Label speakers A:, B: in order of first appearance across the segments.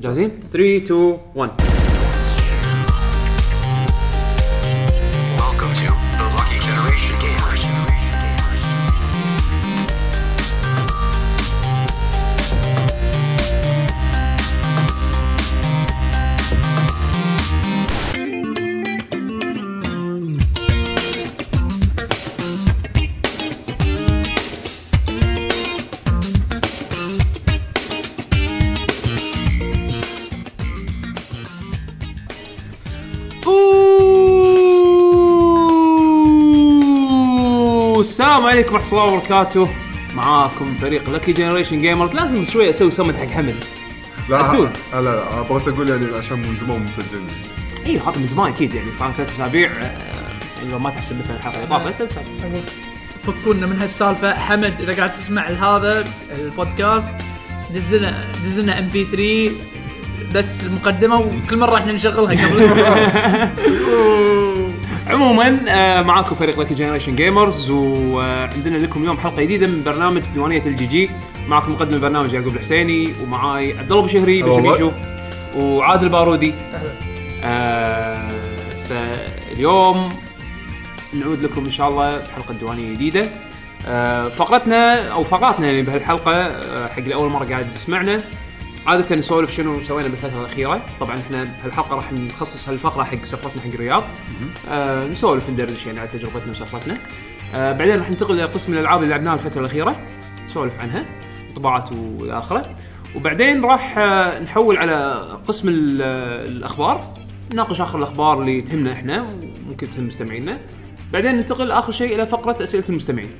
A: جاهزين؟ 3 2 1
B: Welcome to the Lucky Generation Gamers.
A: أوه! السلام عليكم ورحمه الله وبركاته معاكم فريق لكي جنريشن جيمرز لازم شوي اسوي سمن حق حمد
C: لا
A: أتون.
C: لا لا بغيت اقول يعني عشان من زمان مسجلين
A: ايوه هذا من زمان اكيد يعني صار ثلاث اسابيع آه، يعني لو ما تحسب مثلا حلقه اضافه ثلاث اسابيع
D: فكونا من هالسالفه حمد اذا قاعد تسمع هذا البودكاست دز لنا دز لنا ام بي 3 بس المقدمه وكل مره احنا نشغلها قبل
A: عموما آه، معاكم فريق لكي جنريشن جيمرز وعندنا لكم اليوم حلقه جديده من برنامج ديوانيه الجي جي معكم مقدم البرنامج يعقوب الحسيني ومعاي عبد الله أبو شهري
C: هلا والله.
A: بشبيشو وعادل بارودي آه، فاليوم نعود لكم ان شاء الله بحلقه ديوانيه جديده آه، فقرتنا او فقراتنا اللي بهالحلقه آه، حق اول مره قاعد تسمعنا عاده نسولف شنو سوينا بالفتره الاخيره طبعا احنا بهالحلقه راح نخصص هالفقره حق سفرتنا حق الرياض آه، نسولف ندردش يعني على تجربتنا وسفرتنا آه، بعدين راح ننتقل لقسم الالعاب اللي لعبناها الفتره الاخيره نسولف عنها طبعات والى اخره وبعدين راح آه، نحول على قسم ال- آه، الاخبار نناقش اخر الاخبار اللي تهمنا احنا وممكن تهم مستمعينا بعدين ننتقل اخر شيء الى فقره اسئله المستمعين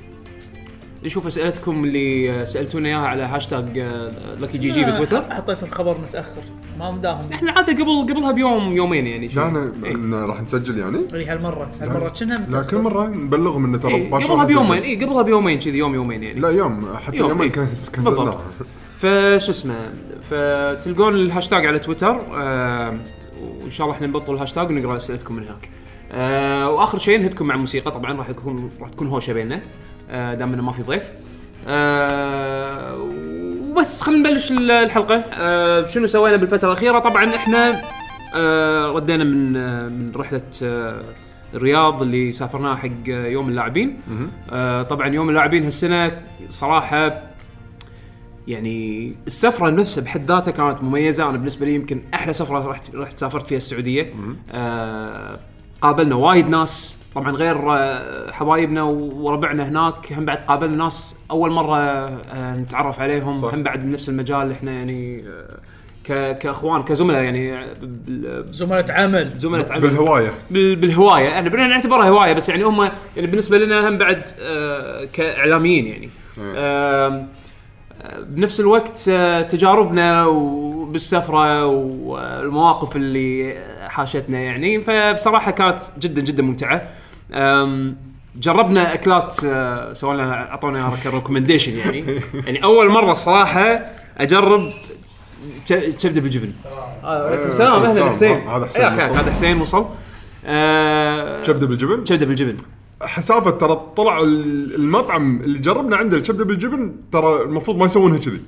A: نشوف اسئلتكم اللي آه، سالتونا اياها على هاشتاج لكي جي جي بتويتر
D: حطيتهم خبر متاخر ما مداهم
A: احنا عاده قبل قبلها بيوم يومين يعني شيء.
C: لا انا
A: إيه.
C: إن راح نسجل يعني
D: اي هالمره هالمره كنا
C: لا كل مره نبلغهم انه ترى
A: إيه،
C: باكر
A: قبلها
C: نسجل.
A: بيومين اي قبلها بيومين كذي يوم يومين يعني
C: لا يوم حتى
A: يوم، إيه.
C: يومين كان
A: بالضبط.
C: كنسلناها.
A: فشو اسمه فتلقون الهاشتاج على تويتر آه وان شاء الله احنا نبطل الهاشتاج ونقرا اسئلتكم من هناك. آه واخر شيء نهدكم مع موسيقى طبعا راح تكون راح تكون هوشه بيننا آه دام انه ما في ضيف. آه وبس خلينا نبلش ال- الحلقه آه شنو سوينا بالفتره الاخيره طبعا احنا آه ردينا من آه من رحله آه الرياض اللي سافرناها حق آه، يوم اللاعبين آه طبعا يوم اللاعبين هالسنه صراحه يعني السفره نفسها بحد ذاتها كانت مميزه انا بالنسبه لي يمكن احلى سفره رحت رحت سافرت فيها السعوديه آه قابلنا وايد ناس طبعا غير آه، حبايبنا وربعنا هناك هم بعد قابلنا ناس اول مره آه نتعرف عليهم
C: صح.
A: هم بعد من نفس المجال احنا يعني آه ك- كاخوان كزملاء يعني آه، بال-
D: زملاء عمل
A: زملاء عمل
C: بالهوايه
A: بال- بالهوايه يعني بدنا نعتبرها هوايه بس يعني هم يعني بالنسبه لنا هم بعد آه كاعلاميين يعني آم، آه بنفس الوقت آه تجاربنا وبالسفره والمواقف اللي حاشتنا يعني فبصراحه كانت جدا جدا ممتعه آم، جربنا اكلات آه، سووا لنا اعطونا ريكومنديشن يعني يعني اول مره الصراحه اجرب ك- كبده بالجبن آه، عليكم السلام اهلا حسين
C: السلام. هذا حسين
A: يا أخي،
C: وصل.
A: هذا حسين وصل آه،
C: كبده بالجبن
A: كبده بالجبن
C: حسافه ترى طلع ال- المطعم اللي جربنا عنده الكبده بالجبن ترى المفروض ما يسوونها كذي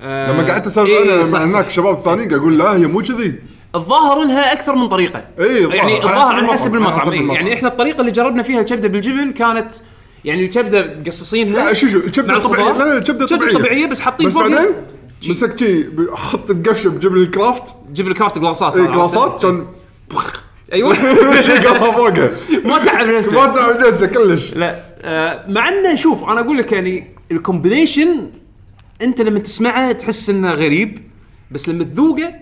A: آه،
C: لما قعدت اسولف
A: إيه،
C: انا
A: صح،
C: مع هناك
A: صح.
C: شباب ثانيين قاعد اقول لا هي مو كذي
A: الظاهر انها اكثر من طريقه
C: إيه، الظاهر،
A: يعني
C: على
A: الظاهر
C: حسب
A: على حسب
C: المطعم، على
A: المطعم
C: حسب
A: إيه،
C: المطعم.
A: يعني احنا الطريقه اللي جربنا فيها الكبده بالجبن كانت يعني الكبده مقصصينها
C: لا شو شو
A: مع
C: كبده
A: الخضار.
C: طبيعيه لا كبده طبيعيه
A: طبيعيه بس حاطين
C: بس
A: فوقها
C: بعدين مسكت شي حط القفشه بجبن الكرافت
A: جيب الكرافت جلاصات
C: إيه،
A: هذا،
C: جلاصات
A: عرفت؟
C: كان
A: ايوه
C: شي قطها فوقها
A: ما تعب نفسه
C: ما تعب نفسه كلش
A: لا آه مع انه شوف انا اقول لك يعني الكومبينيشن انت لما تسمعه تحس انه غريب بس لما تذوقه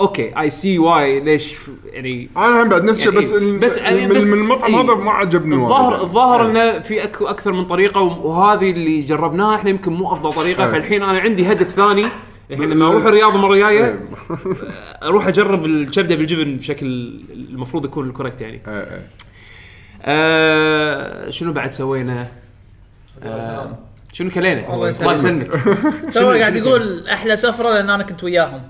A: اوكي اي سي واي ليش يعني
C: انا هم بعد نفس الشيء
A: يعني
C: بس
A: إيه. بس-
C: ال- من
A: بس-
C: من المطعم
A: إيه.
C: هذا ما عجبني وايد.
A: الظاهر الظاهر
C: إيه.
A: انه في أك اكثر من طريقه وهذه اللي جربناها احنا يمكن مو افضل طريقه
C: إيه.
A: فالحين انا عندي هدف ثاني الحين لما اروح الرياض المره الجايه
C: إيه.
A: اروح اجرب الكبده بالجبن بشكل المفروض يكون الكوركت يعني
C: إيه، إيه.
A: آه شنو بعد سوينا؟ آه شنو كلينا؟
D: الله يسلمك.
A: يسلمك
D: تو قاعد يقول احلى سفره لان انا كنت وياهم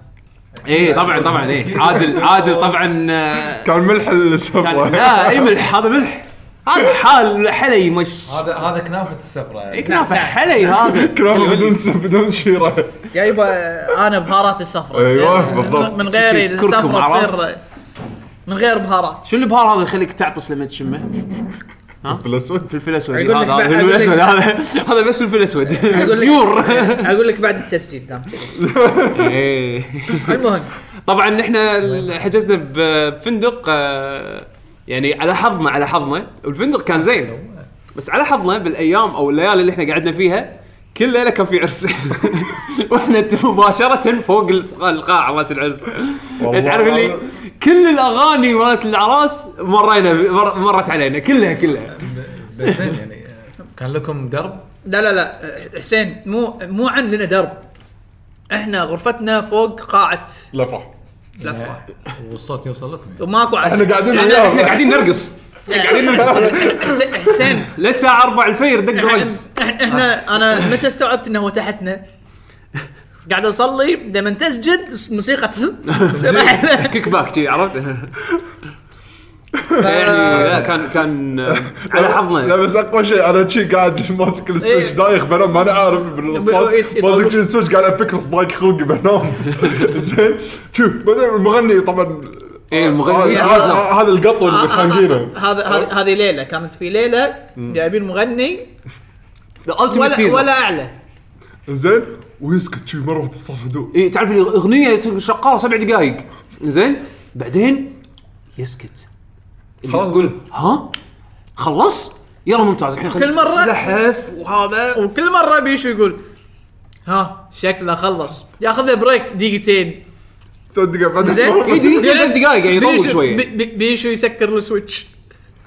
A: اي طبعا طبعا اي إيه. عادل عادل طبعا آه،
C: كان ملح
A: كان
C: السفره
A: لا اي ملح هذا ملح هذا حال حلي مش
E: هذا هذا كنافه السفره يعني.
A: كنافه حلي هذا
C: كلامه بدون س- بدون شيره
D: جايبه انا بهارات السفره
C: أيوه،
D: يعني
C: بالضبط.
D: من غير
A: شي- شي كركم،
D: السفره تصير
A: عرفت؟
D: من غير بهارات
A: شو البهار هذا يخليك تعطس لما تشمه؟
C: بالاسود
A: الفلفل الاسود
D: أقول لك
A: هذا
D: بعد-
A: هذا
D: أقول
A: الفلفل
D: لك-
A: الاسود هذا هذا بس فلفل اسود
D: أقول لك-
A: بيور
D: اقول لك بعد التسجيل دام
A: إيه.
D: المهم
A: طبعا احنا ال- حجزنا ب- بفندق آه، يعني على حظنا على حظنا والفندق كان زين بس على حظنا بالايام او الليالي اللي احنا قعدنا فيها كل ليله كان في عرس واحنا ت- مباشره فوق الس- القاعه مالت العرس يعني
C: والله
A: تعرف اللي
C: هذا-
A: كل الاغاني مالت العراس مرينا ب- مر- مرت علينا كلها كلها
E: بس زين يعني كان لكم درب
D: لا لا لا حسين مو مو عن لنا درب احنا غرفتنا فوق قاعه
C: الافراح
D: الافراح
E: والصوت يوصل لكم يعني.
D: وماكو عسل
C: احنا قاعدين
A: احنا احنا
C: وياهم
A: قاعدين نرقص
D: قاعدين حسين حسين
A: للساعه 4 الفجر دق رقص
D: إحنا- احنا انا متى استوعبت انه هو تحتنا قاعد اصلي لما تسجد موسيقى تسمع
A: كيك باك جي عرفت؟ يعني لا كان كان على
C: لا
A: حظنا
C: بس اقوى شيء انا شي قاعد ماسك السويتش
D: إيه.
C: دايخ بنام ما انا عارف بالصوت
D: إيه، إيه،
C: ماسك
D: إيه.
C: شي السويتش قاعد افكر صداق خلقي بنام زين شوف بعدين المغني طبعا
A: ايه
D: إيه،
A: المغني
C: هذا-
A: غازر.
C: هذا هذا القط
D: آه،
C: اللي خانقينه
D: هذا هذا- هذه ليله كانت في ليله جايبين مغني
A: The ultimate
D: ولا
A: teaser.
D: ولا اعلى
C: زين ويسكت شي مره واحده صار هدوء
A: إيه تعرف اللي اغنيه شغاله سبع دقائق زين بعدين يسكت اللي
D: إيه،
C: خلاص.
A: تقول ها خلص يلا ممتاز الحين خلينا
D: كل مرة.
A: زحف وهذا
D: وكل مره بيشو يقول ها شكله خلص ياخذ بريك دقيقتين
C: ثلاث دقائق بعدين
D: زين
A: إيه، دقيقتين، ثلاث دقايق، يعني يطول
D: بيشو-
A: شوية.
D: بي- بي- بيشو يسكر السويتش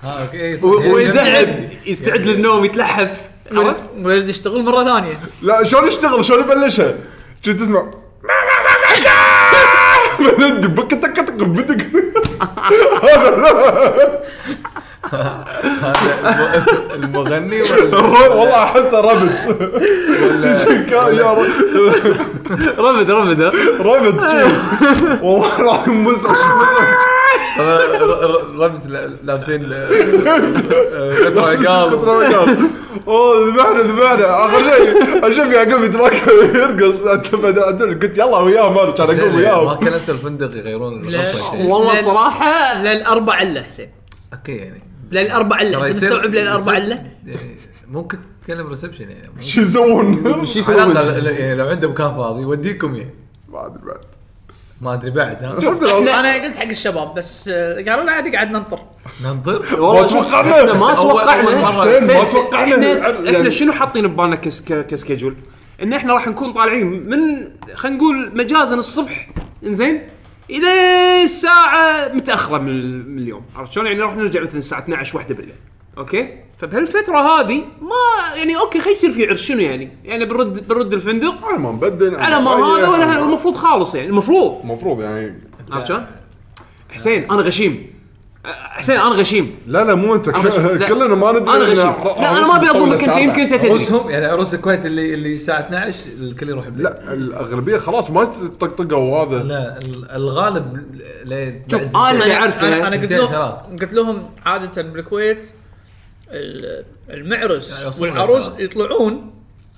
E: ها اوكي صح.
A: و-
D: يعني-
A: ويزعب يستعد للنوم يتلحف عرفت؟
D: ولد يشتغل مره ثانيه
C: لا شلون يشتغل شلون يبلشها؟ شو تسمع؟ بعدين دبك تك تك بدك
E: هذا المغني ولا
C: والله احسه ربد شي- شي كان- يا ر-
A: رمد رمد ها؟
C: ربد شي
A: أيوه.
C: والله العظيم مزعج مزعج
E: هذا ر- ر- رمز ل- آه، لابسين قطره
C: كثر
E: عقال
C: ما كان. اوه ذبحنا ذبحنا اخر شيء اشوف يعقوب يتراك يرقص أنت بعد- بعدين قلت يلا وياهم انا كان اقول
E: ما
C: وياهم
E: كلمت الفندق يغيرون
D: لا.
E: الغرفه شيء
A: والله
D: لأن-
A: صراحه
D: للاربع الا حسين
E: اوكي يعني
D: للاربع الا
E: ترى
D: انت
E: يصير-
D: مستوعب للاربع
E: يصير-
D: الا
E: يعني ممكن تتكلم ريسبشن يعني ممكن.
C: شو يسوون؟
A: شو
E: على
A: يسوون؟
E: الاقل يعني لو عنده مكان فاضي يوديكم يعني
C: ما أدري بعد.
E: ما ادري بعد ها
C: شفت الأول؟
D: انا قلت حق الشباب بس آه، قالوا لا عادي قاعد ننطر
E: ننطر
A: والله
C: ما
A: شوف،
C: توقعنا.
A: إحنا ما
E: أول- أول
A: توقعنا
E: مرة.
A: حسين،
C: حسين، ما
A: حسين،
C: توقعنا.
A: إحنا- احنا
C: يعني-
A: شنو حاطين ببالنا كس ك- كسكيدول؟ ان احنا راح نكون طالعين من خلينا نقول مجازا الصبح انزين الى الساعه متاخره من ال- من اليوم عرفت شلون؟ يعني راح نرجع مثلا الساعه 12 واحدة بالليل اوكي؟ فبهالفتره هذه ما يعني اوكي خلي يصير في عرس شنو يعني؟ يعني بنرد بنرد الفندق
C: على ما نبدل
A: على ما هذا ولا المفروض خالص يعني المفروض
C: المفروض يعني
A: عرفت شلون؟ حسين انا غشيم أه، حسين انا غشيم
C: لا لا مو انت
A: أنا غشيم. لا.
C: كلنا ما ندري
A: انا
C: إن
A: غشيم
C: عر-
A: لا انا ما
C: عروس
A: ابي اظلمك انت
C: تطلع
A: يمكن انت تدري
E: عروسهم يعني عروس الكويت اللي اللي الساعه 12 الكل يروح البيت
C: لا الاغلبيه خلاص ما يطقطقوا وهذا
E: لا ال- الغالب لين
A: شوف،
E: بعد
A: أنا
E: الجيم.
A: يعني عارفه.
D: انا أنا قلت
E: انتين
D: لهم
E: ثلاث.
D: قلت لهم عاده بالكويت ال-
A: يعني
E: لا،
D: المعرس
E: يوصلون
D: والعروس
E: ثلاث.
D: يطلعون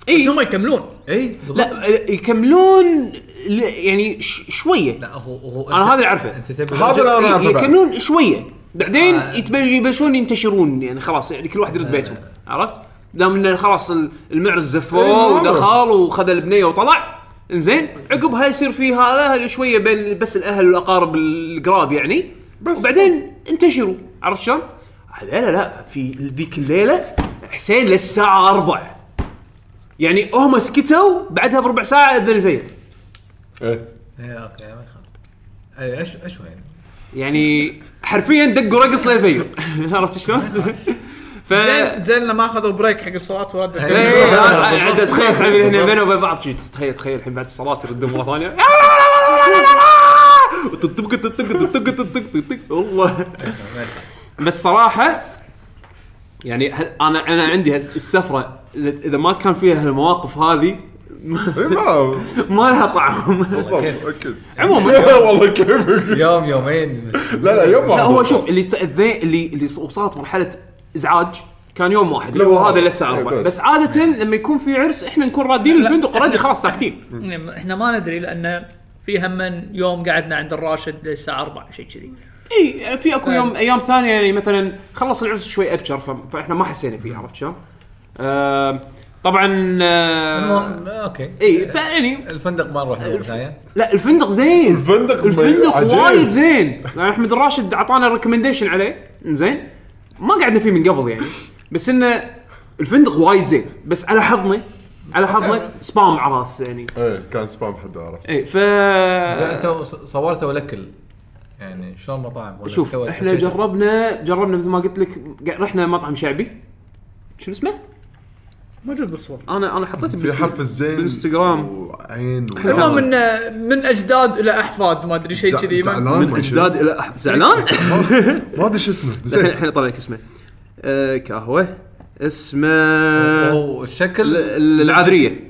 D: بس
A: اي
D: هم يكملون
E: اي لا
A: لا أه، يكملون ل- يعني ش- شويه
E: لا هو هو
A: أنا
E: أنت-
A: هذا اللي أعرفه.
E: انت تبي
C: هذا اللي انا
A: ي-
C: اعرفه بعد.
A: يكملون شويه بعدين
C: آه.
A: يتبل- يبلشون ينتشرون يعني خلاص يعني كل واحد يرد بيتهم عرفت؟ دام انه خلاص ال- المعرس زفوه
C: إيه،
A: ودخل وخذ البنيه وطلع انزين عقبها يصير في هذا هل- شويه بين بس الاهل والاقارب القراب يعني
C: بس.
A: وبعدين انتشروا عرفت شلون؟ لا لا لا في ذيك الليله حسين للساعه 4 يعني هم سكتوا بعدها بربع ساعه اذن الفجر
C: إيه.
E: اي اوكي ما يخالف اي ايش ايش يعني
A: يعني حرفيا دقوا رقص للفير عرفت شلون؟ ف
D: زين زين لما اخذوا بريك حق الصلاه وردوا
E: إيه.
D: يكملون.
A: إيه، عاد تخيل تعرف احنا بينه وبين بعض شي تخيل تخيل الحين بعد الصلاه يردون مره ثانيه وتطق تطق تطق تطق تطق والله بس صراحه يعني هل- انا انا عندي هز- السفره إذا- اذا ما كان فيها هالمواقف هذه ما-
C: إيه، ما
A: ما لها طعم
C: بالضبط، اكيد
A: عموما
C: والله كيفك
E: يوم يومين بس.
C: لا لا يوم
A: لا هو شوف اللي تاذى اللي اللي وصلت مرحله ازعاج كان يوم واحد اللي هو هذا للساعه
C: إيه،
A: 4
C: بس.
A: بس عاده لما يكون في عرس احنا نكون رادين الفندق رادي خلاص ساكتين
D: احنا ما ندري لان في هم يوم قعدنا عند الراشد للساعه 4 شيء كذي
A: اي إيه، في اكو يوم ايام ثانيه يعني مثلا خلص العرس شوي ابكر ف- فاحنا ما حسينا فيه عرفت شلون؟ آه، طبعا آه،
E: المهم، اوكي
A: اي فيعني
E: الفندق ما نروح مره ثانيه
A: لا الفندق زين
C: الفندق
A: الفندق
C: عجيب.
A: وايد زين يعني احمد الراشد اعطانا ريكومنديشن عليه زين ما قعدنا فيه من قبل يعني بس انه الفندق وايد زين بس على حظنا على حظنا سبام عراس يعني
C: ايه كان سبام حد عرفت
A: اي ف
E: انت صورته والاكل يعني شلون مطاعم ولا
A: شوف
E: استوت
A: احنا
E: حجيجة؟
A: جربنا جربنا مثل ما قلت لك قا- رحنا مطعم شعبي شنو اسمه؟
D: موجود بالصور
A: انا انا حطيته
C: في
A: بالست-
C: حرف الزين
A: بالانستغرام
C: وعين و-
A: إحنا
D: المهم انه من اجداد الى احفاد ما ادري شيء
C: زع- نعم.
D: كذي ما-
C: زعلان
A: من
C: ما شفت.
A: اجداد الى أح- زعلان؟
C: ما- ما ادري شو اسمه
A: الحين
C: زين
A: الحين طلع لك اسمه آه، كهوه اسمه
E: هو الشكل
A: ال- ال- العاذريه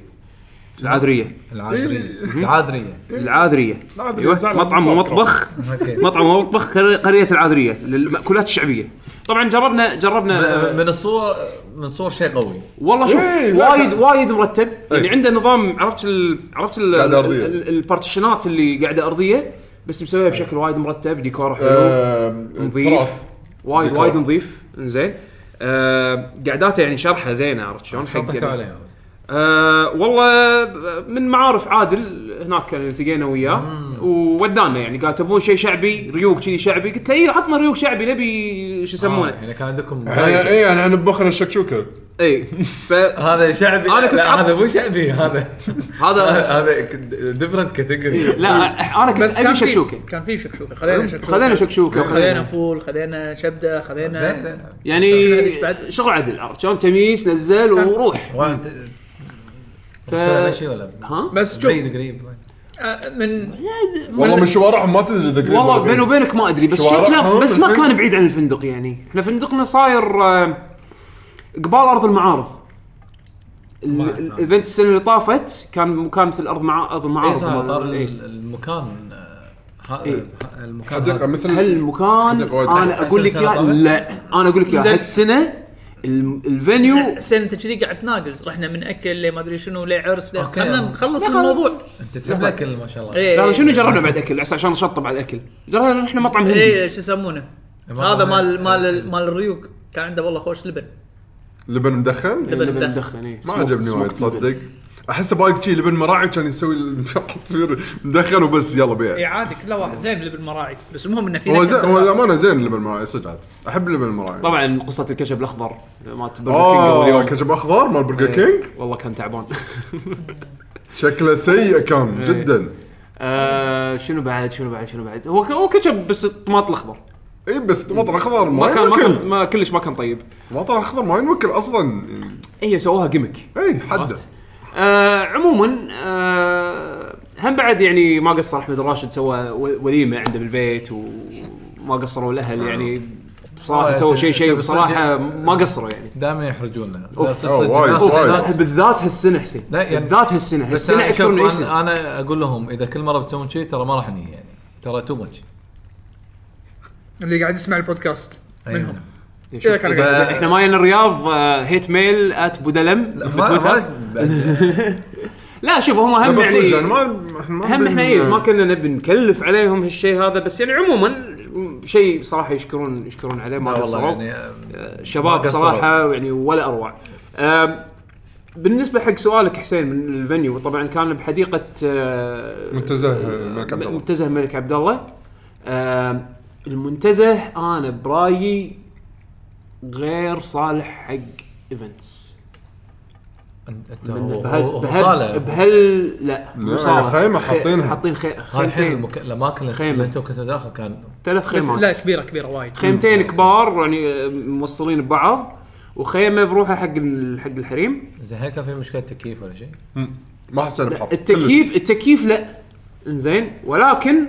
A: العاذريه
E: العاذريه العاذريه
A: العاذريه
C: العاذرية
A: أيوة.
C: زعلان
A: مطعم
C: بالطبع.
A: ومطبخ
E: اوكي
A: مطعم ومطبخ قر- قريه العاذريه للمأكولات الشعبيه طبعا جربنا جربنا آه،
E: من الصور من صور شيء قوي
A: والله شوف
C: إيه، لا،
A: وايد وايد مرتب يعني
C: إيه.
A: عنده نظام عرفت ال عرفت ال-
C: قاعدة
A: ال-
C: أرضية.
A: ال- البارتيشنات اللي قاعده ارضيه بس مسويها بشكل وايد مرتب ديكور حلو
C: آم،
A: نظيف
C: آه، تراث.
A: وايد
C: ديكور.
A: وايد نظيف زين آه، قعداته يعني شرحه زينه عرفت شلون
E: شلون
A: يعني-
E: ضحكوا عليه
A: أه والله ب- من معارف عادل هناك كان التقينا وياه وودانا يعني قال تبون شيء شعبي ريوق كذي شعبي قلت له اي عطنا ريوق شعبي نبي شو
E: آه،
A: يسمونه
E: يعني كان عندكم
C: انا ايه انا انا بخنا الشكشوكه
A: اي فهذا
E: هذا شعبي
A: أنا كنت
E: لا
A: حاط-
E: هذا مو شعبي هذا هذا إيه. ديفرنت كاتيجوري
A: لا انا كنت
D: بس كان
A: ابي
D: في-
A: شكشوكه
D: كان في شكشوكه خلينا شكشوكه
A: خذينا شكشوكه
D: خذينا
A: وخذينا
D: فول خذينا شبده خذينا شنو هذيك
A: يعني
D: بعد؟
A: شغل عدل عرفت شلون تمييز نزل وروح
E: واحد
A: ف...
E: مشي ولا
A: ها
D: بس شوف
E: بعيد قريب
D: آه، من
C: والله من شوارعهم ما تدري اذا قريب
A: والله
C: ولا بعيد.
A: بيني وبينك ما ادري بس
C: شوارعهم
A: شكله بس ما
C: الفندق.
A: كان بعيد عن الفندق يعني احنا فندقنا صاير آه، قبال ارض المعارض ال-
E: ما أعرف.
A: الايفنت السنه اللي طافت كان مكان في الارض مع ارض
E: اي
A: المعارض
E: صح
A: مال-
E: طار
A: إيه.
E: ال- المكان آه، ها-
A: إيه.
E: ها- المكان
C: حديقه
E: هذا.
C: مثل
A: هل المكان
C: حديقة وايد
E: أحسن-
A: انا
E: أحسن
A: اقول لك
E: سنة
A: يا
E: طافت؟
A: لا انا اقول لك
D: زين.
A: يا هالسنه ال- الفنيو
D: حسين انت كذي قاعد تناقز رحنا من اكل لما ادري شنو لعرس لي-
E: أوكي.
D: خلينا نخلص الموضوع
E: انت تحب الاكل ما شاء الله
D: إيه.
A: لا شنو جربنا بعد اكل عس- عشان نشطب بعد اكل جربنا احنا مطعم هندي
E: إيه،
D: اي إيه، شو يسمونه
E: المطعم
D: هذا مال
E: هذا.
D: مال مال الريوق كان عنده والله خوش لبن
C: لبن مدخن
D: لبن
A: لبن
D: مدخن.
A: مدخن، إيه.
C: ما
A: سموك-
C: عجبني
A: سموك
C: وايد
A: لبن.
C: تصدق احسه بايق شي لبن مراعي كان يسوي ال- يحط فيه مدخن وبس يلا
D: اي
C: بيع
D: إيه، عادي كله واحد زين لبن مراعي بس المهم انه في
C: هو زين هو
D: نكهة.
C: للامانه زين لبن مراعي صدق عاد احب لبن مراعي
A: طبعا قصه الكشب الاخضر مالت برجر كينج
C: اه
A: اليوم.
C: كشب اخضر مال برجر كينج
A: والله كان تعبان
C: شكله سيء كان جدا
A: آه، شنو بعد شنو بعد شنو بعد هو ك- هو كتشب بس الطماط الاخضر
C: اي إيه، بس طماطم اخضر ما
A: ما كان ما كان
C: ينوكل
A: ما كلش ما كان طيب
C: طماطم اخضر ما ينوكل إيه، اصلا
A: هي إيه، سووها جيمك
C: اي حده
A: عرفت؟ آه عموما آه هم بعد يعني ما قصر احمد الراشد سوى و- وليمه عنده بالبيت وما قصروا الاهل يعني بصراحه
E: والله
A: سووا
E: أنت-
A: شيء شيء
E: أنت
A: بصراحه
E: بصدق-
A: ما قصروا يعني
E: دائما يحرجونا لا،
A: أوف.
E: صدق- صدق،
C: وايد،
E: ناس-
C: وايد.
E: ناس-
A: بالذات هالسنه حسين
E: لا، يعني-
A: بالذات هالسنه
E: بس انا
A: هالسنه
E: شوف
A: اكثر من اي سنه
E: انا انا اقول لهم اذا كل مره بتسوون شيء ترى ما راح نيجي يعني ترى تو ماتش
D: اللي قاعد يسمع البودكاست
C: أيوه.
D: منهم
A: شوف،
D: إذا كان
A: إذا
D: قاعد-
E: إيه.
A: احنا ما جينا الرياض آه، هيت ميل ات بودلم بتويتر لا شوف هم
C: لا
A: هم
C: بس صدق
A: يعني
C: يعني ما احنا ما
A: هم
C: بن-
A: احنا ايه ما كنا نبي نكلف عليهم هالشيء هذا بس يعني عموما شيء صراحه يشكرون يشكرون عليه ما
E: والله
A: قصروا
E: يعني ما
A: الشباب
E: قصروا.
A: صراحه يعني ولا اروع آم، بالنسبه حق سؤالك حسين من الفنيو طبعا كان بحديقه آه،
C: منتزه الملك عبد
A: م-
C: الله
A: منتزه الملك عبد الله آم، المنتزه انا برايي غير صالح حق ايفنتس
E: انت هو- هو-
A: بهال
E: هو
A: بهال,
E: صالح
A: بهال لا مو
C: لا،
A: صالح.
C: يعني خيمة
A: خي-
C: حاطينها.
A: حاطين خي-
E: هاي الحين
A: خيمتين
E: المك- الاماكن اللي-
A: خيمة.
E: اللي انتم كنتوا داخل كان
A: ثلاث
D: بس لا
A: خيمات
D: كبيره كبيره وايد
A: خيمتين كبار يعني آه، موصلين ببعض وخيمه بروحها حق ال- حق الحريم
E: زين هل كان في مشكله تكييف ولا شيء؟
C: ما حسين بحر
A: التكييف التكييف لا انزين ولكن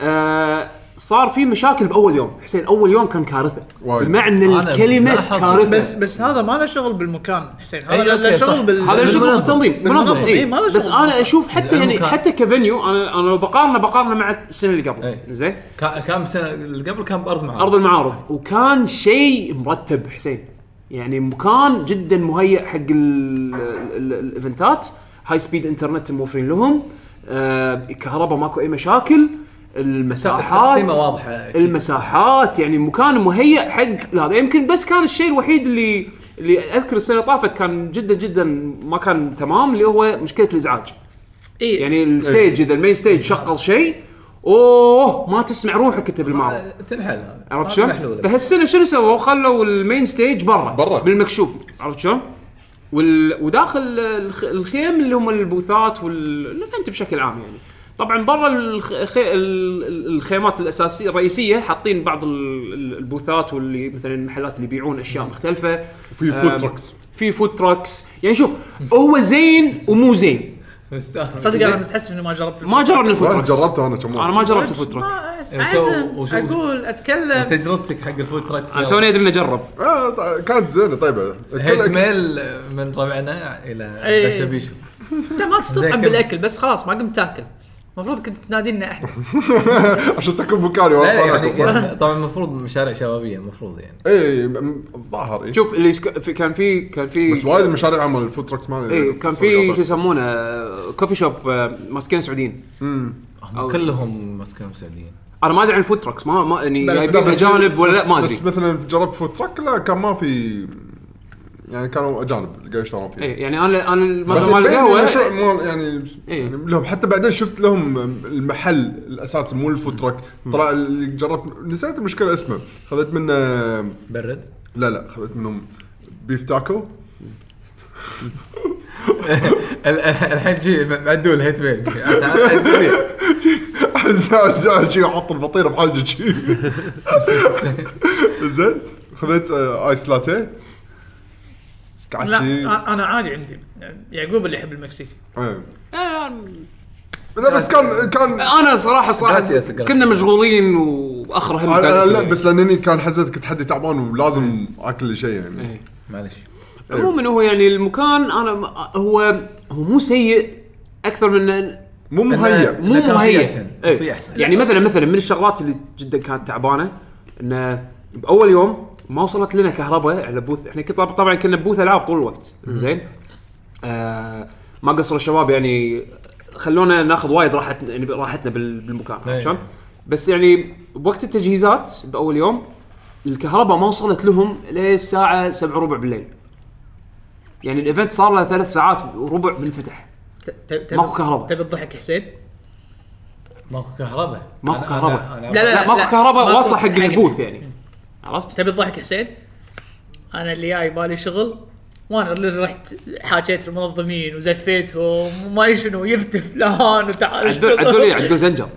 A: آه صار في مشاكل باول يوم حسين اول يوم كان كارثه
C: وايد.
A: بمعنى
E: أنا
A: الكلمه
E: لاحظ
A: كارثه
D: بس بس هذا ما له شغل بالمكان حسين
E: أي،
D: أيوه، هذا له- له
E: أوكي، صح.
D: شغل بال
A: هذا
E: بالمنظم.
A: شغل بالتنظيم
D: بالمنظم،
A: بالمنظم
D: إي،
A: اي
D: إيه، ما له
A: إيه. بس
D: شغل
A: انا اشوف حتى يعني
E: المكان.
A: حتى كفنيو انا انا لو بقارنه بقارنه مع السنه اللي قبل
D: إيه.
E: إي.
A: زين
E: كا- كان بسنه اللي قبل كان آه، بارض معاه
A: ارض المعارض وكان شيء مرتب حسين يعني مكان جدا مهيئ حق ال- ال- ال- الايفنتات هاي سبيد انترنت موفرين لهم آه، كهرباء ماكو اي مشاكل المساحات
E: التقسيمة واضحة أكيد.
A: المساحات يعني مكان مهيئ حق هذا يمكن بس كان الشيء الوحيد اللي اللي اذكر السنه اللي طافت كان جدا جدا ما كان تمام اللي هو مشكله الازعاج
D: اي
A: يعني الستيج اذا المين ستيج شغل شيء اوه ما تسمع روحك انت بالمعرض
E: آه، تنحل هذا
A: عرفت
E: هذه
A: شلون؟
E: محلولة.
A: فهالسنه شنو سووا؟ خلوا المين ستيج برا
C: برا.
A: بالمكشوف عرفت شلون؟ وال... وداخل الخ... الخيم اللي هم البوثات والايفنت بشكل عام يعني. طبعا برا الخ... الخ... ال- ال- الخيمات الاساسيه الرئيسيه حاطين بعض ال- ال- البوثات واللي مثلا المحلات اللي يبيعون اشياء مختلفه
C: في
A: آم،
C: فود تراكس
A: في فود تراكس يعني شوف هو زين ومو زين
E: مستاهل.
D: صدق انا متحسف اني ما جربت
A: ما جربنا الفود
C: صراحه
A: تراكس
C: جربته انا كم
A: انا
C: مره
A: ما جربت الفود تراك
D: ما أس-
E: يعني
D: اعزم
E: سو- وسو-
D: اقول اتكلم
E: تجربتك حق الفود تراكس
A: انا توني ادري اني اجرب
C: آه، طيب، كانت زينه طيبه
E: هيت ميل من ربعنا الى
D: إيه.
E: دشبيشو
D: انت ما
E: زين
D: تستطعم
E: كم؟
D: بالاكل بس خلاص ما قمت تاكل المفروض كنت تنادينا احنا
C: عشان تكون مكاني
E: لا لا،
C: وانا
E: يعني,
C: أكل، صح؟
E: يعني طبعا المفروض مشاريع شبابيه المفروض يعني
C: اي إيه، م- الظاهر اي
A: شوف اللي سك- في- كان في كان في
C: بس وايد المشاريع مال الفود تراكس ما
A: اي إيه، كان في شو يسمونه آه، كوفي شوب آه، ماسكين سعوديين
E: هم كلهم مسكنهم سعوديين
A: انا ما ادري عن الفود تراكس ما ما يعني
D: لا،
A: جايبين اجانب ولا لا ما
C: بس
A: ادري
C: مثلا جربت فود تراك لا كان ما في يعني كانوا اجانب اللي قاعد يشتغلون فيه
A: إيه، يعني انا انا
C: بس
A: المره مال
C: يبين إنه
A: القهوه
C: شيء مو- يعني
A: إيه.
C: يعني لهم حتى بعدين شفت لهم المحل الاساسي مو الفود تراك طلع اللي جربت نسيت المشكله اسمه خذيت منه
E: برد
C: لا لا خذيت منهم بيف تاكو
E: ال- الحين جي معدول هيت ميل أنا أحس فيه.
C: زعل زعل شي وحط الفطيره بحاجه شي زين خذيت آه، ايس لاتيه قعدت
D: لا آه،
C: شي
D: أ- انا عادي عندي يعقوب اللي يحب المكسيكي
C: إيه. لا بس كان كان
A: انا صراحه صراحه
E: Gracias, gracias.
A: كنا مشغولين واخر هم
C: أنا-
A: قاعد
C: أنا لا
A: يتكلم.
C: بس لانني كان حسيت كنت حدي تعبان ولازم اكل شيء يعني
A: إيه.
E: معلش
A: عموما هو يعني المكان انا ما- هو هو مو سيء اكثر من إنه
C: مو
E: أنا-
C: مهيأ
A: مو
E: إنه كان في
A: مهيئ
E: أحسن.
A: إيه.
E: في أحسن.
A: يعني مثلا مثلا من الشغلات اللي جدا كانت تعبانه انه باول يوم ما وصلت لنا كهرباء على بوث احنا كنا طبعا كنا ببوث العاب طول الوقت زين آه ما قصر الشباب يعني خلونا ناخذ وايد راحتنا يعني راحتنا بال- بالمكان
E: إيه.
A: عرفت شلون؟ بس يعني بوقت التجهيزات باول يوم الكهرباء ما وصلت لهم للساعه 7 ربع بالليل يعني الايفنت صار له ثلاث ساعات وربع بالفتح
D: ت- ت- تبي-
A: ماكو كهرباء.
D: تبي تضحك حسين؟
E: ماكو كهرباء
A: ماكو
E: أنا- أنا-
A: كهرباء.
E: أنا-
D: لا، لا،
A: لا ماكو كهرباء
D: ماكو
A: واصله حق
D: حق
A: البوث يعني عرفت؟
D: تبي تضحك حسين؟ انا اللي جاي بالي شغل وانا اللي رحت حاكيت المنظمين وزفيتهم وما أدري شنو جبت فلان وتعال
A: عدول
D: اشتغل
A: عدول إيه، عدول زنجر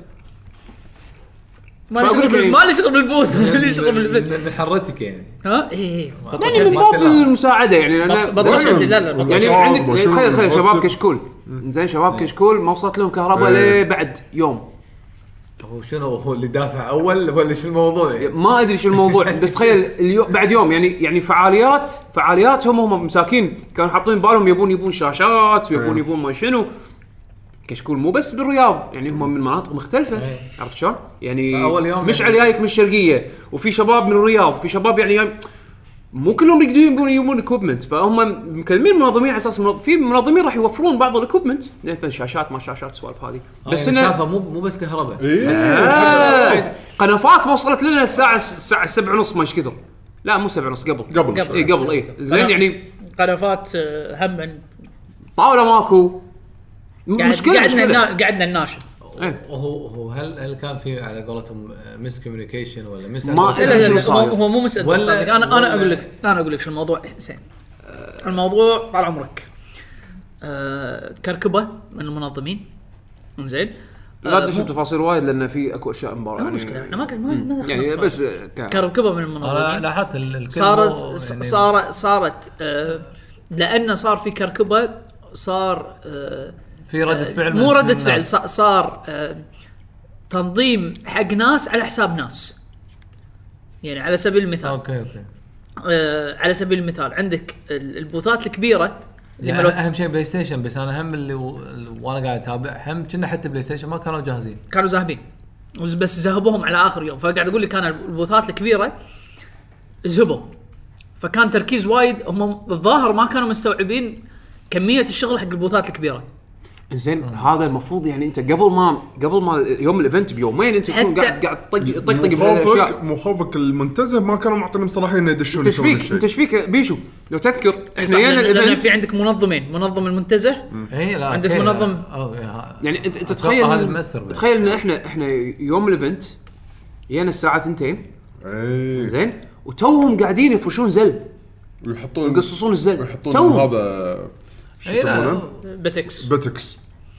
D: ما لي شغل
A: بقول لك
D: بال-
A: يعني-
D: ما لي شغل بالبوث ما لي شغل بالبنت
E: من- من حرتك يعني
D: ها إيه، اي
A: يعني من باب المساعده يعني لان
D: بطل شد لا لا بطل
A: يعني
C: شباب
A: عندك
C: وشو
A: تخيل تخيل
C: المرتب.
A: شباب كشكول زين شباب كشكول ما وصلت لهم كهرباء
C: إيه.
A: لبعد يوم
E: هو شنو هو اللي دافع اول ولا شو الموضوع يعني؟
A: ما ادري شو الموضوع بس تخيل اليوم بعد يوم يعني يعني فعاليات فعالياتهم هم مساكين كانوا حاطين بالهم يبون يبون
E: إيه.
A: شاشات ويبون يبون ما شنو كشكول مو بس بالرياض يعني هم من مناطق مختلفه
E: إيه.
A: عرفت شلون؟ يعني
E: أول يوم
A: مشعل
E: يعني-
A: جايك من الشرقيه وفي شباب من الرياض في شباب يعني, يعني مو كلهم يقدرون يبون يبون اكوبمنت فهم مكلمين منظمين على اساس منظ- في منظمين راح يوفرون بعض الاكوبمنت مثلا شاشات ما شاشات سوالف هذه
E: بس
A: بس انه
E: المسافه يعني مو مو بس كهرباء
C: إيه.
A: آه، قنفات ما وصلت لنا الساعه الساعه 7 ونص ما ايش كثر لا مو 7 ونص قبل
C: قبل
D: قبل.
A: اي
C: شوي.
A: قبل اي زين يعني
D: قنفات آه، هم
A: طاوله ماكو م-
D: قاعد
A: مشكله
D: قعدنا
A: مشكله
D: نا- قعدنا نناشد
A: إيه.
E: وهو هو هل هل كان في على قولتهم مس كوميونيكيشن ولا مس
A: ما-
D: لا لا
A: شنو
D: لا هو
A: صاير؟
D: هو مو مسألة
E: ولا-
D: ولا انا
E: ولا- آه.
D: انا اقول لك انا اقول لك شو الموضوع حسين الموضوع طال عمرك آه كركبه من المنظمين زين
A: لا تدش بتفاصيل وايد لان في اكو اشياء مباراه
D: آه، مو مشكله احنا ما ما- ما
A: يعني
D: دخلنا
A: بس
D: تفاصيل.
A: آه، ك-
D: كركبه من
E: انا
D: المنظمين
E: لاحظت ال- الكل مو-
D: صارت
E: يعني-
D: صارت صارت آه لانه صار في كركبه صار آه
E: في رده فعل
D: إيه، مو
E: من-
D: رده
E: من
D: فعل
E: الناس.
D: ص- صار آه، تنظيم حق ناس على حساب ناس يعني على سبيل المثال
E: اوكي اوكي
D: آه على سبيل المثال عندك ال- البوثات الكبيره زي ما
E: يعني
D: لو
E: اهم شيء بلاي ستيشن بس انا هم اللي و... اللي وانا قاعد اتابع هم كنا حتى بلاي ستيشن ما كانوا جاهزين
D: كانوا زاهبين وز- بس زهبوهم على اخر يوم فقاعد اقول لك انا البوثات الكبيره زهبوا فكان تركيز وايد هم الظاهر ما كانوا مستوعبين كميه الشغل حق البوثات الكبيره
A: زين هذا المفروض يعني انت قبل ما قبل ما يوم الايفنت بيومين انت تكون
D: حتى-
A: قاعد قاعد تطق- تطقطق
C: خوفك
A: بالاشياء
C: مو خوفك المنتزه ما كانوا معطينهم صلاحيه انه يدشون
A: انت ايش
C: يسوون
A: فيك؟
C: هالشيء.
A: انت ايش فيك بيشو؟ لو تذكر
D: إيه،
A: احنا
D: صح، لأن-
A: جينا
D: لأن في
A: الايفنت
D: عندك منظمين منظم المنتزه
E: اي إيه، لا
D: عندك
E: أوكي.
D: منظم.
E: أو- ها-
A: يعني انت انت
E: أتوقع
A: تخيل
E: آه، هذا
A: إن-
E: مأثر بعد.
A: تخيل ان احنا احنا يوم الايفنت جينا الساعه 2
C: ايه
A: زين وتوهم قاعدين يفرشون زل
C: ويحطون
A: يقصصون الزل
C: ويحطون
A: توهم
C: هذا شو
D: إيه،
E: إي إيه، لا.
C: يسمونه؟
D: بتكس
C: بتكس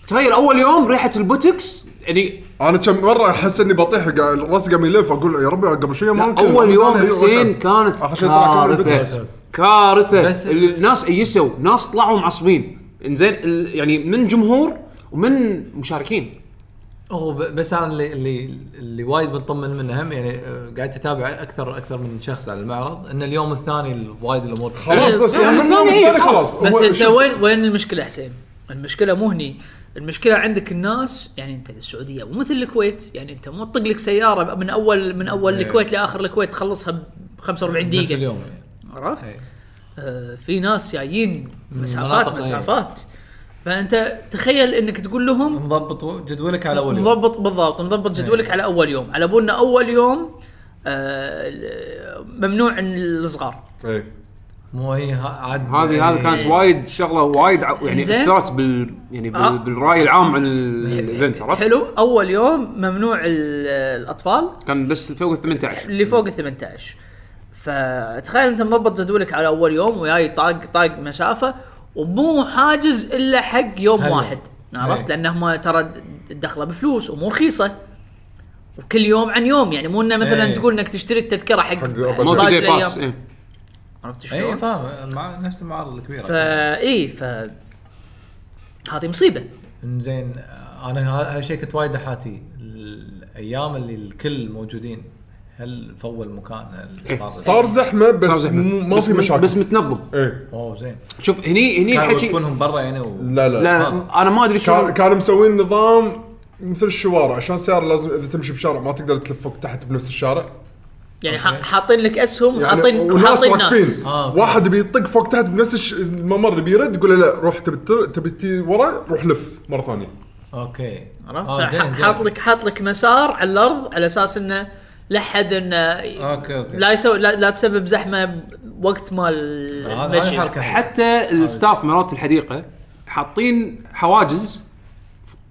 A: تخيل اول يوم ريحه البوتكس يعني
C: انا كم مره احس اني بطيح قاعد- راسي قام يلف اقول يا ربي قبل شويه ما كان-
A: اول يوم
C: أيوة،
A: حسين
C: كان.
A: كانت
C: آخر شيء طلع كامل
A: كارثه
C: بتكس.
A: كارثه
E: بس-
A: ال- الناس ايسوا ناس طلعوا معصبين انزين ال- يعني من جمهور ومن مشاركين
E: هو ب- بس انا اللي اللي اللي وايد مطمن منه هم يعني آه، قاعد اتابع اكثر اكثر من شخص على المعرض ان اليوم الثاني ال- وايد الامور
C: خلاص بس
D: يعني
C: يعني من يوم
A: إيه،
C: الثاني خلاص
D: بس
C: هو
D: انت
C: شوف،
D: وين وين المشكله حسين؟ المشكله مو هني المشكله عندك الناس يعني انت للسعوديه ومثل الكويت يعني انت مو تطق لك سياره من اول من اول الكويت لاخر الكويت تخلصها ب 45
E: إيه. نفس
D: دقيقه
E: اليوم يعني.
D: عرفت؟
E: إيه.
D: آه في ناس جايين مسافات
E: مناطق إيه.
D: مسافات فانت تخيل انك تقول لهم
E: مضبط و- جدولك على اول يوم إيه.
D: مضبط بالضبط مضبط جدولك على اول يوم على بالنا اول يوم آه ال- ممنوع عن الصغار
C: إيه.
E: مو هي ه- عاد يعني.
A: هذه
E: إيه.
A: هذه كانت وايد شغله وايد ع- يعني
D: إنزين.
A: اثرت بال يعني
D: آه.
A: بال- بالراي العام عن الايفنت عرفت؟
D: حلو اول يوم ممنوع ال- الاطفال
A: كان بس فوق ال 18
D: اللي فوق ال 18 فتخيل انت مضبط جدولك على اول يوم وياي طاق طاق مسافه ومو حاجز الا حق يوم
E: حلو. إيه.
D: واحد عرفت
E: أي.
D: لانهم ترى الدخله بفلوس ومو رخيصه وكل يوم عن يوم يعني مو انه مثلا
E: أي.
D: تقول انك تشتري التذكره حق
C: حق
A: مالتي
D: 11
A: داي
D: أيام.
A: باس إيه.
D: عرفت
E: اي
D: شلون؟
E: إيه، فاهم مع نفس المعارض الكبيره
D: فا اي ف هذه مصيبه
E: انزين آه، انا ه- هالشيء كنت وايد احاتي الايام اللي الكل موجودين هل فول مكان
A: إيه،
E: اللي
C: صار زحمه
A: صار
C: بس
A: زحمة.
C: مو- ما
A: بس
C: في
A: مت-
C: مشاكل
A: بس متنظم
C: ايه
E: اوه زين
A: شوف هني هني
E: كانوا
A: الحكي
E: يوقفونهم برا يعني و...
C: لا لا,
A: لا انا ما ادري شو
C: كان كانوا مسوين نظام مثل الشوارع عشان السياره لازم اذا تمشي بشارع ما تقدر تلف فوق تحت بنفس الشارع
D: يعني ح-
E: أوكي.
D: حاطين لك اسهم
C: يعني
D: وحاطين
C: وناس
D: حاطين ناس
C: واقفين
E: آه، أوكي.
C: واحد بيطق فوق تحت بنفس الش- الممر اللي بيرد يقول له لا روح تبي تر- تبي تي ورا روح لف مره ثانيه
E: اوكي
D: عرفت؟
E: آه،
D: فح- حاط لك حاط لك مسار على الارض على اساس انه لا حد انه
E: أوكي، أوكي.
D: لا يسوي لا, لا تسبب زحمه وقت ما
E: آه، هذه
D: المشي
E: حركه حلوة.
A: حتى الستاف مرات الحديقه حاطين حواجز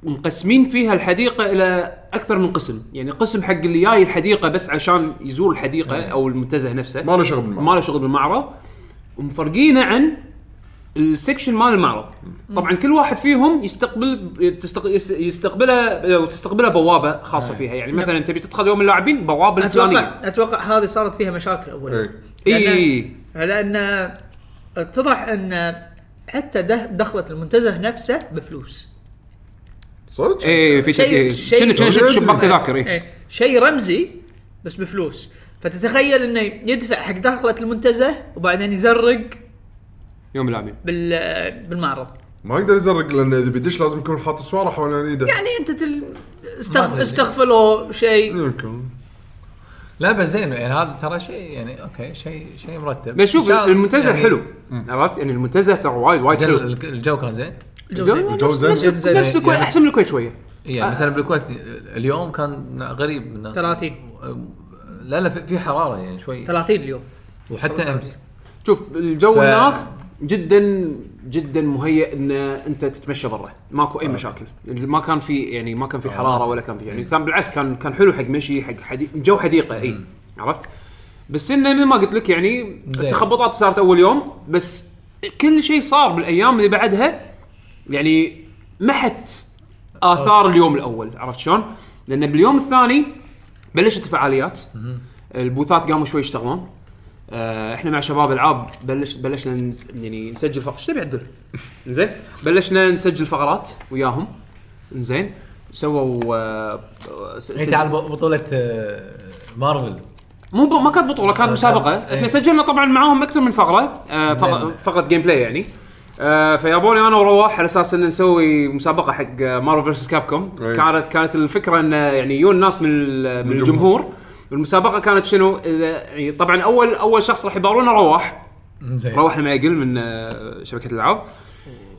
A: مقسمين فيها الحديقه الى اكثر من قسم يعني قسم حق اللي جاي الحديقه بس عشان يزور الحديقه او المنتزه نفسه
C: ما له شغل بالمعنى
A: ما له شغل بالمعرض ومفرقينه عن السكشن مال المعرض طبعا كل واحد فيهم يستقبل تستق- يس- يستقبله وتستقبله بوابه خاصه فيها يعني مثلا تبي تدخل يوم اللاعبين بوابه الفلانيه
D: اتوقع اتوقع هذه صارت فيها مشاكل اول
C: إيه.
A: اي
D: لان اتضح ان حتى ده دخلة المنتزه نفسه بفلوس
C: صدق؟
A: اي إيه، في
D: شيء-
A: شيء
D: شيء-
A: شيء شباك تذاكر إيه.
D: إيه. شيء رمزي بس بفلوس فتتخيل انه يدفع حق دخلة المنتزه وبعدين يزرق
A: يوم اللاعبين
D: بال بالمعرض
C: ما يقدر يزرق لان اذا بيدش لازم يكون حاط سواره حوالين ايده
D: يعني انت تل... استغ...
E: أدري.
D: استغفلوا شيء
C: يمكن
E: لا بس زين يعني هذا ترى شيء يعني اوكي شيء شيء مرتب
A: بس شوف
E: إن شاء الله
A: المنتزه
E: يعني
A: حلو عرفت يعني المنتزه ترى وايد وايد
E: زين
A: حلو
E: ال- الجو كان زين
D: الجو
C: الجو زين.
A: نفس- نفس
D: زين.
A: نفس الكويت
E: يعني-
A: احسن من الكويت شويه
E: يعني
A: آه.
E: مثلا بالكويت اليوم كان غريب من الناس
D: 30.
E: لا لا في في حراره يعني شوي
D: 30 اليوم
E: وحتى امس
A: شوف الجو
E: ف-
A: هناك جدا جدا مهيئ ان انت تتمشى برا
E: آه.
A: ماكو اي مشاكل ما كان في يعني ما كان في حراره ولا كان في يعني كان بالعكس كان كان حلو حق مشي حق حدي... جو حديقه اي عرفت بس انه مثل ما قلت لك يعني
E: زين.
A: التخبطات صارت اول يوم بس كل شيء صار بالايام اللي بعدها يعني محت اثار اليوم الاول عرفت شلون؟ لان باليوم الثاني بلشت الفعاليات البوثات قاموا شوي يشتغلون آه، احنا مع شباب العاب بلش بلشنا نس- يعني نسجل فقرات ايش تبي عدل؟ زين بلشنا نسجل فقرات وياهم زين سووا آه، آه، س-
E: انت على بطوله آه، مارفل
A: مو ب... ما كانت بطوله كانت مسابقه
E: إيه.
A: احنا سجلنا طبعا معاهم اكثر من فقره آه فق...
E: زين.
A: فقره جيم بلاي يعني آه فيابوني انا ورواح على اساس ان نسوي مسابقه حق آه، مارفل فيرسس كاب كوم
C: إيه.
A: كانت كانت الفكره ان يعني يجون ناس من ال... من الجمهور المسابقه كانت شنو إذا- يعني طبعا اول اول شخص راح يبارونه رواح
E: زين
A: رواح المعقل من آه، شبكه الالعاب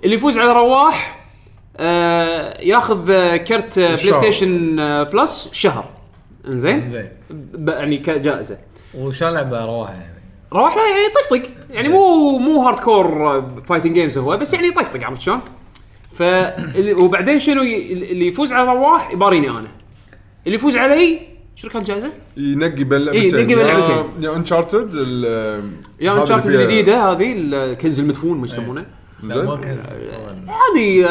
A: اللي يفوز على رواح آه ياخذ آه، كرت آه، بلاي
C: شهر.
A: ستيشن آه، بلس شهر انزين
E: زين
A: ب- يعني كجائزه
E: وشلون لعبه رواح يعني
A: رواح له يعني طقطق يعني مو مو هارد كور فايتنج جيمز هو بس يعني طقطق عرفت شلون؟ ف وبعدين شنو ي- اللي يفوز على رواح يباريني انا اللي يفوز علي شنو كانت جائزه؟
C: ينقي بين
A: إيه،
C: لعبتين
A: ينقي بين
C: يا-
A: لعبتين.
C: يا انشارتد
A: يا انشارتد الجديده هذه الكنز المدفون
C: إيه.
A: ما يسمونه
E: لا ما كان
A: هذه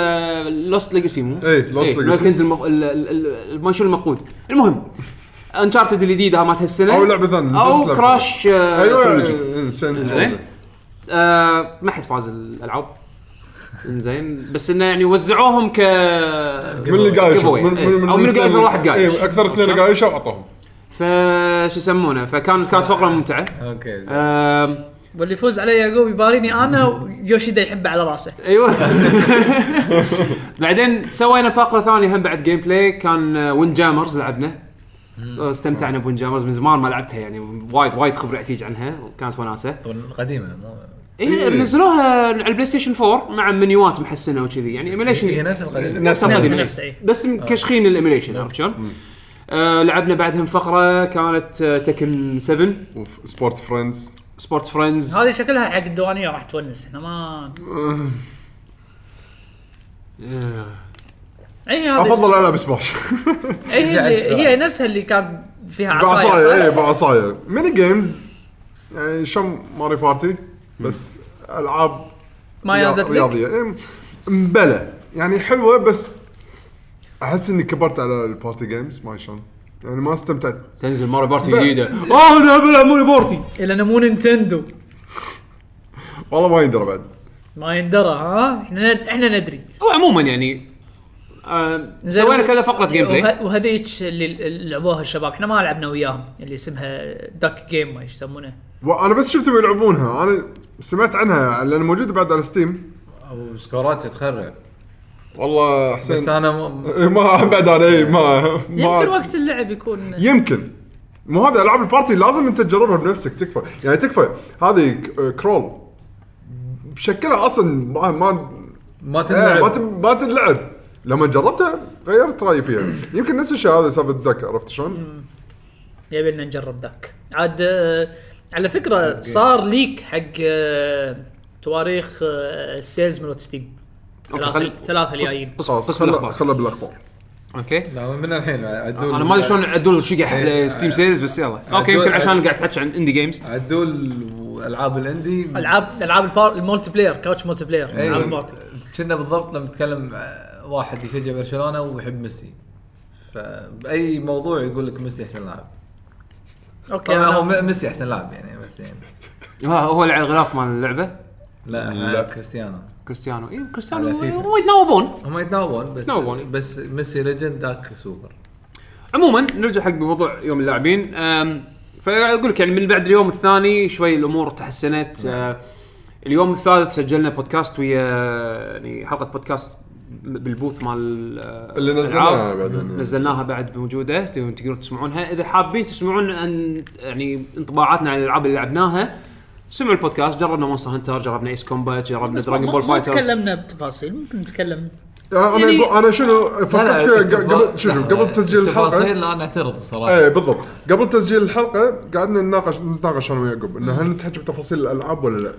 A: لوست ليجاسي مو؟
C: إيه، Lost Legacy.
A: الكنز المف... ال- ال- ال- المنشور المفقود المهم انشارتد الجديده مالت هالسنه
C: أو لعبة ثانية،
A: او
C: نزلت لعبة.
A: كراش آه، تريلوجي.
C: ايوه انسان
A: زين آه ما حد فاز الالعاب انزين بس انه يعني وزعوهم ك
C: من اللي قايش
A: Give away.
C: من
A: إيه. او من اللي قايش واحد قايش
C: إيه، اكثر اثنين قايش اعطوهم
A: فشو يسمونه فكان كانت فقره
C: آه.
A: ممتعه
E: اوكي زين
A: آه
D: واللي يفوز علي يعقوب يباريني انا ويوشيدا يحبه على راسه
A: ايوه بعدين سوينا فقره ثانيه هم بعد جيم بلاي كان آه، وين جامرز لعبنا استمتعنا بوين جامرز من زمان ما لعبتها يعني وايد وايد خبره عتيج عنها وكانت وناسه
E: طبعاً قديمه مو
A: إيه نزلوها على البلاي ستيشن 4 مع منيوات محسنه وكذي يعني ايميليشن
E: هي نفس القديمه
A: نفس
C: ناس
D: نفسه،
A: القديم.
D: نفسه، إيه.
A: بس مكشخين الايميليشن
D: نعم.
A: عرفت شلون؟ آه لعبنا بعدهم فقره كانت آه تكن 7
C: وف- سبورت فريندز
A: سبورت فريندز
D: هذه شكلها حق الديوانيه راح تونس احنا ما اي إيه هذه
C: افضل العب سماش
D: اي
E: زعلت
D: هي,
E: بصراحة.
D: هي نفسها اللي كان فيها عصايه
C: بعصايه اي
D: صح؟
C: بعصايه ميني جيمز يعني شم ماري بارتي بس العاب
D: ما
C: رياض-
D: يازت لك
C: رياضيه إيه، مبلى يعني حلوه بس احس اني كبرت على البارتي جيمز ما شلون يعني ما استمتعت
A: تنزل ماري بارتي جديده اه انا بلعب ماري بارتي
D: لانه مو نينتندو
C: والله ما يندرى بعد
D: ما يندرى ها احنا ند... احنا ندري
A: هو عموما يعني آه
D: زين.
A: سوينا كذا فقره جيم بلاي
D: وه... وهذيك اللي اللي لعبوها الشباب احنا ما لعبنا وياهم اللي اسمها دك جيم ما إيش يسمونه
C: وانا بس شفتهم يلعبونها انا سمعت عنها لان موجوده بعد على ستيم
E: وسكوراتها تخرع
C: والله حسين
E: بس انا م-
C: إيه، ما بعد انا إيه، ما
D: يمكن
C: ما
D: وقت اللعب يكون
C: يمكن مو هذا العاب البارتي لازم انت تجربها بنفسك تكفى يعني تكفى هذه ك- آه، كرول شكلها اصلا ما ما
E: ما
C: إيه، ما
E: تنلعب
C: تم- ما تنلعب لما جربتها غيرت رايي فيها يمكن نفس الشيء هذا سالفه الذكاء عرفت شلون؟
D: يبي لنا نجرب ذاك عاد آه، على فكره صار ليك حق آه، تواريخ آه، السيلز مالت ستيم
A: أوكي،
D: ثلاثة-
A: خل-
D: ثلاثة اللي جايين
A: قص-
C: خلاص
A: قسم
C: خلها
A: الاخبار
C: خلها بالاخبار
A: اوكي
E: لا من الحين عدول
A: انا ما ادري شلون عدول شقح
E: إيه.
A: ستيم سيلز بس يلا اوكي
E: عدول-
A: يمكن عشان قاعد تحكي عن اندي جيمز
E: عدول والعاب الاندي
D: العاب العاب البار- المولتي بلاير كاوتش مولتي بلاير
E: إيه.
D: العاب المارتي
E: كنا بالضبط لما نتكلم آه، واحد يشجع برشلونه ويحب ميسي فباي موضوع يقول لك ميسي احسن لاعب
A: آه،
D: اوكي
E: طبعا هو
D: أنا-
E: م- ميسي احسن لاعب يعني بس يعني
A: هو اللي على الغلاف مال اللعبه
E: لا,
C: لا.
E: لا. كريستيانو
A: كريستيانو اي
E: على
A: كريستيانو
E: فيفا.
A: هم يتناوبون
E: هم يتناوبون بس
A: يتناوبون.
E: بس ميسي ليجند ذاك سوبر
A: عموما نرجع حق موضوع يوم اللاعبين أم، فاقول لك يعني من بعد اليوم الثاني شوي الامور تحسنت أه، اليوم الثالث سجلنا بودكاست ويا يعني حلقه بودكاست بالبوث مال أه،
C: اللي نزلناها
A: الألعاب.
C: بعدين يعني.
A: نزلناها بعد موجوده تقدرون تقدرون تسمعونها اذا حابين تسمعون عن يعني انطباعاتنا عن الالعاب اللي لعبناها سمعوا البودكاست جربنا مونستر هنتر جربنا ايس كومبات جربنا
D: بس ما-
A: دراجون
D: ما-
A: بول
D: ما
A: فايترز
D: تكلمنا بتفاصيل ممكن نتكلم
C: انا
D: يعني-
C: انا شنو فكرت فيها
E: التفا-
C: ق- قبل شنو
E: لا،
C: قبل تسجيل الحلقه
E: التفاصيل لا نعترض صراحه
C: ايه بالضبط قبل تسجيل الحلقه قعدنا نناقش نتناقش انا ويعقوب انه هل نتحكي بتفاصيل الالعاب ولا لا؟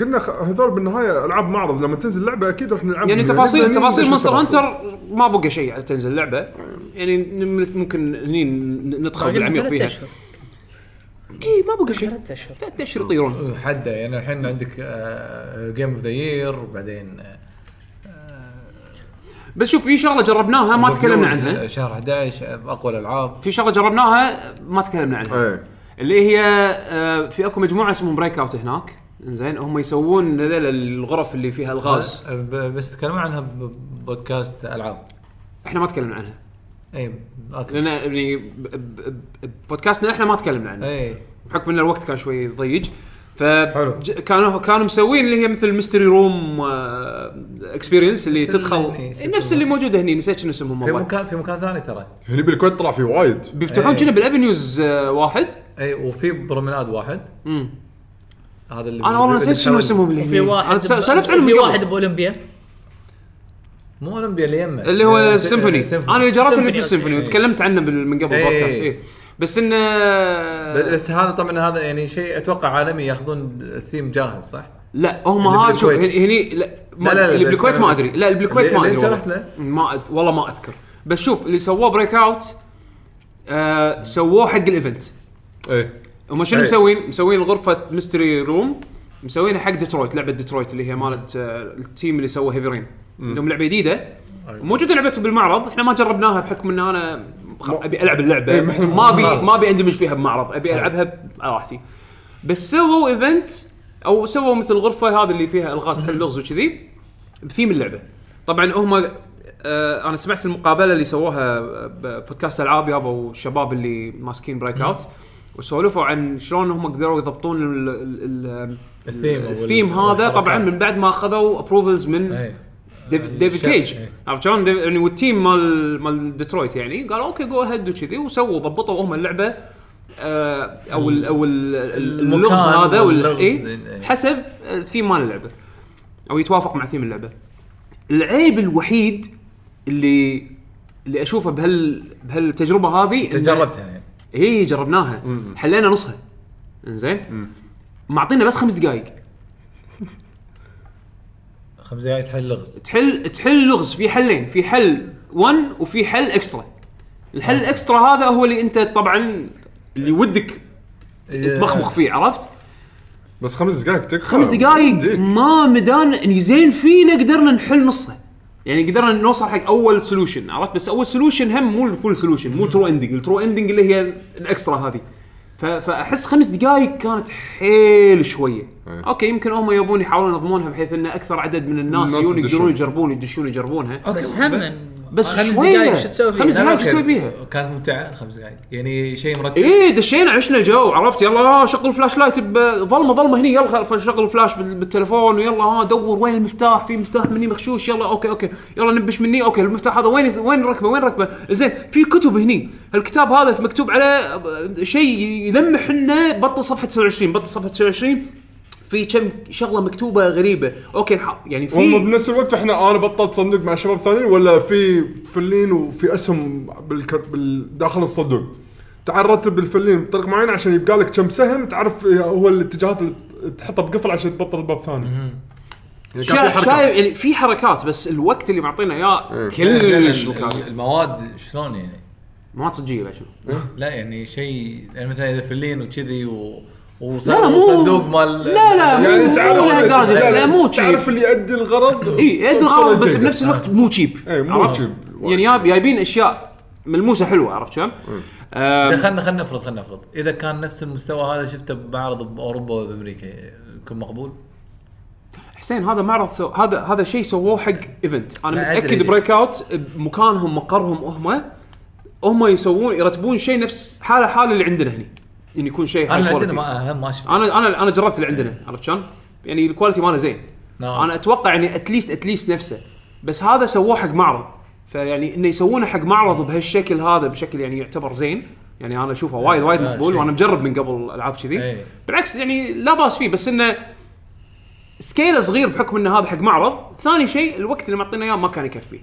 C: قلنا خ- هذول بالنهايه العاب معرض لما تنزل لعبه اكيد راح نلعبها
A: يعني تفاصيل
C: لأن-
A: تفاصيل
C: ليش
A: مونستر
C: التفاصيل؟
A: هنتر ما بقى شيء على تنزل اللعبه يعني ن- ممكن هني ن- ندخل
D: طيب،
A: بالعميق فيها اي
D: إيه،
A: ما بقى شيء
D: ثلاث اشهر
A: ثلاث اشهر يطيرون
E: حده يعني الحين عندك آه، جيم اوف ذا يير وبعدين آه،
A: بس شوف في شغله جربناها ما تكلمنا
E: ريفيوز، آه،
A: عنها
E: شهر آه، 11 باقوى الالعاب
A: في شغله جربناها ما تكلمنا عنها
C: ايه
A: اللي هي آه، في اكو مجموعه اسمهم بريك اوت هناك زين هم يسوون هذول الغرف اللي فيها الغاز
E: آه، ب- بس تكلمنا عنها ببودكاست العاب
A: احنا ما تكلمنا عنها
E: اي اوكي
A: لان يعني ب- ب- ب- بودكاستنا احنا ما تكلمنا عنها
E: اي
A: بحكم ان الوقت كان شوي ضيق ف
F: حلو.
A: ج- كانوا كانوا مسوين اللي هي مثل ميستري روم اكسبيرينس اللي
E: مثل
A: تدخل
E: هني، شو
A: نفس
E: اسمه؟
A: اللي موجوده هني نسيت شنو اسمهم
E: في
A: والله
E: مكان في مكان ثاني ترى
C: هني يعني بالكويت طلع في وايد
A: بيفتحون
E: إيه.
A: كنا بالافنيوز آه، واحد
E: اي وفي برومناد واحد
A: مم.
E: هذا اللي
A: انا والله
E: اللي
A: نسيت شنو
E: بحاول-
A: اسمهم اللي
D: في
A: هني.
D: واحد
A: أنا تس- سولفت عنهم
D: في
A: قبل.
D: واحد باولمبيا
E: مو اولمبيا اللي يمه
A: اللي هو
E: آه،
A: سيمفوني
E: سيمفوني.
A: انا اللي جربت اللي
D: سيمفوني
A: في
D: قصدي.
A: السيمفوني
E: إيه.
A: وتكلمت عنه بال- من قبل
E: إيه.
A: بودكاست ايه بس آه، انه
E: بس هذا طبعا هذا يعني شيء اتوقع عالمي ياخذون الثيم جاهز صح؟
A: لا هم
E: اللي
A: هذا شوف
E: بالكويت.
A: هني هني- لا ما
E: لا، لا، لا،
A: اللي بالكويت ما ادري لا اللي بالكويت
E: اللي-
A: ما
E: اللي
A: ادري
E: أنت
A: والله.
E: رحت له؟
A: ما أذ- والله ما اذكر بس شوف اللي سووه بريك اوت آه سووه حق الايفنت
C: ايه
A: هم شنو
C: إيه.
A: مسوين؟ مسوين غرفه ميستري روم مسوينها حق ديترويت لعبه ديترويت اللي هي مالت آه، التيم اللي سوى هيفي رين عندهم لعبه جديده
C: أيوة.
A: موجوده لعبتهم بالمعرض احنا ما جربناها بحكم ان انا خ- ابي العب اللعبه
C: إيه، ما إحنا- أيوة.
A: ما ابي
E: خلاص.
A: ما ابي اندمج فيها بمعرض ابي العبها ب- على راحتي بس سووا ايفنت او سووا مثل غرفه هذه اللي فيها الغاز تحل لغز وكذي بثيم اللعبه طبعا هم آه انا سمعت المقابله اللي سووها بودكاست العاب يابا والشباب اللي ماسكين بريك اوت وسولفوا عن شلون هم قدروا يضبطون ال ال
E: الثيم
A: ال
E: أو
A: الثيم
E: ال-
A: هذا طبعا
E: الحركات.
A: من بعد ما اخذوا ابروفلز من
E: إيه.
A: ديف- ديفيد
E: الشرق،
A: كيج
E: إيه.
A: عرفت شلون؟ ديف- يعني والتيم مال مال ديترويت يعني قالوا اوكي جو اهيد وكذي وسووا ضبطوا هم اللعبه آه، او ال او ال- ال-
E: المكان
A: اللغز هذا وال
E: واللغز،
A: إيه،
E: إيه.
A: حسب الثيم مال اللعبه او يتوافق مع ثيم اللعبه. العيب الوحيد اللي اللي اشوفه بهال بهالتجربه هذه إنه-
E: تجربتها يعني
A: هي جربناها حلينا نصها انزين معطينا بس خمس دقائق
E: خمس دقائق تحل لغز
A: تحل تحل لغز في حلين في حل 1 وفي حل اكسترا الحل الاكسترا هذا هو اللي انت طبعا اللي ودك
E: آه،
A: تبخبخ فيه عرفت
C: بس خمس دقائق تكفى
A: خمس دقائق
C: إيه.
A: ما مدان يعني زين فينا قدرنا نحل نصه يعني قدرنا نوصل حق اول سولوشن عرفت بس اول سولوشن هم مو الفول سولوشن مو ترو اندنج الترو اندنج اللي هي الاكسترا هذه ف- فاحس خمس دقائق كانت حيل شويه اوكي يمكن هم يبون يحاولون يضمونها بحيث ان اكثر عدد من الناس
C: الناس
A: يجون يقدرون
C: يدشون.
A: يجربون يدشون يجربونها
D: بس هم
A: بس
D: خمس
A: شوية.
D: دقائق شو تسوي فيه؟
A: خمس دقايق
E: لا،
A: شو تسوي
E: كانت-
A: فيها؟
E: كانت ممتعه الخمس دقائق يعني شيء مرتب
A: ايه دشينا عشنا الجو عرفت يلا شغل فلاش لايت بظلمه ظلمه هني يلا خل- شغل فلاش بال- بالتلفون ويلا ها دور وين المفتاح في مفتاح مني مغشوش يلا اوكي اوكي يلا نبش مني اوكي المفتاح هذا وين وين ركبه وين ركبه زين في كتب هني الكتاب هذا مكتوب على آه، شيء يلمح انه بطل صفحه 29 بطل صفحه 29 في كم شغله مكتوبه غريبه اوكي نح- يعني
C: والله
A: في
C: بنفس الوقت احنا انا بطلت صندوق مع شباب ثانيين ولا في فلين وفي اسهم بالكت- بال- داخل الصندوق تعرضت بالفلين بطريقه معينه عشان يبقى لك كم سهم تعرف هو الاتجاهات اللي تحطها بقفل عشان تبطل الباب ثاني يعني كان في
A: شا-
C: حركة.
A: شايف يعني في حركات بس الوقت اللي معطينا اياه
C: إيه.
A: كلش
E: ال-
A: مكان
E: يعني المواد شلون يعني
A: ما تصجيه بعد شنو
E: لا يعني شيء يعني مثلا اذا فلين وكذي و
A: لا، مو-
E: وصندوق مال
A: لا، لا، مو-
C: يعني تعرف
A: مو لهالدرجة،
C: يعني
A: لا، مو cheap.
C: تعرف اللي يؤدي الغرض
A: اي ادري غلط إيه، بس
C: جيدة.
A: بنفس الوقت مو تشيب
C: إيه، مو cheap.
A: يعني جايب- جايبين اشياء ملموسه حلوه عرفت شلون؟
C: إيه.
A: آه، آم،
E: خلينا خلينا نفرض خلينا نفرض اذا كان نفس المستوى هذا شفته بمعرض باوروبا وبامريكا يكون مقبول
A: حسين هذا معرض سو... هذا هذا شيء سووه حق ايفنت انا
E: ما
A: متاكد
E: أدري.
A: بريك اوت مكانهم مقرهم هم هم يسوون يرتبون شيء نفس حاله حال اللي عندنا هنا يعني يكون شيء
E: انا اللي
A: high
E: عندنا
A: quality.
E: ما اهم ما شفت
A: انا انا انا جربت اللي عندنا عرفت شلون؟ يعني الكواليتي ماله زين
E: نعم.
A: انا اتوقع يعني اتليست اتليست نفسه بس هذا سووه حق معرض فيعني انه يسوونه حق معرض بهالشكل هذا بشكل يعني يعتبر زين يعني انا اشوفه وايد وايد
E: نعم. لا،
A: مقبول
E: شيء.
A: وانا مجرب من قبل العاب كذي
E: إيه.
A: بالعكس يعني لا باس فيه بس انه سكيله صغير بحكم انه هذا حق معرض ثاني شيء الوقت اللي معطينا اياه ما كان يكفي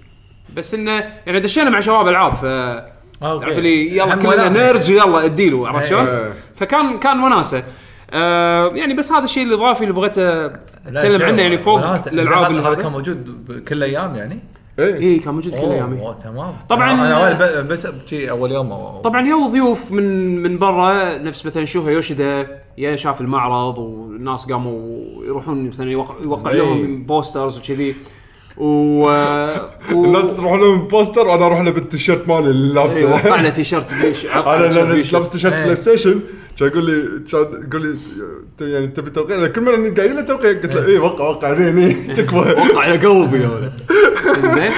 A: بس انه يعني دشينا مع شباب العاب ف
E: أوكي.
A: تعرف اللي يلا
E: هم
A: كلنا
E: وناسة.
A: نيردز ويلا اديله عرفت شلون؟
C: إيه.
A: فكان كان وناسه آه يعني بس هذا الشيء الاضافي اللي بغيت اتكلم
E: شعور.
A: عنه يعني فوق
E: وناسة.
A: الالعاب
E: إذا
A: اللي
E: هذا- هذا كان
A: هذا
E: موجود ب- كل ايام يعني
C: ايه
A: اي كان موجود كل
E: أوه،
A: ايامي
E: أوه، تمام
A: طبعاً-
E: انا أول ب- بس شي اول يوم أو-
A: طبعا يا ضيوف من من برا نفس مثلا شوها يوشيدا يا شاف المعرض والناس قاموا يروحون مثلا يوقع, يوقع
E: إي.
A: لهم بوسترز وكذي و,
C: الناس
A: و...
C: تروح لهم بوستر وانا اروح له بالتيشيرت مالي اللي
A: إي،
C: لابسه
A: وقع له إيه، تيشيرت بيش
C: انا لأن لابس تيشيرت
E: إيه.
C: بلاي ستيشن كان يقول لي كان يقول لي ت- يعني تبي إيه. توقيع لأن كل مره قايل له توقيع قلت له اي وقع وقع هني هني إيه، تكفى
A: وقع على قلبي يا ولد زين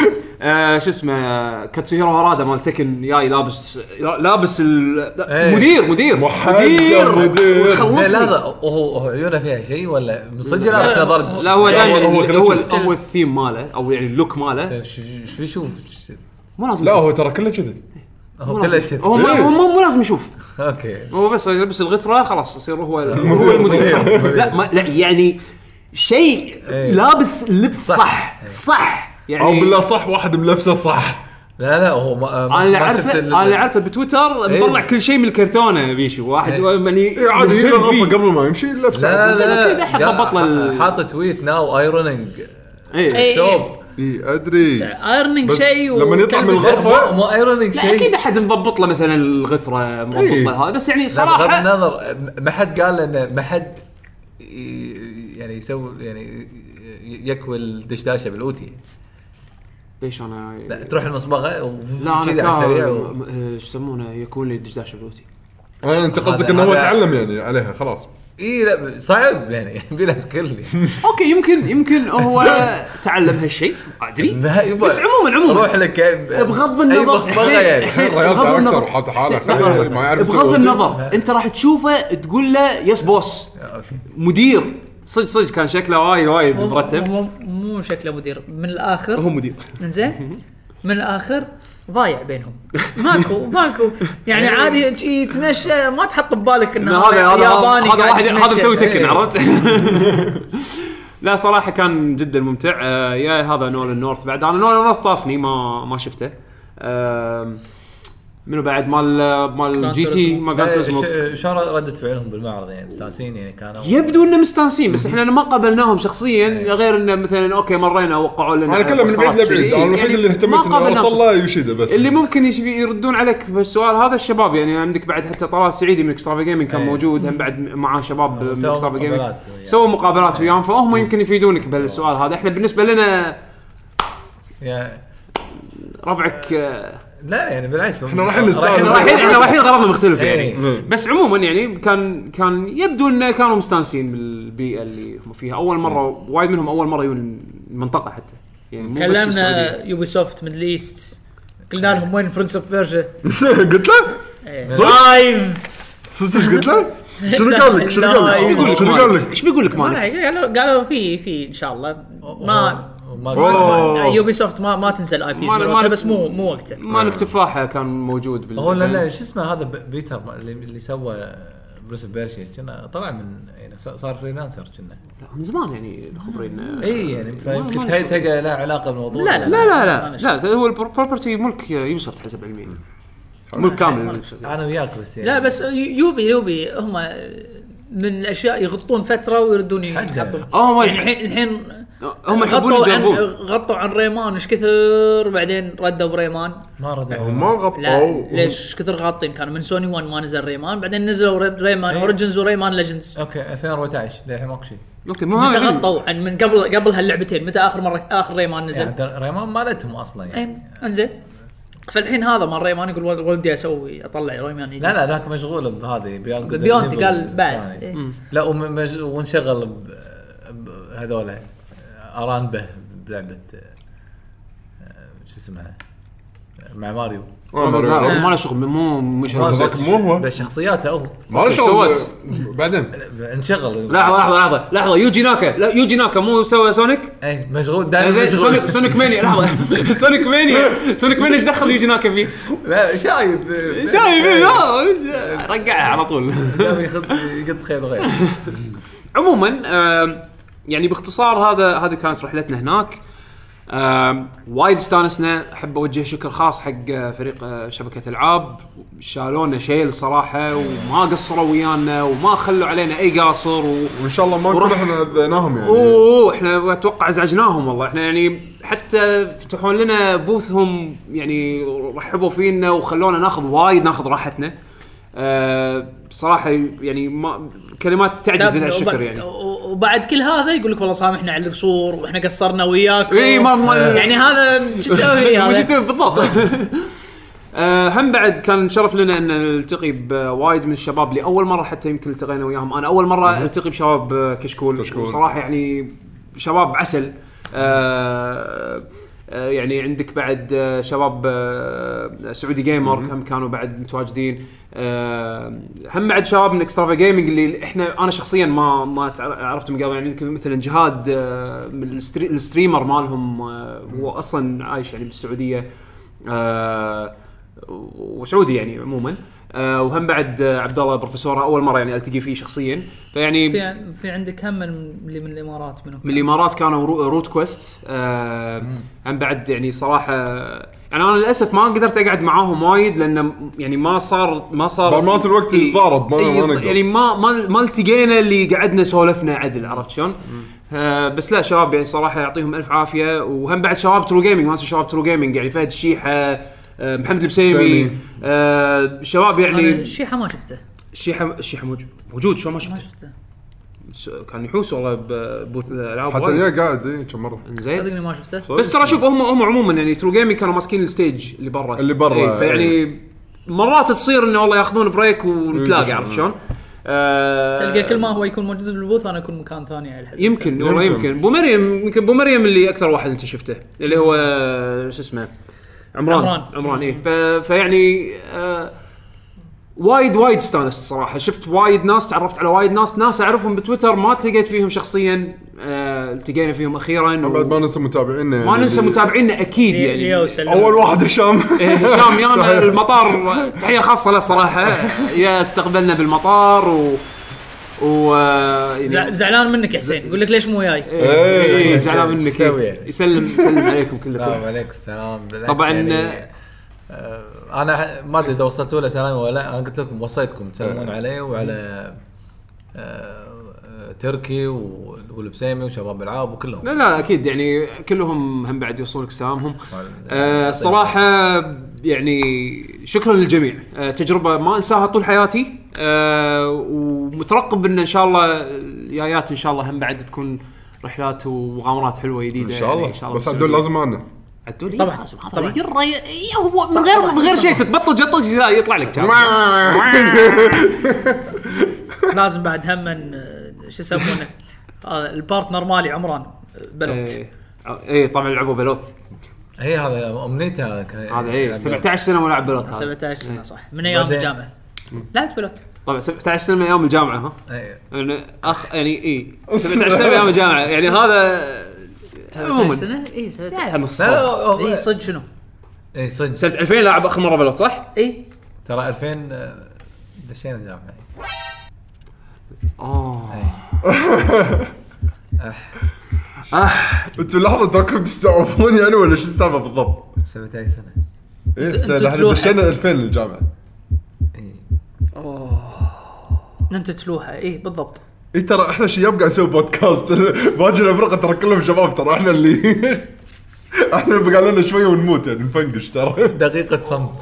A: آه، شو اسمه كاتسوهيرو هارادا مال تكن جاي لابس لابس ال-
E: إيه.
A: مدير مدير
C: محل مدير.
E: زين لحظه
A: خلصني
E: هو هو عيونه فيها شيء ولا مسجل على نظر
A: لا هو دائما
E: هو
A: هو
E: كذا
A: هو,
E: كذا.
A: هو الثيم ماله او يعني اللوك ماله
E: ش- ش- شو يشوف ش-
A: مو لازم
C: لا
A: يشوف.
C: هو ترى كله كذي
A: مو
E: هو
A: لازم
E: كله
A: يشوف.
E: كذا
A: هو ما-
C: إيه.
A: هو مو- مو لازم يشوف
E: اوكي
A: هو بس يلبس الغتره خلاص يصير هو هو المدير خلاص. لا ما لا يعني شيء لابس لبس صح صح يعني
C: او بالله صح واحد ملبسه صح
E: لا لا هو ما ما-
A: انا اللي
E: ما شفت
A: اعرفه
E: ال-
A: انا اللي اعرفه بتويتر
E: إيه.
A: مطلع كل شيء من الكرتونه بيشو واحد
E: إيه.
A: يعني
C: إيه، عادي
A: مهتم
C: يلبسه
A: فيه.
C: قبل ما يمشي يلبسه
E: لا لا
A: أكيد أحد
E: لا
A: ضبط له ال-
E: حاط تويت ناو ايرونينج
A: إيه.
D: إيه.
E: ثوب
C: اي ادري
D: ايرنينج
C: بس
D: شيء
C: لما يطلع من
D: وتلبس-
C: الغرفة-
E: مو- مو ايرونينج
A: لا اكيد
E: شيء
A: احد يعني مضبط له مثلا الغتره مضبط
C: إيه.
A: له هذا بس يعني
E: لا، بغض
A: صراحه
E: النظر ما حد قال انه ما حد ي- يعني يسوي يعني يكوي الدشداشه بالاوتي
A: ليش انا
E: لا تروح المصبغه
A: لا
E: وكذا
A: انا
E: على السريع
A: كان-
E: و-
A: م- آه، شو يسمونه يكون لي دشداشه بلوتي
C: آه، انت قصدك
E: هذا-
C: انه هو
E: هذا-
C: تعلم يعني عليها خلاص
E: اي إيه، لا صعب يعني بلا سكيل
A: اوكي يمكن يمكن هو تعلم هالشيء ما ادري بس عموما عموما
E: روح لك
A: بغض النظر
E: اي مصبغه يعني
A: حسين،
C: خير رياضة
A: بغض
C: أكتر
A: النظر-
C: وحط
A: حسين،
C: حاله
A: بغض
C: خير،
A: النظر.
C: ما يعرف
A: بغض
C: يسوي
A: النظر انت راح تشوفه تقول له يس بوس
E: أوكي.
A: مدير صدق صدق كان شكله وايد وايد مرتب
D: هو مو شكله مدير من الاخر
A: هو مدير
D: انزين من الاخر ضايع بينهم ماكو ماكو يعني عادي تجي يتمشى ما تحط ببالك
A: إن
D: انه
A: هذا هذا
D: ياباني
A: هذا
D: قاعد
A: واحد هذا
D: يتمشى.
A: مسوي تكن
E: إيه.
A: عرفت لا صراحه كان جدا ممتع آه، يا هذا نولان نورث بعد انا نولان نورث طافني ما ما شفته آم، منو بعد مال مال
D: Gran
A: جي تي
D: Turismo.
A: مال جران توريسمو
E: إيه، ش- شلون ردة فعلهم بالمعرض يعني مستانسين يعني كانوا
A: يبدو انه مستانسين بس احنا ما قابلناهم شخصيا غير انه مثلا اوكي مرينا وقعوا لنا
C: انا كله من بعيد
A: بوسترات
C: لبعيد
A: كذي.
C: انا الوحيد
A: يعني
C: اللي
A: ما
C: اهتميت انه
A: قابلناهم
C: اوصل له يوشيدا بس
A: اللي ممكن يش- يردون عليك بالسؤال هذا الشباب يعني عندك بعد حتى طلال سعيدي من اكسترافا جيمنج كان
E: إيه. آه،
A: موجود هم بعد معاه شباب من
E: سووا
A: اكسترافا جيمنج
E: مقابلات وياه.
A: سووا مقابلات وياهم فهم يمكن يفيدونك بالسؤال هذا احنا بالنسبه لنا
E: يا-
A: ربعك آه،
E: لا يعني بالعكس
C: إحنا رايحين نستانس.
A: رايحين احنا رايحين غرضنا مختلف
E: إيه.
A: يعني بس عموما يعني كان كان يبدو انه كانوا مستانسين بالبيئه اللي هم فيها اول مره وايد منهم اول مره يجون المنطقه حتى يعني مو بس السعودية.
D: كلمنا يوبي سوفت ميدل ايست قلنا لهم وين برنس اوف بيرجا
C: قلت له
D: إيه. لايف
C: صدق قلت له شنو قال لك شنو قال
D: لا،
C: لك
A: ايش
C: شنو قال لك
A: ايش بيقول لك مالك؟
D: قالوا قالوا في في ان شاء الله ما
E: ما
C: أوه.
D: يوبي سوفت ما ما تنسى الاي
A: ما- ما-
D: بيز بس مو مو وقته
A: مالك تفاحه كان موجود بال
E: هو لان شو اسمه هذا ب- بيتر ما- اللي اللي سوى بروس بيرشي كنا طلع من يعني ص- صار فريلانسر كنا
A: لا، من زمان يعني خبرين
E: اي يعني
A: ما-
E: فيمكن
A: ما-
E: تق- تلقى لها علاقه بالموضوع
D: لا، لا،
A: لا لا لا
D: ما نشوف.
A: لا هو البروبرتي ملك يوسف حسب علمي ملك كامل
E: انا وياك بس يعني
D: لا بس يوبي يوبي هم من الاشياء يغطون فتره ويردون
E: حقه.
D: يحطون
A: اه ما يحب-
D: الحين الحين
A: هم يحبون
D: غطوا عن
A: يجربون
D: غطوا عن ريمان ايش كثر بعدين ردوا بريمان
E: ما
C: هم
E: ردوا
C: ما
D: لا
C: غطوا
D: ليش ايش كثر غاطين كانوا من سوني 1 ما نزل ريمان بعدين نزلوا ري- ريمان
E: إيه.
D: اوريجنز وريمان ليجندز
E: اوكي 2014 للحين ماكو شيء
A: اوكي مو
D: متى
A: آه. هذا
D: غطوا عن من قبل قبل هاللعبتين متى اخر مره اخر ريمان نزل؟
E: يعني ترى ريمان مالتهم اصلا
A: إيه.
D: اي
E: يعني
D: انزين فالحين هذا مال ريمان يقول ول- ولدي اسوي اطلع ريمان
E: لا لا ذاك مشغول بهذه بيان جود
D: بيونت
E: إند إيفل
D: قال بعد
E: الثاني.
D: إيه.
E: لا وم- مج- وانشغل ب- بهذولا ارانبه بلعبه آه، شو اسمها مع ماريو
C: آه، ما
A: لا،
C: رأيت.
A: ما له شغل مو مش هذا.
C: ذاك مو هو.
E: بس شخصياته هو
C: ما له
A: أوكي،
C: شغل
A: سوت.
C: بعدين
E: انشغل
A: لحظه لحظه لحظه لحظه يوجي ناكا لا يوجي ناكا مو سوى سونيك
E: اي إيه، مشغول دائما
A: زين، إيه، سونيك
E: مشغول
A: سونيك مانيا لحظه سونيك مانيا سونيك مانيا ايش دخل يوجي ناكا فيه؟
E: لا شايب
A: شايف لا، رقعها على طول
E: دائما يخط يقط خير وغير
A: عموما آم، يعني باختصار هذا هذه كانت رحلتنا هناك آم، وايد استانسنا احب اوجه شكر خاص حق آه، فريق آه، شبكه العاب شالونا شيل صراحه وما قصروا ويانا وما خلوا علينا اي قاصر و...
C: وان شاء الله ما نكون
A: وراح-
C: احنا اذيناهم يعني
A: اوه احنا اتوقع ازعجناهم والله احنا يعني حتى فتحون لنا بوثهم يعني رحبوا فينا وخلونا ناخذ وايد ناخذ راحتنا أه صراحه يعني ما كلمات تعجز عن الشكر يعني
D: و- وبعد كل هذا يقول لك والله سامحنا على القصور واحنا قصرنا وياك
A: اي ما ما
D: يعني هذا شو تسوي
A: وش
D: هذا؟
A: يسوي بالضبط آه، هم بعد كان شرف لنا ان نلتقي بوايد من الشباب لاول مره حتى يمكن التقينا وياهم انا اول مره التقي بشباب آه، كشكول
C: كشكول.
A: صراحه يعني شباب عسل آه، آه، يعني عندك بعد آه، شباب آه، سعودي جيمر هم كانوا بعد متواجدين آه، هم بعد شباب من اكسترافا جيمنج اللي احنا انا شخصيا ما ما تع- عرفتهم من قبل يعني عندك مثلا جهاد آه، من الستري- الستريمر مالهم آه، هو اصلا عايش يعني بالسعوديه آه، وسعودي يعني عموما آه، وهم بعد آه، عبد الله بروفيسوره اول مره يعني التقي فيه شخصيا فيعني
D: في عن- في عندك هم من اللي من الامارات منو
A: من الامارات كانوا رو- روت كويست آه، هم بعد يعني صراحه يعني انا للاسف ما قدرت اقعد معاهم وايد لان م- يعني ما صار ما صار
C: برمات الوقت
A: إي-
C: يتضارب، ما-
A: إي،
C: ما نقدر.
A: يعني ما ما ما التقينا اللي قعدنا سولفنا عدل عرفت شلون؟ آه بس لا شباب يعني صراحه يعطيهم الف عافيه وهم بعد شباب ترو جيمنج ما انسى شباب ترو جيمنج يعني فهد الشيحه آه محمد البسيمي
C: بسيمي.
A: آه شباب
D: انا
A: يعني
D: الشيحه ما شفته
A: الشيحه الشيحه موجود موجود شلون ما
D: ما
A: شفته
D: شفته
A: كان يحوس والله ببوث العاب
C: حتى
A: وايد.
C: يا قاعد إيه، كم مره
A: زين
D: صدقني ما شفته
A: بس
C: طيب.
A: ترى شوف هم هم عموما يعني ترو جيمنج كانوا ماسكين الستيج اللي برا
C: اللي برا،
A: ايه فيعني مرات تصير انه والله ياخذون بريك ونتلاقى
C: إيه.
A: عرفت شلون؟ آه
D: تلقى كل ما هو يكون موجود بالبوث انا اكون مكان ثاني على الحزب
A: يمكن والله
C: يمكن.
A: يمكن بو مريم يمكن بو مريم اللي اكثر واحد انت شفته اللي هو آه، شو اسمه عمران
D: عمران.
A: عمران ايه ف- فيعني آه وايد وايد استانست صراحه شفت وايد ناس تعرفت على وايد ناس ناس اعرفهم بتويتر ما التقيت فيهم شخصيا آه التقينا فيهم اخيرا
C: بعد ما ننسى متابعينا
A: ما
C: يعني
A: ننسى
C: اللي-
A: متابعينا اكيد
D: ليا-
A: يعني
D: ليا وسلم.
C: اول واحد هشام
A: إيه، هشام يانا المطار تحيه خاصه له صراحه يا استقبلنا بالمطار و و
D: زع-
A: يعني
D: زعلان منك يا حسين يقول لك ليش مو وياي
A: إيه،
C: إيه.
A: إيه، زعلان منك
E: شو يسوي يعني؟
A: يسلم يسلم عليكم كلكم
E: السلام عليكم السلام بالعكس
A: طبعاً،
E: يعني آه، انا ح- ما ادري اذا وصلتوا له سلام ولا لا انا قلت لكم وصيتكم تسلمون عليه وعلى آه، آه، تركي وال- والبسيمي وشباب العاب وكلهم
A: لا لا اكيد يعني كلهم هم بعد يوصلك سلامهم
E: طيب.
A: آه، الصراحه يعني شكرا للجميع آه، تجربه ما انساها طول حياتي آه، ومترقب ان ان شاء الله الجايات ان شاء الله هم بعد تكون رحلات ومغامرات حلوه
C: ان
A: جديده
C: شاء
A: يعني
C: الله بس
A: بالسعودية.
C: عدول لازم معنا
A: عدول
D: طبعاً.
A: طبعا
D: طبعاً.
A: طبعا يرى إيه هو من غير من غير شيء تبطل جطج لا يطلع لك شعر.
D: لازم بعد هم من، آه، شو يسمونه هذا البارتنر مالي عمران آه، بلوت
A: إيه. ايه طبعا لعبوا بلوت
E: هي هذا يعني امنيته هذا
A: هذا ايه 17 سنه ملاعب بلوت هذا
D: 17 سنه صح من ايام
E: بعدين.
D: الجامعه لعبت بلوت
A: طبعا 17 سنه من ايام الجامعه ها يعني اخ يعني اي 17 سنه من ايام الجامعه يعني هذا
D: 17
A: عموما
D: سنه اي 17
A: هم
D: سنه
A: الصوت.
D: اي إيه، صدق شنو؟
E: اي إيه، صدق
A: سنه 2000 لاعب اخر مره بلوت صح؟
D: اي
E: ترى 2000 آه، دشينا الجامعه
A: اه
C: انتوا لحظه تراكم تستوعبون يعني ولا شو السالفه بالضبط؟
E: 17 سنه
C: ايه
D: أنتوا-
C: سنة-
D: أنتوا
C: احنا
D: تروح-
C: دشينا 2000 الجامعه
E: اي
D: انت تلوحه اي إيه، بالضبط
C: اي
E: إيه،
C: إيه، ترى احنا شياب قاعد نسوي بودكاست باقي الفرقه ترى كلهم شباب ترى احنا اللي احنا بقى لنا شويه ونموت يعني نفنقش ترى
E: دقيقه صمت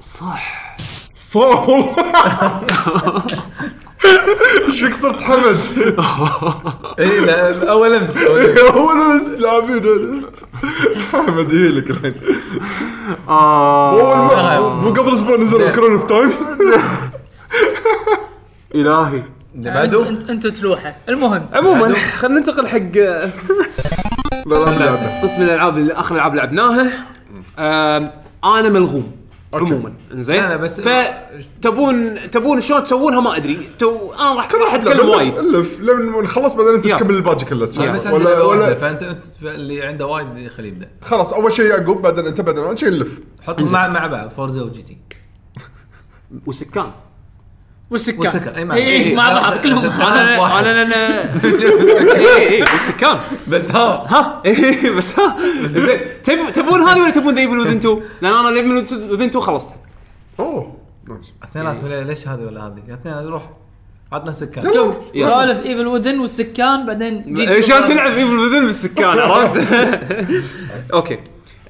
A: صح
C: صوم ايش فيك صرت حمد؟
E: اي إيه، لا اول امس أول أمس.
C: هو ناس لاعبين هنا. حمد يهلك الحين
A: اه
C: اول ما مو قبل اسبوع نزل الكرون اوف تايم
A: الهي
E: اللي
D: انتوا
E: بعده
D: انت انتوا تلوحه المهم
A: عموما خلينا ننتقل حق
C: لا لا لا
A: قسم الالعاب اللي اخر العاب لعبناها آم، انا ملغوم عموما انزين
E: لا لا بس-
A: فتبون تبون شلون تسوونها ما ادري تو انا راح راح اتكلم وايد
C: الف الف لما نخلص بعدين انت
A: يلا.
C: تكمل الباقي كله
E: أنا بس
C: تشيل.
E: عندي
C: ولا
E: لعبه واحده
C: ولا
E: فانت انت اللي عنده وايد خليه يبدا
C: خلاص اول شيء يعقوب بعدين انت بعدين اول شيء نلف
E: حطهم مع مع بعض فورزا وجي تي
A: وسكان
E: والسكر، أي
D: والسكان إيه،
E: مع-
D: اي مع
E: لا،
D: بعض
E: لا،
D: كلهم
E: لا، لا.
A: انا
E: واحد.
A: انا انا اي اي والسكان
E: بس ها
A: إيه، ها اي بس ها زين تب- تبون هذه ولا تبون ديفل وذن 2 لان انا ديفل وذن 2 خلصت
C: اوه نايس
E: اثنيناتهم ليه- ليش هذه ولا هذه؟ يا اثنين روح عطنا سكان
D: جو
A: يلا.
D: سوالف ايفل وذن والسكان بعدين جيت
A: إيه، شلون تلعب ديفل وذن بالسكان عرفت اوكي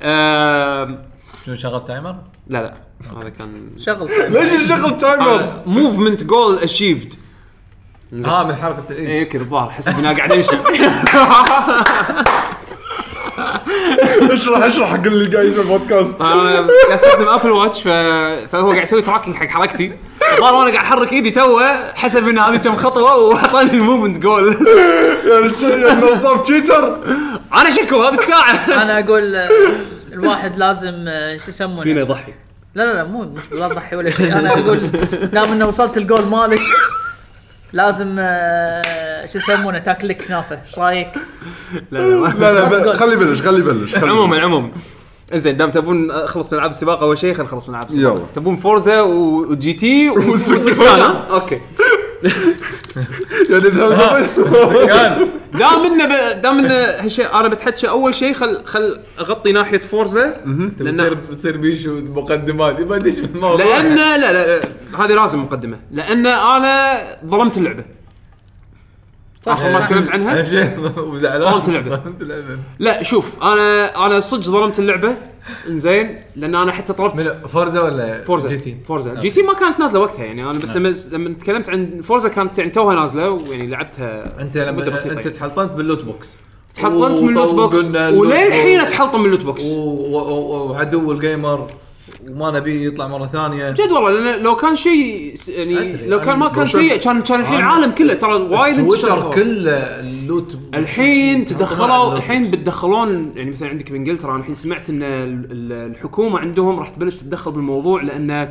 A: آم،
E: شو شغل تايمر؟
A: لا لا هذا كان
D: شغل
C: ليش نشغل
A: آه.
C: تايمر؟
A: موفمنت جول اشيفد
E: اه من حركه
A: إيه.
E: اي
A: يمكن الظاهر حسب انها قاعد امشي
C: اشرح اشرح حق اللي قاعد يسمع البودكاست
A: أنا قاعد استخدم ابل واتش ف... فهو قاعد يسوي تراكنج حق حركتي الظاهر وانا قاعد احرك ايدي توه حسب ان هذه كم خطوه واعطاني الموفمنت جول
C: يعني شو- يعني نظام تشيتر
A: انا شكو هذه الساعه
D: انا اقول آه، الواحد لازم آه، شو يسمونه
F: فينا يضحي
D: لا لا لا مو مش لا تضحي ولا شيء انا اقول دام انه وصلت الجول مالك لازم آه، شو يسمونه تاكلك كنافه ايش رايك؟
A: لا لا
C: لا لا ب- خلي يبلش خلي يبلش خلي يبلش.
A: عموما عموما زين دام تبون اخلص من العاب السباق اول شيء خلينا نخلص من العاب السباق
C: يلا.
A: تبون فورزا و- وجي تي و-
C: والسكان.
A: والسكان ها؟ اوكي
C: يعني اذا
E: كان
A: دام انه ب... دام انه هالشيء انا بتحكى اول شيء خل خل اغطي ناحيه فورزا
E: بتصير بتصير بيشو مقدمات ما ادري ايش بالموضوع
A: لان لا لا, لا هذه لازم مقدمه لان انا ظلمت اللعبه
D: صح
A: آخر ما تكلمت عنها
E: أهم شيء وزعلان
A: ظلمت اللعبة.
E: ظلمت اللعبة.
A: لا شوف انا انا صدق ظلمت اللعبه انزين لان انا حتى طلبت
E: من فورزا ولا
A: فورزا
E: جي تي آه. نعم.
A: فورزا جي تي ما كانت نازله وقتها يعني انا بس لما لما تكلمت عن فورزا كانت يعني توها نازله ويعني لعبتها
E: انت
A: مدة
E: لما
A: بسيطة
E: انت
A: يعني.
E: تحطمت باللوت بوكس
A: تحطمت من اللوت بوكس
E: وطقنا اللوت
A: وللحين
E: بوكس.
A: اتحطم من اللوت بوكس
E: و- و- و- وعدو الجيمر وما نبيه يطلع مره ثانيه
A: جد والله لان لو كان شيء س- يعني
E: أدري،
A: لو كان ما
E: أنا
A: كان
E: بشوف-
A: سيء كان كان الحين
E: أنا-
A: العالم كله ترى وايد انتشر
E: تويتر
A: الخبر.
E: كله اللوت بوكس.
A: الحين
E: تحطمها على
A: تدخلوا
E: اللوت
A: الحين
E: بوكس.
A: بتدخلون يعني مثلا عندك بانجلترا انا الحين سمعت ان ال- ال- الحكومه عندهم راح تبلش تتدخل بالموضوع لان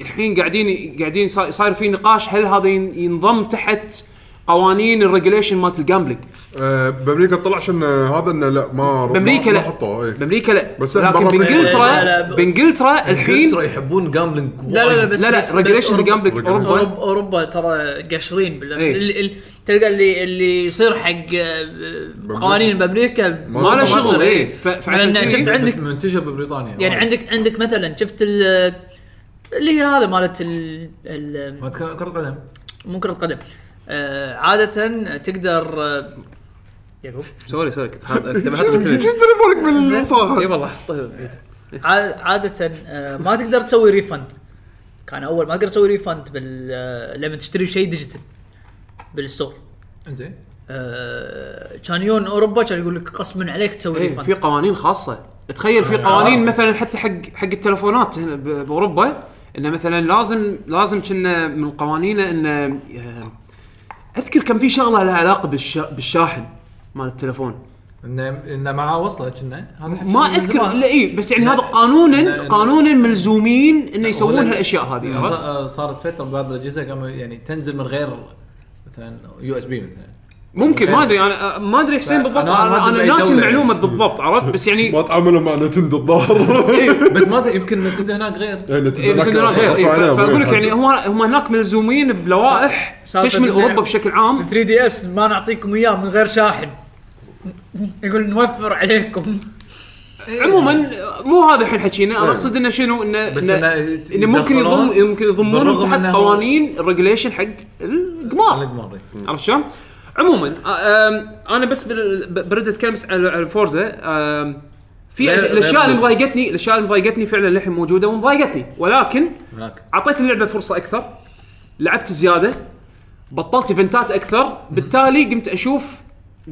A: الحين قاعدين قاعدين صا- صاير في نقاش هل هذا ين- ينضم تحت قوانين الريجليشن مالت الجامبلينج
C: آه، بامريكا طلع عشان هذا انه لا ما
A: بامريكا
C: ما- ما
A: لا
C: حطوه إيه.
A: بامريكا لا
C: بس برا
A: لكن
C: أمريكا.
D: لا، لا،
A: بانجلترا
D: ب-
A: بانجلترا الحين
E: انجلترا يحبون جامبلينج
D: لا لا لا بس
A: لا لا
D: بس- بس
A: ريجليشنز
D: أوروبا-
A: جامبلينج اوروبا
D: اوروبا اوروبا ترى قاشرين بال...
A: إيه.
D: ال- ال- تلقى اللي اللي يصير حق آه، قوانين بامريكا
C: ما له
A: شغل،
D: تصير،
A: إيه.
D: إيه.
A: ف- فعشان
D: لأن
A: كذي-
D: شفت عندك
E: عندك منتشر يعني ببريطانيا
D: يعني
E: وايد.
D: عندك عندك مثلا شفت ال اللي هي هذا مالت ال- ال-
E: ما تك- كره قدم
D: مو كرة قدم آه، عادة تقدر آه، يعقوب
A: سوري سوري كنت حاط- كنت بحط الفينش.
C: تليفونك بالمصاخه
A: اي والله حطه بيته.
D: عا- عادة آه، ما تقدر تسوي ريفند كان اول ما تقدر تسوي ريفند بال آه، لما تشتري شيء ديجيتال بالستور
E: انزين
D: آه، كان يون اوروبا كان يقول لك قسما عليك تسوي
A: إيه، في
D: ريفند
A: قوانين خاصه تخيل في قوانين مثلا حتى حق حق التلفونات هنا ب- باوروبا انه مثلا لازم لازم كنا من قوانينه انه آه، اذكر كان في شغله لها علاقه بالشا بالشاحن مال التلفون
E: انه انه معاه وصله كنا هذا حكي
A: ما
E: من
A: اذكر
E: زمان.
A: لا اي بس يعني
E: لا.
A: هذا
E: لا،
A: قانونا
E: لا.
A: قانونا ملزومين انه يسوون
E: ولا-
A: هالاشياء هذه
E: يعني
A: عرفت؟
E: صا- صارت فتره بعض الاجهزه قاموا يعني تنزل من غير مثلا يو اس بي مثلا
A: ممكن ما ادري انا آه، ما ادري حسين
E: لا،
A: بالضبط
E: أنا- أنا ما
A: انا
E: أدري
A: انا
E: بأي
A: ناسي
E: دولة
A: المعلومه بالضبط عرفت بس يعني
C: ما تعاملوا مع نتندو الظاهر
A: إيه.
E: بس ما أدري، يمكن نتندو هناك غير
C: إيه،
A: إيه،
C: نتندو
A: نتندو
C: ركزوا
A: غير، إيه،
C: عليها
A: ف- فاقول لك
C: وين
A: يعني هم هم هناك ملزومين بلوائح
D: سالفة
A: تشمل
D: إن-
A: اوروبا بشكل عام
D: 3 دي اس ما نعطيكم اياه من غير شاحن يقول نوفر عليكم
A: عموما مو هذا الحين حكينا انا
C: إيه.
A: اقصد انه شنو انه
E: إيه. بس
A: انه
E: إنه
A: إنه ممكن يضم
E: يدخلون
A: يمكن يضمونهم
E: بالرغم
A: تحت
E: إنه-
A: قوانين الريجليشن حق القمار
E: الماضي
A: عرفت شلون؟ عموما آم، انا بس بال- ب- برد اتكلم بس على على فورزا آم، في
E: غير-
A: أش- الاشياء
E: غير-
A: اللي مضايقتني الاشياء اللي مضايقتني فعلا للحين موجوده ومضايقتني ولكن
E: هناك
A: اعطيت اللعبه فرصه اكثر لعبت زياده بطلت ايفنتات اكثر بالتالي قمت اشوف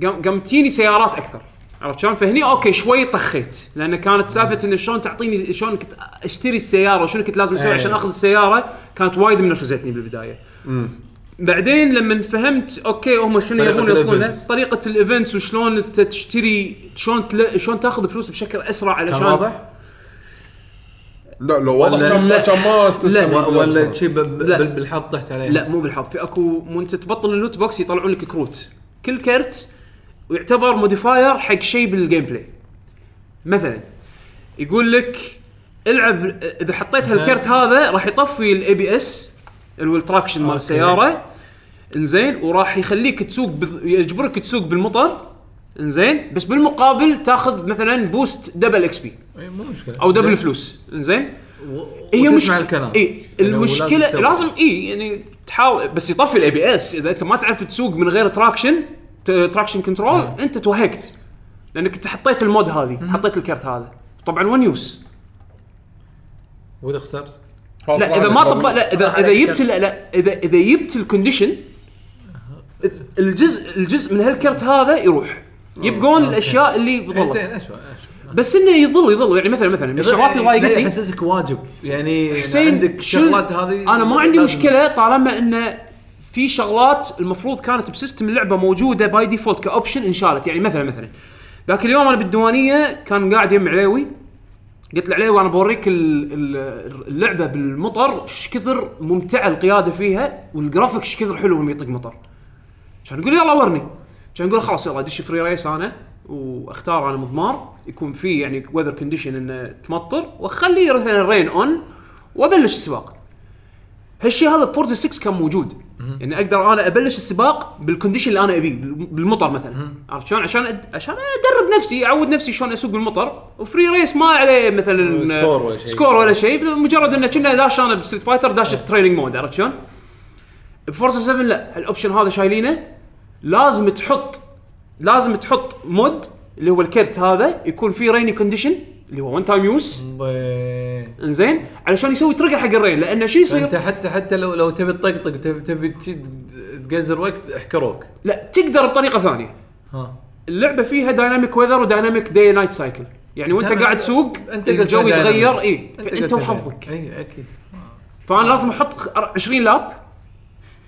A: قام- قام تجيني سيارات اكثر عرفت شلون؟ فهني اوكي شوي طخيت لان كانت سالفه انه شلون تعطيني شلون كنت اشتري السياره وشنو كنت لازم اسوي
E: إيه.
A: عشان اخذ السياره كانت وايد منرفزتني بالبدايه. بعدين لما فهمت اوكي هم شنو
E: طريقة
A: يبون يوصلون له،
E: الevents.
A: طريقه الايفنتس وشلون انت تشتري شلون تل... شلون تاخذ فلوس بشكل اسرع علشان
E: كان واضح؟
C: لا لو واضح
E: ولا-
C: كان ما
A: لا.
C: كان ما استسلم
A: لا،
C: بالبداية
E: ولا
C: بصراحة.
E: شيء بال-
A: لا.
E: بال- بالحظ طحت عليه
A: لا مو بالحظ في اكو مو انت تبطل اللوت بوكس يطلعون لك كروت كل كرت ويعتبر موديفاير حق شيء بالجيم بلاي مثلا يقول لك العب اذا حطيت هالكرت هذا راح يطفي الاي بي اس التراكشن مال
E: أوكي.
A: السياره انزين وراح يخليك تسوق بال- يجبرك تسوق بالمطر انزين بس بالمقابل تاخذ مثلا بوست دبل اكس بي
E: إيه، مو مشكله
A: او دبل فلوس انزين
E: هي
A: هي
E: مش
A: مشكله
E: الكلام
A: اي
E: يعني هو
A: المشكله
E: تسوي.
A: لازم اي يعني تحاول بس يطفي الاي بي اس اذا انت ما تعرف تسوق من غير تراكشن تراكشن كنترول انت توهقت لانك انت حطيت المود هذه حطيت الكرت هذا طبعا ون يوز
E: واذا خسرت
C: خلاص
A: لا اذا ما
C: عليك.
A: طبق لا اذا اذا جبت لا, لا اذا اذا جبت الكونديشن الجزء الجزء من هالكرت هذا يروح يبقون الاشياء اللي
E: إيه،
A: بالضبط
E: زين اشوى اشوى
A: بس انه يظل يظل يعني مثلا مثلا من الشغلات اللي
E: لا
A: ضايقتني
E: يحسسك واجب يعني
A: حسين شنو-
E: عندك شغلات هذه
A: انا ما عندي
E: لازم-
A: مشكله طالما انه في شغلات المفروض كانت بسيستم اللعبه موجوده باي ديفولت كاوبشن انشالت يعني مثلا مثلا ذاك اليوم انا بالديوانيه كان قاعد يم علاوي قلت له علاوي انا بوريك ال- ال- اللعبه بالمطر ايش كثر ممتعه القياده فيها والجرافيك ايش كثر حلو لما يطق مطر كان يقول يلا ورني كان يقول خلاص يلا ادش فري ريس انا واختار انا مضمار يكون فيه يعني وذر كونديشن انه تمطر واخليه مثلا رين اون وابلش السباق هالشيء هذا بفورزا 6 كان موجود يعني اقدر انا ابلش السباق بالكونديشن اللي انا ابيه بال- بالمطر مثلا عرفت شلون عشان أد... عشان ادرب نفسي اعود نفسي شلون اسوق بالمطر وفري ريس ما عليه مثلا
E: سكور ولا شيء. إيه.
A: سكور ولا شيء مجرد انه كنا داش انا بستريت فايتر داش التريننج مود عرفت شلون؟ بفورزا 7 لا الاوبشن هذا شايلينه لازم تحط لازم تحط مود اللي هو الكرت هذا يكون فيه ريني كونديشن اللي هو وان تايم يوز
E: بي-
A: انزين علشان يسوي تريجر حق الرين لانه شو يصير؟
E: انت حتى حتى لو لو تبي تطقطق تبي تبي تشد- تقزر وقت احكروك
A: لا تقدر بطريقه ثانيه
E: ها
A: اللعبه فيها دايناميك وذر ودايناميك داي نايت سايكل يعني وانت
E: زين،
A: قاعد تسوق انت
E: أنت قلت
A: الجو
E: دايناميك.
A: يتغير اي
E: قلت
A: انت وحظك
E: اي اكيد
A: فانا لازم احط خ- 20 لاب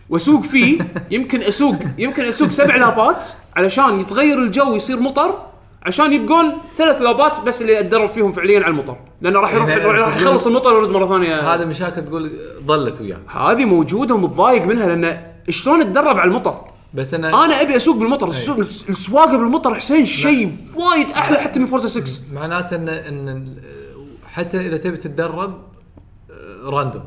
A: واسوق فيه يمكن اسوق يمكن اسوق سبع لابات علشان يتغير الجو يصير مطر عشان يبقون ثلاث لابات بس اللي اتدرب فيهم فعليا على المطر لانه راح يروح
E: يعني
A: راح يخلص المطر ويرد مره ثانيه
E: هذه مشاكل تقول ظلت وياك
A: هذه موجوده ومتضايق منها لان شلون اتدرب على المطر؟
E: بس انا
A: انا ابي اسوق
E: إيه.
A: بالمطر السوق- السواقه بالمطر حسين شيء وايد احلى حتى من فورزا 6
E: معناته ان ان ال- حتى اذا تبي تتدرب آه، راندوم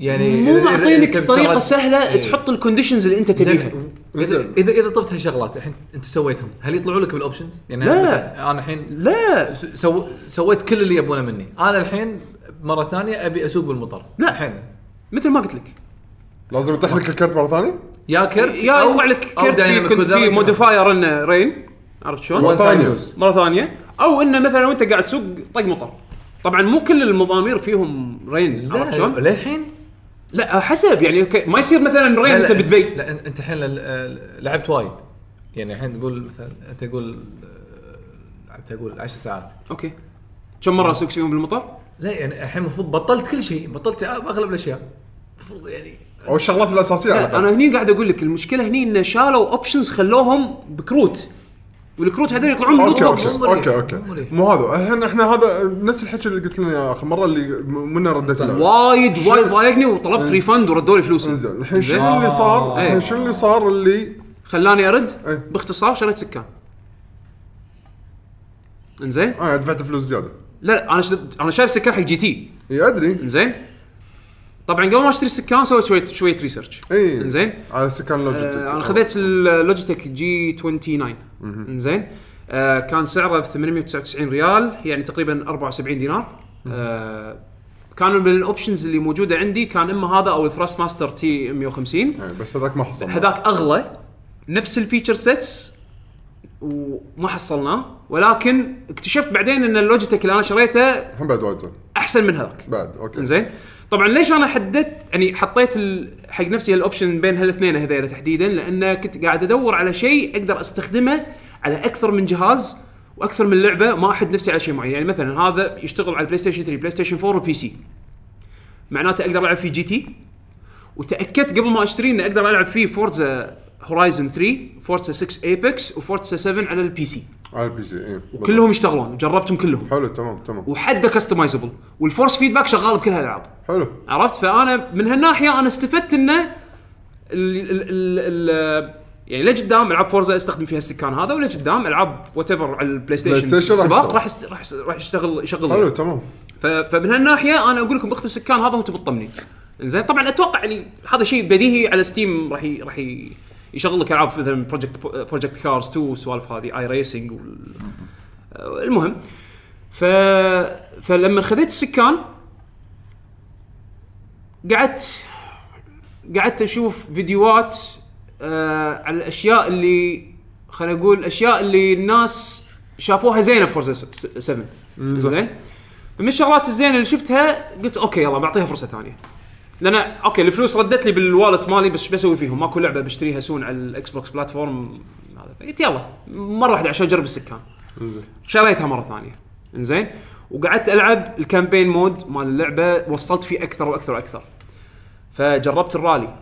E: يعني
A: مو
E: إذا- إذا-
A: معطينك
E: إذا تبي
A: طريقه
E: ترد-
A: سهله
E: إيه.
A: تحط الكونديشنز اللي انت تبيها
E: زين،
C: زين.
E: اذا اذا اذا طفت هالشغلات الحين انت سويتهم هل يطلعوا لك بالاوبشنز؟ يعني
A: لا.
E: مثلاً انا الحين
A: لا
E: س- سو سويت كل اللي يبونه مني انا الحين مره ثانيه ابي اسوق بالمطر
A: لا.
E: الحين
A: مثل ما قلت لك
C: لازم يطيح لك الكرت مره ثانيه؟
E: يا كرت
A: يا
E: أو-
A: يطلع لك
E: أو
A: كرت في
E: دايناميك
A: كنت
E: وذر
A: في
E: يطلع.
A: موديفاير انه رين عرفت شلون؟
E: One time
C: ثانية.
E: use.
A: مره ثانيه او انه مثلا وانت قاعد تسوق طق مطر طبعا مو كل المضامير فيهم رين عرفت
E: لا
A: شلون؟
E: للحين
A: لا حسب يعني اوكي ما يصير مثلا رين
E: لا، لا،
A: انت بدبي
E: لا أن- انت الحين لل- آه، لعبت وايد يعني الحين تقول مثلا انت تقول آه، لعبت اقول 10 ساعات
A: اوكي كم مره اسوق فيهم بالمطر؟
E: لا يعني الحين المفروض بطلت كل شيء بطلت اغلب الاشياء المفروض يعني
C: او الشغلات الاساسيه على
A: لا
C: الاقل
A: انا هني قاعد اقول لك المشكله هني ان شالوا اوبشنز خلوهم بكروت والكروت هذول يطلعون من
C: اوكي
A: لوت بوكس
C: اوكي
E: مو مريح،
C: اوكي اوكي
E: مو مريح.
C: مو هذا الحين احنا هذا نفس الحكي اللي قلت لنا يا اخي مره اللي م- منه رديت له
A: وايد
C: شنو-
A: وايد ضايقني وطلبت
E: إيه.
A: ريفند وردوا لي فلوسي
C: انزين الحين
A: زين.
C: شنو اللي صار؟
A: إيه.
C: الحين شنو اللي صار اللي
A: خلاني ارد
C: إيه.
A: باختصار شريت سكان انزين
C: اه دفعت فلوس زياده
A: لا لا انا شد... انا شاري سكان حق جي تي
C: اي ادري
A: انزين طبعا قبل ما اشتري السكان سويت شويه شويه ريسيرش
C: اي
A: انزين
C: على سكان لوجيتك
A: آه، انا خذيت اللوجيتك جي 29 انزين آه، كان سعره ب 899 ريال يعني تقريبا 74 دينار آه، كانوا من الاوبشنز اللي موجوده عندي كان اما هذا او الثراست ماستر تي 150
C: إيه، بس هذاك ما حصل
A: هذاك اغلى نفس الفيتشر سيتس وما حصلناه ولكن اكتشفت بعدين ان اللوجيتك اللي انا شريته
C: هم بعد وايد زين.
A: احسن من هذاك
C: بعد اوكي
A: زين طبعا ليش انا حددت يعني حطيت ال... حق نفسي الاوبشن بين هالاثنين هذيلا تحديدا لان كنت قاعد ادور على شيء اقدر استخدمه على اكثر من جهاز واكثر من لعبه ما احد نفسي على شيء معين يعني مثلا هذا يشتغل على البلاي ستيشن 3 بلاي ستيشن 4 وبي سي معناته اقدر العب فيه جي تي وتاكدت قبل ما اشتري اني اقدر العب فيه فورزا هورايزن 3 فورزا 6 ايبكس وفورزا 7 على البي سي
C: على البي سي اي
A: كلهم يشتغلون جربتهم كلهم
C: إيه. حلو تمام تمام
A: وحده كستمايزبل والفورس فيدباك شغال بكل هالالعاب
C: حلو
A: عرفت فانا من هالناحيه انا استفدت انه ال ال ال ال يعني لقدام العاب فورزا استخدم فيها السكان هذا ولقدام العاب وات ايفر على البلاي ستيشن
C: بلاي ستيشن راح
A: سباق
C: يشتغل.
A: راح يست- راح يست- راح يشتغل
C: حلو
A: يشغل
C: تمام
A: ف- فمن هالناحيه انا اقول لكم باخذ السكان هذا وانتم بتطمني زين طبعا اتوقع يعني هذا شيء بديهي على ستيم راح ي- راح ي- يشغل لك العاب مثلا بروجكت بروجكت كارز 2 والسوالف هذه اي ريسنج المهم ف فلما خذيت السكان قعدت قعدت اشوف فيديوهات آه على الاشياء اللي خلينا نقول الاشياء اللي الناس شافوها زينه بفورزا 7 زين فمن الشغلات الزينه اللي شفتها قلت اوكي يلا بعطيها فرصه ثانيه لان اوكي الفلوس ردت لي بالوالت مالي بس شو بسوي فيهم ماكو لعبه بشتريها سون على الاكس بوكس بلاتفورم هذا فقلت يلا مره واحده عشان اجرب السكان
C: انزين
A: شريتها مره ثانيه انزين وقعدت العب الكامبين مود مال اللعبه وصلت فيه اكثر واكثر واكثر فجربت الرالي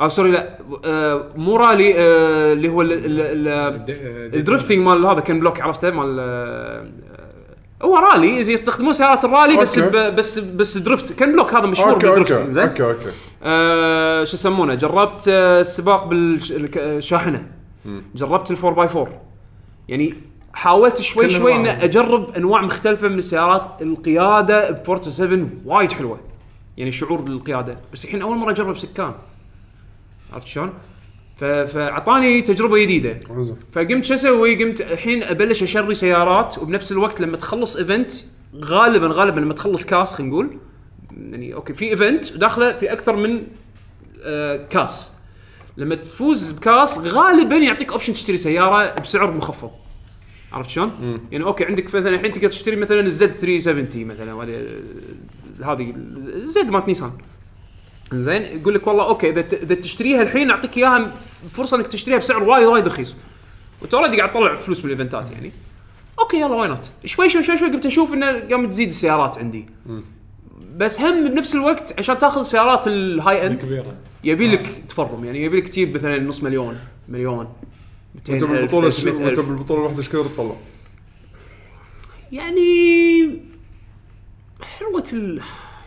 A: او سوري لا آه مو رالي آه اللي هو ال- ال- ال- الدرفتنج مال هذا كان بلوك عرفته مال آه، هو رالي زي يستخدمون سيارات الرالي بس
C: أوكي.
A: ب- بس بس درفت كان بلوك هذا مشهور
C: اوكي اوكي
A: بالدرفتنج زين
C: اوكي اوكي
A: آه، شو يسمونه جربت آه، السباق بالشاحنه جربت الفور باي فور يعني حاولت شوي
E: كل
A: شوي ان
E: أنواع.
A: اجرب انواع مختلفه من السيارات القياده بفورتا 7 وايد حلوه يعني شعور القياده بس الحين اول مره اجرب سكان عرفت شلون؟ ف- فاعطاني تجربه جديده
C: انزين
A: فقمت شو اسوي؟ قمت الحين ابلش اشري سيارات وبنفس الوقت لما تخلص ايفنت غالبا غالبا لما تخلص كاس خلينا نقول يعني اوكي في ايفنت داخله في اكثر من آه كاس لما تفوز بكاس غالبا يعطيك اوبشن تشتري سياره بسعر مخفض عرفت شلون؟ يعني اوكي عندك مثلا الحين تقدر تشتري مثلا الزد 370 مثلا ولا آه، هذه الزد مالت نيسان زين يقول لك والله اوكي اذا ت- اذا تشتريها الحين اعطيك اياها فرصه انك تشتريها بسعر وايد وايد رخيص وانت اوريدي قاعد تطلع فلوس من الايفنتات يعني اوكي يلا واي نوت شوي شوي شوي شوي قمت اشوف انه قام تزيد السيارات عندي بس هم بنفس الوقت عشان تاخذ سيارات الهاي اند
F: كبيره
A: يبي لك تفرم يعني يبي لك تجيب مثلا نص مليون مليون
C: انت
A: 200 ألف،
C: بالبطوله ش-
A: 300
C: انت
A: ألف.
C: بالبطوله الواحده ايش كثر تطلع؟
A: يعني حلوه ال...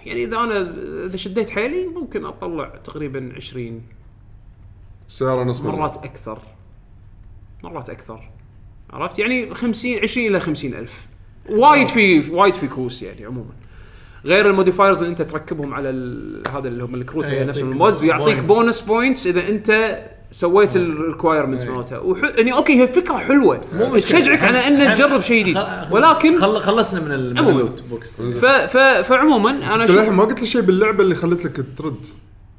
A: يعني اذا انا اذا شديت حيلي ممكن اطلع تقريبا 20
C: سياره نص مليون.
A: مرات اكثر مرات اكثر عرفت يعني 50 20 الى 50 الف وايد في وايد في كوس يعني عموما غير الموديفايرز اللي انت تركبهم على ال- هذا اللي هم الكروت
F: إيه،
A: اللي نفس
F: يعطيك
A: المودز يعطيك
F: points.
A: بونس بوينتس اذا انت سويت الريكوايرمنتس مالتها وح... يعني اوكي هي فكره حلوه تشجعك على ان تجرب شيء جديد ولكن
F: خل... خلصنا من ال- من
A: عموماً.
F: اللوت بوكس
A: ف... ف... فعموما انا
C: انت
A: شو-
C: للحين ما قلت لي شيء باللعبه اللي خلت لك ترد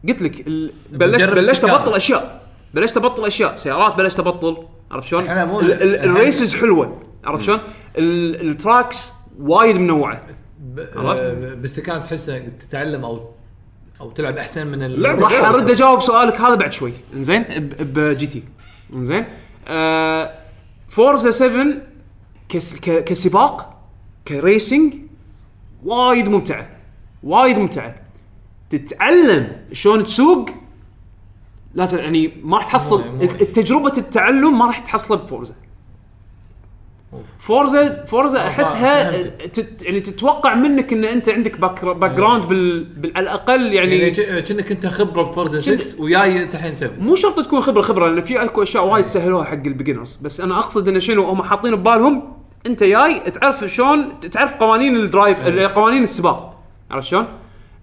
A: قلت لك ال- بلشت
F: بتجرب
A: بلشت
F: السكان.
A: ابطل اشياء بلشت ابطل اشياء سيارات بلشت ابطل عرفت شلون؟
E: أنا مو-
A: ال- ال-
E: أنا-
A: الريسز حلوه عرفت شلون؟ ال- التراكس وايد منوعه عرفت؟
F: عرفت بس كانت تحسها تتعلم او او تلعب احسن من ال-
C: اللعبة
A: راح
C: غير.
A: ارد اجاوب سؤالك هذا بعد شوي انزين ب- بجي تي انزين آه فورزا 7 كس ك- كسباق كريسنج وايد ممتعه وايد ممتعه تتعلم شلون تسوق لا تل- يعني ما راح تحصل
F: مو- مو-
A: تجربه التعلم ما راح تحصله بفورزا فورزا فورزا احسها
F: آه، فهمتك. إيه.
A: تت يعني تتوقع منك ان انت عندك باك باك جراوند بال بال- على الاقل
F: يعني ج- كأنك انت خبره بفورزا 6 وياي انت الحين 7
A: مو شرط تكون خبره خبره لان في اكو اشياء وايد سهلوها حق البيجنرز بس انا اقصد انه شنو هم حاطين ببالهم انت جاي تعرف شلون تعرف قوانين الدرايف قوانين السباق عرفت شلون؟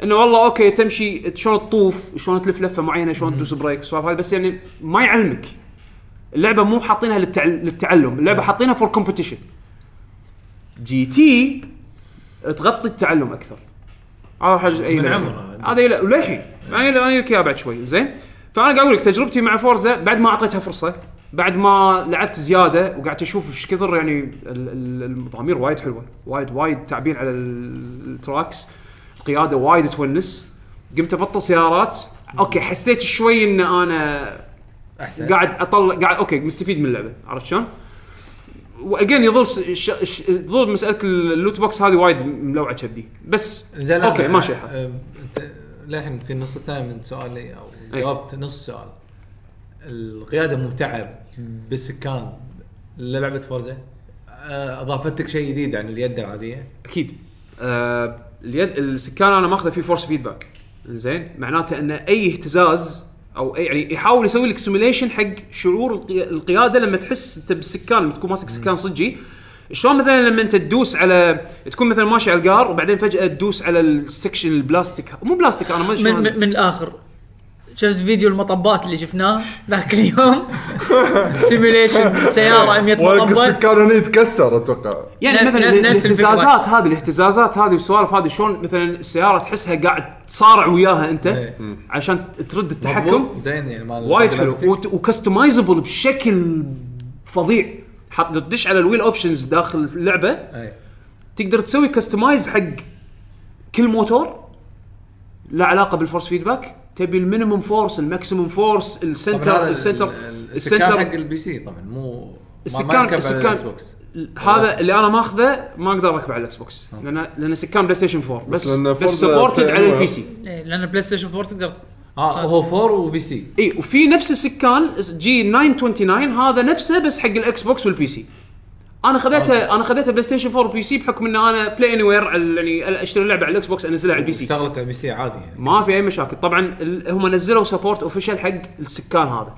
A: انه والله اوكي تمشي شلون تطوف شلون تلف لفه معينه شلون تدوس بريك سوالف هاي بس يعني ما يعلمك اللعبه مو حاطينها للتع... للتعلم اللعبه حاطينها فور كومبetition جي تي تغطي التعلم اكثر هذا حاجه اي
F: من
A: لعبة.
F: عمرها.
A: هذا لا وللحين انا انا لك اياها بعد شوي زين فانا قاعد اقول لك تجربتي مع فورزا بعد ما اعطيتها فرصه بعد ما لعبت زياده وقعدت اشوف ايش كثر يعني ال- ال- المضامير وايد حلوه وايد وايد تعبير على ال- التراكس القياده وايد تونس قمت ابطل سيارات اوكي حسيت شوي ان انا
F: احسن
A: قاعد اطلع قاعد اوكي مستفيد من اللعبه عرفت شلون؟ واجين يظل س- ش... ش... تظل مساله اللوت بوكس هذه وايد ملوعه كبدي بس
F: زين
A: اوكي ماشي الحال
F: أه، انت للحين في النص الثاني من سؤالي او
A: أي.
F: جاوبت نص سؤال القياده ممتعه بالسكان للعبه فورزا أه، اضافت لك شيء جديد عن اليد العاديه
A: اكيد آه اليد السكان انا ماخذه فيه فورس فيدباك زين معناته ان اي اهتزاز او اي يعني يحاول يسوي لك سيميليشن حق شعور القي- القياده لما تحس انت بالسكان لما تكون ماسك سكان صجي شلون مثلا لما انت تدوس على تكون مثلا ماشي على الجار وبعدين فجاه تدوس على السكشن البلاستيك مو بلاستيك انا ما ادري
D: من,
A: شلون-
D: من, من الاخر شفت فيديو المطبات اللي شفناه ذاك اليوم سيميليشن سياره 100
C: ولك
D: مطبه
C: السكان هنا يتكسر اتوقع
A: يعني
D: ن-
A: مثلا
D: ن- نفس الفكرة.
A: الاهتزازات هذه الاهتزازات هذه والسوالف هذه شلون مثلا السياره تحسها قاعد تصارع وياها انت
F: إيه.
A: عشان ترد التحكم
F: مضبوط؟ زين يعني مال
A: وايد
F: مال
A: حلو
F: لعبتك.
A: وت- وكستمايزبل بشكل فظيع حط تدش على الويل اوبشنز داخل اللعبه
F: أي.
A: تقدر تسوي كستمايز حق كل موتور لا علاقه بالفورس فيدباك تبي المينيمم فورس الماكسيمم فورس
F: طبعاً هذا
A: السنتر
F: ال-
A: السنتر
F: ال- السكان حق
A: السنتر
F: البي سي طبعا مو ما- ما
A: السكان-
F: يركب على
A: السكان-
F: الإكس بوكس.
A: هذا اللي انا ماخذه ما اقدر اركبه على الاكس بوكس لان لان سكان بلاي ستيشن 4 بس
C: لأن
A: بس
C: Forza
A: سبورتد على
C: تعلمها.
A: البي سي
D: إيه، لان بلاي ستيشن 4 تقدر
F: اه
A: آه.
F: هو 4 وبي سي
A: اي وفي نفس السكان جي 929 هذا نفسه بس حق الاكس بوكس والبي سي انا خذيته انا خذيته بلاي ستيشن 4 وبي سي بحكم ان انا بلاي اني وير يعني اشتري لعبه على الاكس بوكس انزلها على البي سي
F: اشتغلت على البي سي عادي يعني
A: ما في اي مشاكل طبعا ال- هم نزلوا سبورت اوفيشال حق السكان هذا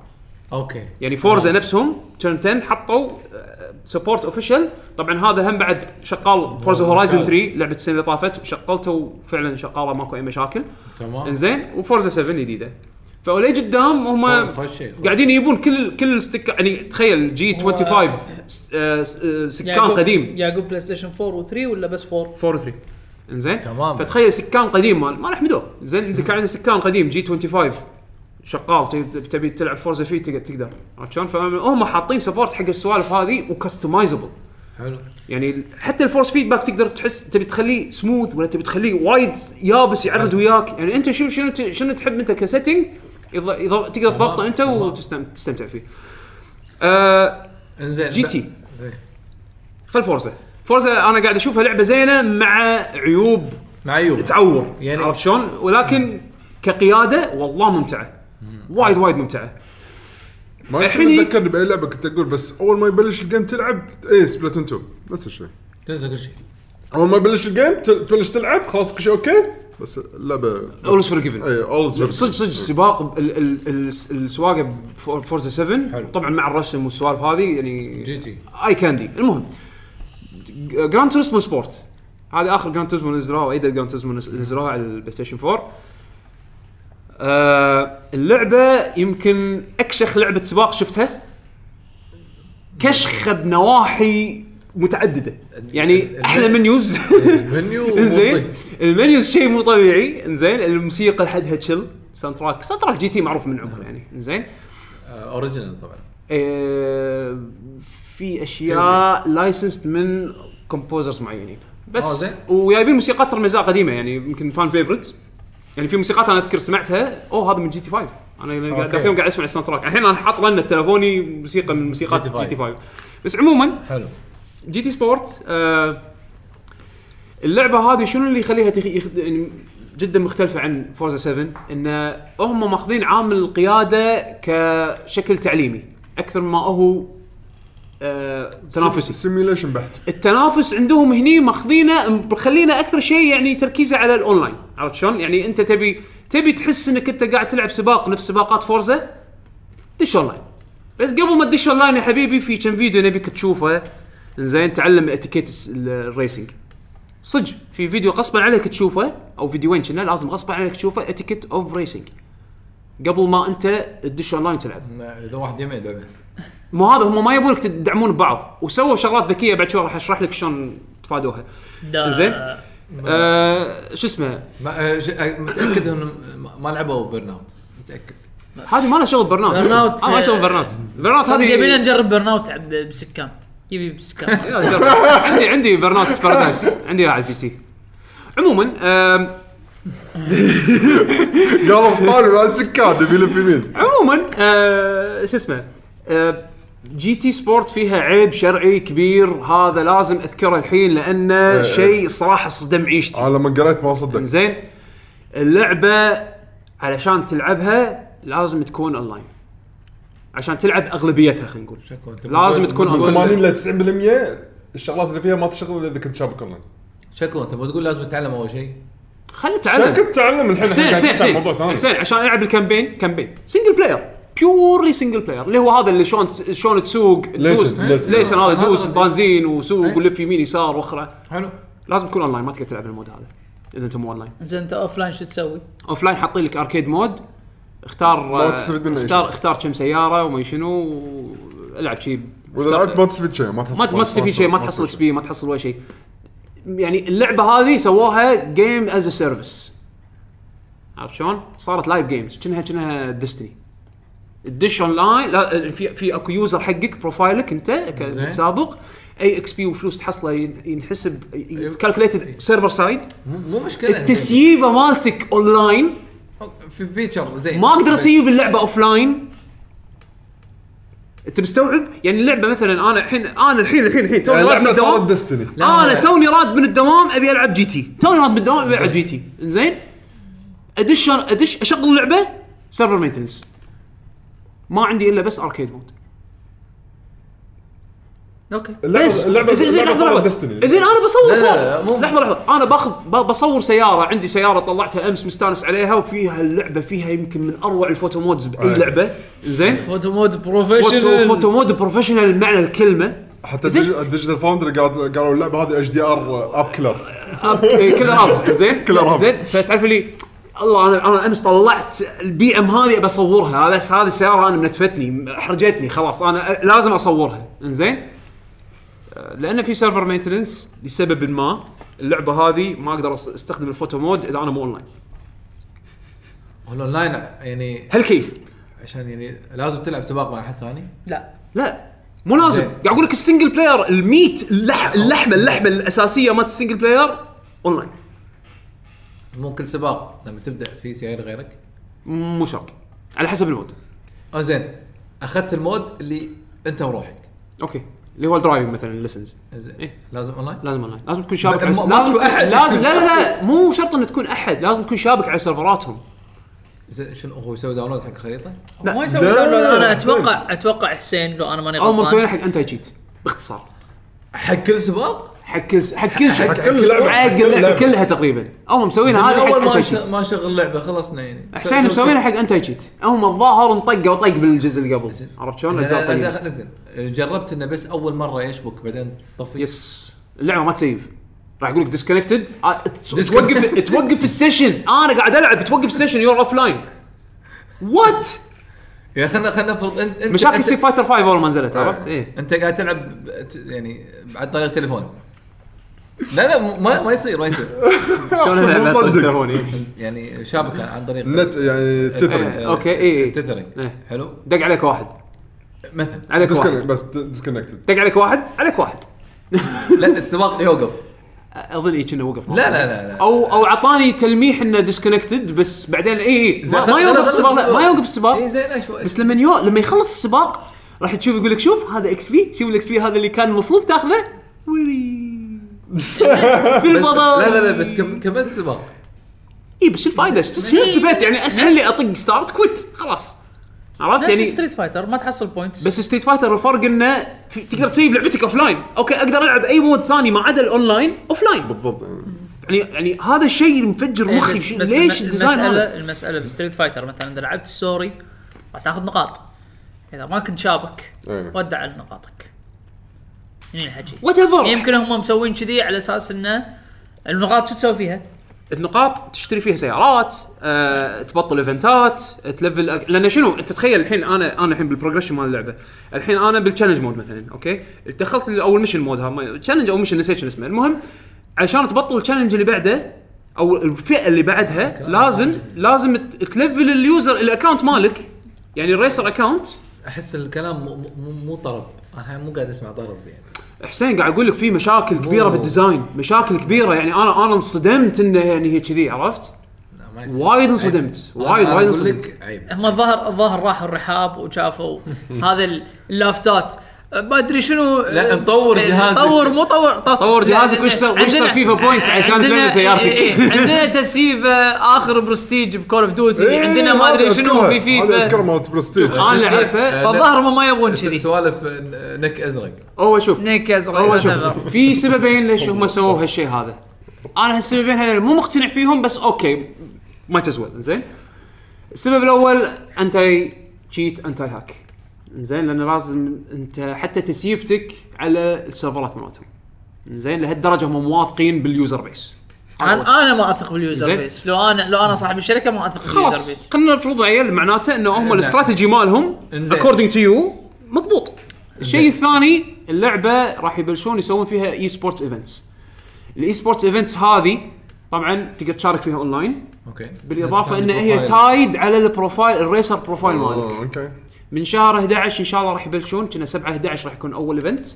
F: اوكي
A: يعني
F: آه.
A: فورزا نفسهم تيرن 10 حطوا آه، سبورت اوفيشال طبعا هذا هم بعد شغال فورزا هورايزن 3 لعبه السنه اللي طافت شغلته وفعلا شغاله ماكو اي مشاكل
F: تمام
A: انزين وفورزا 7 جديده فاولي قدام هم
F: خوش شيء، خوش.
A: قاعدين يجيبون كل كل ستك يعني تخيل جي 25 س- آه، س- آه، سكان
F: يعني
D: يعقوب-
A: قديم
D: يعقوب بلاي ستيشن 4 و3 ولا بس 4
A: 4 و 3 انزين
E: تمام.
A: فتخيل سكان قديم مال مال حمدوه زين عندك عندك سكان قديم جي 25 شغال تبي- تبي تلعب فورزا فيه تق- تقدر عرفت شلون؟ فهم حاطين سبورت حق السوالف هذه وكستمايزبل
F: حلو
A: يعني حتى الفورس فيدباك تقدر تحس تبي تخليه سموث ولا تبي تخليه وايد يابس يعرض وياك يعني انت شوف شنو ت- شنو تحب انت كسيتنج يض- يض- تقدر تضبطه انت
F: تمام.
A: وتستمتع فيه. آه
F: انزين
A: جي
F: ب-
A: تي.
F: إيه.
A: خل فورزا فورزا انا قاعد اشوفها لعبه زينه مع عيوب
F: مع ايوب
A: تعور يعني
F: يعني-
A: عرفت شلون؟ ولكن كقياده والله ممتعه وايد وايد ممتعه
C: ما
A: الحين-
C: اتذكرني باي لعبه كنت اقول بس اول ما يبلش الجيم تلعب إيه، اي سبلاتون 2 نفس الشيء
F: تنسى كل شيء
C: اول ما يبلش الجيم تل- تبلش تلعب خلاص كل شيء اوكي بس إيه، اللعبه
A: All is forgiven.
C: اي اولز
A: صدق صدق سباق ال- ال- ال- السواقه بفورزا 7
F: حلو.
A: طبعا مع الرسم والسوالف هذه يعني
F: جي تي
A: اي كاندي المهم جراند توريسمو سبورت هذه اخر جراند توريسمو نزلوها وايد جراند توريسمو نزلوها على البلاي ستيشن 4 آه اللعبه يمكن اكشخ لعبه سباق شفتها كشخه بنواحي متعدده يعني احلى منيوز
F: منيو
A: انزين المنيوز شيء مو طبيعي انزين الموسيقى حدها تشل ساوند تراك ساوند تراك جي تي معروف من عمره يعني انزين
F: اوريجنال طبعا
A: آه، في اشياء لايسنسد من كومبوزرز معينين
F: آه،
A: بس
F: زين.
A: وجايبين موسيقات ترميزاء قديمه يعني يمكن فان فيفرت يعني في موسيقات انا اذكر سمعتها اوه هذا من جي تي 5 انا أنا قاعد-
F: أوكي.
A: ذاك اليوم قاعد اسمع الساوند تراك الحين انا حاط لنا تلفوني موسيقى من موسيقات
F: GTA
A: جي
F: 5.
A: تي 5 بس عموما
F: حلو
A: جي تي سبورت آه اللعبه هذه شنو اللي يخليها تخ... يخ... يعني جدا مختلفه عن فورزا 7 ان هم ماخذين عامل القياده كشكل تعليمي اكثر ما هو آه تنافسي
C: سيميوليشن بحت
A: التنافس عندهم هني ماخذينه مخلينه اكثر شيء يعني تركيزه على الاونلاين عرفت شلون يعني انت تبي تبي تحس انك انت قاعد تلعب سباق نفس سباقات فورزا دش اونلاين بس قبل ما تدش اونلاين يا حبيبي في كم فيديو نبيك تشوفه زين تعلم اتيكيت الس- ال- الريسنج صدق في فيديو غصبا عليك تشوفه او فيديوين كنا لازم غصبا عليك تشوفه اتيكيت اوف ريسنج قبل ما انت تدش اونلاين تلعب
E: اذا واحد يمين لعبه
A: مو هذا هم ما يبونك تدعمون بعض وسووا شغلات ذكيه بعد شوي راح اشرح لك شلون تفادوها
D: دا-
A: زين. آه شو اسمه
F: ما- آه، ش- آه، متاكد انهم ما- ما لعبوا بيرن اوت متاكد
A: هذه ما لها شغل برنامج آه،
D: برن أوت،
A: ما لها شغل برنامج برنامج هذه
D: يبينا نجرب برن اوت ب- بسكان يبي بسكان
A: يلا جرب. عندي عندي برنامج بارادايس عندي إياه على آه، البي سي عموما آم،
C: قالوا في بالي مع السكان يبي يلف يمين
A: عموما آه شو اسمه آه جي تي سبورت فيها عيب شرعي كبير هذا لازم اذكره الحين لانه شيء صراحه صدم عيشتي
C: انا آه، لما قريت ما صدقت
A: زين اللعبه علشان تلعبها لازم تكون اونلاين عشان تلعب اغلبيتها خلينا نقول
F: شكو انت
A: لازم تكون
C: من
A: اونلاين
C: 80 ل 90% الشغلات اللي فيها ما تشتغل اذا كنت شابك اونلاين
F: شكو انت بتقول لازم تتعلم اول شيء
A: خلي
C: عشان
A: تعلم
C: كنت تعلم الحين
A: حسين
C: إحنا
A: حسين
C: قاعدين
A: حسين
C: نتعلم موضوع ثاني.
A: حسين عشان العب الكامبين كامبين سنجل بلاير بيورلي سنجل بلاير اللي هو هذا اللي شلون تس- شلون تسوق دوس
C: ليسن.
A: ليسن هذا
F: هذا
A: دوس
F: قصدي.
A: بنزين وسوق
F: أي.
A: ولف يمين يسار واخره
F: حلو
A: لازم تكون اونلاين ما تقدر تلعب المود هذا اذا انت مو اونلاين
D: زين انت اوف لاين شو تسوي؟
A: اوف لاين حاطين لك اركيد مود اختار آه،
C: ما تستفيد منه أي
A: اختار
C: شيء.
A: اختار كم سياره وما شنو العب شيء
C: واذا لعبت ما تستفيد شيء ما تحصل
A: ما ما تستفيد شيء ما تحصل اكس بي ما تحصل ولا شيء يعني اللعبه هذه سووها جيم از سيرفيس عرفت شلون؟ صارت لايف جيمز كأنها كأنها ديستني تدش اون لاين لا في في اكو يوزر حقك بروفايلك انت ك-
F: زين.
A: كسابق اي اكس بي وفلوس تحصله ين- ينحسب كالكوليتد سيرفر سايد
E: أيوه.
F: مو مو مشكله
A: التسييفه مالتك اون لاين
E: أيوه.
F: زين. في فيتشر زين
A: ما اقدر اسيف اللعبه اوف لاين انت مستوعب يعني اللعبه مثلا انا الحين انا الحين الحين الحين توني
C: يعني
A: راد من
C: لعبه صارت
A: الدوام
C: ديستني
F: لا،
A: انا
F: لا.
A: آه، توني راد من الدوام ابي العب جي تي توني راد من الدوام ابي العب جي تي زين ادش ادش اشغل اللعبه سيرفر مينتنس ما عندي الا بس اركيد مود
D: اوكي
C: اللعبة-
A: بس
C: اللعبه
A: زين زين
C: اللعبة
A: لحظه
C: صارت
A: لحظه
C: ديستني
A: زين انا بصور
E: لا، لا،
A: صور
E: مو-
A: لحظه لحظه انا باخذ ب- بصور سياره عندي سياره طلعتها امس مستانس عليها وفيها اللعبه فيها يمكن من اروع الفوتو مودز باي
C: أي.
A: لعبه زين
D: فوتو مود
A: فوتو,
D: بروفيشنال
A: فوتو مود بروفيشنال بمعنى الكلمه
C: حتى
A: زين.
C: الديج- الديجيتال فاوندر قال- قالوا اللعبه هذه اتش دي ار اب كلر
A: أب- إيه، كذا هذا زين
C: كذا هذا.
A: زين فتعرف لي الله انا انا امس طلعت البي ام هذه بصورها بس هذه السياره انا منتفتني احرجتني خلاص انا لازم اصورها زين لان في سيرفر مينتننس لسبب ما اللعبه هذه ما اقدر أس- استخدم الفوتو مود اذا انا مو اونلاين
F: الاونلاين يعني
A: هل كيف
F: عشان يعني لازم تلعب سباق مع احد ثاني
D: لا
A: لا مو لازم
F: زين.
A: قاعد اقول لك السنجل بلاير الميت اللح اللحمه اللحمه الاساسيه مالت السنجل بلاير اونلاين
F: مو كل سباق لما تبدا في سيارة غيرك
A: مو شرط على حسب المود
F: اه زين اخذت المود اللي انت وروحك
A: اوكي اللي هو الدرايفنج مثلا الليسنز
F: زين
A: إيه.
F: لازم اونلاين
A: لازم اونلاين لازم تكون شابك
F: ما-
A: على
F: ما- ما
A: لازم
F: تكون أحد.
A: لازم لا لا لا مو شرط ان تكون احد لازم تكون شابك على سيرفراتهم
F: زين شنو هو يسوي داونلود حق الخريطه؟
A: لا.
D: ما يسوي
C: لا.
D: داونلود انا اتوقع اتوقع حسين لو انا ماني
A: اول ما مسوينا
D: غلطان
A: حق انتي تشيت باختصار
F: حق كل سباق؟
A: حق كل حق كل شيء
C: حق كل لعبة.
A: حق اللعبه كلها تقريبا اول ما مسوينا
F: من
A: هذه
F: اول
A: إيه، حق
F: ما
A: انتي
F: أشت-
A: تشيت
F: ما شغل لعبه خلصنا يعني
A: حسين مسوينا حق انتي تشيت هم الظاهر انطقوا طق بالجزء اللي قبل عرفت شلون؟ الاجزاء الطيبة.
F: إيه، زين جربت انه بس اول مره يشبك بعدين طفي
A: يس اللعبه ما تسيف راح اقول لك ديسكونكتد توقف توقف السيشن انا قاعد العب توقف السيشن يور اوف لاين وات
F: يا خلنا خلنا نفرض انت انت
A: مشاكل
F: أنت-
A: ستيت فايتر 5 اول ما نزلت عرفت؟ ايه
F: انت قاعد تلعب ب- ت- يعني عن طريق تليفون لا لا م- ما ما يصير ما يصير
A: شلون
C: أصلاً
A: ألعب
C: مو
A: على طول
C: مصدق.
A: التليفون، إيه.
F: يعني شابكه عن طريق
C: النت يعني تثري
A: إيه، اوكي اي اي
F: تثرنج
A: إيه.
F: حلو
A: دق عليك واحد
F: مثلا
A: عليك واحد
C: Disconnect- بس ديسكونكتد
A: دق عليك واحد عليك واحد
F: لا السباق يوقف
A: اظن اي إيه كنا وقف
F: لا لا لا لا
A: او او اعطاني تلميح انه ديسكونكتد بس بعدين اي اي ما ما يوقف السباق ما يوقف السباق
F: اي إيه، زين اشوي
A: بس لما يو لما يخلص السباق راح تشوف يقول لك شوف هذا اكس بي شوف الاكس بي هذا اللي كان المفروض تاخذه ويري في الفضاء
F: لا لا لا بس كم- كملت سباق
A: اي بس شو الفائده؟ شو استفدت يعني اسهل لي اطق ستارت كويت خلاص عرفت
D: نفس
A: يعني
D: ستريت فايتر ما تحصل بوينتس
A: بس ستريت فايتر الفرق انه في تقدر تسيب لعبتك اوف لاين، اوكي اقدر العب اي مود ثاني ما عدا الاونلاين اوف لاين،
C: بالضبط يعني.
A: يعني يعني هذا الشيء اللي مفجر
D: إيه، بس-
A: مخي شيء-
D: بس
A: ليش
D: الم-
A: الديزاين هذا؟
D: المساله المساله بستريت فايتر مثلا اذا لعبت السوري راح تاخذ نقاط اذا ما كنت شابك
C: إيه.
D: ودع على نقاطك هني الحكي
A: وات ايفر
D: يمكن هم مسوين كذي على اساس انه النقاط شو تسوي فيها؟
A: النقاط تشتري فيها سيارات، آه، تبطل ايفنتات، تلفل أك- لان شنو انت تخيل الحين انا انا الحين بالبروجريشن مال اللعبه، الحين انا بالتشالنج مود مثلا، اوكي؟ دخلت ال- او المشن مود ها تشالنج او مشن نسيت شنو اسمه، المهم عشان تبطل التشالنج اللي بعده او الفئه اللي بعدها لازم لازم ت- تلفل اليوزر الاكونت مالك يعني الريسر اكونت
F: احس الكلام مو- مو مو طرب انا مو قاعد اسمع طرب يعني
A: حسين قاعد اقول لك في مشاكل كبيره
F: أوه.
A: بالديزاين مشاكل كبيره يعني انا انا انصدمت انه يعني هي كذي عرفت
F: لا، ما يصير.
A: وايد انصدمت
F: أنا-
A: وايد
F: أنا
A: وايد
F: اقول
A: انصدمت
F: لك عيب
D: هم الظاهر الظاهر راحوا الرحاب وشافوا هذا ال- اللافتات أه، ما ادري شنو أه،
F: لا، نطور
D: أه،
F: جهازك.
D: طور مو طور طو-
A: طور
D: لا،
A: جهازك
D: عندنا-
A: وش سو- وش سو
D: عندنا-
A: فيفا بوينتس عشان
D: عندنا-
A: تلفل سيارتك.
D: إيه، إيه، عندنا تسييف أه، اخر برستيج بكول اوف ديوتي
C: إيه،
D: عندنا ما ادري
C: هذا
D: شنو
C: أذكرها.
D: في
C: هذا اذكر
D: فيفا
C: مالت برستيج
A: انا
F: آه،
A: اعرفه
D: فالظاهر هم ما يبغون
F: س-
D: كذي
F: سوالف آه، نك ازرق
A: هو شوف
D: نيك ازرق
A: هو شوف
D: whatever.
A: في سببين ليش هم سووا هالشيء هذا انا هالسببين هذول مو مقتنع فيهم بس اوكي ما تزول زين السبب الاول انتي تشيت انتي هاك زين لان لازم انت حتى تسييفتك على السيرفرات مالتهم زين لهالدرجه هم مواثقين باليوزر بيس
D: انا انا ما اثق باليوزر
A: زين.
D: بيس لو انا لو انا صاحب الشركه ما اثق باليوزر
A: خلاص
D: بيس
A: خلينا نفرض عيل معناته انه هم
F: إنزين.
A: الاستراتيجي مالهم
F: إيه، إنزين.
A: اكوردنج تو يو مضبوط الشيء الثاني اللعبه راح يبلشون يسوون فيها اي سبورتس ايفنتس الاي سبورتس ايفنتس هذه طبعا تقدر تشارك فيها اونلاين
F: اوكي
A: بالاضافه
F: بس عندي
A: انها هي
F: بروفايل.
A: تايد على البروفايل الريسر بروفايل مالك
C: آه، اوكي
A: من شهر 11 ان شاء الله راح يبلشون كنا 7 11 راح يكون اول ايفنت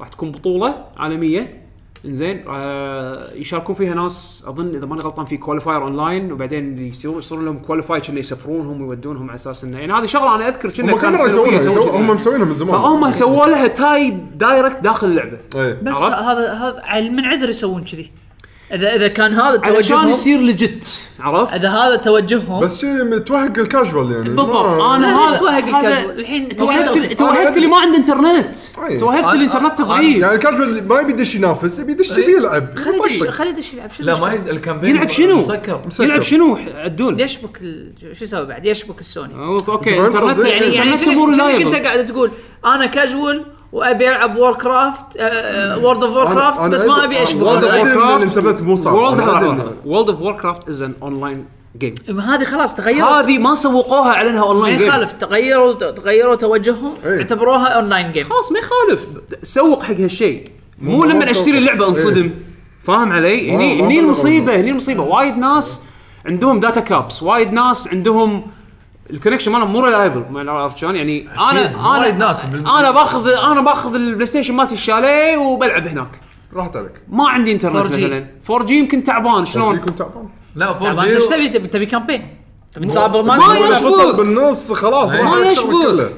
A: راح تكون بطوله عالميه انزين آه يشاركون فيها ناس اظن اذا ماني غلطان في كواليفاير اون لاين وبعدين يصير يصير لهم كواليفاي كنا يسفرونهم ويودونهم على اساس انه يعني هذه شغله انا اذكر كنا
C: هم كم مره يسوونها يسو- هم مسوينها من زمان
A: فهم سووا لها تاي دايركت داخل اللعبه
C: إيه.
D: بس
A: عرفت؟
D: هذا هذا عل- من عذر يسوون كذي اذا اذا كان هذا
A: علشان
D: توجههم
A: يصير لجت عرفت؟
D: اذا هذا توجههم
C: بس شيء متوهق الكاجوال يعني
A: بالضبط آه.
C: ما-
A: انا
D: لا، ليش
A: هذا
D: توهق
A: هذا-
D: الكاجوال؟ الحين
A: توهقت
D: الحين-
A: توهقت اللي ما عنده انترنت
C: أي.
A: توهقت اللي انترنت ضعيف
C: طيب. يعني الكاجوال ما يبي يدش ينافس يبي يدش يبي
E: إيه.
C: يلعب
D: خلي يدش
C: يطقطق.
D: خلي يدش يلعب شنو
E: لا ما
D: المشكلة؟
E: يد- الكامبين
A: يلعب شنو؟
E: مسكر
A: يلعب شنو عدول؟
D: يشبك ال- شو يسوي بعد يشبك السوني
C: آه.
A: اوكي اوكي
C: أنت فاهم
A: انترنت
C: قصدي؟
A: يعني
D: يعني يعني
A: انترنت
D: كأنك-
A: امور
D: كأنك
A: reliable.
D: انت قاعد تقول انا كاجوال وابي العب وور كرافت وورد اوف وور
C: أنا-
D: كرافت
C: أنا
D: بس ما
C: أدري-
D: ابي
C: أنا آه،
D: اشبك
C: World of
D: هذا.
C: أدري إن الإنترنت مو صعب.
A: World
C: أنا
A: of-
C: أدري إنه-
A: World of Warcraft is an online game
D: ما هذه خلاص تغيرت
A: هذه ما سوقوها اعلنها
D: ما
A: اونلاين جيم
D: يخالف تغيروا تغيروا توجههم
C: إيه.
D: اعتبروها اونلاين جيم
A: خلاص ما يخالف سوق حق هالشيء مو
C: ما
A: لما
C: سوق.
A: اشتري اللعبه انصدم فاهم علي؟
C: ما-
A: هني
C: ما
A: هني
C: بلغوا
A: المصيبه
C: بس.
A: هني المصيبه وايد ناس عندهم داتا كابس وايد ناس عندهم الكونكشن مالهم مو ريلايبل ما عرفت شلون يعني انا
E: وايد
A: انا
E: ناس بال-
A: انا باخذ انا باخذ البلاي ستيشن مالتي الشاليه وبلعب هناك
C: راحت عليك
A: ما عندي انترنت
D: 4G.
A: مثلا 4 جي يمكن تعبان شلون؟
C: يكون تعبان
E: لا فور
D: طبعا انت ايش
E: جي
D: تبي تبي تبي كامبين تبي تصابر ما
A: ما
D: تبي-
A: يشبك.
C: فصل بالنص خلاص راح
A: ما
C: الشغل
A: يشبك.
C: كله.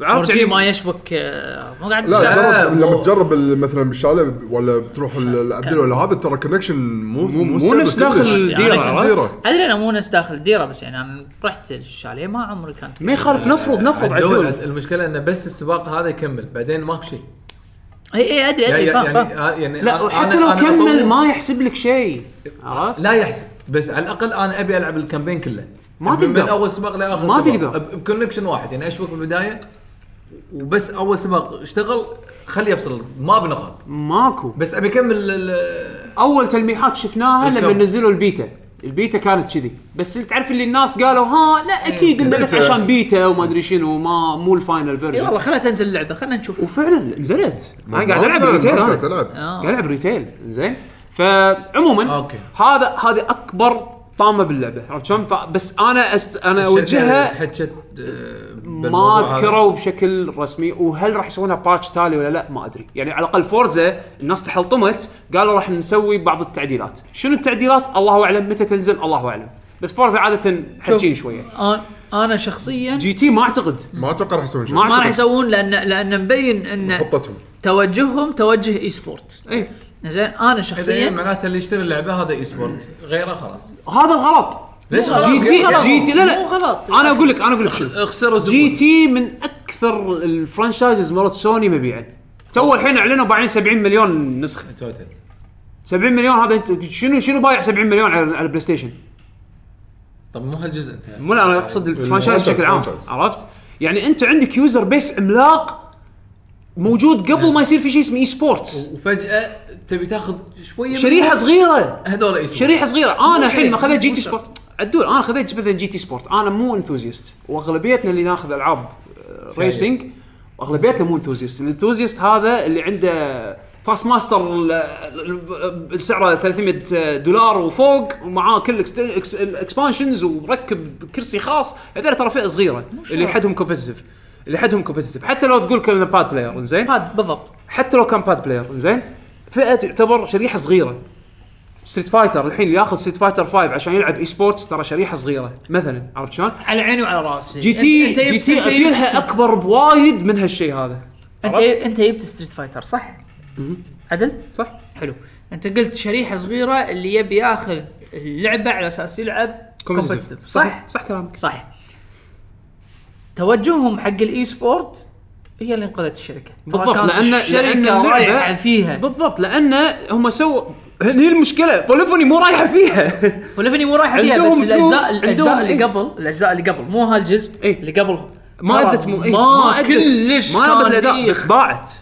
D: 4G
A: عرفت يعني
D: ما يشبك آه، مو قاعد
C: لا
E: لا،
C: جرب
E: مو-
C: لما تجرب ال- مثلا بالشاله ولا بتروح ال- العبدل ولا هذا ترى كونكشن مو
A: مو- مو
C: ستيبل
A: نفس داخل
C: كلش.
D: يعني
C: يعني
A: الديرة،
C: نفس
A: عرفت؟
C: الديره
D: ادري انا مو ناس داخل الديره بس يعني انا رحت الشاليه ما عمري كان
A: ما يخالف نفرض نفرض عدول
E: المشكله انه بس السباق هذا يكمل بعدين ماكو شيء
D: اي اي ادري
E: يعني
D: ادري فاهم فاهم
E: يعني يعني
A: إيه، لا
E: أنا-
A: وحتى
E: أنا-
A: لو
E: أنا
A: كمل
E: أطوف-
A: ما يحسب لك شيء عرفت؟
E: لا يحسب بس على الاقل انا ابي العب الكامبين كله
A: ما
E: من-
A: تقدر.
E: من اول سباق لاخر
A: ما
E: سباق.
A: تقدر.
E: ب- بكونكشن واحد يعني اشبك بالبدايه وبس اول سباق اشتغل خليه يفصل ما بنخاط
A: ماكو
E: بس ابي اكمل ال- ال-
A: اول تلميحات شفناها لما
E: الكم.
A: نزلوا البيتا البيتا كانت كذي بس تعرف اللي الناس قالوا ها لا اكيد انه بس
C: بيتا.
A: عشان بيتا وما ادري شنو ما مو الفاينل فيرجن
D: يلا إيه خلها تنزل اللعبه خلينا نشوف
A: وفعلا نزلت انا قاعد
C: ما
A: العب
C: أصلاً-
A: ريتيل
C: ما
A: أنا.
C: أصلاً تلعب.
D: آه.
A: قاعد العب ريتيل زين فعموما
E: أوكي.
A: هذا هذه اكبر طامه باللعبه عرفت شلون؟ فبس انا أست... انا
E: الشركة
A: اوجهها
E: اللي تحكت آه،
A: ما
E: بالموضوع هذا.
A: ذكروا بشكل رسمي وهل راح يسوونها باتش تالي ولا لا ما ادري يعني على الاقل فورزا الناس تحلطمت قالوا راح نسوي بعض التعديلات شنو التعديلات الله اعلم متى تنزل الله اعلم بس فورزا عاده حكين شويه
D: انا انا شخصيا
A: جي تي ما اعتقد
C: ما اتوقع راح يسوون شيء
A: ما
D: ما راح
A: أعتقد.
D: يسوون لان لان مبين ان
C: خطتهم
D: توجههم توجه اي سبورت
A: اي
D: زين انا
E: إذا يعني
D: شخصيا
E: معناته اللي يشتري اللعبه هذا اي سبورت غيره خلاص
A: هذا الغلط
E: ليش
D: غلط؟
A: جي تي
D: غلط.
A: جي تي لا
D: مو
A: لا
D: غلط
A: انا اقول لك انا اقول لك شنو
E: اخسروا
A: جي
E: زبون
A: تي من اكثر الفرانشايزز مرات سوني مبيعا تو الحين اعلنوا باعين 70 مليون نسخه
E: توتل
A: 70 مليون هذا انت شنو شنو بايع 70 مليون على على البلاي ستيشن
E: طب مو هالجزء انت
A: مو لا، انا اقصد الفرانشايز بشكل عام
C: الفرانشايز.
A: عرفت؟ يعني انت عندك يوزر بيس عملاق موجود قبل ما يصير في شيء اسمه اي سبورتس
E: وفجاه تبي تاخذ شويه من-
A: شريحه صغيره
E: هذول اي سبورت
A: شريحه صغيره انا الحين ما
D: شريحة،
A: خذيت جي
D: مو
A: تي
D: شرط.
A: سبورت عدول انا خذيت مثلا جي تي سبورت انا مو انثوزيست واغلبيتنا اللي ناخذ العاب آه، ريسنج اغلبيتنا مو انثوزيست الانثوزيست هذا اللي عنده فاست ماستر ال- ال- ال- سعره 300 دولار وفوق ومعاه كل الإكس- الاكسبانشنز ومركب كرسي خاص هذول ترى فئه صغيره اللي حدهم كومبتتف اللي حدهم كومبتتف حتى لو تقول كلنا باد بلاير زين
D: هذا بالضبط
A: حتى لو كان باد بلاير زين فئه تعتبر شريحه صغيره ستريت فايتر الحين اللي ياخذ ستريت فايتر 5 عشان يلعب اي سبورتس ترى شريحه صغيره مثلا عرفت شلون؟
D: على عيني وعلى راسي
A: جي تي جي تي ابيلها اكبر بوايد من هالشيء هذا
D: انت انت جبت ستريت فايتر صح؟ عدل؟
A: صح؟
D: حلو انت قلت شريحه صغيره اللي يبي ياخذ اللعبه على اساس يلعب كومبتتف صح؟
A: صح صح كلامك
D: صح توجههم حق الاي سبورت هي اللي انقذت الشركه ترى
A: بالضبط،
D: كانت
A: لأن- لأن
D: الشركه
A: اللعبة-
D: رايحه فيها
A: بالضبط لان هم سووا هن- هي المشكله بوليفوني مو رايحه فيها
D: وليفني مو رايحه فيها
A: عندهم
D: بس
A: فلوس،
D: الاجزاء
A: عندهم
D: الاجزاء اللي
A: إيه.
D: قبل الاجزاء اللي قبل مو هالجزء
A: إيه.
D: اللي قبل
A: ما
D: ترى
A: ادت مو... إيه،
D: ما
A: أدت-
D: كلش
A: ما ادت
D: كان
A: الاداء
D: إيه.
A: بس باعت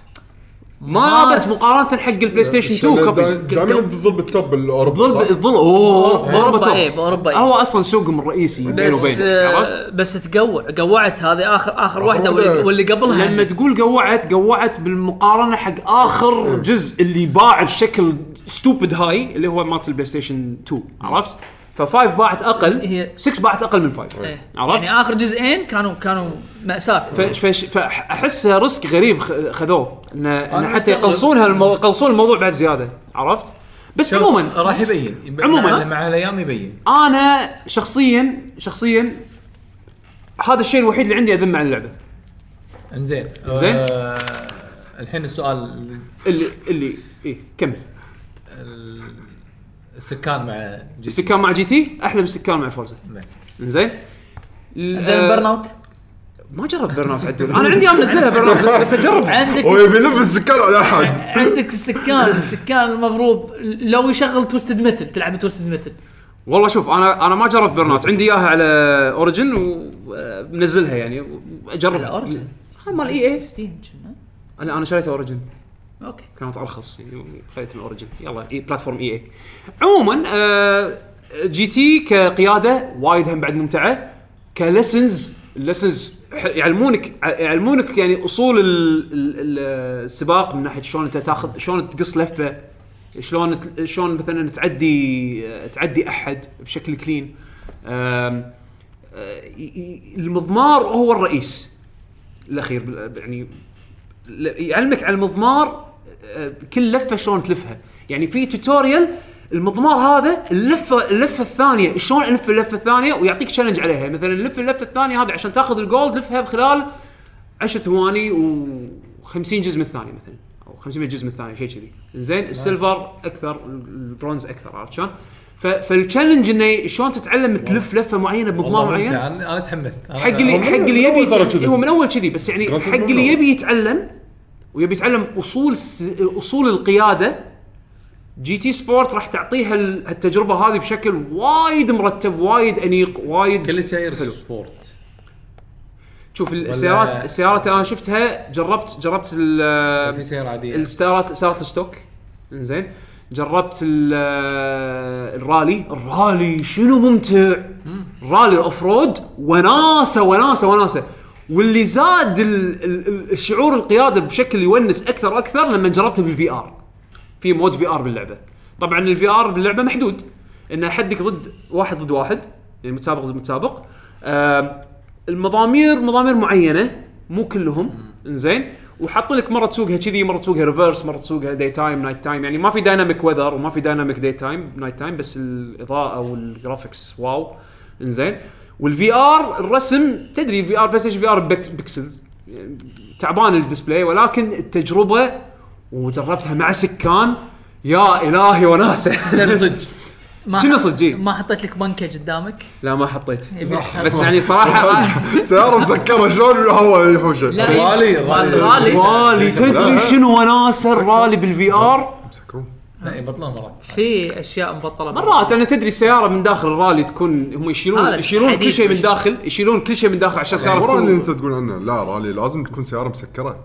A: ما
D: ما
A: ادت
D: س-
A: مقارنه حق البلاي ستيشن 2 كوبيز
C: دائما انت تضرب التوب الاوروبي
A: ظل
C: صح؟
A: ظل اوه
D: أوروبا
A: توب.
D: إيه، بأوروبا إيه.
A: هو اصلا سوقهم الرئيسي بينه
D: بس
A: وبين عرفت؟
D: آه بس تقوع قوعت هذه اخر اخر واحده
C: واحدة.
D: واللي, واللي قبلها يعني.
A: لما تقول قوعت قوعت بالمقارنه حق
D: إيه.
A: اخر جزء اللي باع بشكل ستوبد هاي اللي هو مالت البلاي ستيشن 2 عرفت؟ ففايف باعت اقل
D: هي-
A: 6 باعت اقل من فايف
D: إيه.
A: عرفت؟
D: يعني اخر جزئين كانوا كانوا ماساه
A: فش- فش- فاحس ريسك غريب خ- خذوه انه إنه حتى
F: مستغرب.
A: يقلصون هالمو... يقلصون الموضوع بعد زياده عرفت؟ بس
F: شوف،
D: أه.
A: عموما
F: راح يبين يب-
A: عموماً،
F: مع,
A: ها؟
F: مع الايام يبين
A: انا شخصيا شخصيا هذا الشيء الوحيد اللي عندي اذمه عن اللعبه
F: انزين
A: زين.
F: آه الحين السؤال
A: اللي اللي اي كمل
F: السكان مع جي
A: السكان مع جي تي احلى من السكان مع فورزا
F: بس
A: زين
D: زين برن اوت
A: ما جربت برن اوت عدل انا آه، عندي اياها منزلها برن اوت بس بس اجرب
D: عندك
C: هو يبي يلف السكر على احد
D: عندك السكان السكان المفروض لو يشغل توستد متل تلعب توستد متل
A: والله شوف انا انا ما جربت برن اوت عندي اياها على اوريجن ومنزلها يعني اجرب
D: على Origin؟
A: هذا مال اي اي
D: ستيم
A: انا انا شريتها اوريجن
D: اوكي
A: كانت ارخص يعني خذيت من اوريجن يلا اي بلاتفورم اي اي عموما آه جي تي كقياده وايد هم بعد ممتعه كلسنز اللسنز ح- يعلمونك ع- يعلمونك يعني اصول ال- ال- ال- السباق من ناحيه شلون انت تاخذ شلون تقص لفه شلون ت- شلون مثلا تعدي تعدي احد بشكل كلين آم، آه، ي- ي- المضمار هو الرئيس الاخير بال- يعني ل- يعلمك على المضمار آه، كل لفه شلون تلفها يعني في توتوريال المضمار هذا اللفه اللفه الثانيه شلون الف اللفه الثانيه ويعطيك تشالنج عليها مثلا لف اللفه الثانيه هذه عشان تاخذ الجولد لفها بخلال 10 ثواني و50 جزء من الثانيه مثلا او 500 جزء من الثانيه شيء كذي زين السيلفر اكثر البرونز اكثر عرفت شلون؟ ف- فالتشالنج انه شلون تتعلم تلف لفه معينه بمضمار
F: والله
A: معين
F: ممتع انا أنا تحمست أنا-
A: حق اللي
C: من-
A: حق اللي
C: من أول ترى
A: يبي
C: كذي.
A: هو من اول كذي بس يعني
C: Grand Theft
A: حق
C: Auto.
A: اللي يبي يتعلم ويبي يتعلم اصول الس- اصول القياده جي تي سبورت راح تعطيها ال- التجربه هذه بشكل وايد مرتب وايد انيق وايد
F: كل سيارة
A: حلو.
F: سبورت
A: شوف السيارات السيارات اللي انا شفتها جربت جربت ال-
F: في سيارة عادية
A: السيارات سيارات الستوك زين جربت ال- الرالي الرالي شنو ممتع رالي الاوف رود وناسه وناسه وناسه واللي زاد ال- ال- ال- الشعور القياده بشكل يونس اكثر واكثر لما جربته بالفي ار في مود في ار باللعبه طبعا الفي ار باللعبه محدود ان حدك ضد واحد ضد واحد يعني متسابق ضد متسابق آم، المضامير مضامير معينه مو كلهم انزين وحاط لك مره تسوقها كذي مره تسوقها ريفرس مره تسوقها داي تايم نايت تايم يعني ما في دايناميك وذر وما في دايناميك داي تايم نايت تايم بس الاضاءه والجرافكس واو انزين والفي ار الرسم تدري الفي ار بلاي ستيشن في ار بيكسلز يعني تعبان الديسبلاي ولكن التجربه وجربتها مع سكان يا الهي وناسه صدق
D: ما
A: شنو صجي؟
D: ما حطيت لك بنكج قدامك
A: لا ما حطيت إيه. بس يعني صراحه
C: سياره مسكره شلون هو يحوشه
D: لا
F: غالي،
D: يس-
F: غالي.
D: غالي
A: رالي تدري شنو وناسه الرالي بالفي ار
C: مسكرون
F: لا يبطلون مرات
D: في اشياء مبطله
A: مرات انا تدري السياره من داخل الرالي تكون هم يشيلون
D: هذا
A: يشيلون كل
D: حديد
A: شيء من
D: مش-
A: داخل يشيلون كل شيء من داخل عشان السياره
C: ورا اللي
A: تكون
C: انت تقول عنه لا رالي لازم تكون سياره مسكره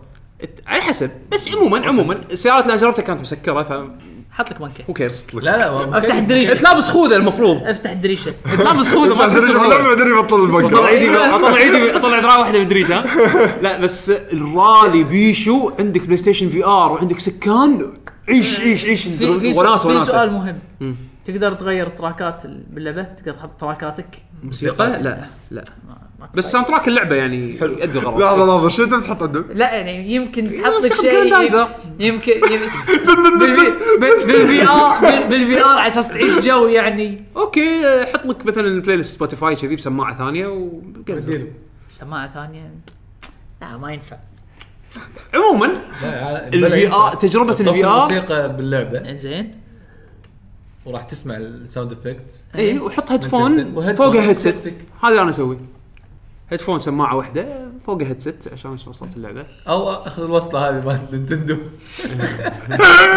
A: على حسب بس عموما عموما السيارات اللي انا جربتها كانت مسكره ف
D: حط لك بنكج
A: هو كيرز
F: لا لا ما-
D: افتح الدريشه
A: تلابس خوذه المفروض
D: افتح الدريشه
A: تلابس خوذه ما تحس
C: تدري
A: بالهواء.
C: اللعبه ادري بطل
A: اطلع
C: البقره
A: ايدي اطلع ايدي اطلع دراعه واحده من الدريش ها لا بس الرالي بيشو عندك بلاي ستيشن في ار وعندك سكان عيش عيش عيش
D: في في سؤال,
A: وناس
D: في
A: وناس
D: سؤال مهم تقدر تغير تراكات ال- باللعبه تقدر تحط تراكاتك
A: موسيقى لا لا بس ساوند تراك اللعبه يعني يؤدي الغرض
C: لحظه لحظه شنو تبي تحط عنده؟
D: لا يعني يمكن تحط لك
A: بس
D: شيء
A: جراندايزر.
D: يمكن يمكن بالفي ار بالفي ار على اساس تعيش جو يعني
A: اوكي حط لك مثلا بلاي ليست سبوتيفاي كذي بسماعه ثانيه وقزر
D: سماعه ثانيه لا ما ينفع
A: عموما
F: لا،
A: الفي ار تجربه
F: تضف
A: الفي ار
F: الموسيقى باللعبه
D: زين
F: وراح تسمع الساوند افكت
A: اي إيه، وحط هيدفون فوقه هيدسيت هذا اللي انا اسويه هيدفون سماعه واحده فوقه هيدسيت عشان اسمع صوت اللعبه
F: او اخذ الوصله هذه مال نينتندو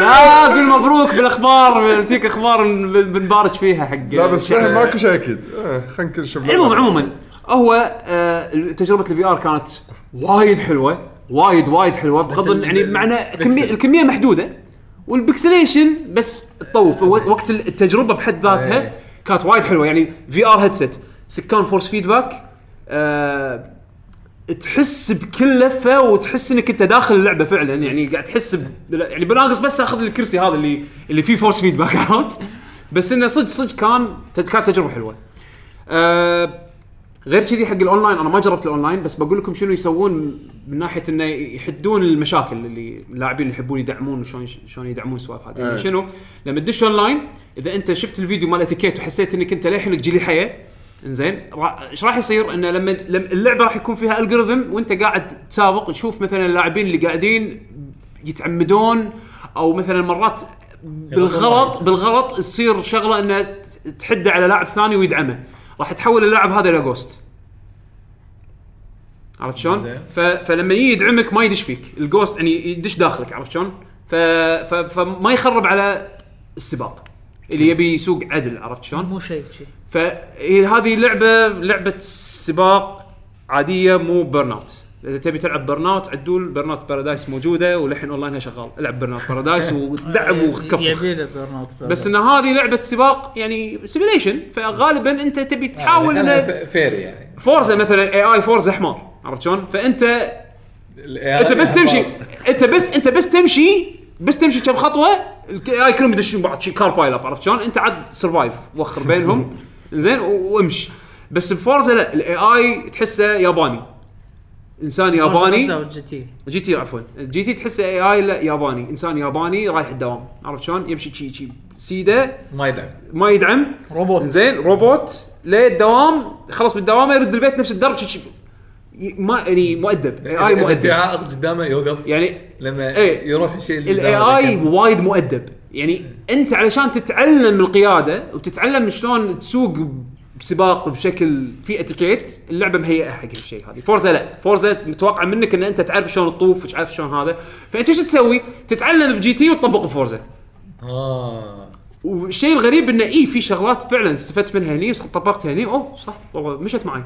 A: لا قول مبروك بالاخبار بنسيك اخبار بن- بنبارك فيها حق
C: لا بس
A: الشعب.
C: فهم ماكو شيء اكيد آه، خلينا كل شيء
A: المهم عموما إيه، هو آه، تجربه الفي ار كانت وايد حلوه وايد وايد حلوه بغض
F: ال-
A: الن- يعني معنى
F: البكسل.
A: الكميه الكميه محدوده والبكسليشن بس تطوف و- وقت التجربه بحد ذاتها
F: إيه.
A: كانت وايد حلوه يعني في ار هيدسيت سكان فورس فيدباك آه، تحس بكل لفه وتحس انك انت داخل اللعبه فعلا يعني قاعد تحس ب... يعني بناقص بس اخذ الكرسي هذا اللي اللي فيه فورس فيدباك عرفت؟ بس انه صدق صدق كان كانت تجربه حلوه. آه غير كذي حق الاونلاين انا ما جربت الاونلاين بس بقول لكم شنو يسوون من ناحيه انه يحدون المشاكل اللي اللاعبين اللي يحبون يدعمون شلون شلون يدعمون السوالف هذه يعني شنو لما تدش اونلاين اذا انت شفت الفيديو مال اتيكيت وحسيت انك انت للحين تجيلي حيه انزين را- ايش راح يصير انه لما لما اللعبه راح يكون فيها الجوريثم وانت قاعد تسابق تشوف مثلا اللاعبين اللي قاعدين يتعمدون او مثلا مرات بالغلط بالغلط تصير شغله انه ت- تحده على لاعب ثاني ويدعمه راح تحول اللاعب هذا الى جوست عرفت شلون؟
F: زين.
A: ف... فلما يجي يدعمك ما يدش فيك، الجوست يعني يدش داخلك عرفت شلون؟ ف... ف... فما يخرب على السباق اللي يبي يسوق عدل عرفت شلون؟ إيه،
D: مو شيء شيء
A: فهذه لعبه لعبه سباق عاديه مو برن اوت اذا تبي تلعب برن اوت عدول برن اوت بارادايس موجوده ولحين اونلاينها شغال العب برن اوت بارادايس ودعم وكفخ
D: يعني يبي له برن أوت برن
A: بس
D: أوت.
A: ان هذه لعبه سباق يعني سيميليشن فغالبا انت تبي تحاول
E: يعني
A: إنه-
F: فير يعني
A: فورزا مثلا اي اي فورزا حمار عرفت شلون؟ فانت انت
F: انت
A: بس تمشي انت بس انت بس تمشي بس تمشي كم خطوه الك- هاي كلهم يدشون بعض شي كار بايل اب عرفت شلون؟ انت عاد سرفايف وخر بينهم زين و- وامشي بس بفورزا لا الاي اي تحسه ياباني انسان
D: قصده
A: ياباني
D: والجي تي.
A: جي تي عفوا جي تي تحسه اي اي لا ياباني انسان ياباني رايح الدوام عرفت شلون؟ يمشي شي شي سيده
F: ما يدعم
A: ما يدعم
D: روبوت
A: زين روبوت للدوام خلص بالدوام يرد البيت نفس الدرب شي- شي- ي- ما يعني مؤدب اي اي
F: إذا في
A: مؤدب
F: عائق قدامه يوقف
A: يعني
F: لما
A: إيه.
F: يروح الشيء اللي
A: الاي
F: قدامه
A: اي
F: يكمل.
A: وايد مؤدب يعني انت علشان تتعلم القياده وتتعلم شلون تسوق بسباق بشكل في اتيكيت اللعبه مهيئه حق هالشيء هذه فورزا لا فورزا متوقع منك ان انت تعرف شلون تطوف وتعرف شلون هذا فانت شو تسوي تتعلم بجي تي وتطبق بفورزا
E: آه.
F: اه
A: والشيء الغريب انه اي في شغلات فعلا استفدت منها هني طبقتها هني اوه صح والله مشت معي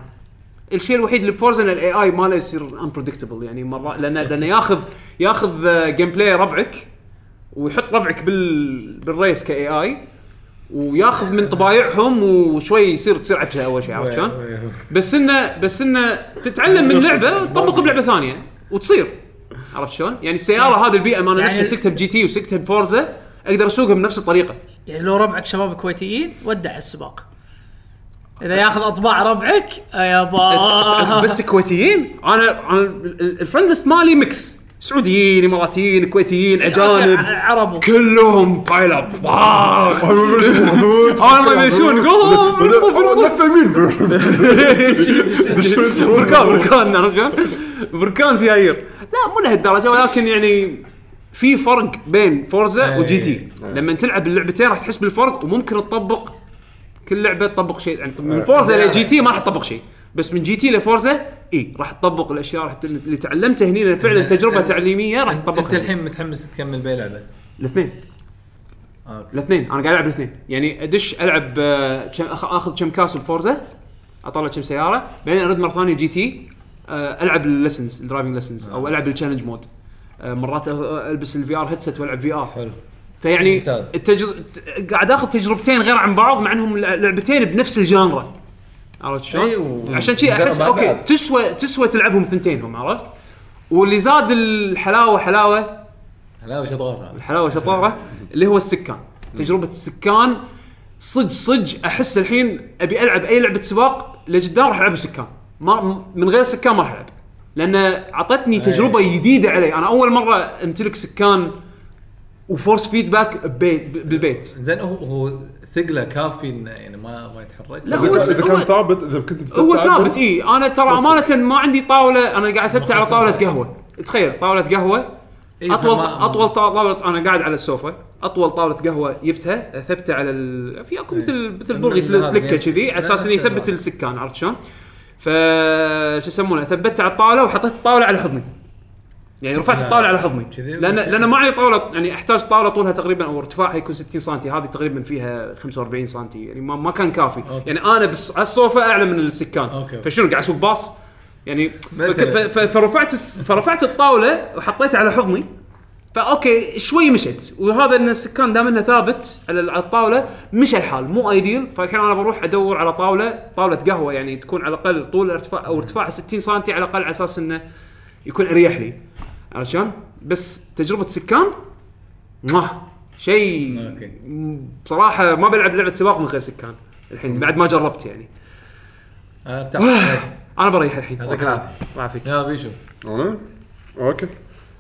A: الشيء الوحيد اللي بفورزا ان الاي اي ماله يصير انبريدكتبل يعني مره لان لانه ياخذ ياخذ جيم بلاي ربعك ويحط ربعك بال بالريس كاي اي وياخذ من طبايعهم وشوي يصير تصير عبشه اول شيء عرفت شلون؟ بس انه بس انه تتعلم من لعبه وتطبق بلعبه ثانيه وتصير عرفت شلون؟ يعني السياره هذه البيئه ما انا
D: يعني-
A: نفسي سكتها بجي تي وسكتها بفورزا اقدر اسوقها بنفس الطريقه
D: يعني لو ربعك شباب كويتيين ودع السباق اذا ياخذ اطباع ربعك آه، يابا
A: بس كويتيين انا انا الفرند ليست مالي ميكس سعوديين اماراتيين كويتيين اجانب
D: أوكي، عرب.
A: كلهم بايل اب واو.
C: اه
A: ما يمشون، قوم، طب، طب.
C: لفه يمين
A: بركان بركان عرفت شلون؟ بركان سيايير لا مو لهالدرجه ولكن يعني في فرق بين فورزا وجي تي لما تلعب اللعبتين راح تحس بالفرق وممكن تطبق كل لعبه تطبق شيء يعني من فورزا لجي تي ما راح تطبق شيء بس من جي تي لفورزا اي راح تطبق الاشياء راح ت- اللي تعلمتها هنا لأن فعلا تجربه تعليميه راح
E: انت
A: تطبقها هنا.
E: الحين متحمس تكمل باي لعبه
A: الاثنين الاثنين انا قاعد العب الاثنين يعني ادش العب آه، كم- أخ- اخذ كم كاس بفورزا اطلع كم سياره بعدين ارد مره ثانيه جي تي آه، العب الليسنز الدرايفنج ليسنز او العب التشالنج مود آه، مرات أ- البس الفي ار هيدسيت والعب في ار حلو فيعني
E: ممتاز.
A: التجر... ت- قاعد اخذ تجربتين غير عن بعض مع انهم لع- لعبتين بنفس الجانرا عرفت شلون؟
E: أيوه.
A: عشان شي احس
E: مع
A: اوكي
E: بعض.
A: تسوى تسوى تلعبهم ثنتينهم عرفت؟ واللي زاد الحلاوه حلاوه
F: لا وش اضغط هذا
A: الحلاوه شطاره اللي هو السكان تجربه السكان صج صج احس الحين ابي العب اي لعبه سباق لقدام راح العب سكان ما م- من غير سكان ما راح العب لان اعطتني تجربه جديده علي انا اول مره امتلك سكان وفورس فيدباك ببيت بالبيت
F: زين هو هو ثقله كافي انه يعني ما ما يتحرك
A: لا، هو
C: اذا
A: س-
C: إذا
A: هو-
C: كان ثابت اذا كنت مثبت
A: هو
C: عدل،
A: ثابت اي انا ترى امانه ما عندي طاوله انا قاعد اثبت على
F: مخصص.
A: طاوله قهوه تخيل طاوله قهوه
F: إيه،
A: اطول
F: فما-
A: اطول طاوله انا قاعد على السوفا اطول طاوله قهوه جبتها ثبتها على ال... في اكو مثل مثل برغي
F: إنه إيه. هذا
A: تلكه
F: يمسك.
A: كذي على اساس
F: لا،
A: انه
F: نفس
A: يثبت
F: الوضع.
A: السكان عرفت شلون؟ ف شو يسمونه ثبتها على الطاوله وحطيت الطاوله على حضني يعني رفعت الطاوله على حضني
F: كذي
A: لان
F: وكذي.
A: لان ما عندي طاوله يعني احتاج طاوله طولها تقريبا او ارتفاعها يكون 60 سم هذه تقريبا فيها 45 سم يعني ما, ما كان كافي
F: أوكي.
A: يعني انا بس على السوفا اعلى من السكان
F: أوكي، أوكي.
A: فشنو قاعد اسوق باص يعني فك-
F: مثلاً.
A: ف- ف- فرفعت الس- فرفعت الطاوله وحطيتها على حضني فاوكي شوي مشت وهذا ان السكان دام انه ثابت على على الطاوله مش الحال مو ايديل فالحين انا بروح ادور على طاوله طاوله قهوه يعني تكون على الاقل طول ارتفاع او ارتفاعها 60 سم على الاقل على اساس انه يكون اريح لي عرفت شلون؟ بس تجربه سكان مه شيء
F: أوكي.
A: م- بصراحه ما بلعب لعبه سباق من غير سكان الحين بعد ما جربت يعني
E: آه،
A: آه.
F: ارتاح
E: إيه.
A: انا بريح الحين
F: يعطيك العافيه
A: الله يعافيك
F: يلا بيشو
C: أه؟ اوكي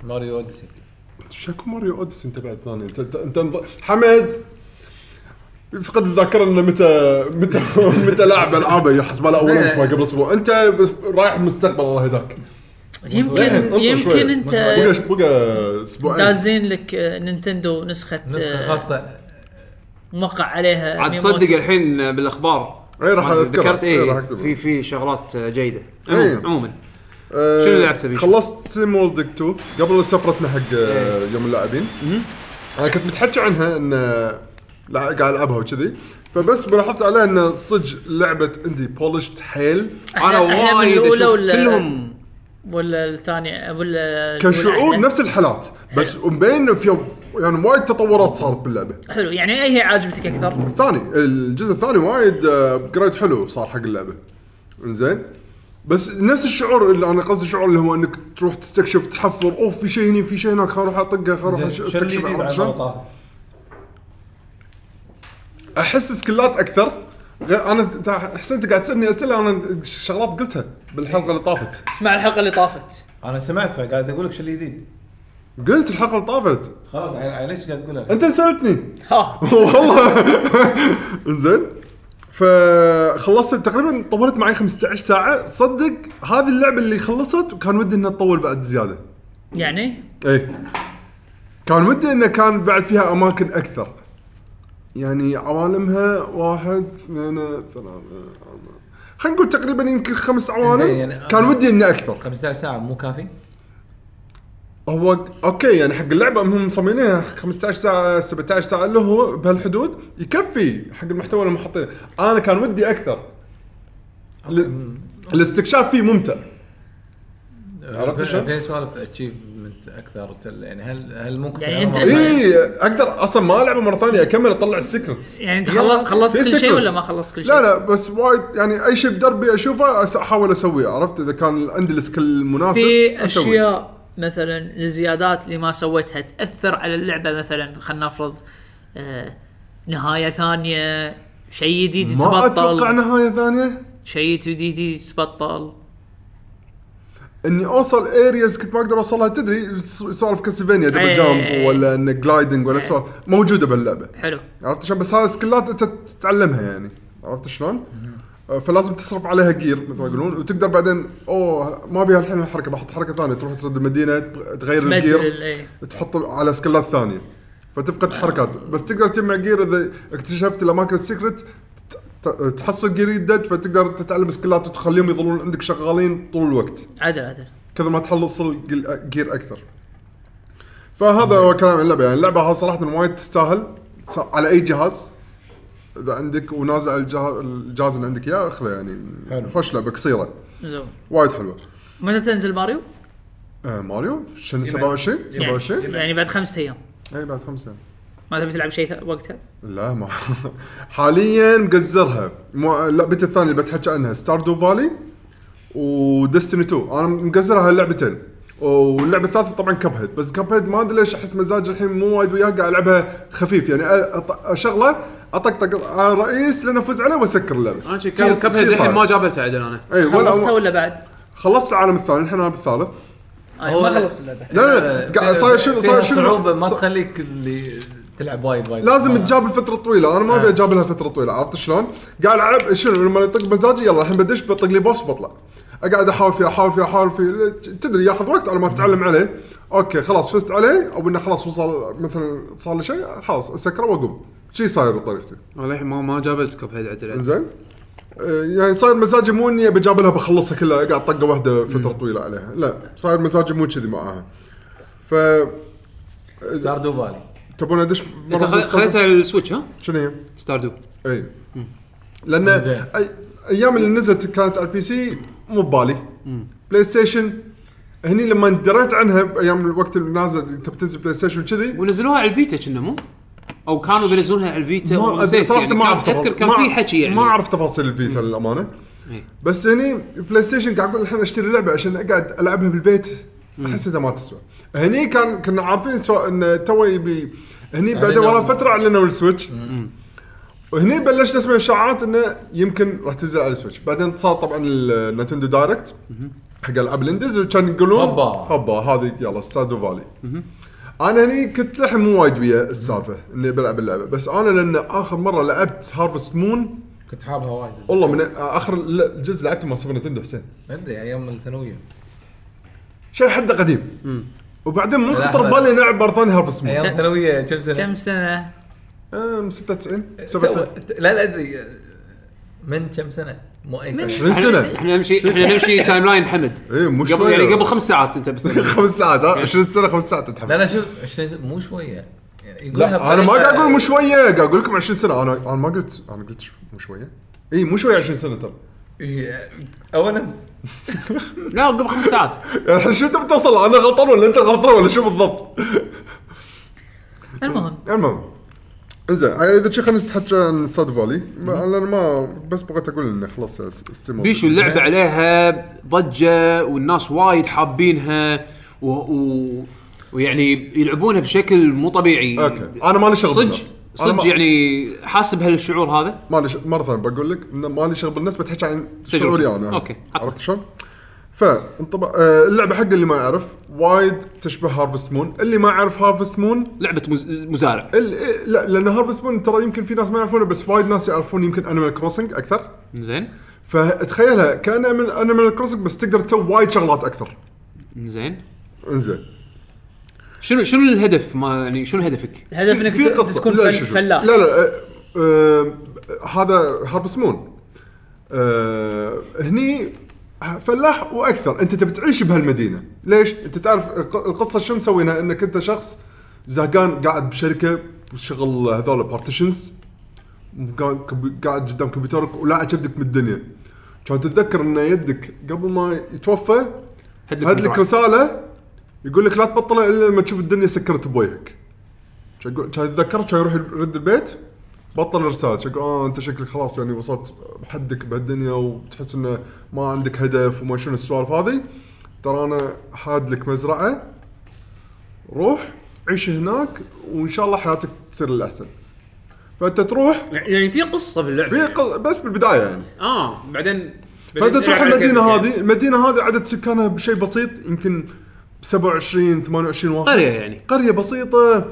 F: ماريو اوديسي
A: آه.
C: شكو ماريو اوديسي انت بعد ثاني انت انت, انت انض... حمد فقد الذاكره انه متى متى متى لاعب العابه يحسب له اول امس ما قبل اسبوع انت بس- رايح المستقبل الله يهداك
D: يمكن
C: انطر شوي.
D: يمكن انت
C: بقى بقى اسبوعين
D: دازين لك آه، نينتندو نسخه
E: نسخه
D: آه،
E: خاصه
D: موقع عليها
A: عاد
D: ميموتو.
A: تصدق الحين بالاخبار
C: اي راح
A: ما
C: اذكرها
A: ذكرت
C: اي راح
A: ايه
C: اكتبها
A: في في شغلات جيده
C: إيه.
A: عموما عموما
C: آه،
A: شنو لعبت أبي؟
C: خلصت سيم وولدك 2 قبل سفرتنا حق آه، يوم اللاعبين انا كنت متحكي عنها ان آه، لا- قاعد العبها وكذي فبس لاحظت عليها ان صدق لعبه اندي بولشت حيل
A: انا
D: أحلى- أحلى من
A: وايد
D: الأولى
A: أشوف
D: ولا-
A: كلهم
D: ولا الثانيه ولا
C: كشعور
D: ولا أحلى.
C: نفس الحالات بس
E: إيه.
C: مبين انه في يعني وايد تطورات صارت باللعبه
D: حلو يعني اي هي عاجبتك اكثر؟
C: الثاني الجزء الثاني وايد آه، ابجريد حلو صار حق اللعبه زين بس نفس الشعور اللي انا قصدي الشعور اللي هو انك تروح تستكشف تحفر اوف في شيء هني في شيء هناك خل اروح اطقه خل اروح أش-
E: زين، شو اللي
C: استكشف
E: جديد
C: عرفت
E: عن
C: شلون؟
E: مرة
C: احس سكلات اكثر غ- انا تع- حسيت قاعد تسالني اسئله انا ش- شغلات قلتها بالحلقه اللي طافت
D: اسمع الحلقه اللي طافت
E: طافت؟ انا سمعت فقاعد اقول لك شو اللي جديد
C: قلت الحلقه اللي طافت
E: خلاص ع- ليش قاعد تقول لك؟
C: انت سالتني
D: ها
C: والله انزين فخلصت تقريبا طولت معي 15 ساعه صدق هذه اللعبه اللي خلصت وكان ودي انها تطول بعد زياده
D: يعني
C: اي كان ودي انه كان بعد فيها اماكن اكثر يعني عوالمها واحد اثنين ثلاثة أربعة خلينا نقول تقريبا يمكن خمس عوالم
E: زين، يعني
C: كان
E: بس-
C: ودي انه اكثر
E: 15 ساعه مو كافي؟
C: هو اوكي يعني حق اللعبه هم مصممينها 15 ساعه 17 ساعه اللي هو بهالحدود يكفي حق المحتوى اللي محطينه انا كان ودي اكثر ال- الاستكشاف فيه ممتع عرفت شلون؟
E: في سوالف اتشيفمنت اكثر تل- يعني هل هل ممكن
D: يعني أنت-
E: تعمل-
C: اي اقدر اصلا إيه، ما العبه مره ثانيه اكمل اطلع السكرتس
D: يعني انت
E: يلا،
D: خلص- خلصت
C: في
D: كل شيء
C: secrets.
D: ولا ما خلصت كل شيء؟
C: لا لا بس وايد يعني اي شيء بدربي اشوفه أس- احاول اسويه عرفت اذا كان عندي السكيل المناسب
D: في
C: أسوي.
D: اشياء مثلا الزيادات اللي ما سويتها تاثر على اللعبه مثلا خلينا نفرض آه نهايه ثانيه شيء جديد
C: ما اتوقع
D: يتبطل
C: نهايه ثانيه
D: شيء جديد يتبطل
C: اني اوصل ارياز كنت ما اقدر اوصلها تدري س- سوالف كاسلفينيا دبل
D: أي.
C: جامب ولا انه جلايدنج ولا سوالف موجوده باللعبه
D: حلو
C: عرفت شلون بس هذه سكلات انت تتعلمها يعني عرفت شلون؟ آه، فلازم تصرف عليها جير مثل ما يقولون وتقدر بعدين اوه ما بيها الحين الحركه بحط حركه ثانيه تروح ترد المدينه تب- تغير
D: تبدل
C: الجير
D: اي
C: تحط على سكلات ثانيه فتفقد حركات بس تقدر تجمع جير اذا اكتشفت الاماكن السكرت ت- ت- تحصل جير يدد فتقدر تتعلم سكلات وتخليهم يظلون عندك شغالين طول الوقت
D: عدل عدل
C: كذا ما تحصل جل- جير اكثر فهذا هو كلام عن اللعبه يعني اللعبه ها صراحه وايد تستاهل ص- على اي جهاز اذا عندك ونازع الجهاز, الجهاز اللي عندك اياه اخذه يعني
E: حلو.
C: خوش لعبه قصيره
D: زين
C: وايد حلوه
D: متى تنزل ماريو؟
C: آه ماريو شنو 27
D: يعني,
C: 27
D: يعني بعد خمسة ايام
C: اي إيه، بعد خمسة
D: ما تبي تلعب شيء ث- وقتها؟
C: لا ما حاليا مقزرها مو- لعبتي الثانيه اللي بتحكي عنها ستاردو فالي وديستني 2 انا مقزرها هاللعبتين واللعبه الثالثه طبعا كب هيد بس كب هيد ما ادري ليش احس مزاج الحين مو وايد وياه قاعد العبها خفيف يعني أ- أط- شغله اطقطق على الرئيس لان افوز عليه واسكر اللعبه
A: انا شي- كاب كاب هيد الحين ما جابلته عدل انا
C: اي
D: خلصتها
C: إيه، ولا
D: ولا بعد؟
C: خلصت العالم الثاني الحين انا بالثالث
D: آه ما خلصت اللعبه
C: لا لا قاعد صاير شنو
E: فيها
C: صاير شنو
E: صعوبه ما
C: ص-
E: تخليك اللي تلعب وايد وايد
C: لازم تجاب فترة طويلة انا ما
A: آه.
C: ابي اجاب لها فترة طويلة عرفت شلون؟ قاعد العب شنو لما يطق مزاجي يلا الحين بدش بطق لي بوس بطلع اقعد احاول فيه احاول فيه احاول فيه لا، تدري ياخذ وقت على ما تتعلم عليه اوكي خلاص فزت عليه او انه خلاص وصل مثلا صار لي شيء خلاص اسكره واقوم شي صاير بطريقتي
A: والله ما ما جابلت كاب هيد عدل
C: زين آه، يعني صاير مزاجي مو اني بجابلها بخلصها كلها اقعد طقه واحده فتره طويله عليها لا صاير مزاجي مو كذي معاها ف
E: ستاردو فالي
C: تبون ادش
A: انت
C: مرة
A: خل-
C: بالسالفة؟
A: خليتها على السويتش ها؟
C: شنو هي؟
A: ستاردو
C: اي لان
E: زين.
C: إيه. أي... ايام اللي نزلت كانت على البي سي مو ببالي بلاي ستيشن هني لما دريت عنها بايام الوقت اللي نازل انت بتنزل بلاي ستيشن كذي
A: ونزلوها على الفيتا كنا مو؟ او كانوا بينزلونها على الفيتا
C: ما
A: ونسيت
C: أدري صراحه
A: يعني
C: ما
A: كان-
C: اعرف
A: اذكر
C: تفاصيل
A: كان
C: ما
A: في
C: أعرف-
A: حكي يعني
C: ما اعرف تفاصيل الفيتا للامانه
A: إيه.
C: بس هني بلاي ستيشن قاعد اقول الحين اشتري لعبه عشان اقعد العبها بالبيت احس انها ما تسوى هني كان كنا عارفين سواء انه تو يبي هني بعدين ورا فتره اعلنوا السويتش وهني بلشت اسمع اشاعات انه يمكن راح تنزل على السويتش بعدين صار طبعا النتندو دايركت حق العاب الاندز وكان يقولون
F: هوبا.
C: هوبا هذه يلا سادو فالي انا هني كنت لحم مو وايد ويا السالفه اني بلعب اللعبه بس انا لان اخر مره لعبت هارفست مون
F: كنت حابها وايد
C: والله من اخر الجزء لعبته مع سوبر نتندو حسين
F: ادري ايام الثانويه
C: شيء حده قديم وبعدين مو خطر
E: لحظة.
C: بالي نلعب مره ثانيه هارفست مون
A: أيوه.
E: ايام الثانويه كم سنه؟
D: كم سنه؟
C: أم 96
A: أه،
E: تو-
C: 97
E: لا لا ادري من كم سنه؟ مو اي سنه
C: 20 سنه
A: احنا نمشي احنا نمشي تايم لاين حمد
C: اي إيه، مو
A: قبل
C: شوية.
A: يعني قبل خمس ساعات انت بت-
C: خمس ساعات ها 20 سنه خمس ساعات تتحمل
E: لا لا شوف 20 سنة، مو شويه يعني يقولها
C: لا انا ما
E: بطريقة-
C: قاعد اقول مو شويه قاعد اقول لكم 20 سنه انا انا ما قلت انا قلت شو- مو شويه اي مو شويه 20 سنه ترى
E: إيه، اول امس
A: لا قبل خمس ساعات
C: يعني الحين شو انت بتوصل انا غلطان ولا انت غلطان ولا شو بالضبط؟
D: المهم
C: المهم زين اذا شي خلينا نتحكى عن ساد فالي ما- انا ما بس بغيت اقول انه خلاص استمر
A: بيشو اللعبه عليها ضجه والناس وايد حابينها و... و... ويعني يلعبونها بشكل مو طبيعي
C: اوكي انا مالي شغل
A: صدق
C: بالناس. أنا
A: صدق
C: ما-
A: يعني حاسب هالشعور هذا
C: مالي ش... مره ثانيه بقول لك انه مالي شغل بالناس بتحكي عن
A: تجربتي.
C: شعوري انا
A: أوكي.
C: عرفت شلون؟ فانطبع آه، اللعبه حق اللي ما يعرف وايد تشبه هارفست مون اللي ما يعرف هارفست مون
A: لعبه مز... مزارع
C: ال... إيه، لا لان هارفست مون ترى يمكن في ناس ما يعرفونه بس وايد ناس يعرفون يمكن انيمال كروسنج اكثر
A: زين
C: فتخيلها كانها من انيمال كروسنج بس تقدر تسوي وايد شغلات اكثر
A: زين
C: انزين
A: شنو شنو الهدف ما يعني شنو هدفك؟
D: الهدف انك
C: في
D: ت-
C: قصة.
D: تكون
C: لا،
D: فل-
C: شوف، شوف.
D: فلاح
C: لا لا آه، آه، هذا هارفست مون آه، هني فلاح واكثر انت تبي تعيش بهالمدينه ليش انت تعرف الق- القصه شو مسوينها انك انت شخص زهقان قاعد بشركه شغل هذول بارتيشنز قاعد قدام كمبيوترك ولاعب كبدك من الدنيا كان تتذكر ان يدك قبل ما يتوفى
A: هدلك
C: هد
A: مزرعة.
C: لك رساله يقول لك لا تبطلها الا لما تشوف الدنيا سكرت بوجهك كان يقول- كان يتذكرت كان يروح يرد البيت بطل الرساله كان يقول اه انت شكلك خلاص يعني وصلت حدك بهالدنيا وتحس انه ما عندك هدف وما شنو السوالف هذه ترى انا حاد لك مزرعه روح عيش هناك وان شاء الله حياتك تصير للاحسن فانت تروح
A: يعني في قصه باللعبه
C: في قل... بس بالبدايه يعني
A: اه بعدين
C: فانت
A: بعدين
C: تروح
A: نلعب على
C: المدينه
A: كيفك
C: هذه المدينه هذه عدد سكانها بشيء بسيط يمكن 27 28 واحد
A: قرية يعني.
C: قريه بسيطه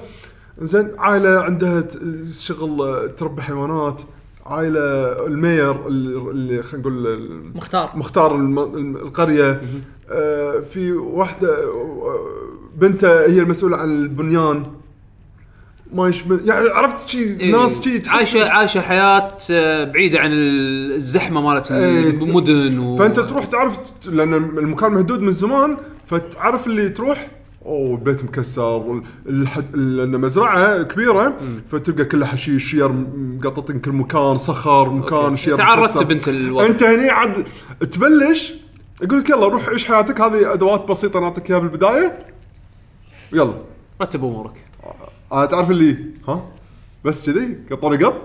C: زين عائله عندها ت- شغل تربي حيوانات عائله المير ال- اللي خلينا نقول ال-
D: مختار
C: مختار الم- الم- القريه آه، في واحده آه، بنته هي المسؤوله عن البنيان ما يشمل يعني عرفت شي
A: إيه،
C: ناس شي تحس-
A: عايشه عايشه حياه آه، بعيده عن الزحمه مالت
C: إيه، ت-
A: المدن و...
C: فانت تروح تعرف لان المكان مهدود من زمان فتعرف اللي تروح اوه البيت مكسر الحد... لان مزرعه كبيره فتلقى كلها حشيش شير مقططين كل مكان صخر مكان
A: أوكي.
C: شير
A: تعرضت
C: مكسر.
A: بنت الوضع.
C: انت هني عاد تبلش اقول لك يلا روح عيش حياتك هذه ادوات بسيطه نعطيك اياها بالبدايه يلا
A: رتب امورك
C: انا آه، تعرف اللي ها بس كذي قطوني قط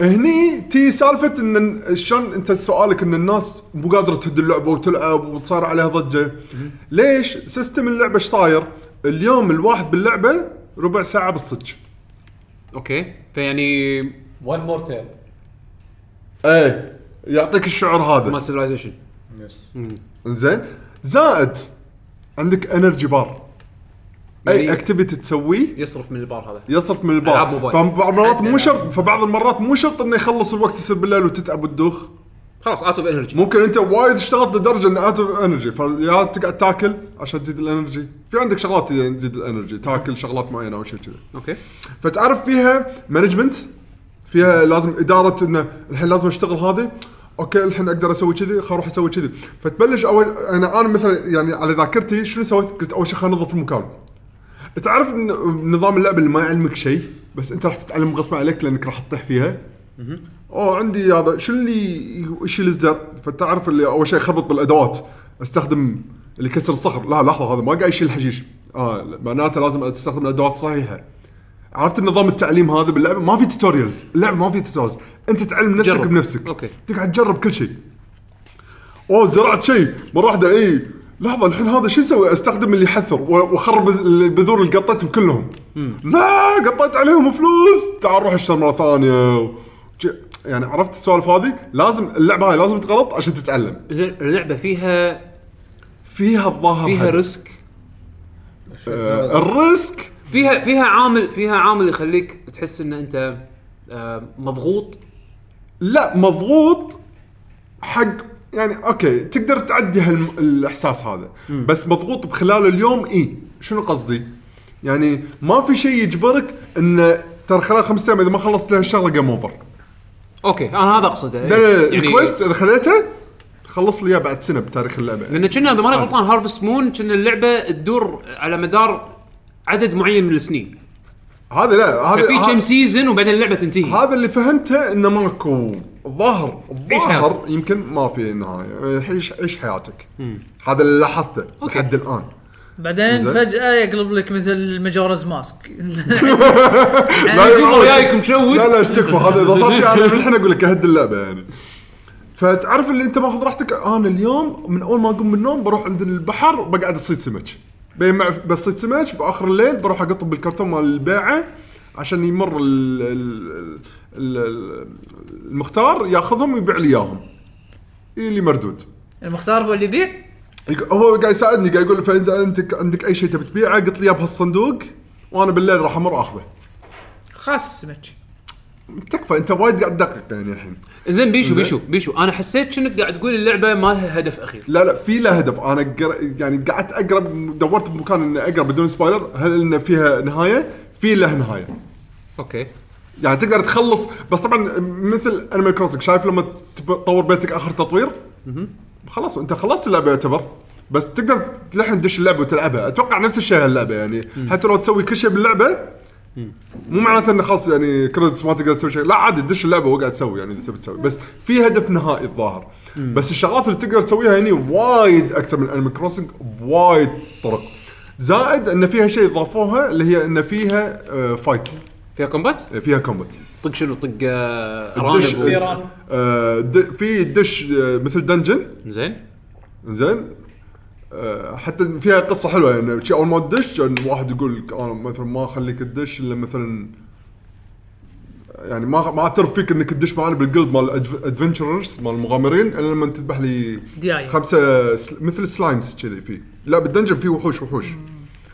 C: هني تي سالفه ان ال- شلون انت سؤالك ان الناس مو قادره تهد اللعبه وتلعب وصار عليها ضجه ليش سيستم اللعبه ايش صاير اليوم الواحد باللعبه ربع ساعه بالصج
A: اوكي فيعني
E: ون مور تيل
C: ايه يعطيك الشعور هذا
A: ما سيفلايزيشن
C: زين زائد عندك انرجي بار اي
A: يعني-
C: اكتيفيتي تسويه
A: يصرف من البار هذا
C: يصرف من
A: ألعاب
C: البار
A: موبايل.
C: فبعض المرات مو شرط فبعض المرات مو شرط انه يخلص الوقت يصير بالليل وتتعب وتدوخ
A: خلاص اوت اوف انرجي
C: ممكن انت وايد اشتغلت لدرجه ان اوت اوف انرجي فيا تقعد تاكل عشان تزيد الانرجي في عندك شغلات يعني تزيد الانرجي تاكل شغلات معينه او شيء كذا
A: اوكي
C: فتعرف فيها مانجمنت فيها لازم اداره انه الحين لازم اشتغل هذه اوكي الحين اقدر اسوي كذي خل اروح اسوي كذي فتبلش اول انا انا مثلا يعني على ذاكرتي شنو سويت؟ قلت اول شيء خل انظف المكان تعرف إن نظام اللعبه اللي ما يعلمك شيء بس انت راح تتعلم غصب عليك لانك راح تطيح فيها اوه عندي هذا شو اللي يشيل الزر فتعرف اللي اول شيء خربط بالادوات استخدم اللي يكسر الصخر لا لحظه هذا ما قاعد يشيل الحشيش اه معناته لازم استخدم الادوات الصحيحه عرفت النظام التعليم هذا باللعبه ما في توتوريالز اللعبه ما في توتوريالز انت تعلم نفسك
A: جرب.
C: بنفسك
A: أوكي.
C: تقعد تجرب كل شيء اوه زرعت شيء مره واحده اي لحظه إيه. الحين هذا شو اسوي؟ استخدم اللي يحثر و- واخرب البذور اللي قطيتهم كلهم. لا قطيت عليهم فلوس تعال روح اشتري مره ثانيه و- ج- يعني عرفت السوالف هذه؟ لازم اللعبه هاي لازم تغلط عشان تتعلم.
A: زين اللعبه فيها
C: فيها الظاهر
A: فيها
C: حد.
A: ريسك
C: آه، الريسك
A: فيها فيها عامل فيها عامل يخليك تحس ان انت آه، مضغوط
C: لا مضغوط حق يعني اوكي تقدر تعدي هالاحساس هذا بس مضغوط بخلال اليوم اي شنو قصدي؟ يعني ما في شيء يجبرك ان ترى خلال خمس ايام اذا ما خلصت لها الشغله جيم اوفر
A: اوكي انا هذا اقصده
C: لا لا
A: يعني
C: لا، الكويست اذا خذيته خلص لي إياه بعد سنه بتاريخ اللعبه
A: لان كنا اذا ماني غلطان هارفست مون كنا اللعبه تدور على مدار عدد معين من السنين
C: هذا لا هذا
A: ففي كم
C: ه-
A: سيزون وبعدين اللعبه تنتهي
C: هذا اللي فهمته انه ماكو الظاهر الظاهر
A: حياتك.
C: يمكن ما في نهايه عيش عيش حياتك هذا اللي لاحظته
A: أوكي.
C: لحد الان
D: بعدين
C: زين.
D: فجاه يقلب لك مثل ماجورز ماسك
C: لا يقول-
A: والله جايك مشوت
C: لا لا ايش تكفى هذا اذا صار شيء انا من الحين اقول لك اهد اللعبه يعني فتعرف اللي انت ماخذ راحتك انا اليوم من اول ما اقوم من النوم بروح عند البحر بقعد اصيد سمك بين مع- بصيد سمك باخر الليل بروح اقط بالكرتون مال البيعه عشان يمر ال ال ال ال- المختار ياخذهم ويبيع لي اياهم اللي مردود
D: المختار هو اللي يبيع
C: يق- هو قاعد يساعدني قاعد يقول فاذا انت عندك اي شيء تبي تبيعه قلت لي إياه بهالصندوق وانا بالليل راح امر اخذه
D: خاص السمك
C: تكفى انت وايد قاعد تدقق يعني الحين
A: زين بيشو بيشو بيشو انا حسيت كأنك قاعد تقول اللعبه ما لها هدف اخير
C: لا لا في لها هدف انا قر... يعني قعدت اقرب دورت بمكان اني اقرب بدون سبويلر هل ان فيها نهايه؟ في لها نهايه
A: اوكي
C: يعني تقدر تخلص بس طبعا مثل انيمال كروسنج شايف لما تطور بيتك اخر تطوير خلاص انت خلصت اللعبه يعتبر بس تقدر لحن تدش اللعبه وتلعبها اتوقع نفس الشيء هاللعبه يعني حتى لو تسوي كل شيء باللعبه مو معناته انه خلاص يعني كريدتس ما تقدر تسوي شيء لا عادي تدش اللعبه وقاعد تسوي يعني اذا تبي تسوي بس في هدف نهائي الظاهر بس الشغلات اللي تقدر تسويها هني وايد اكثر من انيمال كروسنج بوايد طرق زائد ان فيها شيء ضافوها اللي هي ان فيها آه، فايت
A: فيها كومبات
C: آه، فيها كومبات
A: طق شنو طق آه،
C: الدش-
A: ارانب و-
D: رانب.
C: آه، د- في دش آه، مثل دنجن
A: زين
C: زين آه، حتى فيها قصه حلوه يعني شي اول ما تدش يعني واحد يقول لك انا مثلا ما اخليك تدش الا مثلا يعني ما ما اعترف فيك انك تدش معنا بالجلد مال ادفنتشرز مال المغامرين الا لما تذبح لي
D: دياي.
C: خمسه سل... مثل سلايمز كذي فيه لا بالدنجن فيه وحوش وحوش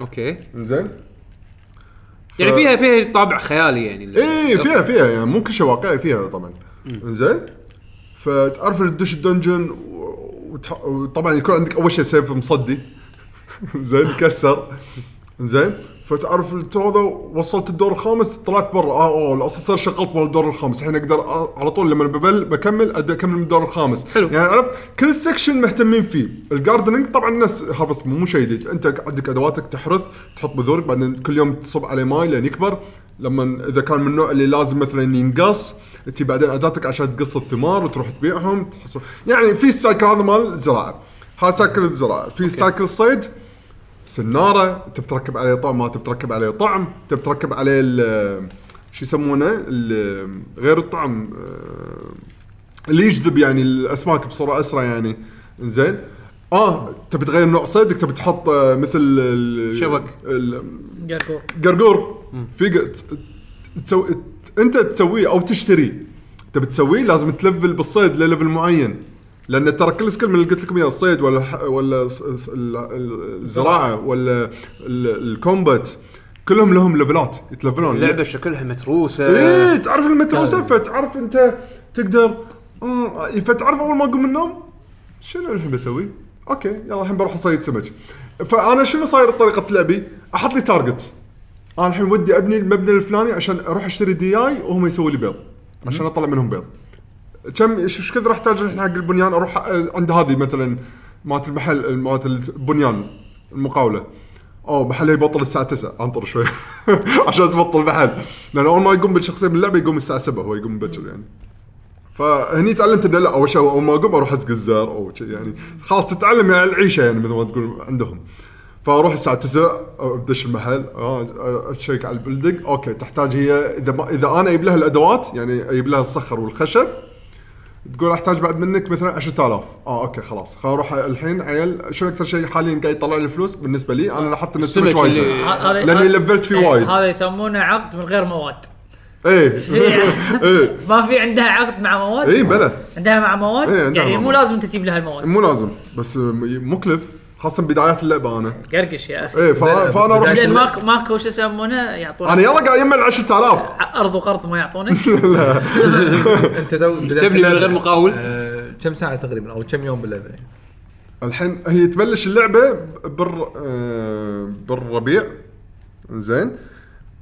A: اوكي
C: زين
A: يعني فيها فيها طابع خيالي يعني
C: ايه فيها فيها يعني مو كل شيء واقعي فيها طبعا زين فتعرف إن تدش الدنجن و- وتح- وطبعا يكون عندك اول شيء سيف مصدي زين كسر زين فتعرف الت- هذا وصلت الدور الخامس طلعت برا اه اوه اصلا صار شغلت مال الدور الخامس الحين اقدر آه، على طول لما ببل بكمل ابدا اكمل من الدور الخامس
A: حلو.
C: يعني عرفت كل سكشن مهتمين فيه الجاردنينج طبعا الناس هافست مو شيء جديد انت عندك ادواتك تحرث تحط بذورك بعدين كل يوم تصب عليه ماي لين يكبر لما اذا كان من النوع اللي لازم مثلا ينقص انت بعدين اداتك عشان تقص الثمار وتروح تبيعهم تحصل يعني في السايكل هذا مال الزراعه هذا سايكل الزراعه في سايكل الصيد سناره تبي تركب عليه طعم ما تبي تركب عليه طعم تبي تركب عليه ال- شو يسمونه ال- غير الطعم آه، اللي يجذب يعني الاسماك بصوره اسرع يعني زين اه تبي تغير نوع صيدك تبي تحط آه، مثل ال-
A: شبك.
C: ال-
D: قرقور
C: قرقور في ق- ت- تسوي ت- انت تسويه او تشتريه تبي تسويه لازم تلفل بالصيد لليفل معين لان ترى كل سكيل من اللي قلت لكم اياه الصيد ولا الح- ولا س- س- ال- ال- الزراعه ولا ال- الكومبات كلهم لهم ليفلات يتلفلون
A: اللعبه شكلها متروسه
C: ايه تعرف المتروسه فتعرف انت تقدر آه، مم، فتعرف اول ما اقوم من النوم شنو الحين بسوي؟ اوكي يلا الحين بروح اصيد سمك فانا شنو صاير طريقه لعبي؟ احط لي تارجت انا الحين ودي ابني المبنى الفلاني عشان اروح اشتري دياي وهم يسووا لي بيض عشان اطلع منهم بيض كم ايش إيش كثر احتاج الحين حق البنيان اروح أ- عند هذه مثلا مالت المحل مالت البنيان المقاوله او محله يبطل الساعه 9 انطر شوي عشان تبطل محل لان اول ما يقوم بالشخصيه من اللعبه يقوم الساعه 7 هو يقوم بكر يعني فهني تعلمت انه لا اول شيء اول ما اقوم اروح ازق الزر او شيء يعني خلاص تتعلم يعني العيشه يعني مثل ما تقول عندهم فاروح الساعه 9 ادش المحل آه، اشيك على البلدق اوكي تحتاج هي اذا ما اذا انا اجيب لها الادوات يعني اجيب لها الصخر والخشب تقول احتاج بعد منك مثلا 10000 اه اوكي خلاص خل اروح الحين عيل شنو اكثر شيء حاليا قاعد يطلع لي فلوس بالنسبه لي انا لاحظت ان
A: السمك
C: السمك وايد
A: اللي-
C: زين.
D: ه- هذا-
C: لأني
D: هذا-
C: لفلت فيه
D: إيه،
C: وايد.
D: هذا يسمونه عقد من غير مواد
C: ايه ايه
D: ما في عندها عقد مع مواد
C: ايه بلى
D: عندها مع مواد
C: إيه، عندها
D: يعني
C: مع
D: مو
C: مواد.
D: لازم انت تجيب لها المواد
C: مو لازم بس مكلف خاصه بدايات اللعبه انا
D: قرقش يا اخي
C: ايه فا-
E: زين،
C: فانا اروح
E: زين،
D: زين
C: أشتري-
D: ماكو ماكو شو يسمونه يعطونك
C: انا يلا قاعد يجمع ال 10000
D: ارض وقرض ما يعطونك
E: انت تو بدأت
A: تبني من
E: اللعبة.
A: غير مقاول.
E: آه، كم ساعه تقريبا او كم يوم باللعبه
C: الحين هي تبلش اللعبه بر آه، بالربيع زين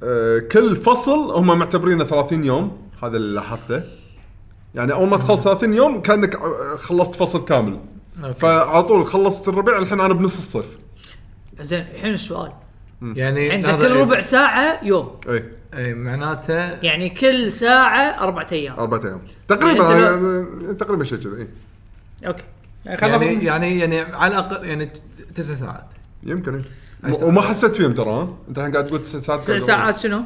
C: آه، كل فصل هم معتبرينه 30 يوم هذا اللي لاحظته يعني اول ما تخلص 30 يوم كانك آه، خلصت فصل كامل
E: أوكي.
C: فعلى طول خلصت الربيع الحين انا بنص الصيف
D: زين الحين السؤال
E: يعني
D: عندك
E: هذا
D: كل
E: إيه؟
D: ربع ساعه يوم
C: اي
E: اي معناته
D: يعني كل ساعه اربعة ايام
C: اربع ايام تقريبا
D: يعني أنت
C: يعني تقريبا شيء كذا اي
D: اوكي يعني خلنا
E: يعني يعني يعني على الاقل يعني تسع ساعات
C: يمكن إيه.
E: أشتغل.
C: وما حسيت فيهم ترى ها؟ انت الحين قاعد تقول تسع ساعات
D: تسع ساعات شنو؟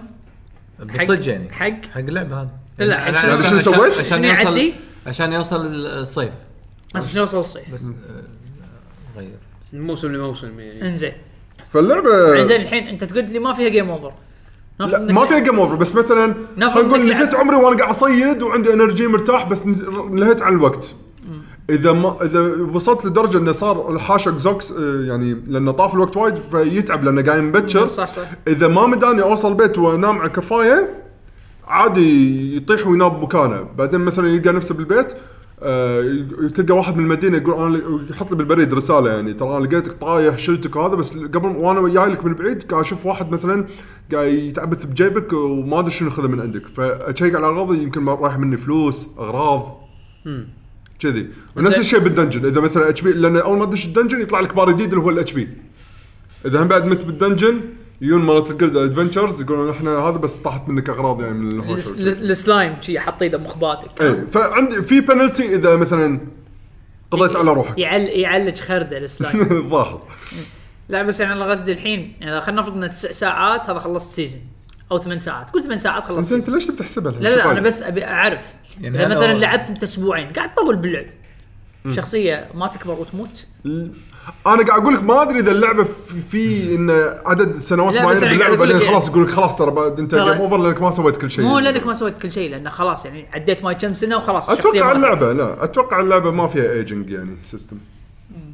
E: بالصدق يعني
D: حق
E: حق اللعبه هذا
D: لا،
E: يعني
D: حق
E: أنا-
D: شنو-
E: عشان-
C: يعني شنو
E: عشان-
C: سويت؟
E: عشان
D: شنو يعدي؟
E: يوصل عشان يوصل الصيف
D: بس نوصل الصيف
E: بس آه، غير
A: من موسم لموسم يعني
D: انزين
C: فاللعبه
D: زين الحين انت تقول لي ما فيها جيم اوفر
C: لا ما فيها جيم اوفر بس مثلا
D: نفرض
C: خلينا نقول
D: إنك
C: نسيت
D: لعبت-
C: عمري وانا قاعد اصيد وعندي انرجي مرتاح بس نز- لهيت عن الوقت اذا ما اذا وصلت لدرجه انه صار الحاشك زوكس آه، يعني لانه طاف الوقت وايد فيتعب لانه قاعد مبكر
D: صح صح
C: اذا ما مداني اوصل البيت وانام على كفايه عادي يطيح وينام بمكانه بعدين مثلا يلقى نفسه بالبيت آه، ي- تلقى واحد من المدينه يقول انا ل- يحط لي بالبريد رساله يعني ترى انا لقيتك طايح شلتك وهذا بس قبل وانا جاي لك من بعيد قاعد اشوف واحد مثلا قاعد يتعبث بجيبك وما ادري شنو خذه من عندك فاشيك على اغراضي يمكن ما رايح مني فلوس اغراض كذي ونفس
D: زين.
C: الشيء بالدنجن اذا مثلا اتش بي لان اول ما تدش الدنجن يطلع لك بار جديد اللي هو الاتش بي اذا هم بعد مت بالدنجن يجون مرات الجلد ادفنتشرز يقولون احنا هذا بس طاحت منك اغراض يعني من الهوش
D: الس- السلايم شي حط ايده مخباتك
E: إيه.
C: اي فعندي في بنالتي اذا مثلا
D: إيه.
C: قضيت على روحك
D: يعل يعلج خرده السلايم
C: الظاهر
D: لا بس يعني انا قصدي الحين اذا خلينا نفرض انه تسع ساعات هذا خلصت سيزون او ثمان ساعات قول ثمان ساعات خلصت
C: بس انت
D: سيزون
C: ليش بتحسبها الحين؟
D: لا
C: شو
D: لا انا
C: فايدة؟
D: بس ابي اعرف
E: يعني
D: اذا
E: أنا
D: مثلا
E: أول-
D: لعبت انت اسبوعين قاعد تطول باللعب شخصيه ما تكبر وتموت
C: انا قاعد اقول لك ما ادري اذا اللعبه في, في ان عدد سنوات
D: لا،
C: معينه
D: بس أنا
C: باللعبه
D: قاعد أقول لك
C: بعدين خلاص
D: يعني-
C: يقول لك خلاص ترى بعد انت
D: ترى-
C: جيم اوفر لانك ما سويت كل شيء
D: مو لانك ما سويت كل شيء لانه خلاص يعني عديت ماي كم سنه وخلاص الشخصية
C: اتوقع
D: ماتت.
C: اللعبه لا اتوقع اللعبه ما فيها ايجنج يعني سيستم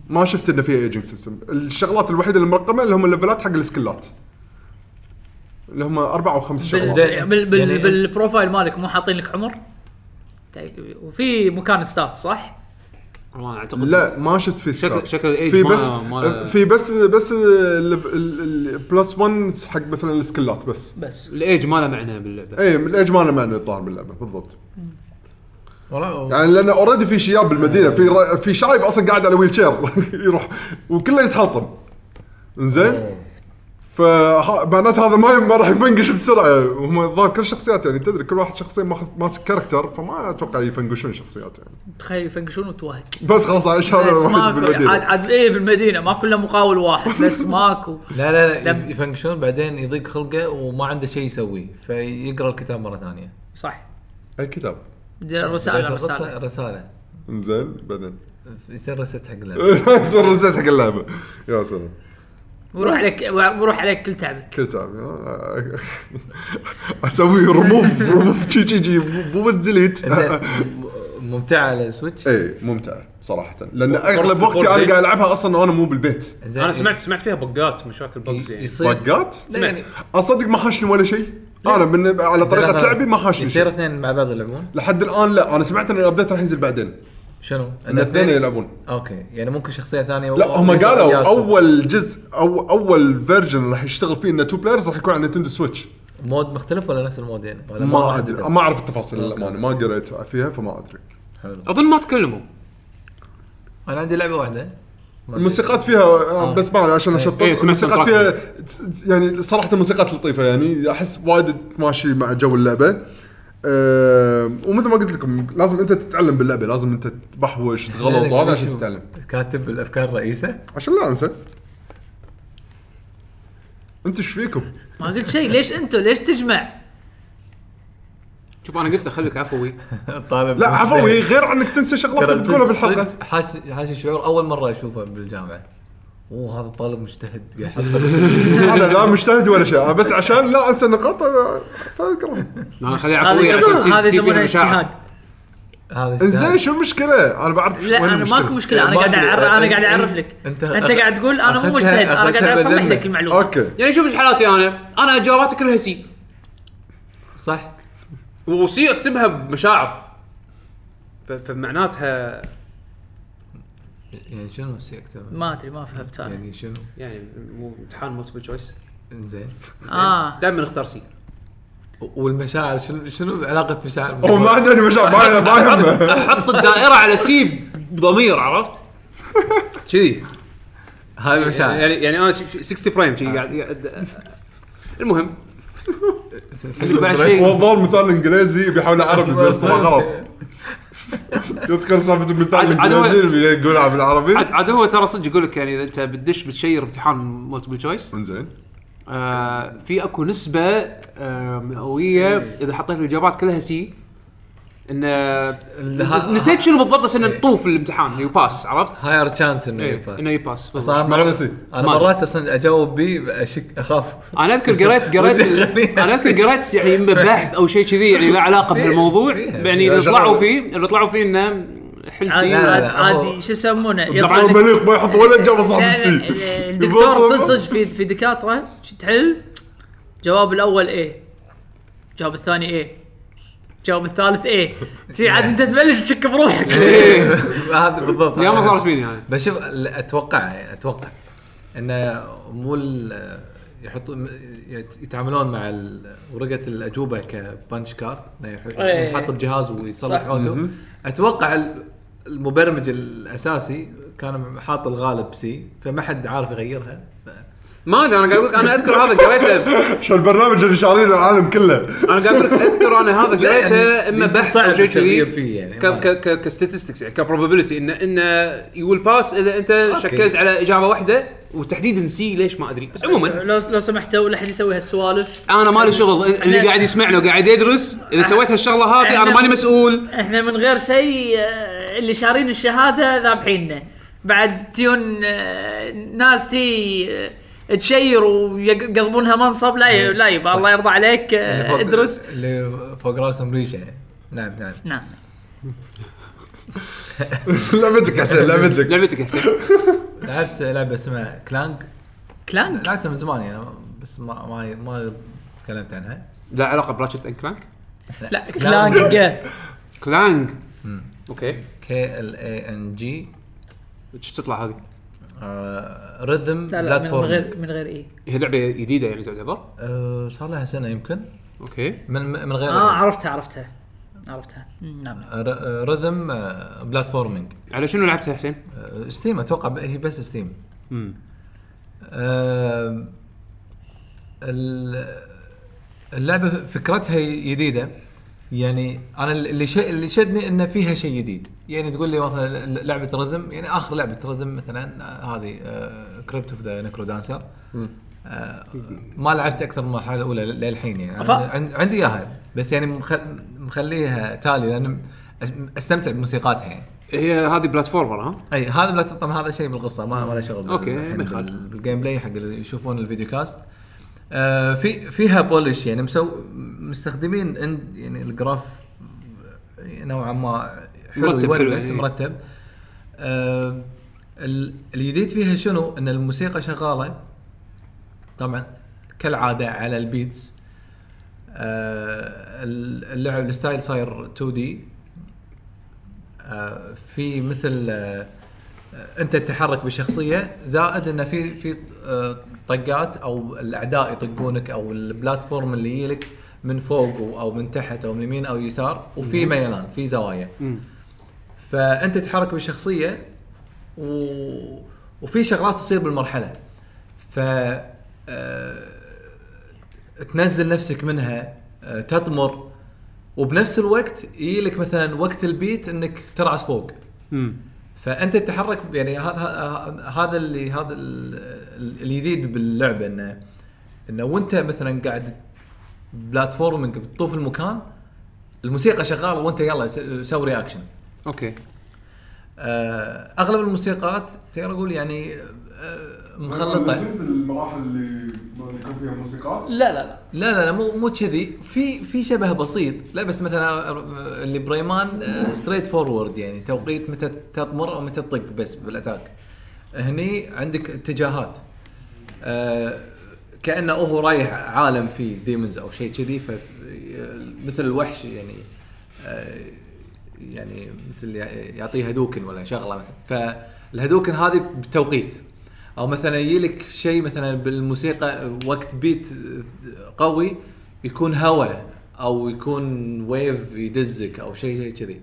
C: ما شفت انه فيها ايجنج سيستم الشغلات الوحيده المرقمه اللي هم الليفلات حق السكلات اللي هم اربع او خمس
D: بال-
C: شغلات
E: زين.
D: بال بال
E: يعني-
D: بالبروفايل مالك مو حاطين لك عمر طيب، وفي مكان ستات صح؟
A: والله اعتقد
C: لا ما شفت في
A: شكل-
C: سكلات.
A: شكل الage
C: في
A: ما-
C: بس
A: ما-
C: في بس بس البلس 1 حق مثلا السكلات بس
D: بس
A: الايج ما له معنى باللعبه
C: اي الايج ما له معنى الظاهر باللعبه بالضبط
E: والله
C: يعني لان اوريدي في شياب بالمدينه في ر- في شايب اصلا قاعد على ويل شير يروح وكله يتحطم زين فمعناته هذا ما ما راح يفنقش بسرعه وهم الظاهر كل شخصيات يعني تدري كل واحد شخصيه ماخذ ماسك كاركتر فما اتوقع يفنقشون شخصيات يعني
D: تخيل يفنقشون وتوهق
C: بس خلاص عايش هذا
D: بس
C: الوحيد
D: ماكو عاد
C: بالمدينه
D: عاد ايه بالمدينه ما كله مقاول واحد بس ماكو
E: لا لا
D: دم.
E: لا يفنكشون بعدين يضيق خلقه وما عنده شيء يسويه فيقرا الكتاب مره ثانيه
D: صح
C: اي كتاب
D: رساله رساله
E: رساله
C: زين بعدين
E: يصير ريست حق اللعبه
C: صار رزيت حق اللعبه يا سلام
D: ويروح عليك ويروح عليك كل تعبك
C: كل تعب اسوي ريموف ريموف شي شي شي مو بس ديليت
E: زين م- ممتعه على السويتش
C: اي ممتعه صراحه لان اغلب وقتي انا قاعد العبها اصلا وانا مو بالبيت
E: زين
G: انا سمعت سمعت فيها بقات مشاكل بقز يعني
E: يصير
C: طقات
E: لا يعني
C: اصدق ما حاشني ولا شيء انا من على طريقه
E: زين،
C: لعبي ما حاشني
E: يصير
C: شيء
E: اثنين مع بعض يلعبون
C: لحد الان لا انا سمعت ان الابديت راح ينزل بعدين
E: شنو؟
C: ان الاثنين يلعبون
E: اوكي يعني ممكن شخصيه ثانيه و-
C: لا هم
E: ويصير
C: قالوا
E: وياكم.
C: اول جزء او اول فيرجن راح يشتغل فيه انه تو بلايرز راح يكون على نينتندو سويتش
E: مود مختلف ولا نفس المود يعني؟ ولا
C: ما
E: واحد
C: ادري
E: يتم؟
C: ما اعرف التفاصيل للامانه ما قريت فيها فما ادري
E: حلو
A: اظن ما تكلموا
E: انا عندي لعبه واحده ما
C: الموسيقات فيها آه، بس بعد عشان اشطب
A: إيه، سمعت
C: الموسيقات
A: soundtrack.
C: فيها يعني صراحه الموسيقات لطيفه يعني احس وايد تماشي مع جو اللعبه أه ومثل ما قلت لكم لازم انت تتعلم باللعبه لازم انت تبحوش
E: أدري.
C: تغلط
E: لأنك
C: وهذا عشان
E: شوف،
C: تتعلم
E: كاتب الافكار رئيسه
C: عشان لا انسى انت ايش فيكم؟
D: ما قلت شيء ليش انتم ليش تجمع؟
A: شوف انا قلت خليك عفوي
E: طالب يعني.
C: لا عفوي غير عنك تنسى شغلات بتقولها بالحلقه
E: حاش حاش شعور اول مره اشوفه بالجامعه اوه هذا طالب مجتهد قاعد يحضر
C: انا لا مجتهد ولا شيء أنا بس عشان لا انسى نقاط أنا- فاكره
A: لا خليه
D: هذا
A: عفوي عشان
D: يسمونه
A: تصير-
D: هذا
A: تصير فيها
D: يسمونه
A: مشاعر
D: اجتهاد
E: هذا
C: زين
E: اجتهاد.
C: شو المشكله انا بعرف
D: لا
C: وين
D: انا ماكو مشكله انا
E: ما
D: قاعد
E: أدري.
D: أعر- انا قاعد اعرف
E: أنت-
D: لك
E: أنت-
D: انت قاعد تقول انا مو
E: أخذتها-
D: مجتهد انا قاعد
E: أخذتها
D: اصلح
E: بدلنا.
D: لك المعلومه
C: اوكي
A: يعني شوف ايش حالاتي انا انا جواباتي كلها سي
E: صح
A: وسي اكتبها بمشاعر ف- فمعناتها
E: يعني شنو سي اكتب
D: ما ادري ما فهمت انا
E: يعني شنو
A: يعني مو امتحان مالتيبل تشويس
E: انزين
D: اه
A: دائما اختار سي
E: والمشاعر شنو شنو علاقه مشاعر
C: هو ما عندي مشاعر ما ما يهمه
A: احط الدائره على سي بضمير عرفت؟ كذي
E: هاي المشاعر
A: يعني يعني انا 60 فريم
E: آه.
A: كذي قاعد قاعد- المهم عندك بعد
E: يعني-
A: شيء
C: والظاهر مثال انجليزي بيحاول عربي بس طلع غلط يذكر سالفه المثال
A: عاد- عاد
C: الانجليزي اللي يقولها بالعربي
A: عاد عاد هو ترى صدق يقول لك يعني اذا انت بتدش بتشير امتحان مالتيبل تشويس
C: زين
A: آه، في اكو نسبه آه، مئويه
E: إيه.
A: اذا حطيت الاجابات كلها سي ان آه،
E: ها-
A: نسيت شنو بالضبط بس انه تطوف الامتحان يباس عرفت؟
E: هاير تشانس انه
A: إيه، انه
E: يباس
A: يباس بالضبط.
E: اصلا
C: ما
E: مرات
C: نسي.
E: انا
A: ما
E: مرات اصلا اجاوب بيه اشك اخاف
A: انا اذكر قريت قريت
E: ودي أغنيها
A: انا اذكر قريت يعني يمكن بحث او شيء كذي يعني له علاقه بهالموضوع يعني اللي
C: شغلة.
A: طلعوا فيه اللي طلعوا فيه انه حل
D: عادي
A: سي
E: لا، لا،
D: عادي-
E: لا، هو-
D: عادي شو يسمونه يطلع
C: الدكتور
D: لك-
C: مليق ما يحط ولا اجابه صح
D: لا، لا،
C: بالسي
D: ال- الدكتور صدق صدق في في دكاتره شو تحل جواب الاول اي جواب الثاني اي جواب الثالث اي شي عاد انت تبلش تشك بروحك
A: إيه.
E: هذا بالضبط
A: يا ما صارت فيني يعني. انا
E: بس شوف ال- اتوقع يعني اتوقع انه مو ال- يحطون يت- يتعاملون مع ال- ورقه الاجوبه كبانش كارد إنه يح-
D: إيه.
E: ينحط بجهاز ويصلح
D: صح.
E: اوتو اتوقع ال- المبرمج الاساسي كان حاط الغالب سي فما حد عارف يغيرها
A: ما ادري انا قاعد اقول لك انا اذكر هذا قريته
C: شو البرنامج اللي شارين العالم كله
A: انا قاعد اقول لك اذكر انا هذا قريته اما
E: يمكن
A: بحث
E: يعني صعب
A: او شيء
E: التغيير
A: كذي
E: فيه يعني
A: ك ك ك كستاتستكس يعني كبروبابيلتي انه انه يو ويل باس اذا انت شكلت على اجابه واحده وتحديدا سي ليش ما ادري بس عموما
D: لو لو سمحتوا لا احد يسوي هالسوالف
A: انا مالي شغل اللي
D: إحنا-
A: قاعد يسمعنا وقاعد يدرس اذا سويت هالشغله هذه انا
D: إحنا-
A: ماني مسؤول
D: احنا من غير شيء آه، اللي شارين الشهاده ذابحيننا بعد تيون آه، ناس تي آه، تشير ويقضبونها منصب لا ي- لا يبا الله يرضى عليك آه،
E: اللي فوق-
D: ادرس
E: اللي فوق راسهم ريشه يعني نعم نعم
D: نعم
C: لعبتك حسين لعبتك
A: لعبتك يا حسين
E: لعبت لعبه اسمها كلانج
D: كلانك
E: لعبتها من زمان يعني بس ما ما ما تكلمت عنها
A: لا علاقه براتشت اند كلانك
D: لا كلانك
A: كلانج اوكي
E: كي ال اي ان جي
A: ايش تطلع هذه؟
E: ريذم
D: لا لا من من
E: بلاتفورم
D: غير من غير إيه. اي
A: هي لعبه جديده يعني تعتبر
E: آه، صار لها سنه يمكن
A: اوكي
E: من من غير
D: اه عرفتها عرفتها عرفتها مم، نعم
E: ريذم آه، بلاتفورمينج
A: على شنو لعبتها يا حسين؟
E: ستيم اتوقع ب- آه، هي بس ستيم
A: مم.
E: اللعبه فكرتها جديده يعني انا اللي ش... اللي شدني ان فيها شيء جديد يعني تقول لي مثلا ل- لعبه رذم يعني اخر لعبه رذم مثلا آه، هذه كريبت اوف ذا نكرو دانسر آه، ما لعبت اكثر من المرحله الاولى ل- للحين يعني
D: أفا.
E: أنا عن- عندي اياها بس يعني مخ... مخليها تالي لان أس- استمتع بموسيقاتها يعني
A: هي هذه بلاتفورمر ها؟
E: اي هذا لا طبعا هذا شيء بالقصه ما ما له شغل بال-
A: أوكي،
E: الحين
A: ما
E: بال-
A: يخالف.
E: بالجيم بلاي حق اللي يشوفون الفيديو كاست آه في فيها بولش يعني مسو مستخدمين إن- يعني الجراف نوعا ما حلو
A: مرتب حلو،
E: يونس
A: إيه.
E: مرتب آه ال- الجديد فيها شنو ان الموسيقى شغاله طبعا كالعاده على البيتس آه، اللعب الستايل صاير 2 دي في مثل آه، انت تتحرك بشخصيه زائد انه في في آه، طقات او الاعداء يطقونك او البلاتفورم اللي يجيلك من فوق و- او من تحت او من يمين او يسار وفي ميلان في زوايا
A: مم.
E: فانت تتحرك بشخصيه و... وفي شغلات تصير بالمرحله ف آه، تنزل نفسك منها آه، تطمر وبنفس الوقت يجيلك مثلا وقت البيت انك ترعس فوق
A: مم.
E: فانت تتحرك يعني هذا هذا اللي هذا ال- ال- الجديد باللعبه انه انه وانت مثلا قاعد بلاتفورمينج بتطوف المكان الموسيقى شغاله وانت يلا س- سوي رياكشن
A: اوكي
E: آه، اغلب الموسيقات تقدر اقول يعني آه، مخلطه
C: نزلت المراحل اللي اللي كان فيها موسيقى
D: لا لا لا
E: لا لا لا مو مو كذي في في شبه بسيط لا بس مثلا آه، اللي بريمان ستريت فورورد يعني توقيت متى تطمر او متى تطق بس بالاتاك هني عندك اتجاهات آه، كانه هو رايح عالم فيه ديمونز او شيء كذي ف آه، مثل الوحش يعني آه، يعني مثل يعطيه هدوكن ولا شغله مثلا فالهدوكن هذه بتوقيت او مثلا يجي لك شيء مثلا بالموسيقى وقت بيت قوي يكون هواء او يكون ويف يدزك او شيء شيء كذي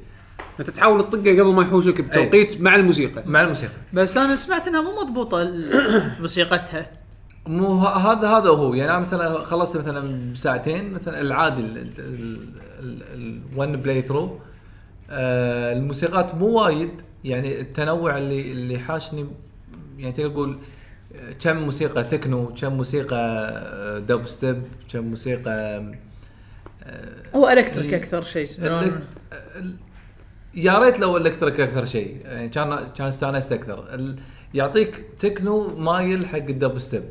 A: انت تحاول تطقه قبل ما يحوشك بتوقيت مع الموسيقى
E: مع الموسيقى
D: بس انا سمعت انها مو مضبوطه ال- موسيقتها
E: مو ه- هذا هذا هو يعني انا مثلا خلصت مثلا بساعتين مثلا العادي الون بلاي ثرو آه، الموسيقات مو وايد يعني التنوع اللي اللي حاشني يعني تقدر تقول آه، كم موسيقى تكنو كم موسيقى دب ستيب كم موسيقى
D: هو الكتريك اكثر شيء
E: الإلك- ال- يا ريت لو الكتريك اكثر شيء يعني كان كان استانست اكثر ال- يعطيك تكنو مايل حق الدب ستيب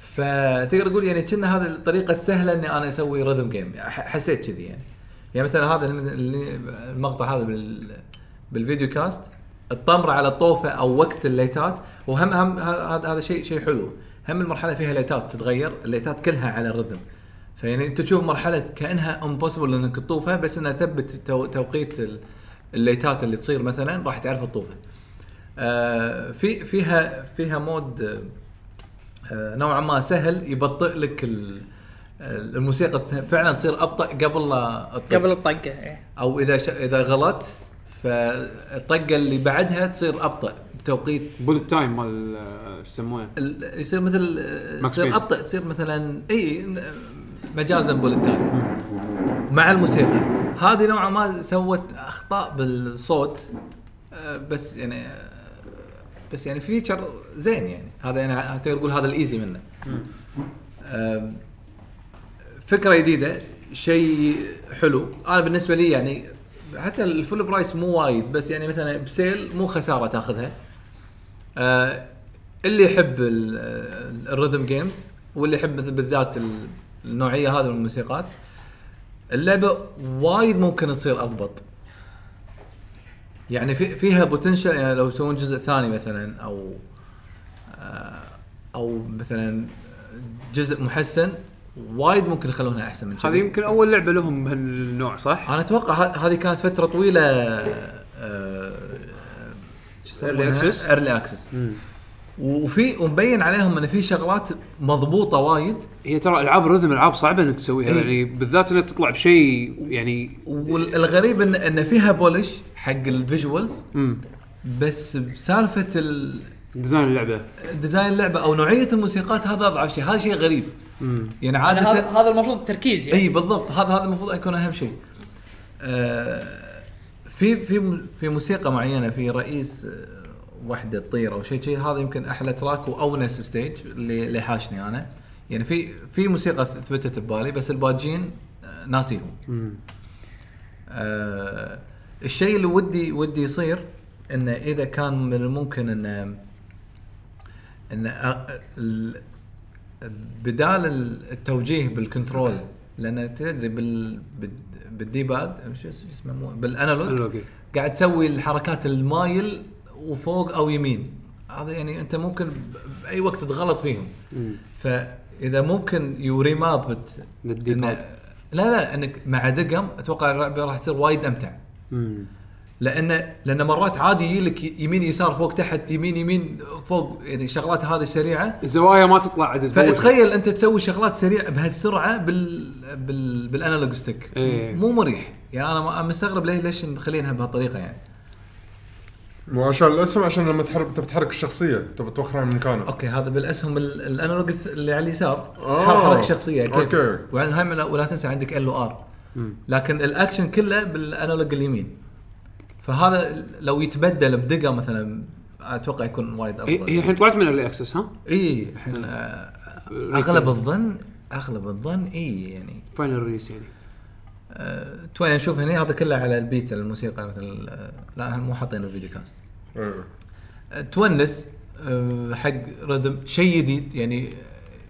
E: فتقدر تقول يعني كنا هذه الطريقه السهله اني انا اسوي ريذم جيم حسيت كذي يعني يعني مثلا هذا الم- اللي- المقطع هذا بال بالفيديو كاست الطمره على الطوفه او وقت الليتات وهم هم ه- هذا هذا شيء شيء حلو هم المرحله فيها ليتات تتغير الليتات كلها على الريذم فيعني انت تشوف مرحله كانها امبوسيبل انك تطوفها بس انها ثبت تو- توقيت ال- الليتات اللي تصير مثلا راح تعرف تطوفها. آه في فيها فيها مود آه، آه نوعا ما سهل يبطئ لك ال- ال- الموسيقى ت- فعلا تصير ابطا قبل لا تطق.
D: قبل الطقه إيه.
E: او اذا ش... اذا غلطت فالطقه اللي بعدها تصير ابطا بتوقيت
A: بولت تايم مال آه، شو يسمونه
E: ال- يصير مثل
A: Max Payne.
E: تصير ابطا تصير مثلا اي مجازا بولت تايم مع الموسيقى هذه نوعا ما سوت اخطاء بالصوت آه، بس يعني آه، بس يعني فيتشر زين يعني هذا انا تقدر تقول هذا الايزي منه آم، فكره جديده شيء حلو انا بالنسبه لي يعني حتى الفول برايس مو وايد بس يعني مثلا بسيل مو خساره تاخذها آه، اللي يحب ال- ال- الريذم جيمز واللي يحب مثل بالذات ال- النوعيه هذه من الموسيقات اللعبه وايد ممكن تصير اضبط يعني في فيها بوتنشل يعني لو يسوون جزء ثاني مثلا او آه، او مثلا جزء محسن وايد ممكن يخلونها احسن من كذي.
A: هذه يمكن اول لعبه لهم بهالنوع صح؟
E: انا اتوقع ه- هذه كانت فتره طويله آه، شو
A: Early access؟
E: ايرلي اكسس وفي ومبين عليهم ان في شغلات مضبوطه وايد
A: هي ترى العاب رذم العاب صعبه انك تسويها
E: إي.
A: يعني بالذات انك تطلع بشيء يعني
E: والغريب ان ان فيها بولش حق الفيجوالز
A: امم
E: بس بسالفه ال-
A: ديزاين اللعبه
E: ديزاين اللعبه او نوعيه الموسيقات هذا اضعف شيء هذا شيء غريب يعني
D: أنا هذا
E: عاده
D: هذا المفروض تركيز يعني
E: اي إيه، بالضبط هذا هذا المفروض يكون اهم شيء آه، في في في موسيقى معينه في رئيس آه، وحده تطير او شيء شيء هذا يمكن احلى تراك واونس ستيج اللي اللي حاشني انا يعني في في موسيقى ثبتت ببالي بس الباجين آه، ناسيهم آه الشيء اللي ودي ودي يصير انه اذا كان من الممكن ان ان أ- ال- بدال ال- التوجيه بالكنترول لان تدري بال بال- بالدي باد أو شو اسمه- شو اسمه مو- بالانالوج
A: أنالوجي.
E: قاعد تسوي الحركات المايل وفوق او يمين هذا يعني انت ممكن ب- باي وقت تغلط فيهم فاذا ممكن يوري مابت
A: للدي
E: إن-
A: باد.
E: لا لا انك مع دقم اتوقع الرعبه راح تصير وايد امتع لان لان مرات عادي يجيلك يمين يسار فوق تحت يمين يمين فوق يعني شغلات هذه السريعه
A: الزوايا ما تطلع عدد
E: فتخيل انت تسوي شغلات سريعه بهالسرعه بال بال بالانالوج ستيك
A: إيه.
E: مو مريح يعني انا ما- مستغرب ليه ليش مخلينها بهالطريقه يعني
C: مو عشان الاسهم عشان لما تحرك انت بتحرك الشخصيه تبى توخرها من مكانها
E: اوكي هذا بالاسهم ال- الانالوج الث- اللي على اليسار
C: آه.
E: حرك حرك شخصيه كيف
C: أوكي.
E: وعندها هم- لا- ولا تنسى عندك ال ار لكن الاكشن كله بالانالوج اليمين فهذا لو يتبدل بدقه مثلا اتوقع يكون وايد
A: هي هي
E: افضل
A: الحين طلعت من الاكسس اكسس ها؟
E: اي الحين آه، اغلب الظن اغلب الظن اي يعني
A: فاينل ريليس يعني
E: آه، توين نشوف هنا هذا كله على البيتس الموسيقى مثل آه، لا هم مو حاطين الفيديو كاست
C: إيه.
E: آه، تونس آه، حق رذم شيء جديد يعني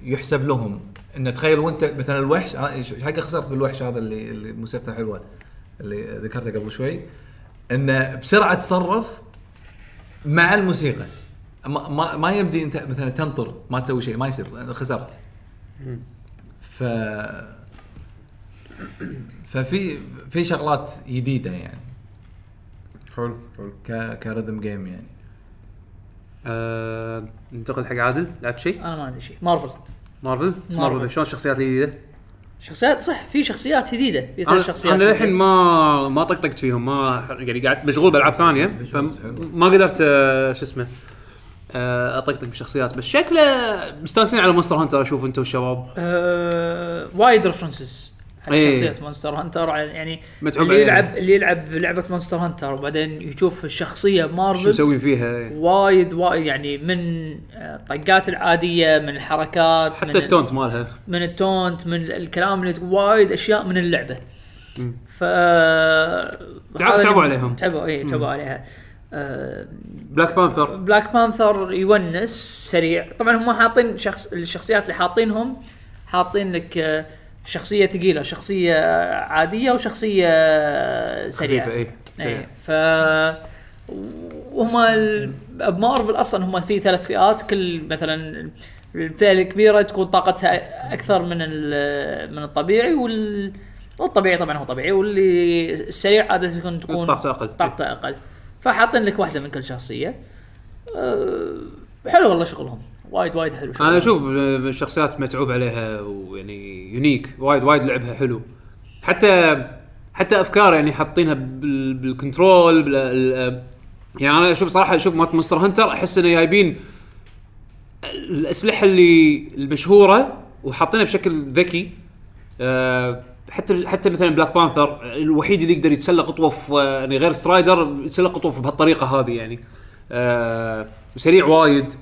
E: يحسب لهم ان تخيل وانت مثلا الوحش أنا إيش- إيش حق خسرت بالوحش هذا اللي اللي موسيقته حلوه اللي ذكرته قبل شوي انه بسرعه تصرف مع الموسيقى ما, ما, ما يبدي انت مثلا تنطر ما تسوي شيء ما يصير لأنه خسرت ف ففي في شغلات جديده يعني
C: حلو حلو
E: ك كرذم جيم يعني
A: آه، ننتقل حق عادل لعبت شيء
D: انا ما عندي شيء مارفل
A: مارفل بس
D: مارفل.
A: مارفل شلون الشخصيات الجديده
D: شخصيات صح في شخصيات جديده في ثلاث
A: انا
D: شخصيات
A: انا للحين ما ما طقطقت فيهم ما يعني قاعد مشغول بالعاب ثانيه فما قدرت آه، شو اسمه آه، اطقطق بالشخصيات بس شكله مستانسين على مونستر هانتر اشوف انتم والشباب
D: آه، وايد ريفرنسز حق
A: إيه.
D: شخصيات مونستر هانتر يعني
A: متعوب
D: اللي
A: عليها.
D: يلعب اللي يلعب لعبه مونستر هانتر وبعدين يشوف الشخصيه
A: شو
D: مارفل
A: مسوين فيها
D: وايد وايد يعني من آه، الطقات العاديه من الحركات من
A: حتى
D: ال-
A: التونت مالها
D: من التونت من الكلام اللي تقول- وايد اشياء من اللعبه ف آه،
A: تعب- تعبوا عليهم.
D: تعبوا اي تعبوا عليها آه،
A: بلاك بانثر
D: بلاك بانثر يونس سريع طبعا هم حاطين شخص الشخصيات اللي حاطينهم حاطين لك آه، شخصيه ثقيله شخصيه عاديه وشخصيه سريعه
A: خفيفة، إيه، سريعة.
D: اي آه، ف وهم ال- بمارفل اصلا هم في ثلاث فئات كل مثلا الفئه الكبيره تكون طاقتها اكثر من ال- من الطبيعي وال والطبيعي طبعا هو طبيعي واللي السريع عاده تكون تكون
A: طاقته أقل.
D: طاقته اقل فحاطين لك واحده من كل شخصيه أه، حلو والله شغلهم وايد وايد حلو شغلهم.
A: انا اشوف آه، الشخصيات متعوب عليها ويعني يونيك وايد وايد لعبها حلو حتى حتى افكار يعني حاطينها بال- بالكنترول بال ال- يعني انا اشوف صراحه اشوف مات مونستر هانتر احس انه جايبين الاسلحه اللي المشهوره وحاطينها بشكل ذكي أه حتى حتى مثلا بلاك بانثر الوحيد اللي يقدر يتسلق قطوف آه، يعني غير سترايدر يتسلق قطوف بهالطريقه هذه يعني أه وسريع وايد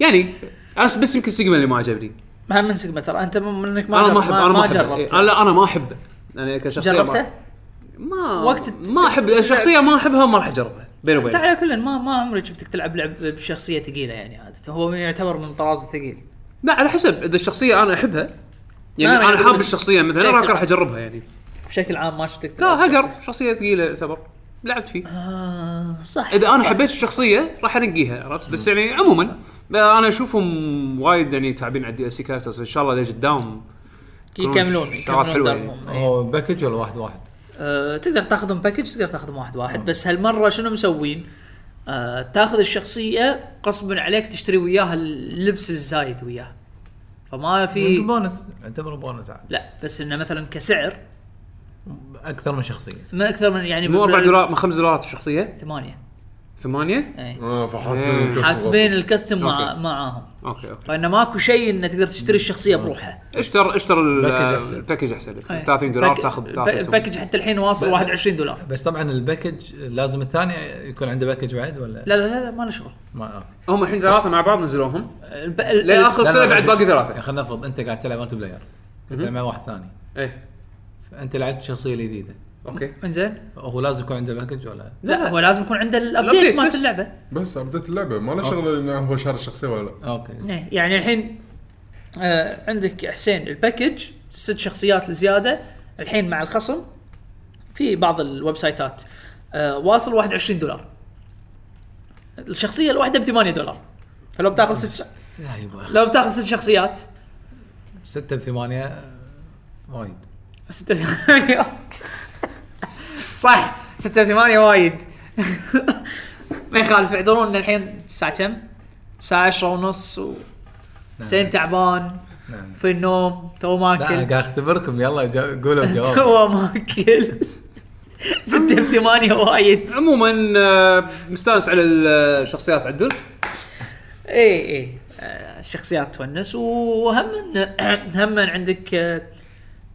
A: يعني انا بس يمكن سيجما اللي ما عجبني
D: ما من سيجما ترى انت م- منك ما
A: انا ما
D: جرب-
A: احب انا ما
D: ما
A: احب إيه،
D: جربته
A: انا لا انا ما احبه انا كشخصيه ما-
D: جربته؟
A: ما
D: وقت
A: وقت
D: الت-
A: ما احب الشخصيه ما احبها ما راح اجربها بيني
D: انت
A: وبينك
D: على كل طيب ما ما عمري شفتك تلعب لعب بشخصيه ثقيله يعني عاده هو يعتبر من طراز ثقيل
A: لا على حسب اذا الشخصيه انا احبها يعني
D: لا، أنا
A: انا
D: أقول
A: حاب
D: لك
A: الشخصيه مثلا
D: بشكل-
A: راح راح اجربها يعني
D: بشكل عام ما شفتك تلعب
A: لا
D: بشخصية.
A: هقر شخصيه ثقيله يعتبر لعبت فيه
D: آه، صح
A: اذا انا
D: صح.
A: حبيت الشخصيه راح انقيها عرفت بس يعني عموما انا اشوفهم وايد يعني تعبين على الدي اس كاركترز ان شاء الله اللي قدام
D: يكملون
A: شغلات
D: يكملون
A: حلوة يعني.
D: دربهم. إيه.
E: هو باكج ولا واحد واحد؟
D: أه، تقدر تاخذهم باكج تقدر تاخذهم واحد
A: آه.
D: واحد بس هالمره شنو مسوين؟ أه تاخذ الشخصيه غصبا عليك تشتري وياها اللبس الزايد وياها فما
E: يمكن
D: في
E: بونس اعتبره بونس عاد
D: لا بس انه مثلا كسعر
E: اكثر من شخصيه
D: ما اكثر من يعني
A: مو
D: بال-
A: 4 دولار مو 5 دولارات الشخصيه
D: ثمانية
A: 8
D: اي
C: اه فحاسبين
A: إيه.
C: الكسر
D: حاسبين الكاستم مع
A: أوكي.
D: معاهم
A: اوكي اوكي
D: فانه ماكو شيء انه تقدر تشتري الشخصيه بروحها
A: اشتر اشتر ال-
E: باكج أحسن.
A: الباكج احسن لك
D: إيه.
A: 30 دولار
D: باك-
A: تاخذ
D: الباك-
A: ثلاثتهم.
D: الباكج حتى الحين واصل 21 دولار
E: بس طبعا الباكج لازم الثاني يكون عنده باكج بعد ولا
D: لا لا لا, لا ما له شغل
E: ما أوكي.
A: هم الحين ثلاثه مع بعض نزلوهم
D: الب... ال...
A: لا
D: ال-
A: آخر
E: لا،
A: سنه
E: لا،
A: بعد
E: لا،
A: باقي ثلاثه
E: يعني خلينا نفرض انت قاعد تلعب مالتي بلاير قاعد تلعب مع واحد ثاني
A: ايه
E: فانت لعبت الشخصيه الجديده
A: اوكي
D: انزين
E: هو لازم يكون عنده باكج ولا
D: لا,
A: لا.
D: هو لازم يكون عنده
A: الأبديت
D: الابديت مالت
A: بس.
D: اللعبه
C: بس ابديت اللعبه ما له شغل انه هو شاري الشخصيه ولا لا
E: اوكي
D: إيه، يعني الحين آه عندك حسين الباكج ست شخصيات زياده الحين مع الخصم في بعض الويب سايتات آه واصل 21 دولار الشخصيه الواحده ب 8 دولار فلو بتاخذ ست ش...
E: يا يبا
D: لو بتاخذ ست شخصيات
E: ستة بثمانية وايد
D: 86 صح 86 وايد ما يخالف اعذرونا الحين الساعة كم؟ الساعة 10 ونص و حسين تعبان
E: نعم.
D: في النوم تو
E: لا أنا
D: ماكل
E: قاعد اختبركم يلا جا- قولوا الجواب
D: تو ماكل 86 وايد
A: عموما آه، مستانس على الشخصيات عدل
D: اي اي آه، إيه، الشخصيات تونس وهم هم عندك آه،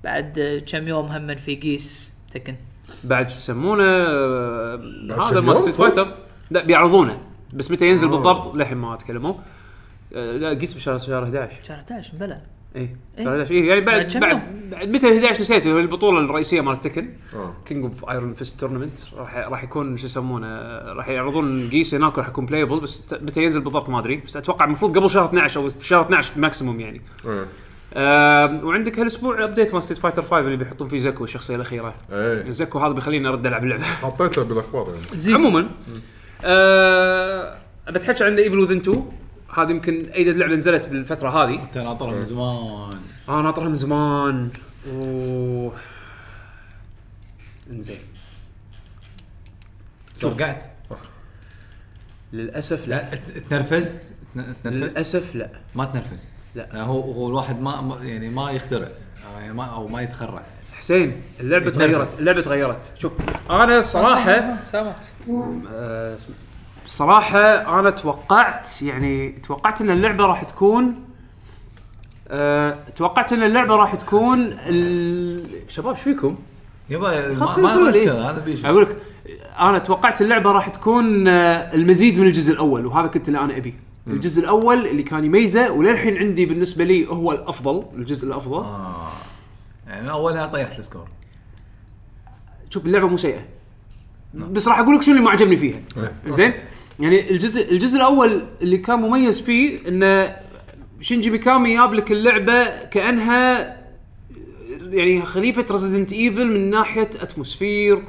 D: بعد آه، كم يوم هم في قيس تكن
A: بعد شو يسمونه آه،
C: كم
A: هذا
C: يوم
A: مال ستريت
C: صدق؟
A: فايتر لا بيعرضونه بس متى ينزل
C: آه.
A: بالضبط للحين ما تكلموا آه، لا قيس بشهر شهر 11
D: شهر 11 بلا
A: اي
D: إيه.
A: 13 اي يعني
D: بعد
A: بعد
D: كم
A: بعد, بعد متى 11 نسيت هو البطوله الرئيسيه مال تكن
C: آه.
A: كينج اوف ايرون فيست تورنمنت راح راح يكون شو يسمونه آه، راح يعرضون قيس هناك راح يكون بلايبل بس ت- متى ينزل بالضبط ما ادري بس اتوقع المفروض قبل شهر 12 او شهر 12 ماكسيموم يعني
C: إيه.
A: آه وعندك هالاسبوع ابديت مال ستيت فايتر 5 اللي بيحطون فيه زكو الشخصيه الاخيره
C: ايه
A: زكو هذا بيخليني ارد العب اللعبه
C: حطيت له بالاخبار يعني
A: عموما آه بتحكي عن ايفل وذن 2 هذه يمكن ايدد لعبه نزلت بالفتره هذه
F: انت ناطرها من زمان
A: انا ناطرها من زمان اوه انزين
F: توقعت
A: للاسف لا
F: لا ت- تنرفزت تن- تنرفزت
A: للاسف لا
F: ما تنرفزت
A: لا.
F: هو هو الواحد ما ما- يعني ما يخترع يعني ما او ما يتخرع
A: حسين اللعبه تغيرت اللعبه تغيرت شوف انا صراحه
D: سامحت
A: آه، اسم- صراحه انا توقعت يعني توقعت ان اللعبه راح تكون أه توقعت ان اللعبه راح تكون ال... شباب ايش فيكم؟
F: يبا ما
A: خلاص
F: ما
A: خلينا
F: ما
A: نقول إيه.
F: تشغل، هذا بيش
A: اقول لك انا توقعت اللعبه راح تكون آه، المزيد من الجزء الاول وهذا كنت اللي انا ابيه الجزء الاول اللي كان يميزه وللحين عندي بالنسبه لي هو الافضل الجزء الافضل
F: آه. يعني اولها طيحت السكور
A: شوف اللعبه مو سيئه بس راح اقول لك شنو اللي ما عجبني فيها زين يعني الجزء الجزء الاول اللي كان مميز فيه انه شينجي ميكامي جاب لك اللعبه كانها يعني خليفه ريزيدنت ايفل من ناحيه اتموسفير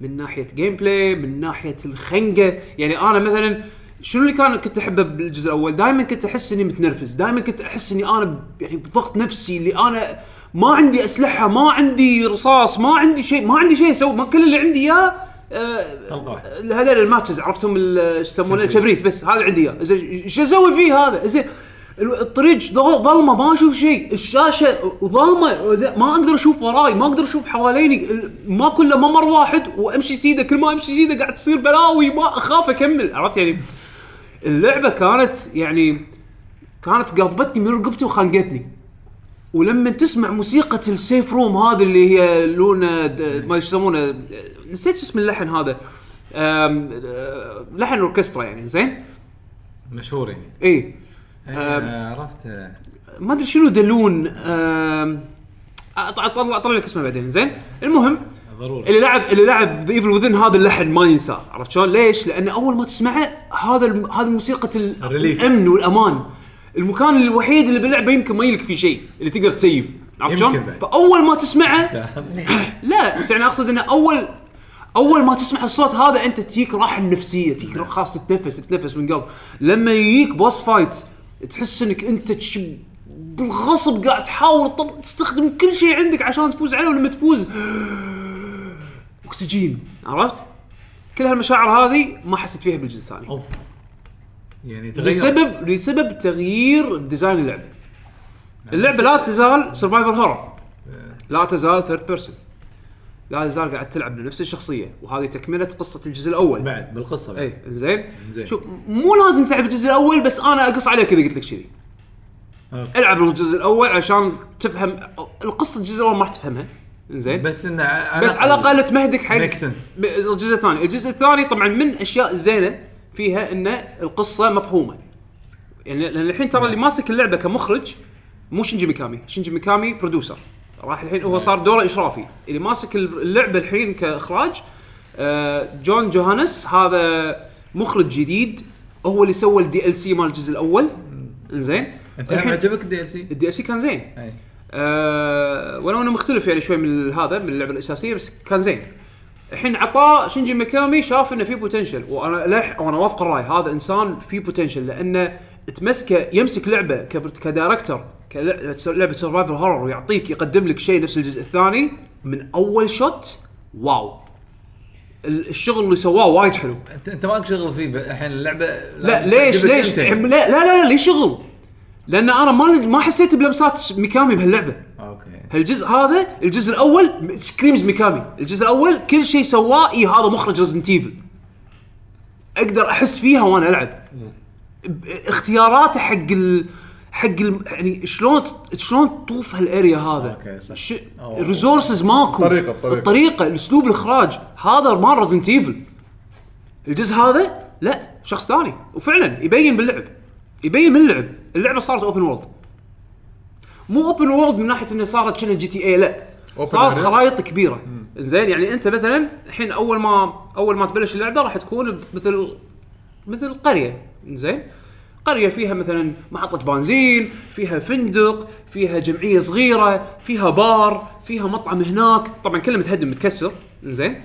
A: من ناحيه جيم بلاي من ناحيه الخنقه يعني انا مثلا شنو اللي كان كنت احبه بالجزء الاول دائما كنت احس اني متنرفز دائما كنت احس اني انا ب- يعني بضغط نفسي اللي انا ما عندي اسلحه ما عندي رصاص ما عندي شيء ما عندي شيء اسوي ما- كل اللي عندي اياه آه، هذول الماتشز عرفتهم ال- شو يسمونه كبريت بس هذا عندي اياه زين شو اسوي فيه هذا زين ال- الطريق ضو- ظلمه ما اشوف شيء الشاشه ظلمه زين، ما اقدر اشوف وراي ما اقدر اشوف حواليني ال- ما كله ممر واحد وامشي سيده كل ما امشي سيده قاعد تصير بلاوي ما اخاف اكمل عرفت يعني اللعبه كانت يعني كانت قاضبتني من رقبتي وخانقتني ولما تسمع موسيقى السيف روم هذه اللي هي لونا د- ما يسمونه د- نسيت شو اسم اللحن هذا أم، أه، لحن اوركسترا يعني زين
F: مشهور يعني
A: اي
F: آه، عرفت آه.
A: ما ادري شنو دلون أم، أط- اطلع اطلع لك اسمه بعدين زين المهم
F: ضروري
A: اللي لعب اللي لعب ذا ايفل وذن هذا اللحن ما ينسى عرفت شلون ليش؟ لان اول ما تسمعه هذا الم... هذا موسيقى ال...
F: الريليف.
A: الامن والامان المكان الوحيد اللي باللعبه يمكن ما يلك فيه شيء اللي تقدر تسيف عرفت
F: يمكن
A: شلون؟
F: بعد.
A: فاول ما تسمعه لا بس يعني اقصد انه اول اول ما تسمع الصوت هذا انت تجيك راحه نفسيه تجيك راحة- خلاص تتنفس تتنفس من قلب لما يجيك بوس فايت تحس انك انت تش- بالغصب قاعد تحاول تط- تستخدم كل شيء عندك عشان تفوز عليه ولما تفوز اكسجين عرفت؟ كل هالمشاعر هذه ما حسيت فيها بالجزء الثاني
F: اوف يعني تغير
A: لسبب لسبب تغيير ديزاين اللعبه
F: يعني
A: اللعبه لا تزال سرفايفر هورر
F: إيه.
A: لا تزال ثيرد بيرسون لا تزال قاعد تلعب بنفس الشخصيه وهذه تكمله قصه الجزء الاول
F: بعد بالقصه بعد
A: اي زين
F: زين.
A: شوف مو لازم تلعب الجزء الاول بس انا اقص عليك اذا قلت لك كذي
F: أوكي.
A: العب الجزء الاول عشان تفهم القصه الجزء الاول ما راح تفهمها زين
F: بس انه على
A: إيه. بس على الاقل تمهدك حق
F: Makes sense.
A: ب- الجزء الثاني، الجزء الثاني طبعا من الاشياء الزينه فيها ان القصه مفهومه. يعني لان الحين ترى اللي ماسك اللعبه كمخرج مو شينجي ميكامي، شينجي ميكامي برودوسر. راح الحين هو صار دوره اشرافي، اللي ماسك اللعبه الحين كاخراج آه، جون جوهانس هذا مخرج جديد هو اللي سوى الدي ال سي مال الجزء الاول. زين؟
F: انت
A: الحين- إيه.
F: عجبك الدي ال سي؟
A: الدي ال سي كان زين.
F: اي
A: أه ولو انه مختلف يعني شوي من هذا من اللعبه الاساسيه بس كان زين الحين عطاه شينجي ميكامي شاف انه في بوتنشل وانا لح وانا وافق الراي هذا انسان في بوتنشل لانه تمسكه يمسك لعبه كبر- كدايركتر كلعبه لعبه سرفايفر هورر ويعطيك يقدم لك شيء نفس الجزء الثاني من اول شوت واو ال- الشغل اللي سواه وايد حلو
F: انت انت ماك شغل فيه ب- الحين اللعبه
A: لا
F: لازم
A: ليش
F: تعجبك
A: ليش
F: أنت.
A: لا لا لا ليش شغل لان انا ما ما حسيت بلمسات ميكامي بهاللعبه
F: اوكي
A: هالجزء هذا الجزء الاول سكريمز ميكامي الجزء الاول كل شيء سواه اي هذا مخرج ريزنت ايفل اقدر احس فيها وانا العب ب- اختياراته حق ال... حق ال... يعني شلون ت- شلون تطوف هالاريا هذا
F: أوكي، صح.
A: ش...
F: أوه.
A: الريسورسز ماكو
C: الطريقة- الطريقة.
A: الطريقه اسلوب الاخراج هذا مال ريزنت ايفل الجزء هذا لا شخص ثاني وفعلا يبين باللعب يبين من اللعب اللعبه صارت اوبن وورلد مو اوبن وورلد من ناحيه انه صارت شنو جي تي اي لا
C: Open
A: صارت
C: area.
A: خرائط كبيره زين يعني انت مثلا الحين اول ما اول ما تبلش اللعبه راح تكون مثل مثل قريه زين قريه فيها مثلا محطه بنزين فيها فندق فيها جمعيه صغيره فيها بار فيها مطعم هناك طبعا كله متهدم متكسر زين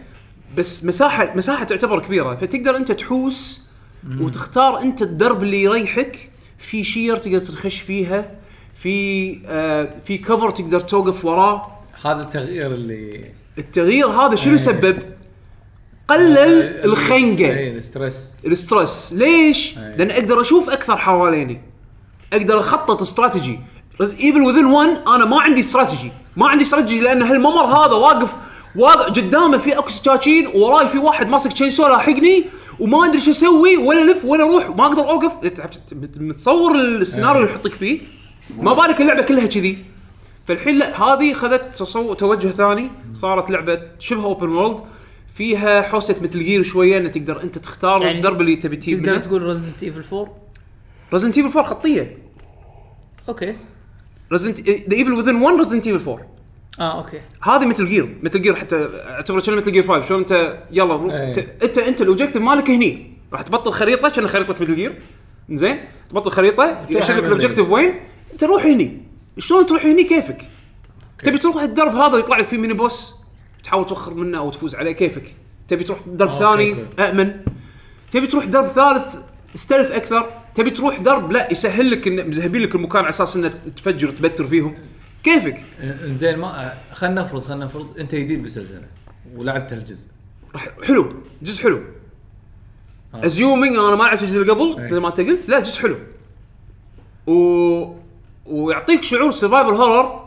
A: بس مساحه مساحه تعتبر كبيره فتقدر انت تحوس وتختار انت الدرب اللي يريحك في شير تقدر تخش فيها في آه في كفر تقدر توقف وراه
F: هذا التغيير اللي
A: التغيير هذا شنو سبب قلل
E: آه،
A: الخنقه
E: إيه.
F: اي إيه، الستريس
A: الستريس ليش؟ لان اقدر اشوف اكثر حواليني اقدر اخطط استراتيجي رز ايفل وذن 1 انا ما عندي استراتيجي ما عندي استراتيجي لان هالممر هذا واقف واقع قدامه في اكو سكاكين وراي في واحد ماسك تشين سو لاحقني وما ادري شو اسوي ولا الف ولا اروح ما اقدر اوقف متصور السيناريو اللي يحطك فيه ما بالك اللعبه كلها كذي فالحين لا هذه خذت تصو- توجه ثاني صارت لعبه شبه اوبن وورلد فيها حوسه مثل جير شويه ان تقدر انت تختار
D: يعني
A: يعني الدرب اللي تبي تجيب
D: تقدر
A: منه
D: تقول ريزدنت ايفل 4
A: ريزنت ايفل 4 خطيه
D: اوكي
A: ريزنت ذا ايفل وذن 1 ريزنت ايفل 4
D: اه اوكي
A: هذه مثل جير مثل جير حتى اعتبره شنو مثل جير 5 شلون انت يلا روح
F: أي.
A: انت انت, انت الاوبجيكتيف مالك هني راح تبطل خريطه كأنها خريطه مثل جير زين تبطل خريطه يشوف لك
F: على
A: الاوبجيكتيف وين انت روح هني شلون تروح هني كيفك تبي تروح الدرب هذا يطلع لك فيه ميني بوس تحاول توخر منه او تفوز عليه كيفك تبي تروح درب ثاني امن تبي تروح درب ثالث استلف اكثر تبي تروح درب لا يسهل لك إن- مذهبين لك المكان على اساس انه تفجر تبتر فيهم كيفك
F: زين ما خلينا نفرض خلينا نفرض انت جديد بالسلسله ولعبت هالجزء
A: راح حلو جزء حلو ازيومينج انا ما لعبت الجزء اللي
F: إيه.
A: قبل مثل ما انت قلت لا جزء حلو و... ويعطيك شعور سرفايفل هورر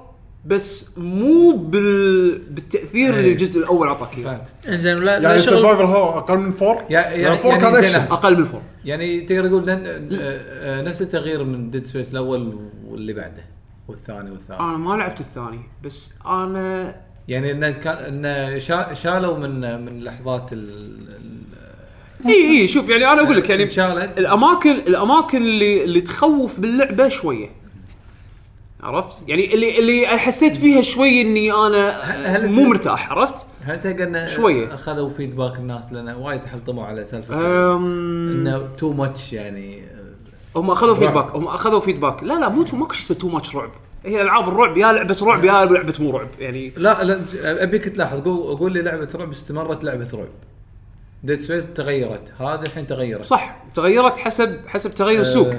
A: بس مو بال... بالتاثير
F: إيه.
A: اللي الجزء الاول اعطاك اياه
F: فهمت
D: انزين ولا لا
C: يعني
D: شغل
C: سرفايفر هو اقل من 4
F: يا- يا-
C: يعني 4
F: يعني
C: كان
F: زين
C: اكشن
A: اقل من فور
F: يعني تقدر تقول لن- آه، آه، نفس التغيير من ديد سبيس الاول واللي بعده والثاني والثالث
A: انا ما لعبت الثاني بس انا
F: يعني انه كان انه شا- شالوا من من لحظات ال- ال-
A: اي اي شوف يعني انا اقول لك يعني
F: انشالت.
A: الاماكن الاماكن اللي اللي تخوف باللعبه شويه عرفت؟ يعني اللي اللي حسيت فيها شوي اني
F: هل-
A: انا
F: هل-
A: مو مرتاح عرفت؟
F: هل تلقى انه
A: شوية.
F: اخذوا فيدباك الناس لان وايد حلطموا على سالفه
A: أم،
F: انه تو ماتش يعني آه،
A: هم اخذوا فيدباك هم اخذوا فيدباك لا لا مو تو- ماكو شيء اسمه تو ماتش رعب هي العاب الرعب يا لعبه رعب يا لعبه مو رعب يعني
F: لا لا ابيك تلاحظ قول قول لي لعبه رعب استمرت لعبه رعب ديد سبيس تغيرت هذا الحين تغيرت آه،
A: صح تغيرت حسب حسب تغير
E: آه،
A: السوق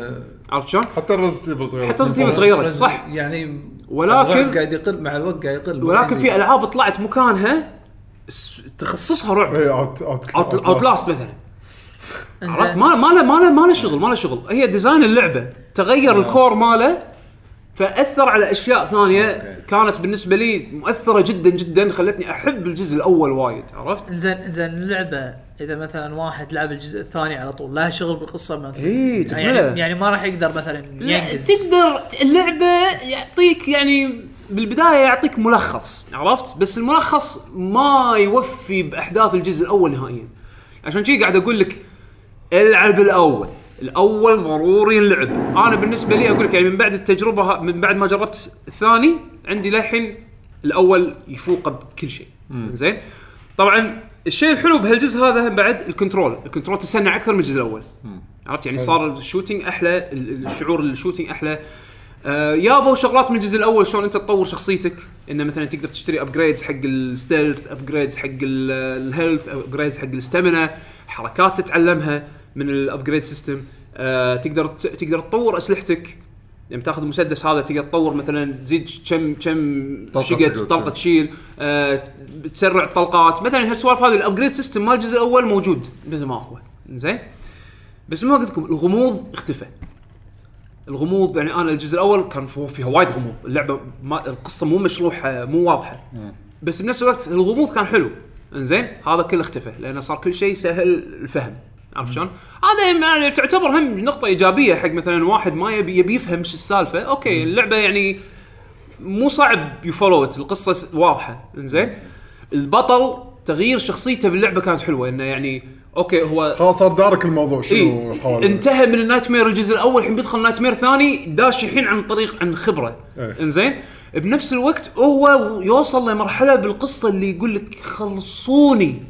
A: عرفت شلون؟
C: حتى الرز ايفل تغير
A: حتى Resident Evil تغيرت
F: رز-
A: صح
F: يعني
A: ولكن-
F: الرعب قاعد يقل مع الوقت قاعد يقل
A: ولكن في العاب طلعت مكانها س- تخصصها رعب
C: اي اوت اوت
A: اوت لاست مثلا عرفت
D: انزين
A: ما ما له ما له ما له شغل ما له شغل هي ديزاين اللعبه تغير الكور ماله فاثر على اشياء ثانيه كانت بالنسبه لي مؤثره جدا جدا خلتني احب الجزء الاول وايد عرفت؟
D: انزين انزين اللعبه اذا مثلا واحد لعب الجزء الثاني على طول لها شغل بالقصه ما
A: إيه، تكملة.
D: يعني, يعني ما راح يقدر مثلا
A: لا،
D: ينجز
A: تقدر اللعبه يعطيك يعني بالبدايه يعطيك ملخص عرفت بس الملخص ما يوفي باحداث الجزء الاول نهائيا عشان كذي قاعد اقول لك العب الاول الاول ضروري نلعب انا بالنسبه لي اقول لك يعني من بعد التجربه ه- من بعد ما جربت الثاني عندي للحين الاول يفوق بكل شيء زين طبعا الشيء الحلو بهالجزء هذا بعد الكنترول الكنترول تسنع اكثر من الجزء الاول عرفت يعني صار الشوتينج احلى ال- ال- الشعور الشوتينج احلى آه يابوا شغلات من الجزء الاول شلون انت تطور شخصيتك انه مثلا تقدر تشتري ابجريدز حق الستيلث ابجريدز حق ال- الهيلث ابجريدز حق الاستامنا حركات تتعلمها من الابجريد سيستم آه تقدر ت- تقدر تطور اسلحتك لما تاخذ المسدس هذا تقدر تطور مثلا تزيد كم كم
C: طلقة
A: شقه
C: تقدر
A: طلقه
C: تسوي.
A: تشيل آه تسرع الطلقات مثلا هالسوالف هذه الابجريد سيستم مال الجزء الاول موجود مثل ما هو زين بس مثل ما قلت لكم الغموض اختفى الغموض يعني انا الجزء الاول كان فو- فيها وايد غموض اللعبه ما القصه مو مشروحه مو واضحه بس بنفس الوقت الغموض كان حلو انزين هذا كله اختفى لانه صار كل شيء سهل الفهم عرفت شلون؟ هذا يم- يعني تعتبر هم نقطه ايجابيه حق مثلا واحد ما يبي يبي يفهم ايش السالفه اوكي اللعبه يعني مو صعب يفولوت القصه س- واضحه انزين البطل تغيير شخصيته باللعبه كانت حلوه انه يعني اوكي هو
C: خلاص صار دارك الموضوع شنو
A: إيه
C: حاله
A: انتهى من النايت مير الجزء الاول الحين بيدخل نايت مير ثاني داش الحين عن طريق عن خبره
C: إيه.
A: انزين بنفس الوقت هو يوصل لمرحله بالقصه اللي يقول لك خلصوني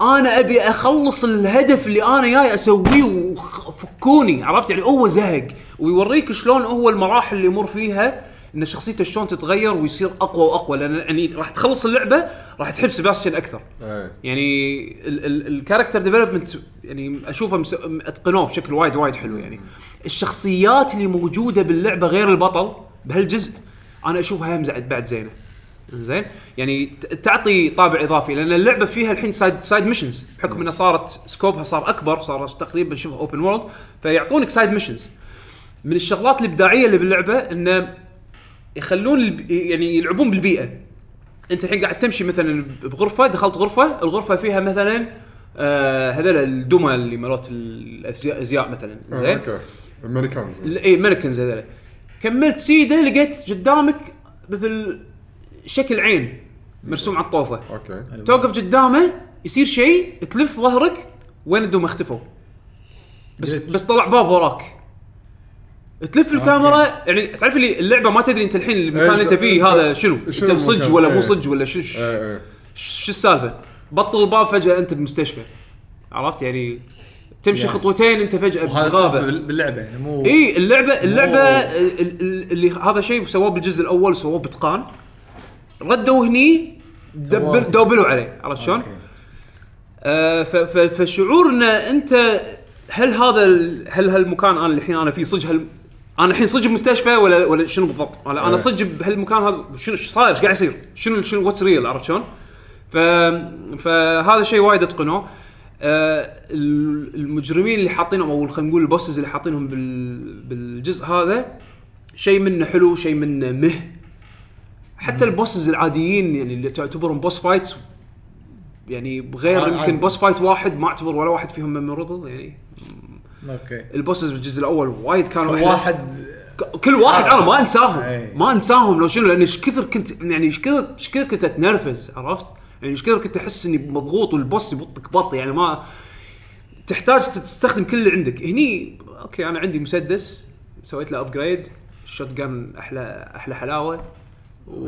A: انا ابي اخلص الهدف اللي انا جاي اسويه وفكوني عرفت يعني هو زهق ويوريك شلون هو المراحل اللي يمر فيها ان شخصيته شلون تتغير ويصير اقوى واقوى لان يعني راح تخلص اللعبه راح تحب سباستيان اكثر
C: إيه.
A: يعني ال- ال- الكاركتر ديفلوبمنت يعني اشوفه مس- اتقنوه بشكل وايد وايد حلو يعني الشخصيات اللي موجوده باللعبه غير البطل بهالجزء انا اشوفها هم زعد بعد زينه زين يعني ت- تعطي طابع اضافي لان اللعبه فيها الحين سايد سايد ميشنز بحكم انها صارت سكوبها صار اكبر صار تقريبا شبه اوبن وورلد فيعطونك سايد ميشنز من الشغلات الابداعيه اللي باللعبه انه يخلون الب- يعني يلعبون بالبيئه انت الحين قاعد تمشي مثلا بغرفه دخلت غرفه الغرفه فيها مثلا آه هذول الدمى اللي مرات الازياء مثلا
C: آه،
A: زين
C: اوكي امريكانز
A: ال- اي مانكنز هذول كملت سيده لقيت قدامك مثل شكل عين مرسوم على الطوفه
C: اوكي
A: توقف قدامه يصير شيء تلف ظهرك وين الدمى اختفوا بس بس طلع باب وراك تلف الكاميرا يعني تعرف اللي اللعبه ما تدري انت الحين المكان اللي انت فيه هذا شنو
C: إيه، شنو
A: انت صج
C: المكان؟
A: ولا
C: ايه.
A: مو صج ولا شو شو-
C: إيه، إيه.
A: شو السالفه؟ بطل الباب فجاه انت بمستشفى عرفت يعني تمشي خطوتين انت فجاه
E: هذا صار
A: بغابه
E: بال- باللعبه يعني مو
A: اي اللعبه اللعبه
E: أوه.
A: ال- ال- اللي هذا شيء سووه بالجزء الاول سووه باتقان ردوا هني دبل
E: سووه.
A: دوبلوا عليه عرفت شلون؟
E: أوكي.
A: آه ف- ف- فشعور ان انت هل هذا ال- هل هالمكان انا الحين انا فيه صدق هال انا الحين صدق بمستشفى ولا ولا شنو بالضبط؟ ولا انا صدق بهالمكان هذا شنو شو صاير؟ ايش قاعد يصير؟ شنو شنو واتس ريل عرفت شلون؟ ف فهذا شيء وايد اتقنوه آه، ال- المجرمين اللي حاطينهم او خلينا نقول البوسز اللي حاطينهم بال- بالجزء هذا شيء منه حلو شيء منه مه حتى البوسز العاديين يعني اللي تعتبرهم بوس فايتس يعني غير
E: عادي.
A: يمكن بوس فايت واحد ما اعتبر ولا واحد فيهم ميموربل يعني
E: اوكي
A: البوسز بالجزء الاول وايد كانوا أحلى.
E: واحد
A: ك- كل واحد انا ما انساهم
E: أي.
A: ما انساهم لو شنو لان ايش كثر كنت يعني ايش كثر ايش كثر كنت اتنرفز عرفت؟ يعني ايش كثر كنت احس اني مضغوط والبوس يبطك بط يعني ما تحتاج تستخدم كل اللي عندك هني اوكي انا عندي مسدس سويت له ابجريد الشوت جان احلى احلى حلاوه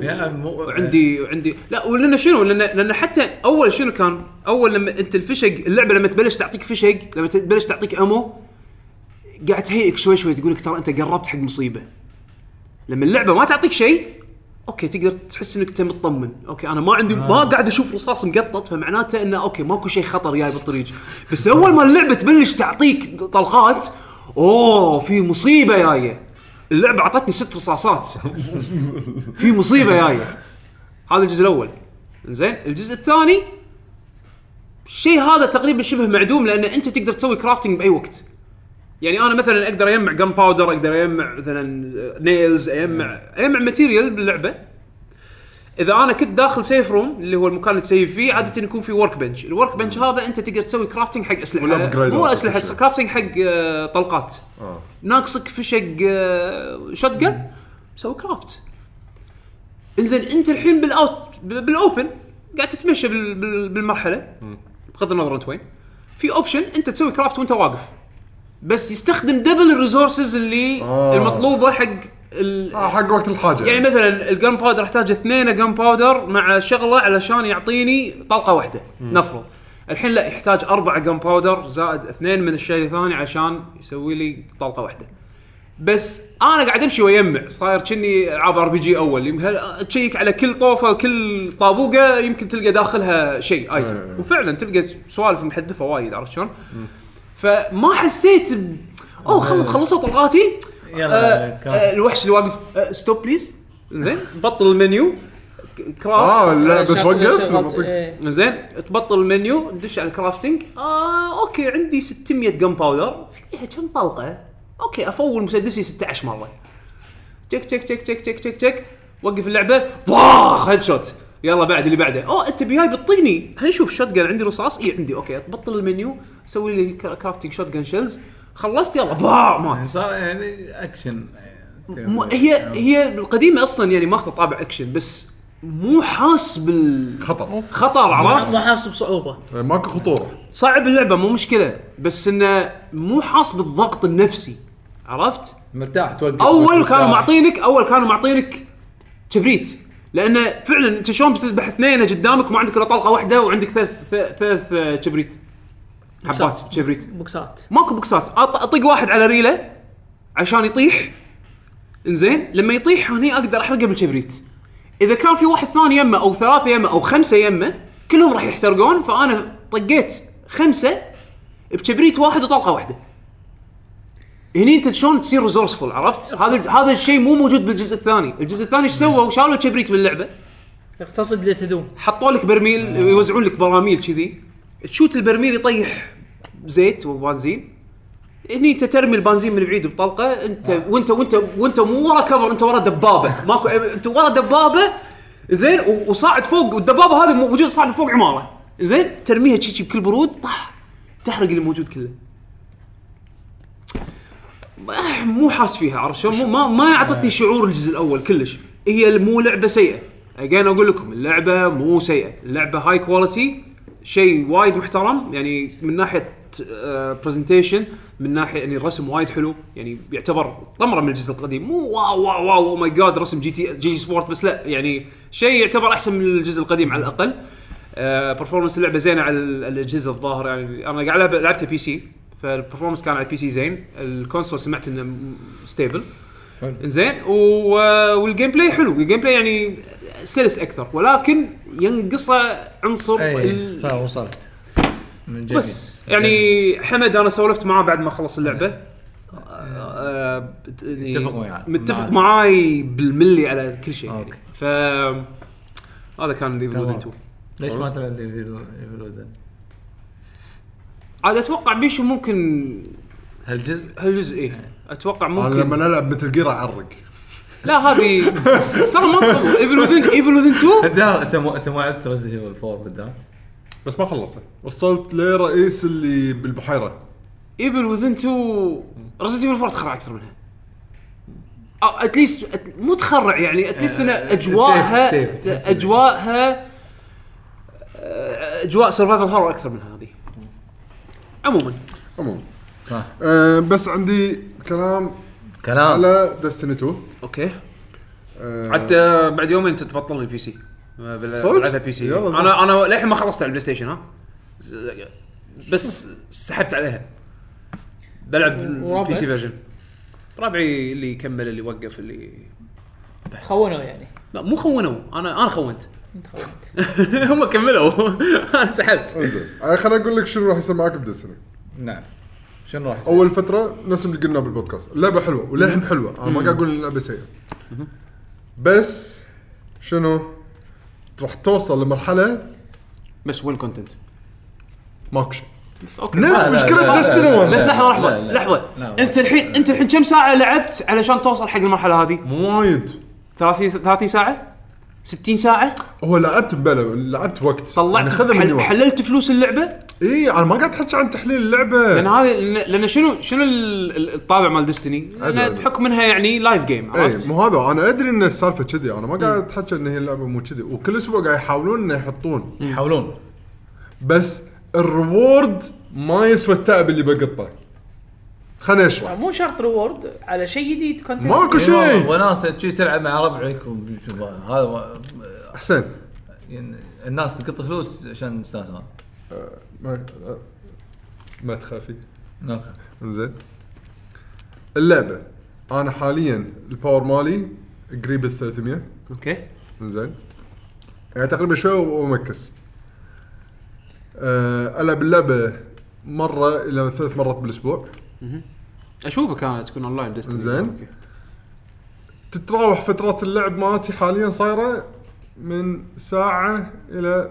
E: يا مو
A: عندي عندي لا ولان شنو لان لان حتى اول شنو كان اول لما انت الفشق اللعبه لما تبلش تعطيك فشق لما تبلش تعطيك امو قاعد تهيئك شوي شوي تقول لك ترى انت قربت حق مصيبه لما اللعبه ما تعطيك شيء اوكي تقدر تحس انك انت مطمن اوكي انا ما عندي ما قاعد اشوف رصاص مقطط فمعناته انه اوكي ماكو شيء خطر جاي بالطريق بس اول ما اللعبه تبلش تعطيك طلقات اوه في مصيبه جايه اللعبه اعطتني ست رصاصات في مصيبه جايه هذا الجزء الاول زين الجزء الثاني الشيء هذا تقريبا شبه معدوم لان انت تقدر تسوي كرافتنج باي وقت يعني انا مثلا اقدر اجمع جن باودر اقدر اجمع مثلا نيلز اجمع اجمع ماتيريال باللعبه اذا انا كنت داخل سيف روم اللي هو المكان اللي تسيف فيه عاده يكون في ورك بنش الورك بنش هذا انت تقدر تسوي كرافتنج حق اسلحه
C: ولا upgrade
A: مو
C: أو
A: اسلحه
C: شيء.
A: كرافتنج حق آه، طلقات
C: آه.
A: ناقصك فشق شوت جن سوي كرافت انزين انت الحين بالاوت بال- بالاوبن قاعد تتمشى بال- بال- بالمرحله بغض النظر انت وين في اوبشن انت تسوي كرافت وانت واقف بس يستخدم دبل الريسورسز اللي
C: آه.
A: المطلوبه حق ال...
C: اه حق وقت الحاجه
A: يعني مثلا الجن باودر احتاج اثنين جن باودر مع شغله علشان يعطيني طلقه واحده نفرض الحين لا يحتاج اربع جن باودر زائد اثنين من الشيء الثاني عشان يسوي لي طلقه واحده بس انا قاعد امشي ويجمع صاير كني العاب ار بي جي اول يم- هل- تشيك على كل طوفه وكل طابوقه يمكن تلقى داخلها شيء ايتم
C: إيه.
A: وفعلا تلقى سوالف محذفه وايد عرفت شلون؟ فما حسيت ب... اوه خلص خلصوا طلقاتي
E: يلا،
A: آه،
E: كاف.
A: آه، الوحش اللي واقف ستوب بليز زين بطل المنيو
C: اه
A: كرافت
C: اللعبه
D: شغل-
C: توقف
D: شغلت-
C: ويعطيك-
D: إيه.
A: زين تبطل المنيو تدش على الكرافتنج اه اوكي عندي 600 جن باودر فيها إيه كم طلقه اوكي افول مسدسي 16 مره تك تك تك تك تك تك تك وقف اللعبه باخ هيد شوت يلا بعد اللي بعده اوه انت بياي بتطقني خلينا نشوف شوت جن عندي رصاص اي عندي اوكي تبطل المنيو سوي لي كرا- كرافتنج شوت جن شيلز خلصت يلا باع مات
E: صار يعني اكشن
A: آه. مو
E: يعني
A: هي هي القديمه اصلا يعني ماخذه طابع اكشن بس مو حاس بالخطر
C: خطر
A: خطر عرفت؟
D: ما حاسس بصعوبه
C: إيه، ماكو خطوره
A: صعب اللعبه مو مشكله بس انه مو حاس بالضغط النفسي عرفت؟
F: مرتاح توقف
A: اول
F: مرتاح.
A: كانوا معطينك اول كانوا معطينك كبريت لانه فعلا انت شلون بتذبح اثنين قدامك ما عندك الا طلقه واحده وعندك ثلاث ثلاث- ثلاث آه، كبريت حبات
D: بوكسات.
A: كبريت
D: بوكسات
A: ماكو بوكسات أط- اطق واحد على ريله عشان يطيح انزين لما يطيح هني اقدر احرقه بالكبريت اذا كان في واحد ثاني يمه او ثلاثه يمه او خمسه يمه كلهم راح يحترقون فانا طقيت خمسه بكبريت واحد وطلقه واحده هني انت شلون تصير ريسورسفول عرفت؟ هذا هذا الشيء مو موجود بالجزء الثاني، الجزء الثاني ايش سووا؟ شالوا الكبريت من اللعبه،
D: اقتصد لتدوم
A: حطوا لك برميل يوزعون لك براميل كذي تشوت البرميل يطيح زيت وبنزين هني انت ترمي البنزين من بعيد بطلقه انت وانت وانت وانت مو ورا كفر انت ورا دبابه ماكو انت ورا دبابه زين و- وصاعد فوق والدبابه هذه موجوده صاعد فوق عماره زين ترميها شي شي بكل برود طح تحرق اللي موجود كله آه، مو حاس فيها عرفت شلون؟ مو- ما ما اعطتني شعور الجزء الاول كلش هي مو لعبه سيئه اجين اقول لكم اللعبه مو سيئه اللعبه هاي كواليتي شيء وايد محترم يعني من ناحيه برزنتيشن من ناحيه يعني الرسم وايد حلو يعني يعتبر طمره من الجزء القديم مو واو واو واو او ماي جاد رسم جي تي جي سبورت بس لا يعني شيء يعتبر احسن من الجزء القديم على الاقل برفورمانس اللعبه زينه على ال- الاجهزه الظاهر يعني انا قاعد العب لعبتها بي سي فالبرفورمانس كان على البي سي زين الكونسول سمعت انه م- ستيبل زين و... والجيم بلاي حلو الجيم بلاي يعني سلس اكثر ولكن ينقصه عنصر
F: إيه،
E: اي
A: ال...
E: فوصلت من جميل
A: بس يعني حمد انا سولفت معاه بعد ما خلص اللعبه آه، يعني
E: متفق وياه.
A: متفق
E: معاه.
A: معاي بالملي على كل شيء يعني.
E: نعم. أوكي.
A: ف هذا كان ذا
E: تمام.
A: 2
E: ليش ما تلعب ايفل وذن؟
A: عاد اتوقع بيشو ممكن
E: هالجزء
A: هالجزء ايه
F: إيه.
A: اتوقع
C: انا لما
A: ممكن
C: نلعب مثل جير اعرق
A: لا هذه ترى ما تصور ايفل وذن ايفل وذن 2
E: الدار انت مو انت ما لعبت ريزنت ايفل 4 بالذات؟
C: بس ما خلصت وصلت لرئيس اللي بالبحيره
A: ايفل وذن 2 رزنت ايفل 4 تخرع اكثر منها او اتليست مو تخرع يعني اتليست ان اجواءها
F: إيه، safe- safe، تحس إنه-
A: اجواءها آه، اجواء سرفايفل هورر اكثر من هذه عموما
C: عموما
E: صح.
C: أه بس عندي كلام
E: كلام
C: على دستني 2
A: اوكي
C: أه
E: آه.
A: حتى بعد يومين انت تبطل البي سي بال-
C: صدق؟
A: بلعبها بي سي
C: يلا زين.
A: انا انا للحين ما خلصت على البلاي ستيشن ها بس سحبت عليها بلعب البي
D: وربعك؟
A: سي فيرجن ربعي اللي كمل اللي وقف اللي
D: خونوا يعني
A: لا مو خونوا انا انا خونت هم كملوا انا سحبت
C: انزين أه، خليني اقول لك شنو راح يصير معك بدستني
E: نعم شنو راح يصير؟
C: اول فتره نفس اللي قلنا بالبودكاست اللعبه حلوه وللحين حلوه انا ما قاعد اقول إن اللعبه سيئه بس شنو راح توصل لمرحله
A: بس وين كونتنت
C: ماكو شيء
A: اوكي
C: نفس مشكله دستني 1
A: بس لحظه لحظه
E: لا، لا.
A: لحظه
E: لا،
A: انت الحين انت الحين كم ساعه لعبت علشان توصل حق المرحله هذه
C: مو وايد
A: 30 30 ساعه 60 ساعه
C: هو لعبت بلا لعبت وقت يعني
A: طلعت
C: خذ
A: حل-
C: مني وقت
A: حللت فلوس اللعبه
C: اي انا ما قاعد احكي عن تحليل اللعبه
A: لان هذه لان لأن شنو شنو ال- ال- الطابع مال ديستني؟
C: أدري،
A: لان
C: أدري.
A: بحكم انها يعني لايف جيم
C: اي
A: عرفت؟
C: إيه، مو هذا انا ادري ان السالفه كذي انا ما قاعد اتحكى ان هي اللعبه مو كذي وكل اسبوع قاعد يحاولون انه يحطون
E: يحاولون
C: بس الريورد ما يسوى التعب اللي بقطه خليني اشرح
D: مو شرط ريورد على شيء جديد كونتنت
C: ماكو شيء
E: وناسه شي تلعب مع ربعك وشوف هذا ما-
C: حسين
E: يعني الناس تقط فلوس عشان يستانسون
C: ما ما تخافي
E: اوكي
C: انزين اللعبه انا حاليا الباور مالي قريب ال 300
A: اوكي
C: انزين يعني تقريبا شوي ومكس أه العب اللعبه مره الى ثلاث مرات بالاسبوع
A: اشوفك انا تكون اونلاين ديستني
C: زين.
A: أوكي.
C: تتراوح فترات اللعب مالتي حاليا صايره من ساعه الى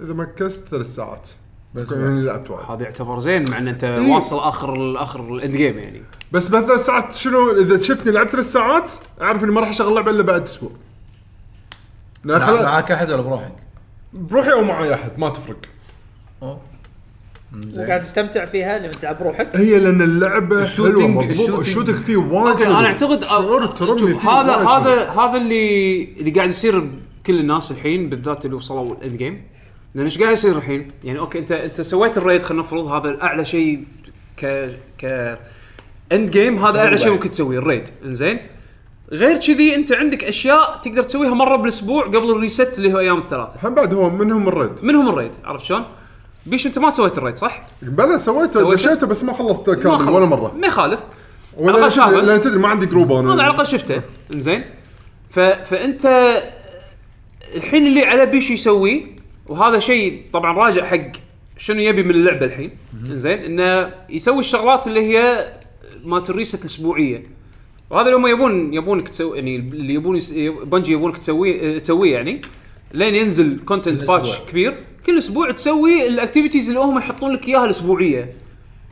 C: اذا مكست ثلاث ساعات يعني لعبت وايد
A: هذا يعتبر زين مع ان انت
C: إيه.
A: واصل اخر اخر الاند جيم يعني
C: بس بعد ثلاث ساعات شنو اذا شفتني لعبت ثلاث ساعات اعرف اني ما راح اشغل لعبه الا بعد اسبوع لا
E: مع-
C: خلا
E: معاك احد ولا بروحك؟
C: بروحي او معي احد ما تفرق
E: أوه.
D: وقاعد تستمتع فيها لما تلعب بروحك
C: هي لان اللعبه
E: الشوتينج-
C: حلوه مضبوط
E: الشوتينج-
C: الشوتنج فيه وايد
A: اوكي
C: حلو.
A: انا اعتقد
C: شعور الترمي
A: شوف،
C: فيه
A: هذا
C: وايد
A: هذا هذا اللي اللي قاعد يصير بكل الناس الحين بالذات اللي وصلوا الاند جيم لان ايش قاعد يصير الحين؟ يعني اوكي انت انت سويت الريد خلينا نفرض هذا اعلى شيء ك ك اند جيم هذا اعلى شيء ممكن تسويه الريد انزين غير كذي انت عندك اشياء تقدر تسويها مره بالاسبوع قبل الريست اللي هو ايام الثلاثه
C: هم بعد هو منهم الريد
A: منهم الريد عرفت شلون؟ بيش انت ما سويت الريد صح؟
C: بلا سويته
A: سويته؟
C: دشيته بس ما خلصته
A: ما
C: كامل ولا
A: خلص.
C: مره
A: ما يخالف على
C: ولا
A: الأقل شافه.
C: لان تدري ما عندي جروب انا
A: هذا على الاقل شفته زين ف... فانت الحين اللي على بيش يسويه وهذا شيء طبعا راجع حق شنو يبي من اللعبه الحين زين انه يسوي الشغلات اللي هي مالت الريست الاسبوعيه وهذا اللي هم يبون يبونك تسوي يعني اللي يبون يس... بنجي يبونك تسويه تسويه يعني لين ينزل كونتنت
F: الأسبوع.
A: باتش كبير كل اسبوع تسوي الاكتيفيتيز اللي هم يحطون لك اياها الاسبوعيه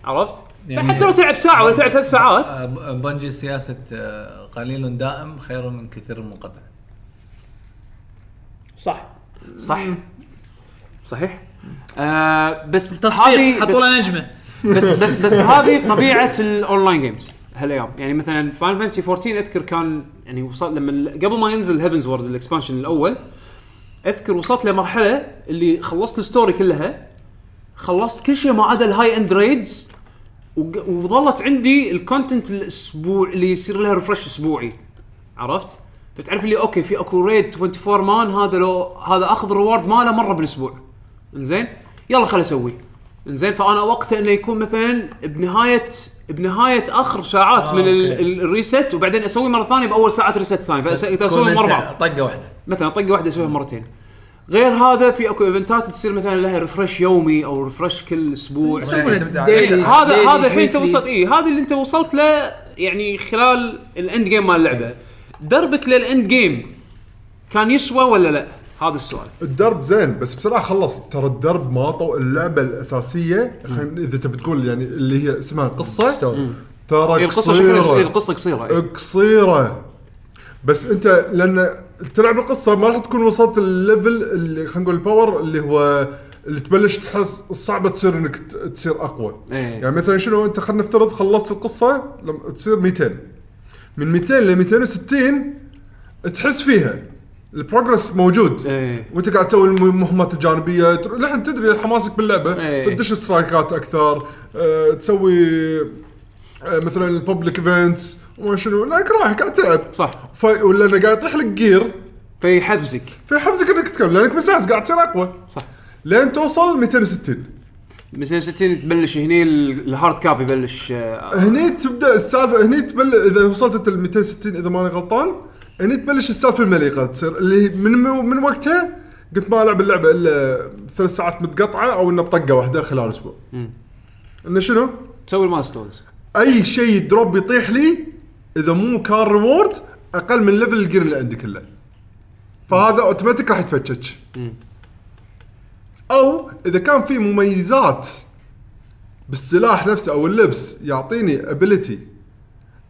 A: عرفت؟
E: يعني-
A: حتى لو تلعب ساعه ولا تلعب ثلاث ساعات
E: آه، ب- بنجي سياسه آه، قليل دائم خير من كثير منقطع
D: صح
A: صح صحيح آه بس
D: تصفيق
A: هذه-
D: حطوا لنا نجمه
A: بس بس بس هذه طبيعه الاونلاين جيمز هالايام يعني مثلا فاين فانسي 14 اذكر كان يعني وصل لما ال- قبل ما ينزل هيفنز وورد الاكسبانشن الاول اذكر وصلت لمرحله اللي خلصت الستوري كلها خلصت كل شيء ما عدا الهاي اند ريدز وق- وظلت عندي الكونتنت الاسبوع اللي يصير لها ريفرش اسبوعي عرفت؟ فتعرف اللي اوكي في اكو ريد 24 مان هذا لو هذا اخذ الريورد ماله مره بالاسبوع انزين يلا خل اسويه انزين فانا وقته انه يكون مثلا بنهايه بنهايه اخر ساعات آه من ال-
E: أوكي.
A: ال- الريست وبعدين اسوي مره ثانيه باول ساعه ريست ثاني فاسوي
E: كون
A: مره
E: أنت
A: بعض
E: طقه واحده
A: مثلا طقه واحده اسويها مرتين غير هذا في اكو ايفنتات تصير مثلا لها ريفرش يومي او ريفرش كل اسبوع
D: يسوون
E: أنت بتع-
D: dailies،
A: هذا
D: dailies،
A: هذا الحين إيه. انت
D: weeklies.
A: وصلت اي هذا اللي انت وصلت له يعني خلال الاند جيم مال اللعبه دربك للاند جيم كان يسوى ولا لا؟ هذا السؤال
C: الدرب زين بس بسرعه خلص ترى الدرب ما طو اللعبه الاساسيه خلينا اذا تبي تقول يعني اللي هي اسمها قصه
A: هي
C: ترى
A: القصه شكلها قصيرة- إيه،
C: قصيره
A: القصه قصيره إي.
C: قصيره بس انت لان تلعب القصه ما راح تكون وصلت الليفل اللي خلينا نقول الباور اللي هو اللي تبلش تحس صعبه تصير انك ت- تصير اقوى
A: إيه.
C: يعني مثلا شنو انت خلينا نفترض خلصت القصه لما تصير 200 من 200 ل 260 تحس فيها البروجرس موجود
A: إيه.
C: وانت قاعد تسوي الم- المهمات الجانبيه تر- لحن تدري حماسك باللعبه
A: إيه.
C: فتدش سترايكات اكثر أه تسوي أه مثلا الببليك ايفنتس وما شنو لك رايح قاعد تلعب
A: صح.
C: ف... ولا انه قاعد يطيح لك جير
A: فيحفزك
C: فيحمسك انك تكمل لانك مساس قاعد تصير اقوى
A: صح
C: لين توصل 260
A: 260 تبلش هني ال- الهارد كاب يبلش آه،
C: هني تبدا السالفه هني تبل اذا وصلت انت ال 260 اذا ماني غلطان هني تبلش السالفه المليقه تصير اللي من من وقتها قلت ما العب اللعبه الا ثلاث ساعات متقطعه او انه بطقه واحده خلال اسبوع. انه شنو؟
A: تسوي المايلستونز
C: اي شيء دروب يطيح لي اذا مو كان ريورد اقل من ليفل الجير اللي عندي كله. فهذا اوتوماتيك راح يتفكك. او اذا كان في مميزات بالسلاح نفسه او اللبس يعطيني ابيلتي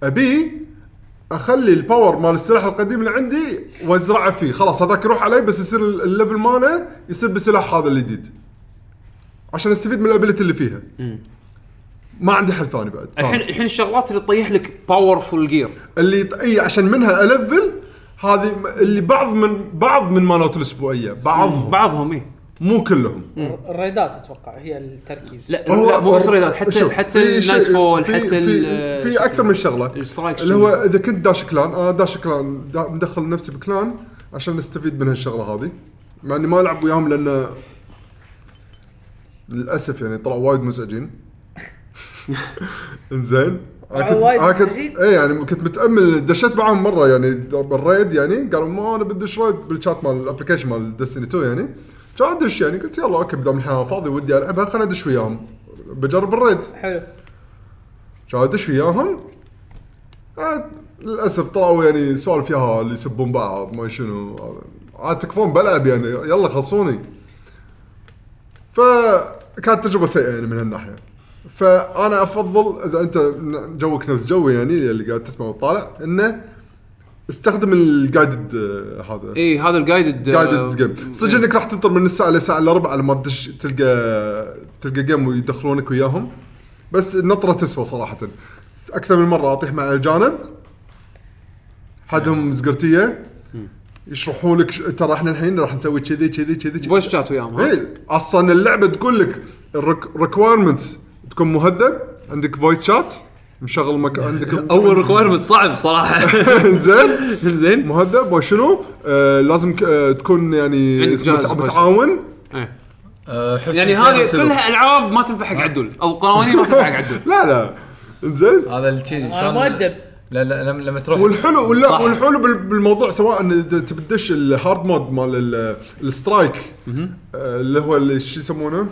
C: ابي اخلي الباور مال السلاح القديم اللي عندي وازرعه فيه خلاص هذاك يروح علي بس يصير ال- الليفل ماله يصير بسلاح هذا الجديد عشان استفيد من الابيلتي اللي فيها ما عندي حل ثاني بعد
A: الحين
C: طبعاً.
A: الحين الشغلات اللي تطيح لك باورفول جير
C: اللي يط- اي عشان منها الفل هذه م- اللي بعض من بعض من مالات الاسبوعيه بعضهم
A: بعضهم إيه. اي
C: مو كلهم
D: الريدات اتوقع هي التركيز
A: لا لا مو بس ريدات حتى
C: شوف،
A: حتى
C: في شيء-
A: النايت فول
C: في-
A: حتى
C: في,
A: ال-
C: في اكثر من شغله
A: السترايكس
C: اللي هو
A: شنو؟
C: اذا كنت داش كلان انا داش كلان دا مدخل نفسي بكلان عشان استفيد من هالشغله هذه مع اني ما العب وياهم لان للاسف يعني طلعوا وايد مزعجين انزين أنا كنت-
D: وايد
C: أنا كنت-
D: مزعجين؟
C: اي يعني كنت متامل دشيت معاهم مره يعني بالريد يعني قالوا ما انا بدش ريد بالشات مال الابلكيشن مال ديستني 2 يعني كان ادش يعني قلت يلا اوكي بدام الحين فاضي ودي العبها خليني ادش وياهم بجرب الريد
D: حلو
C: كان ادش وياهم آه، للاسف طلعوا يعني سوالف فيها اللي يسبون بعض ما شنو آه، عاد تكفون بلعب يعني يلا خلصوني فكانت تجربه سيئه يعني من هالناحيه فانا افضل اذا انت جوك نفس جوي يعني اللي قاعد تسمع وتطالع انه استخدم الجايدد هذا
A: اي إيه، هذا آه، الجايدد
C: قاعد جيم
A: إيه.
C: صدق انك راح تنطر من الساعه لساعه الا ربع لما تدش تلقى تلقى جيم ويدخلونك وياهم بس النطره تسوى صراحه اكثر من مره اطيح مع الجانب حدهم زقرتيه يشرحوا لك ش- ترى احنا الحين راح نسوي كذي كذي كذي كذي.
A: فويس شات إيه، وياهم ها؟
C: اي اصلا اللعبه تقول لك الريكوايرمنتس تكون مهذب عندك فويس شات مشغل مك... عندك
G: اول ريكوايرمنت صعب صراحه
C: زين
G: زين
C: مهذب وشنو آه لازم ك... آه تكون يعني
A: عندك جاهز
C: متع-
A: voice chat.
C: متعاون
A: إيه.
E: آه، حسن
A: يعني
E: سير
A: هذه
E: وسلوك.
A: كلها العاب ما تنفع
G: آه.
A: حق عدول او قوانين ما تنفع حق عدول آه.
C: لا لا زين
E: هذا الشيء
D: انا مؤدب
E: لا لا لما- لما تروح
C: والحلو ولا
E: صح.
C: والحلو بال- بالموضوع سواء إن د- تبي تدش الهارد مود مال ال- السترايك آه، اللي هو اللي شو يسمونه؟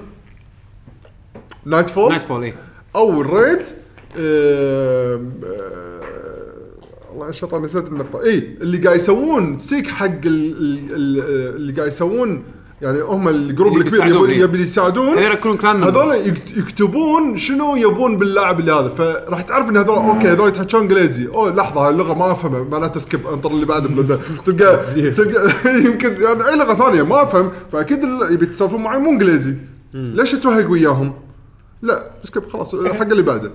C: نايت فول
A: نايت فول اي
C: او الريد آم، آه، والله الشطر نسيت النقطه اي اللي قاعد يسوون سيك حق ال- ال- ال- اللي قاعد يسوون يعني هم الجروب
A: اللي
C: الكبير
A: بيساعدون،
C: يبون-
A: إيه.
C: يبي يساعدون
A: هذول يكونون كلان members.
C: هذول يكت- يكتبون شنو يبون باللاعب اللي هذا فراح تعرف ان هذول اوكي هذول يتحكون انجليزي او لحظه هاي اللغه ما افهمها معناتها سكيب انطر اللي بعده بلده. تلقى تلقى يمكن يعني اي لغه ثانيه ما افهم فاكيد اللي يبي يتسولفون معي مو انجليزي ليش توهق وياهم؟ لا سكيب خلاص حق اللي بعده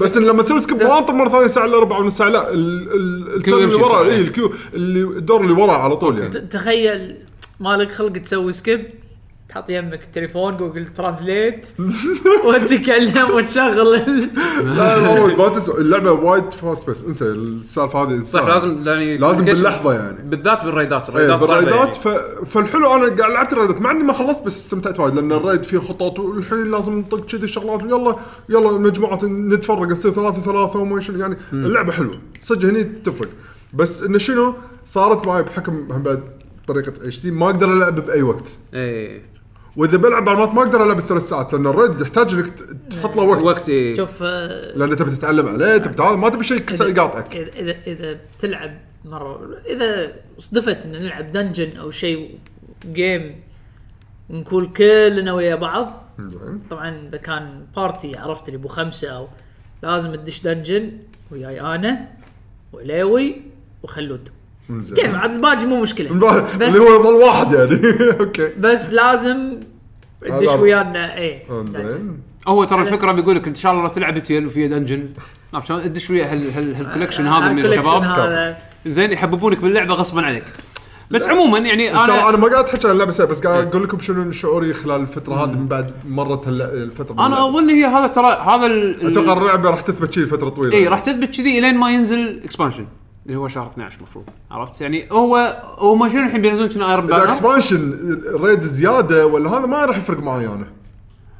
C: بس إن لما تسوي سكيب ما انطر مره ثانيه ساعه الا ربع ونص ساعه لا ال- ال- الكيو اللي
A: يمشي
C: ورا
A: بسرعة.
C: اي الكيو اللي الدور اللي ورا على طول
D: ت-
C: يعني
D: تخيل مالك خلق تسوي سكيب تحط يمك التليفون جوجل ترانزليت وتتكلم وتشغل ال-
C: لا لا، ما تسوى اللعبه وايد فاست بس انسى السالفه هذه
A: صح لازم يعني
C: آه. لازم
A: communication.
C: باللحظه يعني
A: بالذات بالريدات
C: ايه
A: الريدات صعبه
C: بالرايدات
A: يعني.
C: ف... فالحلو انا قاعد لعبت الرايدات مع اني ما خلصت بس استمتعت وايد لان الرايد فيه خطط والحين لازم نطق كذي شغلات ويلا يلا مجموعه نتفرق نصير ثلاثه ثلاثه وما شنو يعني اللعبه حلوه صدق هني تفرق بس انه شنو صارت معي بحكم هم بعد طريقه اتش دي ما اقدر العب باي وقت
A: ايه
C: واذا بلعب على المات ما اقدر العب الثلاث ساعات لان الرايد يحتاج انك ت- تحط له وقت,
A: وقت ايه
D: شوف آه،
C: لان تبي تتعلم عليه تبي تعال- ما تبي شيء
D: إذا-
C: يقاطعك
D: اذا اذا اذا تلعب مره اذا صدفت ان نلعب دنجن او شيء جيم نكون كلنا ويا بعض
C: زين.
D: طبعا اذا كان بارتي عرفت اللي ابو خمسه او لازم تدش دنجن وياي انا وليوي وخلود
C: زين
D: كيف عاد الباقي مو مشكله بس
C: اللي هو يظل واحد يعني اوكي
D: بس لازم تدش
C: هذا-
D: ويانا إيه. اي
C: زين
A: هو ترى الفكره بيقول لك ان شاء الله لو تلعب تيل وفيها دنجنز عرفت شلون ادش ويا هال- هال- هالكولكشن هذا من
D: الكوليكشن
A: الشباب
D: آه، هذا.
A: زين يحببونك باللعبه غصبا عنك بس عموما يعني
C: ترى
A: انا
C: انا ما قاعد احكي عن اللعبه سيئة، بس
A: إيه.
C: قاعد اقول لكم شنو شعوري خلال الفتره هذه من بعد مرت هال- الفتره من
A: انا
C: اللعبة.
A: اظن هي هذا ترى هذا ال- ال-
C: اتوقع اللعبه راح تثبت شيء فتره طويله
A: اي إيه، راح تثبت كذي الين ما ينزل اكسبانشن اللي هو شهر 12 المفروض عرفت يعني هو هو ما شنو الحين بينزلون شنو ايرون
C: اذا
A: بانر
C: اكسبانشن ريد زياده ولا هذا ما راح يفرق معي انا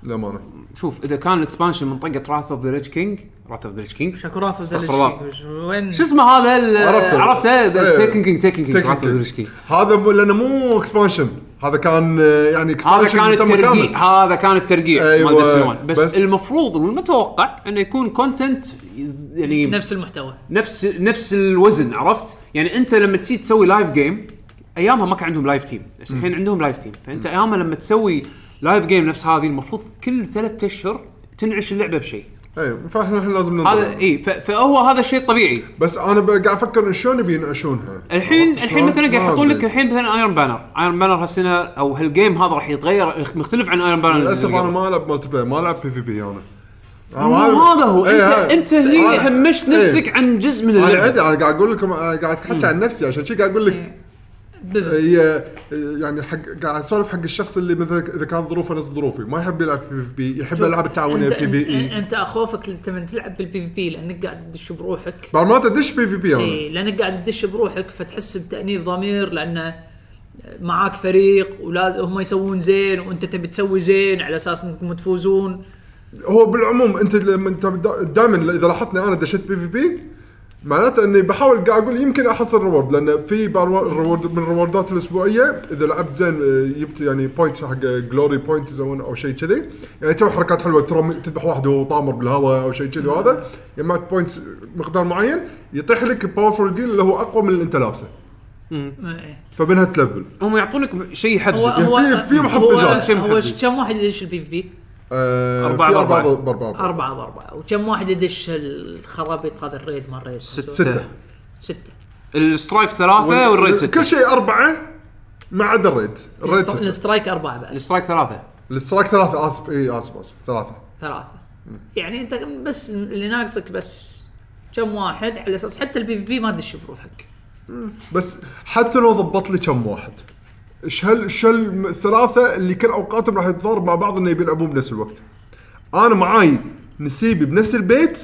C: للامانه
A: شوف اذا كان الاكسبانشن منطقه راث اوف ذا ريتش كينج راث اوف ذا ريتش كينج
D: شاكوراث
A: استغفر الله.
D: وين
A: شو اسمه هذا ال-
C: عرفته.
A: عرفته
C: إيه.
A: تيكن كينج تيكن كينج راث
C: Taken
A: اوف ذا
C: King.
A: ريتش كينج
C: هذا مو لانه مو اكسبانشن هذا كان آه، يعني
A: هذا
C: اكسبانشن
A: كان الترقيع هذا كان الترقيع
C: أيوة،
A: مال ديستني 1 بس,
C: بس-
A: بس المفروض والمتوقع انه يكون كونتنت يعني
D: نفس المحتوى
A: نفس نفس الوزن عرفت؟ يعني انت لما تجي تسوي لايف جيم ايامها ما كان عندهم لايف تيم، بس الحين عندهم لايف تيم، فانت ايامها لما تسوي لايف جيم نفس هذه المفروض كل ثلاثة اشهر تنعش اللعبه بشيء،
C: اي فاحنا إيه، إحنا لازم
A: هذا
C: ننظر
A: اي ف- فهو هذا الشيء طبيعي،
C: بس انا ب- قاعد افكر إن شلون يبي ينعشونها
A: الحين
C: عرفت
A: الحين
C: شلون؟
A: مثلا قاعد
C: ما
A: يحطون لك
C: أدري.
A: الحين مثلا ايرون بانر، ايرون بانر هالسنه او هالجيم هذا راح يتغير مختلف عن ايرون بانر اللي
C: للاسف
A: نزل
C: انا
A: قبل.
C: ما العب مالتي بلاير ما العب بي في بي انا
A: مو هذا هو
C: إيه،
A: انت
C: هاي.
A: انت هني
C: أنا-
A: همشت
C: إيه.
A: نفسك عن جزء من
C: انا
A: اللعبه
C: ادري انا قاعد اقول لكم أنا قاعد احكي عن نفسي عشان شي قاعد اقول لك
D: بذل.
C: هي يعني حق قاعد اسولف حق الشخص اللي مثلا اذا كان ظروفه نفس ظروفي ما يحب يلعب بي في بي يحب الالعاب التعاونيه
D: انت
C: بي في
D: انت,
C: اي
D: انت خوفك لما تلعب بالبي في بي لانك قاعد تدش بروحك
C: بعد ما تدش بي في بي
A: إيه.
C: انا
D: اي لانك قاعد تدش بروحك فتحس بتانيب ضمير لانه معاك فريق ولازم هم يسوون زين وانت تبي تسوي زين على اساس انكم تفوزون
C: هو بالعموم انت لما انت دائما اذا لاحظتني انا دشيت بي في بي معناته اني بحاول قاعد اقول يمكن احصل ريورد لان في ريورد من الريوردات الاسبوعيه اذا لعبت زين آه، جبت يعني بوينتس حق جلوري بوينتس يسوون او شيء كذي يعني تسوي حركات حلوه ترمي تذبح واحد وهو طامر بالهواء او شيء كذي وهذا جمعت باوينتس مقدار معين يطيح لك باورفول جيل اللي هو اقوى من اللي انت لابسه
D: إيه.
C: فمنها تلفل
A: هم يعطونك شيء
D: هو
A: يحبسك
D: هو
C: في- في محفزات.
D: هو, هو كم واحد يدش البي في بي؟
C: آه
A: أربعة
C: في
A: بأربعة.
C: أربعة بأربعة
D: اربعه باربعه وكم واحد يدش الخرابيط هذا الريد مال الريد
C: ستة
D: سته
A: السترايك ثلاثه والريد سته
C: كل شيء أربعة ما عدا الريد الريد
D: الستر-
C: ستة
D: السترايك اربعه بعد
A: السترايك ثلاثه
C: السترايك ثلاثة آسف إي آسف آسف ثلاثة
D: ثلاثه يعني انت بس اللي ناقصك بس كم واحد على اساس حتى البي في بي ما تدش بروحك
C: بس حتى لو ضبط لي كم واحد شل شل الثلاثه اللي كل اوقاتهم راح يتضارب مع بعض انه يبي يلعبون بنفس الوقت انا معاي نسيبي بنفس البيت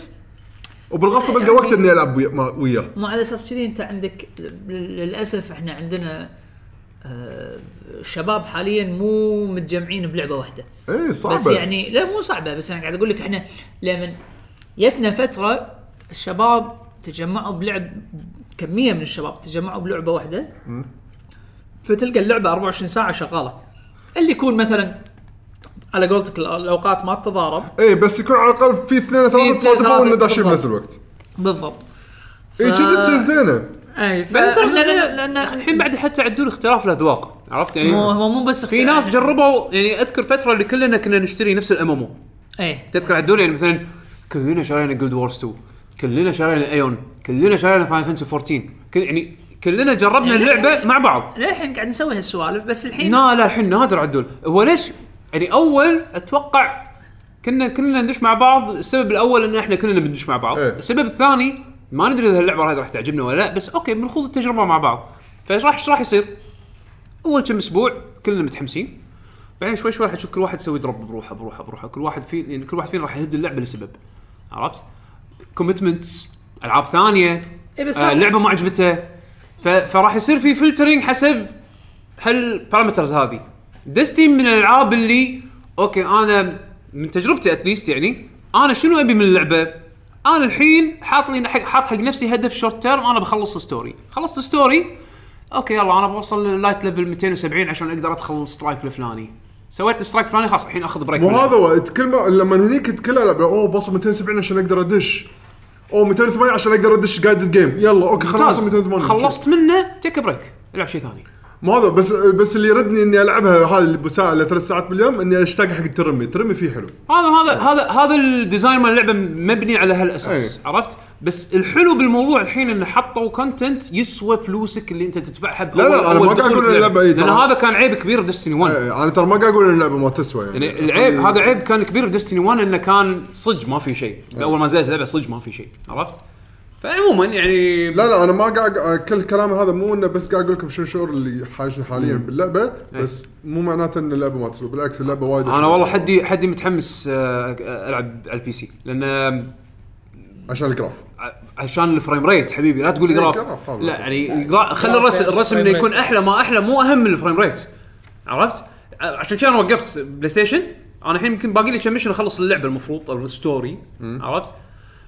C: وبالغصب القى وقت اني العب ويا- مع- وياه
D: مو على اساس كذي انت عندك للاسف احنا عندنا آه، الشباب حاليا مو متجمعين بلعبه واحده
C: اي صعبه
D: بس يعني لا مو صعبه بس انا قاعد اقول لك احنا لما جتنا فتره الشباب تجمعوا بلعب كميه من الشباب تجمعوا بلعبه واحده فتلقى اللعبه 24 ساعه شغاله اللي يكون مثلا على قولتك الأ- الاوقات ما تتضارب
C: اي بس يكون على الاقل في اثنين ثلاثه
D: اثنين
C: تصادفوا
D: ثلاثة
C: انه داشين
D: بالضبط.
C: بنفس الوقت
D: بالضبط
C: اي كذي تصير زينه
D: اي
A: فانت
D: فاحنا لأن- لان
A: الحين بعد حتى عدول اختلاف الاذواق عرفت يعني
D: مو هو مو بس
A: في ناس جربوا يعني اذكر فتره اللي كلنا كنا نشتري نفس الامامو
D: ايه
A: تذكر عدول يعني مثلا كلنا شرينا جولد وورز 2 كلنا شرينا ايون كلنا شرينا فاين فانسي 14 كل يعني كلنا جربنا
D: يعني-
A: اللعبه مع بعض
D: للحين قاعد نسوي هالسوالف بس الحين
A: لا لا الحين نادر عدول هو ليش يعني اول اتوقع كنا كلنا ندش مع بعض السبب الاول ان احنا كلنا بندش مع بعض
C: إيه.
A: السبب الثاني ما ندري اذا اللعبه هذه راح تعجبنا ولا لا بس اوكي بنخوض التجربه مع بعض فراح ايش راح يصير اول كم اسبوع كلنا متحمسين بعدين شوي شوي راح تشوف كل واحد يسوي دروب بروحه بروحه بروحه كل واحد في يعني كل واحد فينا راح يهد اللعبه لسبب عرفت كوميتمنتس العاب ثانيه
D: إيه بس
A: آه
D: هذا-
A: اللعبه ما عجبته ف- فراح يصير في فلترنج حسب هالبارامترز هذه دستي من الالعاب اللي اوكي انا من تجربتي اتليست يعني انا شنو ابي من اللعبه انا الحين حاط لي حق حاط حق نفسي هدف شورت تيرم انا بخلص ستوري خلصت ستوري اوكي يلا انا بوصل للايت ليفل 270 عشان اقدر ادخل السترايك الفلاني سويت السترايك الفلاني خلاص الحين اخذ بريك
C: مو
D: إيه.
C: هذا وقت كل ما لما هنيك تكلها لا اوه بوصل 270 عشان اقدر ادش اوه 280 عشان اقدر ادش جايدد جيم يلا اوكي خلص
A: ممتاز.
C: 280
A: خلصت منه تيك بريك العب شيء ثاني
C: مو هذا بس بس اللي يردني اني العبها هذه اللي بساعة ولا ثلاث ساعات باليوم اني اشتاق حق الترمي الترمي فيه حلو
A: هذا هذا هذا هذا الديزاين مال اللعبه مبني على هالاساس
C: إيه.
A: أيه. عرفت بس الحلو بالموضوع الحين انه حطوا كونتنت يسوى فلوسك اللي انت تدفعها بأول
C: لا، أنا
A: أول
C: ما قاعد
A: دخول
C: أقول إن
A: اللعبة.
C: اللعبة إيه،
A: لان
C: طبعاً.
A: هذا كان عيب كبير بدستني 1
C: إيه، انا ترى ما قاعد اقول ان اللعبه ما تسوى يعني,
A: يعني العيب هذا عيب كان كبير بدستني 1 انه كان صج ما في شيء
C: إيه.
A: اول ما نزلت اللعبه صج ما في شيء عرفت فعموما يعني
C: لا لا انا ما قاعد كل كلامي هذا مو انه بس قاعد اقول لكم شو الشعور اللي حايشني حاليا باللعبه بس مو معناته ان اللعبه ما تسوى بالعكس اللعبه وايد
A: انا
C: أشوفها.
A: إيه. والله حدي حدي متحمس آه، العب على البي سي لان آه،
C: عشان الجراف
A: عشان الفريم ريت حبيبي لا تقول لي
C: إيه،
A: جراف
C: جراف هذا.
A: لا يعني جرا- خلي الرسم الرسم انه يكون احلى ما احلى مو اهم من الفريم ريت عرفت؟ ع- عشان كذا انا وقفت بلاي ستيشن انا الحين يمكن باقي لي كم ميشن اخلص اللعبه المفروض او الستوري عرفت؟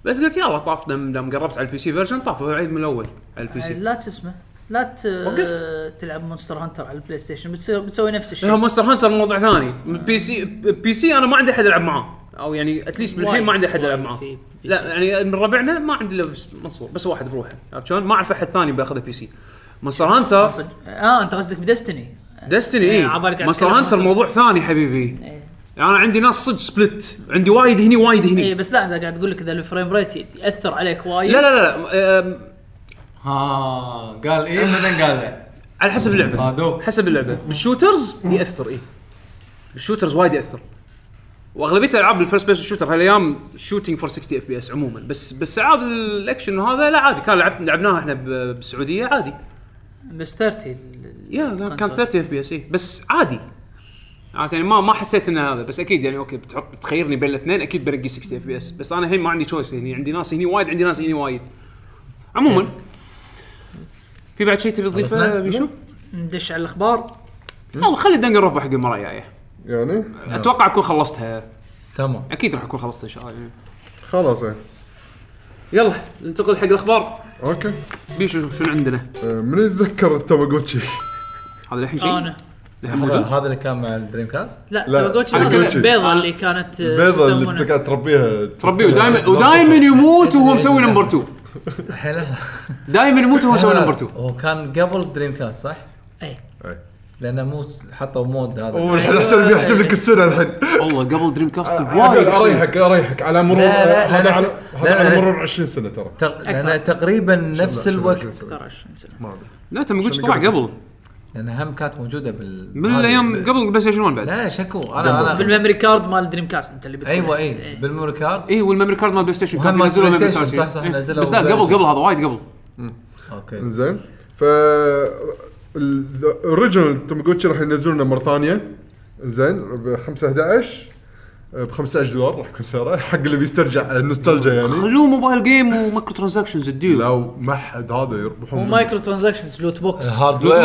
A: بس قلت يلا طاف دام دام قربت على البي سي فيرجن طاف عيد من الاول على البي سي
D: لا تسمه لا ت...
A: وقفت.
D: تلعب مونستر هانتر على البلاي ستيشن بتصير بتسوي نفس
A: هو
D: الشيء
A: مونستر هانتر موضوع ثاني بي سي بي سي انا ما عندي احد العب معاه او يعني اتليست بالحين ما عندي احد العب
D: وايد
A: معاه
D: في بي
A: لا يعني من ربعنا ما عندي الا منصور بس واحد بروحه عرفت شلون؟ ما اعرف احد ثاني باخذه بي سي مونستر هانتر
D: صدق. اه انت قصدك بدستني
A: دستني
D: إيه،
A: اي
D: عبالك قاعد
A: مونستر
D: تتكلم
A: هانتر
D: عن
A: موضوع ثاني حبيبي
D: إيه،
A: يعني انا عندي ناس صدق سبلت عندي وايد هني وايد
D: اي
A: هني
D: إيه، بس لا انا قاعد اقول لك اذا الفريم ريت ياثر عليك وايد
A: لا لا لا أم،
E: ها قال ايه بعدين قال لا
A: على حسب اللعبه
E: صادوق
A: حسب اللعبه بالشوترز ياثر اي الشوترز وايد ياثر واغلبيه الالعاب الفيرست بيرسون شوتر هالايام شوتنج فور 60 اف بي اس عموما بس بس العاب الاكشن هذا لا عادي كان لعبت لعبناها احنا ب- بالسعوديه عادي
D: بس 30 ال-
A: يا يعني كان
D: كونسول.
A: 30 اف بي اس إيه. بس عادي عرفت يعني ما ما حسيت ان هذا بس اكيد يعني اوكي بتحط بتخيرني بين الاثنين اكيد برقي 60 اف بي اس بس انا الحين ما عندي تشويس هني عندي ناس هني وايد عندي ناس هني وايد عموما في بعد شيء تبي تضيفه
E: خلصنا؟
A: بيشو؟
D: ندش على الاخبار
A: يلا خلي دنجر نروح حق المره الجايه
C: يعني
A: اتوقع اكون خلصتها
E: تمام
A: اكيد راح اكون خلصتها ان شاء الله
C: خلاص يعني
A: يلا ننتقل حق الاخبار
C: اوكي
A: بيشو شنو عندنا؟
C: آه، من يتذكر التامagotchi؟
A: هذا الحين شيء
D: انا
A: الحين موجود؟
E: هذا اللي كان مع الدريم كاست
D: آه، لا
C: لا،
D: تامagotchi
C: أنا
D: هذا
C: قلت شي.
D: البيضه اللي كانت آه، شو
C: البيضه اللي
D: يسمونها؟
C: أنت قاعد تربيها
A: تربيه ودائما ودائما يموت وهو مسوي نمبر 2
E: الحين لا.
A: دائما يموت وهو مسوي نمبر 2
E: هو كان قبل الدريم كاست صح؟
D: اي
E: لانه مو س- حطوا مود هذا
C: والحين احسب بيحسب لك السنه الحين
A: والله قبل دريم كاست
C: أقول
A: وايد
C: اريحك اريحك على مرور
E: لا، لا، لا،
C: هذا
E: لا،
C: على-
E: لا،
C: هذا
E: لا،
C: على
E: لا.
C: مرور 20 سنه ترى
E: تق... لانه تقريبا نفس الوقت
D: 20 سنه
C: ما ادري
A: لا تاماجوتشي طلع قبل
E: لان هم كانت موجوده بال
A: من
E: هذه-
A: الايام
E: بال-
A: قبل بلاي ستيشن 1 بعد
E: لا شكو انا انا
D: بالميموري كارد مال دريم كاست انت اللي إيه. بتقول
E: ايوه اي بالميموري كارد
A: اي والميموري كارد إيه، مال بلاي ستيشن
E: وهم
A: كان في
E: مال
A: نزلوا إيه.
E: بلاي
A: ميموري
E: ستيشن،
A: كارد
E: صح، صح،
A: إيه.
E: نزلوا
A: بس لا
E: بلاي
A: قبل
E: ستيشن.
A: قبل هذا وايد قبل
E: اوكي
C: زين ف الاوريجنال تامagotchi راح ينزلونه مره ثانيه زين ب 5 11 ب 15 دولار راح يكون سعره حق اللي بيسترجع النوستالجيا يعني
A: خلوه موبايل جيم ومايكرو ترانزاكشنز الديو
C: لو ما حد هذا
E: Oh
C: يربحون
D: ومايكرو ترانزاكشنز لوت
E: إيه،
D: بوكس
E: هاردوير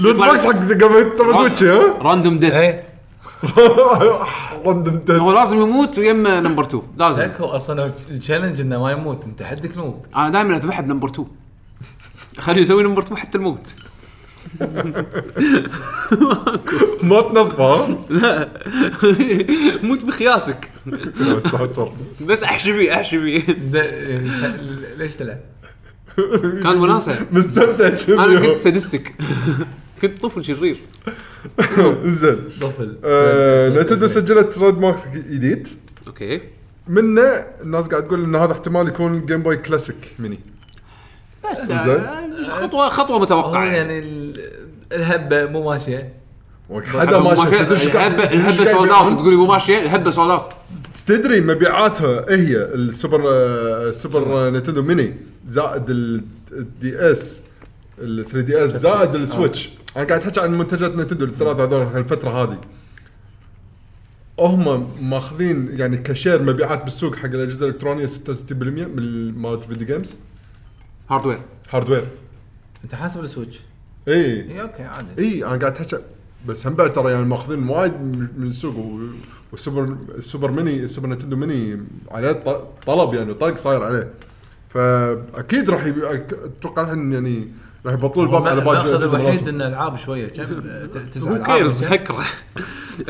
C: لود بوكس حق
E: Oh
C: تامagotchi ها
A: راندوم ديث
E: إيه.
C: راندوم
A: هو لازم يموت ويم نمبر 2 لازم
E: لك هو اصلا التشالنج انه ما يموت انت حدك نوب
A: انا دائما اذبحه بنمبر 2 خليه يسوي نمبر 2 حتى الموت
C: ما تنفى ها؟
A: موت بخياسك
C: يا ساتر
A: بس احشي فيه احشي فيه
E: زين يعني تش- ليش تلعب؟
A: كان وناسه
C: مستمتع
A: انا كنت
C: كذي
A: سادستك كنت طفل شرير
C: زين
E: طفل
C: آه، نتندو سجلت ريد مارك جديد
A: اوكي
C: منه الناس قاعد تقول ان هذا احتمال يكون جيم بوي كلاسيك ميني
A: بس
C: زين.
A: خطوه خطوه
E: هو
A: متوقعه يعني
E: يعني ال- الهبه مو ماشيه
C: حدا ما شاف تدري إيش قاعد-
A: الهبه
C: إيش
A: الهبه
C: قاعد
A: سولد
C: يبيعون؟
A: اوت تقولي مو ماشيه الهبه سولد اوت
C: تدري مبيعاتها إيه هي السوبر آه، السوبر آه، نينتندو ميني زائد ال- الدي اس ال 3 دي اس زائد السويتش انا قاعد احكي عن منتجات نينتندو الثلاثه هذول الفتره هذه هم ماخذين يعني كشير مبيعات بالسوق حق الاجهزه الالكترونيه 66% من مالت الفيديو جيمز
A: هاردوير
C: هاردوير
E: انت حاسب السويتش
C: اي
E: اي اوكي عادي
C: اي انا قاعد احكي بس هم بعد ترى يعني ماخذين وايد من من السوق و- والسوبر السوبر ميني السوبر نتندو ميني عليه ط- طلب يعني طلق صاير عليه فاكيد راح يبي- أك- اتوقع الحين يعني راح يبطلون الباب على باقي
E: الماخذ
C: الأجهزة
E: الوحيد
C: مراتهم.
E: ان العاب شويه كم ت- تسع
A: هو
E: ألعاب.
A: كيرز هكره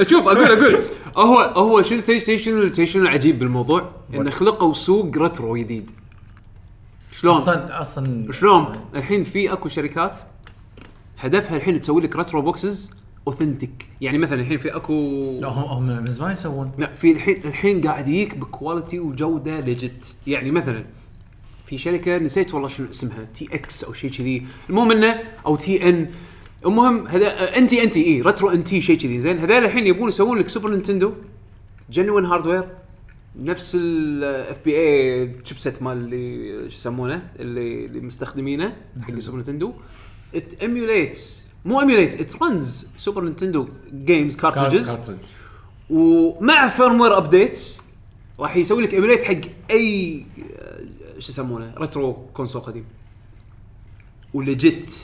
A: شوف اقول اقول هو هو شنو تدري- تدري شنو تدري شنو العجيب بالموضوع؟ انه خلقوا سوق ريترو جديد شلون؟
E: اصلا اصلا
A: شلون؟ الحين في اكو شركات هدفها الحين تسوي لك ريترو بوكسز اوثنتيك يعني مثلا الحين في اكو
E: لا، هم هم من زمان يسوون
A: لا في الحين الحين قاعد يجيك بكواليتي وجوده ليجت يعني مثلا في شركه نسيت والله شنو اسمها تي اكس او شيء كذي المهم انه او تي ان المهم هذا ان تي ان تي اي ريترو ان تي شيء كذي زين هذول الحين يبون يسوون لك سوبر نينتندو جنون هاردوير نفس الاف بي اي تشيبسيت مال اللي شو يسمونه اللي اللي مستخدمينه حق سوبر نينتندو ات ايميوليتس مو ايميوليتس ات رنز سوبر نينتندو جيمز كارترجز ومع فيرم وير ابديتس راح يسوي لك ايميليت حق اي آه، شو يسمونه ريترو كونسول قديم وليجيت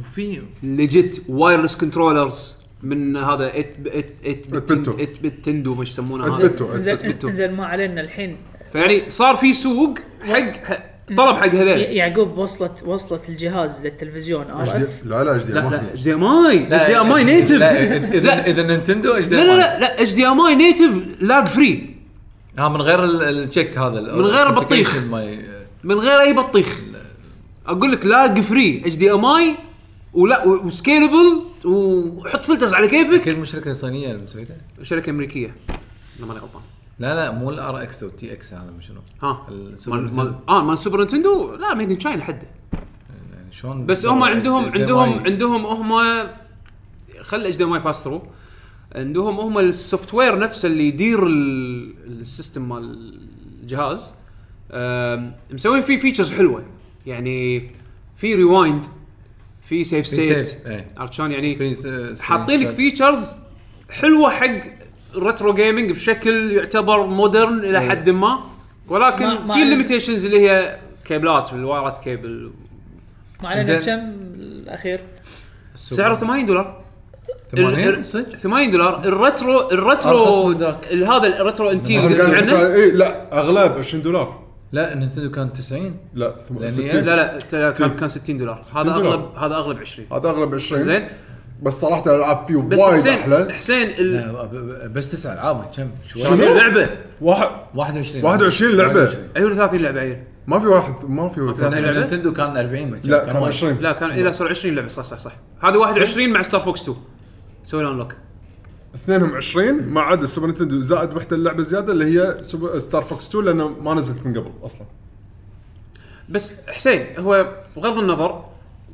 E: وفي
A: ليجيت وايرلس كنترولرز من هذا 8
C: بتو.
A: بت تندو ما يسمونه هذا
C: اثبتوا اثبتوا
A: بتو.
D: زين زين ما علينا الحين
A: فيعني صار في سوق حق طلب حق هذول
D: ي- يعقوب وصلت وصلت الجهاز للتلفزيون ار اف
C: HD لا لا اتش دي
A: لا لا اتش دي ام اي اتش دي ام اي نيتف
E: لا اذا
A: لا
E: اذا نينتندو ايش
A: لا لا لا اتش دي ام اي نيتف لاج فري
E: ها من غير ال- التشيك هذا
A: من غير البطيخ. من غير اي بطيخ اقول لك لاج فري اتش دي ام اي ولا و- وسكيلبل وحط فلترز على كيفك
E: كل مشركه صينيه اللي مسويته
A: شركه امريكيه انا ماني غلطان
E: لا لا مو الار اكس او تي اكس هذا مو شنو
A: ها
E: السوبر
A: مال
E: نينتندو.
A: مال اه مال سوبر نتندو لا ميد ان تشاينا حده
E: يعني شلون
A: بس هم عندهم
E: ال- ال-
A: عندهم
E: HDMI
A: عندهم هم خل اتش دي ام اي باس ثرو عندهم هم السوفت وير نفسه اللي يدير ال- السيستم مال الجهاز أم، مسوين فيه فيتشرز حلوه يعني في ريوايند في سيف
E: في
A: ستيت
E: save، إيه.
A: عرفت شلون يعني
E: في س- screen
A: حاطين لك
E: shot.
A: فيتشرز حلوه حق الريترو جيمنج بشكل يعتبر مودرن الى
E: إيه.
A: حد ما ولكن
D: ما- ما
A: في
D: عندي-
A: ليميتيشنز اللي هي كيبلات بالوايرات كيبل
D: ما علينا
E: زين.
D: بكم الاخير
A: سعره 80 دولار صدق
E: 80 صدق
A: 80 دولار الريترو
E: أرخص
A: الريترو
E: من ذاك.
A: ال- هذا الريترو انتي
C: أنا
A: اللي
C: قاعد
A: تقول عنه
C: أتوقع- إيه، لا اغلب 20 دولار
E: لا نينتندو كان 90
C: لا ثم-
E: لأن
C: 60
E: هي-
A: لا لا ت- كان
C: 60.
A: كان 60 دولار
C: 60
A: هذا
C: دولار.
A: اغلب هذا اغلب 20
C: هذا اغلب 20
A: زين
C: بس صراحه الالعاب فيه
A: بس
C: وايد
A: حسين
C: احلى
A: حسين ال-
E: لا، ب- ب- بس تسع العاب كم شوي
C: شنو؟
A: اللعبه
C: واحد
E: 21
C: 21 لعبة.
E: 21.
A: ايوه 30 لعبه عيل
C: ما في واحد ما في
A: في واحد.
C: واحد
E: لأن
A: لعبة؟
E: نينتندو كان 40 ما كان-
C: لا كان
E: وايد.
C: 20
A: لا كان الى صار 20 لعبه صح صح صح هذا 21 مع ستار فوكس 2 سوي له انلوك
C: اثنينهم 20 ما عدا السوبر نتندو زائد وحده اللعبه زياده اللي هي سوبر ستار فوكس 2 لانها ما نزلت من قبل اصلا
A: بس حسين هو بغض النظر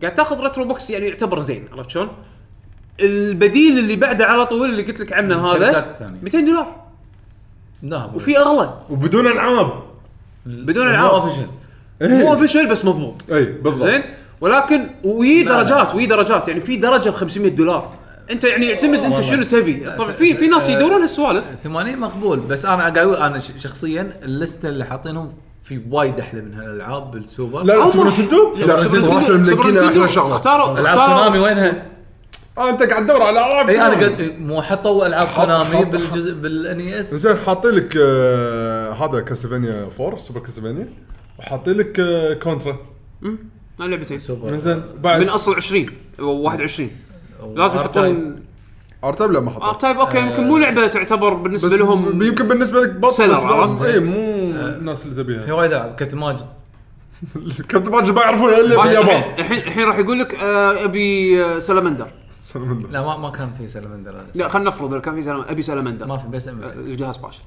A: قاعد تاخذ ريترو بوكس يعني يعتبر زين عرفت شلون؟ البديل اللي بعده على طول اللي قلت لك عنه
E: الشركات
A: هذا
E: الثانية.
A: 200 دولار
E: لا
A: وفي اغلى
C: وبدون العاب
A: بدون العاب
E: اوفشل
C: إيه.
A: مو اوفيشال بس مضبوط
C: اي بالضبط
A: زين ولكن وي درجات وي درجات يعني في درجه ب 500 دولار انت يعني يعتمد انت شنو تبي طبعا في في ناس يدورون هالسوالف
E: 80 مقبول بس انا قاعد أقول انا ش- شخصيا اللسته اللي حاطينهم في وايد احلى من هالالعاب بالسوبر
C: لا لا
A: أو
C: سوبر
A: ما-
C: نتندو لا
A: سوبر
C: نتندو
A: نتندو-
C: احنا ملقينا
A: سوبر
C: احلى
A: نتندو
C: شغله
A: اختاروا
F: العاب
A: اختاروا
F: كونامي وينها؟
C: آه، انت قاعد تدور على العاب
A: إيه،
E: اي انا
C: قاعد
E: قاعد مو حطوا العاب كونامي
C: حط-
E: بالجزء بالاني اس
C: زين حاطين لك آه، هذا كاسلفانيا 4 سوبر كاسلفانيا وحاطين لك آه، كونترا
A: لعبتين
C: زين
A: من
C: بعد
A: اصل 20 21 لازم يحطون
C: ارتب لا ما
A: ار
C: حطوا
A: تايب
F: آه،
A: اوكي يمكن مو لعبه تعتبر
C: بس
A: بالنسبه لهم
C: يمكن بالنسبه لك بط
A: سيلر، عرفت؟ آه.
C: اي إيه، مو الناس اللي
E: في
C: تبيها
E: وايد العاب كابتن ماجد
C: كنت ما ما يعرفون الا في
A: واحد
C: اليابان
A: الحين الحين- الحين راح يقول لك آه، ابي آه، سلمندر
C: سلام الله.
E: لا ما ما كان في سلمندر أنا
A: لا خلينا نفرض لو كان في سلمندر ابي سلمندر
E: ما في بس
A: آه،
E: أمريكا.
A: الجهاز فاشل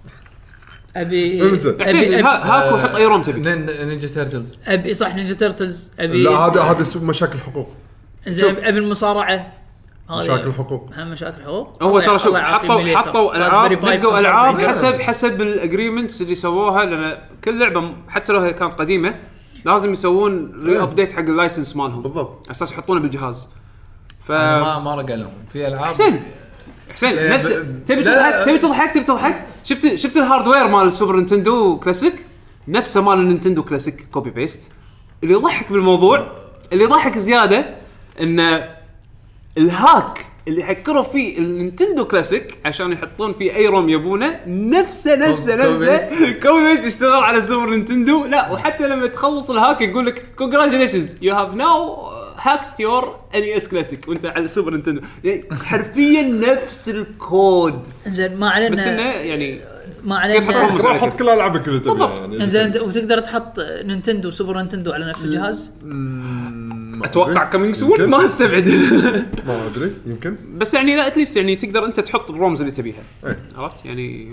D: ابي
C: انزل.
A: حسين
D: ابي
A: ها-
D: ابي,
A: هاكو حط اي روم تبي
E: نين- نينجا تيرتلز
D: أبي صح نينجا تيرتلز ابي
C: لا هذا هذا سوء مشاكل حقوق
D: زين أبي- ابي المصارعه هذه
C: مشاكل حقوق
D: هم مشاكل حقوق
A: هو
D: الله-
A: ترى شوف
D: الله يعافيه
A: حطوا
D: مليتر.
A: حطوا
D: راسبيري
A: العاب
D: باي
A: نقوا العاب
D: 45.
A: حسب حسب الاجريمنتس اللي سووها لان كل لعبه م- حتى لو هي كانت قديمه لازم يسوون ري ابديت حق اللايسنس مالهم
C: بالضبط
A: على اساس يحطونه بالجهاز ف
E: ما ما رقع لهم في العاب
A: آه. حسين حسين
E: يعني
A: نفس
E: ب-
A: تبي
E: لا، لا.
A: تضحك تبي تضحك تبي تضحك شفت شفت الهاردوير مال السوبر نينتندو كلاسيك نفسه مال النينتندو كلاسيك كوبي بيست اللي يضحك بالموضوع اللي يضحك زياده ان الهاك اللي حكروا فيه النينتندو كلاسيك عشان يحطون فيه اي روم يبونه نفسه نفسه
E: كوبي
A: نفسه كوبي بيست يشتغل على سوبر نينتندو لا وحتى لما تخلص الهاك يقول لك كونجراتيليشنز يو هاف ناو هاكت يور ان اس كلاسيك وانت على سوبر نينتندو يعني حرفيا نفس الكود
D: انزين ما
A: بس انه
D: علينا
A: يعني
D: ما
A: تحطهم
D: علينا
A: بالضبط.
C: روح حط كل العابك اللي تبيها
A: بالضبط.
C: يعني
D: انزين أنت- وتقدر تحط نينتندو سوبر نينتندو على نفس الجهاز
A: اتوقع كامينج سون ما استبعد
C: ما ادري يمكن
A: بس يعني لا اتليست يعني تقدر انت تحط الرومز اللي تبيها
C: إيه.
A: عرفت يعني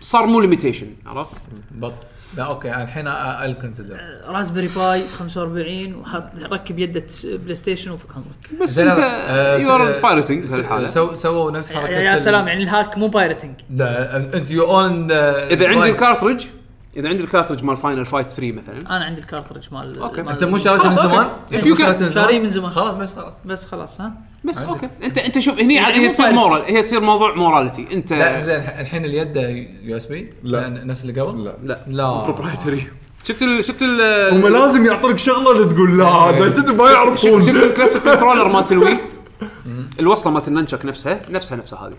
A: صار مو ليميتيشن عرفت
E: بط لا اوكي أنا الحين الكونسيدر
D: راسبيري باي 45 وحط ركب يده بلاي ستيشن وفك امرك
A: بس انت
E: آه،
A: يو ار بايرتنج بهالحاله
E: سووا نفس حركه
D: يا
E: ال-
D: سلام يعني الهاك مو بايرتنج
E: لا انت يو اون
A: اذا عندي الكارترج اذا عندي الكارترج مال فاينل فايت 3 مثلا
D: انا عندي الكارترج مال
A: أوكي.
D: مال-
E: انت مو شاريته من
A: خلاص، أوكي.
E: زمان؟
A: If
E: أنت
A: you
E: مو
A: can-
E: شاريته من
D: شاريه من زمان.
E: خلاص بس خلاص
D: بس خلاص ها
A: بس اوكي انت انت شوف هني عاد هي
D: مو
A: تصير
D: pilot.
A: مورال هي تصير موضوع موراليتي انت
E: لا زين الحين اليد يو اس بي
C: لا.
E: نفس اللي قبل
C: لا
A: لا
E: لا
A: بروبرايتري شفت ال شفت ال
C: هم لازم يعطونك شغله اللي تقول لا هذا جد ما يعرفون
A: إيه. شفت شفت الكلاسيك كنترولر مالت الوي الوصله مالت النانشك نفسها نفسها نفسها هذه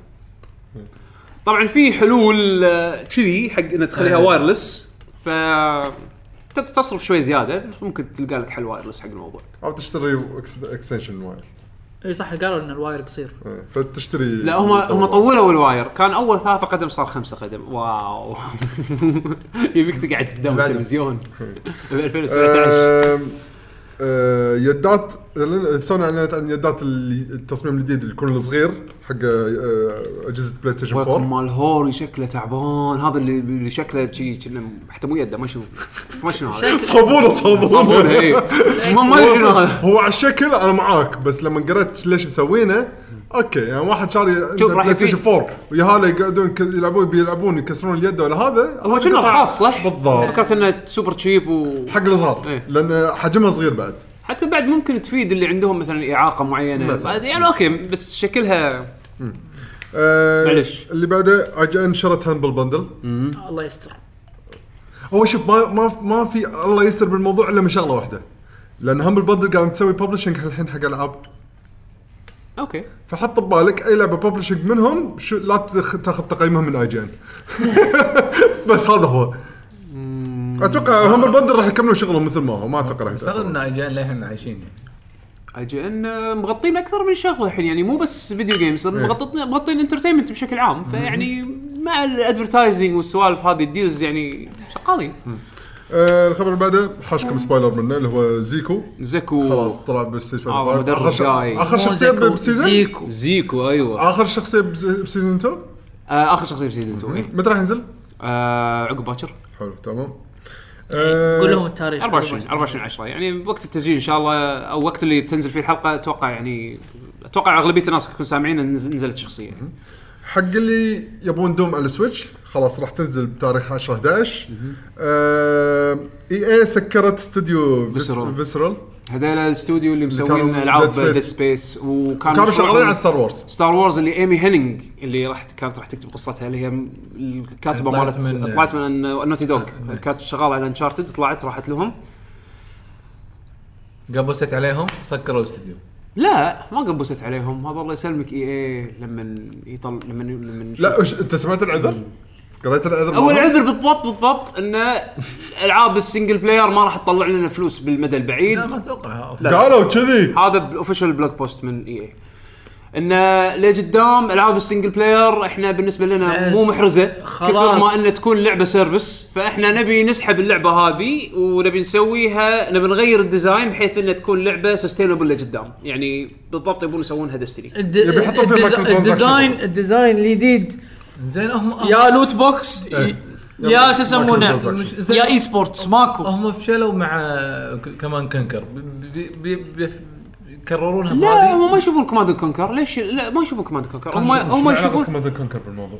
A: طبعا في حلول آه، كذي حق ان تخليها وايرلس ف ت- تصرف شوي زياده ممكن تلقى لك حل وايرلس حق الموضوع
C: او تشتري إكس- اكستنشن واير
D: اي صح قالوا ان الواير قصير
C: إيه، فتشتري
A: لا هم هم طولوا الواير كان اول ثلاثة قدم صار خمسة قدم واو يبيك تقعد قدام
E: بعدهم.
A: التلفزيون ب 2017
C: آم، آه، يدات لأن سوني اعلنت عن يدات اللي- التصميم الجديد اللي يكون صغير حق آه، اجهزه بلاي ستيشن
A: ولكن
C: 4
A: مال هوري شكله تعبان هذا اللي اللي شكله شي كنا حتى مو يده ما شنو ما شنو هذا
C: صابونه
A: صابونه
C: صابونه
A: اي ما ما يدري شنو هذا
C: هو على الشكل انا معاك بس لما قريت ليش مسوينه اوكي يعني واحد شاري عنده
A: راح
C: بلاي ستيشن
A: يفيد.
C: 4 ويا هلا يقعدون يك- يلعبون بيلعبون يكسرون اليد ولا هذا
A: هو كنا
C: قطع-
A: رخاص صح؟
C: بالضبط
A: فكرت انه سوبر تشيب و
C: حق الصغار
A: إيه.
C: لان حجمها صغير بعد
A: حتى بعد ممكن تفيد اللي عندهم مثلا اعاقه معينه
C: مثلاً.
A: يعني اوكي بس شكلها
C: آه،
A: معلش.
C: اللي بعده اي جي ان شرت هامبل بندل
D: الله يستر
C: هو شوف ما ما ما في الله يستر بالموضوع الا من شغله واحده لان هامبل بندل قاعد تسوي ببلشنج الحين حق العاب
A: اوكي
C: فحط ببالك اي لعبه ببلشنج منهم شو لا تخ- تاخذ تقييمها من اي جي ان بس هذا هو اتوقع هامبل بندل راح يكملوا شغلهم مثل ما هو ما اتوقع راح
E: استغرب
C: يتأخرون.
E: ان اي جي ان للحين عايشين يعني.
A: اي جي ان مغطين اكثر من شغله الحين يعني مو بس فيديو جيمز
C: إيه.
A: مغطين مغطين انترتينمنت بشكل عام فيعني مع الادفرتايزنج والسوالف هذه الديلز يعني شغالين
C: آه، الخبر اللي بعده حاشكم سبايلر منه اللي هو زيكو
A: زكو
C: خلاص طلع بالسيزون
A: آه،
C: فايف.
A: مدرب
C: آخر ش-
A: جاي.
C: اخر
D: مو
C: شخصيه
D: زيكو،
C: بسيزون
D: زيكو
A: زيكو ايوه
C: اخر شخصيه بس- بسيزون 2
A: آه اخر شخصيه بسيزون 2 إيه.
C: متى راح ينزل؟
A: آه عقب باكر
C: حلو تمام آه،
D: قول لهم
C: إيه،
D: التاريخ
A: 24 24 10 يعني وقت التسجيل ان شاء الله او وقت اللي تنزل فيه الحلقه اتوقع يعني اتوقع اغلبيه الناس يكون سامعين إن نز- نزلت الشخصيه يعني.
C: حق اللي يبون دوم على السويتش خلاص راح تنزل بتاريخ 10 11 آه اي اي سكرت استوديو
A: Visceral.
C: فيسرال
A: هذول الاستوديو اللي مسوي
C: كانوا
A: لنا العاب
C: Dead Space.
A: ديد سبيس وكانوا
C: كانوا شغالين على ستار وورز
A: ستار وورز اللي ايمي هينينج اللي راح كانت راح تكتب قصتها اللي هي م- الكاتبه
E: طلعت
A: مالت
E: من-
A: طلعت من نوتي دوغ
E: آه،
A: كانت شغاله على انشارتد طلعت راحت لهم
E: قبست عليهم سكروا الاستوديو
A: لا ما قبست عليهم هذا الله يسلمك اي اي لما يطل لما لما
C: لا وش انت سمعت العذر؟ قريت العذر؟
A: اول
C: مرة؟
A: عذر بالضبط بالضبط انه العاب السنجل بلاير ما راح تطلع لنا فلوس بالمدى البعيد
E: لا ما اتوقع
C: قالوا كذي
A: هذا بالاوفيشال بلوج بوست من E اي اي انه لقدام العاب السنجل بلاير احنا بالنسبه لنا
D: بس
A: مو محرزه كثر
D: خلاص.
A: ما انها تكون لعبه سيرفس فاحنا نبي نسحب اللعبه هذه ونبي نسويها نبي نغير الديزاين بحيث انها تكون لعبه سستينبل لقدام يعني بالضبط يبون يسوونها ديستني
D: الد-
C: يبي يحطون فيها
D: الديز-
C: microtransaction.
D: الديزاين الديزاين الجديد
E: زين هم
D: يا لوت بوكس ي- يا شو يسمونه
C: microtransaction.
D: يا اي سبورتس ماكو
E: هم فشلوا مع ك- كمان كنكر بي بي بي كررونها
A: لا
E: بهذه
A: هم ما يشوفون كوماند كونكر ليش لا ما يشوفون كوماند كونكر هم هم يشوفون
C: كوماند كونكر بالموضوع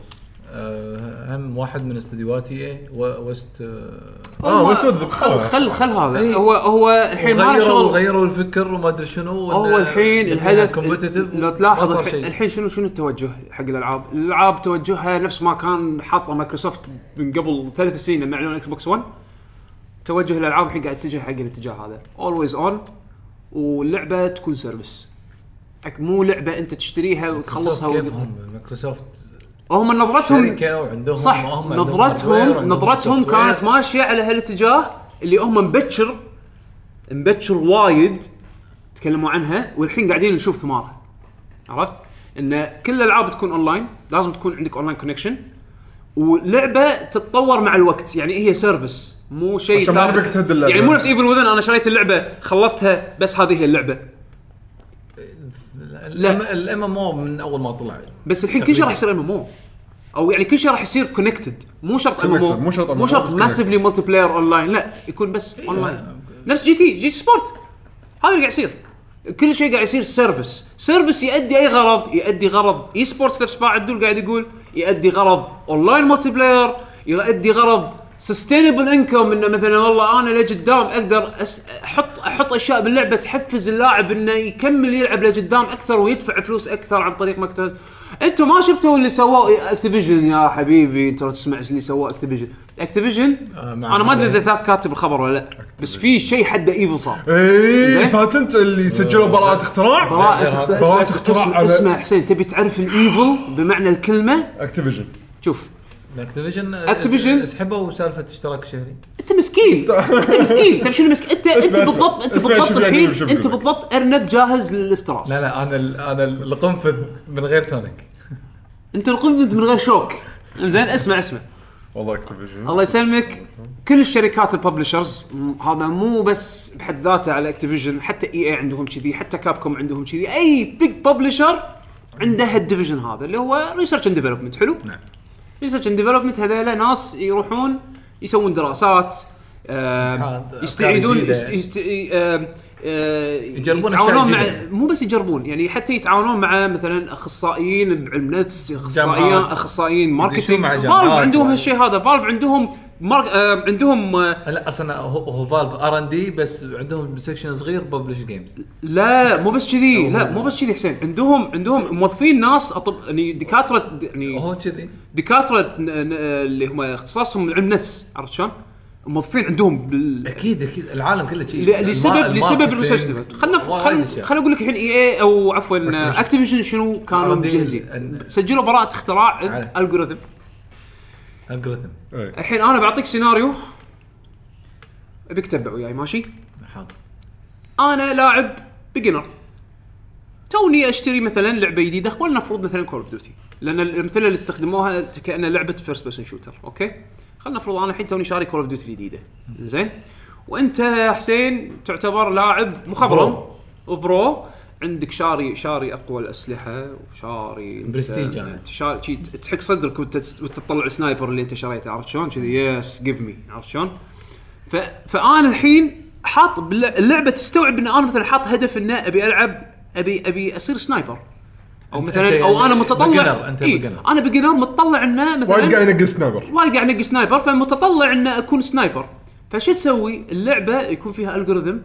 E: آه، هم واحد من استديوهات اي وست آه،
C: اه بس
A: خل
C: اتذكر
A: خل خل هذا
E: إي.
A: هو هو الحين ما له
E: غيروا
A: شغل
E: غيروا الفكر وما ادري شنو وإن-
A: هو الحين
E: إنها
A: الهدف
E: competitive
A: لو
E: ما
A: تلاحظ
E: صار
A: الحين,
E: شيء
A: الحين شنو شنو التوجه حق الالعاب؟ الالعاب توجهها نفس ما كان حاطه مايكروسوفت من قبل ثلاث سنين لما اعلنوا اكس بوكس 1 توجه الالعاب الحين قاعد تتجه حق الاتجاه هذا اولويز اون واللعبه تكون سيرفس أك- مو لعبه انت تشتريها وتخلصها
E: مايكروسوفت
A: وقت-
E: كيفهم مايكروسوفت
A: هم نظرتهم
E: شركه وعندهم
A: صح
E: وهم عندهم hardware
A: نظرتهم
E: وعندهم
A: نظرتهم
E: software.
A: كانت ماشيه على هالاتجاه اللي هم مبكر مبكر وايد تكلموا عنها والحين قاعدين نشوف ثمارها عرفت؟ ان كل الالعاب تكون اونلاين لازم تكون عندك اونلاين كونكشن ولعبه تتطور مع الوقت يعني هي سيرفس مو شيء
C: عشان ما
A: ثابت.
C: بدك تهد اللعبة.
A: يعني مو نفس ايفل وذن انا شريت اللعبه خلصتها بس هذه هي اللعبه
E: لا الام ام او من اول ما طلع
A: بس الحين كل شيء راح يصير ام ام او او يعني كل شيء راح يصير كونكتد مو شرط ام ام او
C: Connected، مو شرط MMO،
A: مو شرط
C: بس
A: ماسفلي مالتي بلاير اون لاين لا يكون بس اون لاين نفس جي تي جي تي سبورت هذا اللي قاعد يصير كل شيء قاعد يصير سيرفس سيرفس يؤدي اي غرض يؤدي غرض اي سبورتس نفس ما عدول قاعد يقول يؤدي غرض اون لاين مالتي بلاير يؤدي غرض سستينبل انكم انه مثلا والله انا لقدام اقدر أس... احط احط اشياء باللعبه تحفز اللاعب انه يكمل يلعب لقدام اكثر ويدفع فلوس اكثر عن طريق مكتب انتم ما شفتوا اللي سووه اكتيفيجن يا حبيبي انت لو تسمع اللي سووه اكتيفيجن اكتيفيجن
E: مع
A: انا ما ادري اذا ذاك كاتب الخبر ولا لا بس في شيء حده ايفل صار
C: اي
A: زين.
C: باتنت اللي سجلوا براءة اختراع
A: براءة اختراع
C: آه،
A: اسمع-
C: براءة اختراع
A: اسمع-
C: على-
A: اسمع حسين تبي تعرف الايفل بمعنى الكلمه
C: اكتيفيجن
A: شوف
E: اكتيفيجن
A: Activision.
E: سحبوا سالفه اشتراك شهري
A: انت مسكين انت مسكين تعرف شنو مسكين انت انت
C: اسمع.
A: بالضبط انت
C: اسمع
A: بالضبط
C: شو بيقول،
A: الحين
C: شو
A: انت
C: بيقول.
A: بالضبط ارنب جاهز للافتراس
E: لا لا انا ال- انا القنفذ من غير سونيك
A: انت القنفذ من غير شوك زين اسمع اسمع
C: والله اكتيفيجن
A: الله يسلمك كل الشركات الببلشرز م- هذا مو بس بحد ذاته على اكتيفيجن حتى اي اي عندهم كذي حتى كابكوم عندهم كذي اي بيج ببلشر عنده الديفيجن هذا اللي هو ريسيرش اند ديفلوبمنت حلو؟ نعم ريسيرش اند ديفلوبمنت هذول ناس يروحون يسوون دراسات آم،
E: أفكار
A: يستعيدون
E: جديدة.
A: يست- يست- آم، آه،
E: يجربون
A: يتعاونون مع
E: أشياء جديدة.
A: مو بس يجربون يعني حتى يتعاونون مع مثلا اخصائيين بعلم نفس اخصائيين
E: جامعات.
A: اخصائيين
E: يدشون
A: ماركتينج
E: مع يعني.
A: فالف
E: جامعات
A: عندهم
E: و-
A: هالشيء هذا فالف عندهم مارك... آه عندهم آه
E: لا اصلا هو هو فالف ار ان دي بس عندهم سكشن صغير ببلش جيمز
A: لا مو بس كذي لا مو بس كذي حسين عندهم عندهم موظفين ناس أطب... يعني دكاتره يعني
E: هو كذي
A: دكاتره ن- ن- اللي هم اختصاصهم علم نفس عرفت شلون؟ موظفين عندهم بال...
E: اكيد اكيد العالم كله شيء
A: ل- لسبب لسبب الريسيرش ديفلت خلنا خلنا خلنا اقول لك الحين اي اي او عفوا اكتيفيجن شنو كانوا
E: R&D
A: مجهزين
E: ال-
A: سجلوا براءه اختراع عند
E: على.
A: الجوريثم
E: الجوريثم
A: الحين انا بعطيك سيناريو ابيك تتبع وياي ماشي؟
E: حاضر
A: انا لاعب بيجنر توني اشتري مثلا لعبه جديده خلينا نفرض مثلا كول اوف ديوتي لان الامثله اللي استخدموها كانها لعبه فيرست بيرسون شوتر اوكي خلينا نفرض انا الحين توني شاري كول اوف ديوتي الجديده زين وانت يا حسين تعتبر لاعب مخضرم وبرو عندك شاري شاري اقوى الاسلحه وشاري
E: برستيج أنا.
A: شاري شي تحك صدرك وانت تس- وانت تطلع السنايبر اللي انت شريته عرفت شلون؟ كذي يس جيف مي عرفت شلون؟ ف... فانا الحين حاط باللع- اللعبه تستوعب ان انا مثلا حاط هدف ان ابي العب ابي ابي اصير سنايبر او
E: أنت-
A: مثلا
E: أنت
A: او انا
E: يعني
A: متطلع
E: beginner، أنت
A: إيه،
E: beginner.
A: انا بجنر متطلع انه مثلا
C: وايد قاعد ينقص نابر
A: وايد قاعد انقي سنايبر فمتطلع ان اكون سنايبر فشو تسوي؟ اللعبه يكون فيها الجوريثم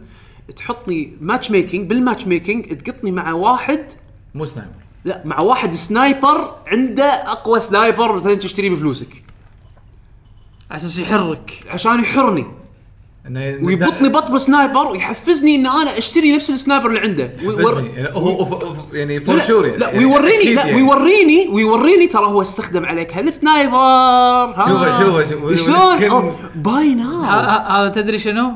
A: تحط لي ماتش ميكنج بالماتش ميكنج تقطني مع واحد
E: مو سنايبر
A: لا مع واحد سنايبر عنده اقوى سنايبر مثلا تشتريه بفلوسك
D: عشان يحرك
A: عشان يحرني
E: انه
A: ويبطني بطب سنايبر ويحفزني ان انا اشتري نفس السنايبر اللي عنده ويور-
E: يحفزني. يعني هو هو- هو- يعني فور
A: لا,
E: شور يعني
A: لا
E: يعني
A: ويوريني
E: أكيد
A: لا
E: يعني.
A: ويوريني ويوريني ترى هو استخدم عليك هالسنايبر ها
E: شوفه- شوفه- شوفه.
A: شلون
E: والسكن.
A: أوه، باي ناو
D: هذا تدري شنو؟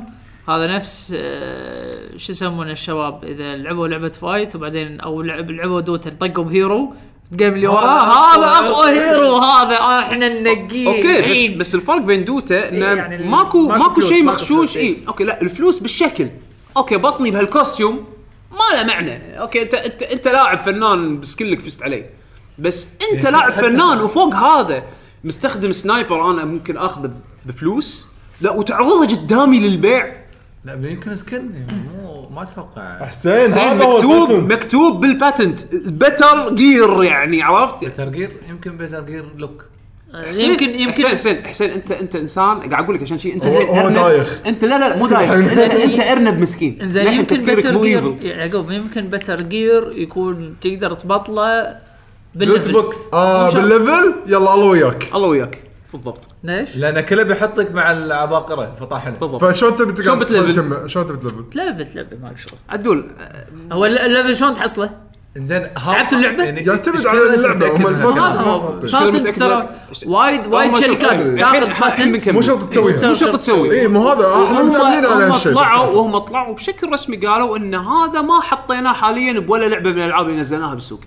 D: هذا نفس آه، شو يسمونه الشباب اذا لعبوا لعبه فايت وبعدين او لعب لعبوا دوتا طقوا بهيرو الجيم اللي وراه هذا اقوى هيرو هذا آه، احنا ننقيه
A: اوكي
D: عيد.
A: بس بس الفرق بين دوتا انه
D: إيه، يعني ال-
A: ماكو
D: ماكو
A: ماكو
D: فلوس،
A: شيء
D: ماكو
A: مغشوش
D: فلوس، إيه.
A: اي اوكي لا الفلوس بالشكل اوكي بطني بهالكوستيوم ما له معنى اوكي انت انت, انت لاعب فنان بسكلك فزت عليه بس انت
C: إيه،
A: لاعب فنان وفوق هذا مستخدم سنايبر انا ممكن اخذه بفلوس لا وتعرضه قدامي للبيع
E: لا يمكن سكن يعني مو ما اتوقع
C: حسين
A: زين
C: هذا هو
A: مكتوب
C: البطن.
A: مكتوب بالباتنت بتر جير يعني عرفت؟
E: ترقير يمكن بيتر جير لوك
D: آه، يمكن
A: حسين
D: يمكن
A: حسين حسين انت انت انسان قاعد اقول لك عشان شيء انت
C: هو-
A: زين
C: هو
A: أرنب.
C: دايخ.
A: انت لا لا لا مو دايخ
C: الحين
A: انت,
D: زين.
A: انت ارنب مسكين
D: زين
A: للحين
D: يمكن
A: تفكيرك
D: بتر
A: مو
D: جير
A: evil.
D: يعقوب يمكن بتر جير يكون تقدر تبطله
E: لوت
D: بالليفل.
E: بوكس
C: اه بالليفل يلا الله وياك
A: الله وياك بالضبط
D: ليش؟
E: لان كله بيحط لك مع العباقره فطاحله
A: بالضبط
C: فشلون تبي تقعد
A: شلون بتليفل؟
C: تجمع- شلون تبي تليفل؟
D: تلفل تلفل ما لك شغل
A: عدول
D: هو الل- الليفل شلون تحصله؟
E: زين ها-
D: لعبت اللعبة؟
E: يعني
C: يعتمد على اللعبه هم البطن
D: هذا هو
C: حاطين.
D: باتنت
A: متأكد
D: ترى
A: منك.
D: وايد وايد
A: أول ما
D: شركات
A: شوف-
D: تاخذ
A: الحين- الحين
D: باتنت
A: بنكمل.
C: مو شرط تسويها
A: مو شرط تسوي
C: اي إيه، مو هذا احنا
A: إيه، هم
C: متعودين على
A: هم
C: هالشيء
A: طلعوا وهم طلعوا بشكل رسمي قالوا ان هذا ما حطيناه حاليا بولا لعبه من الالعاب اللي نزلناها بالسوق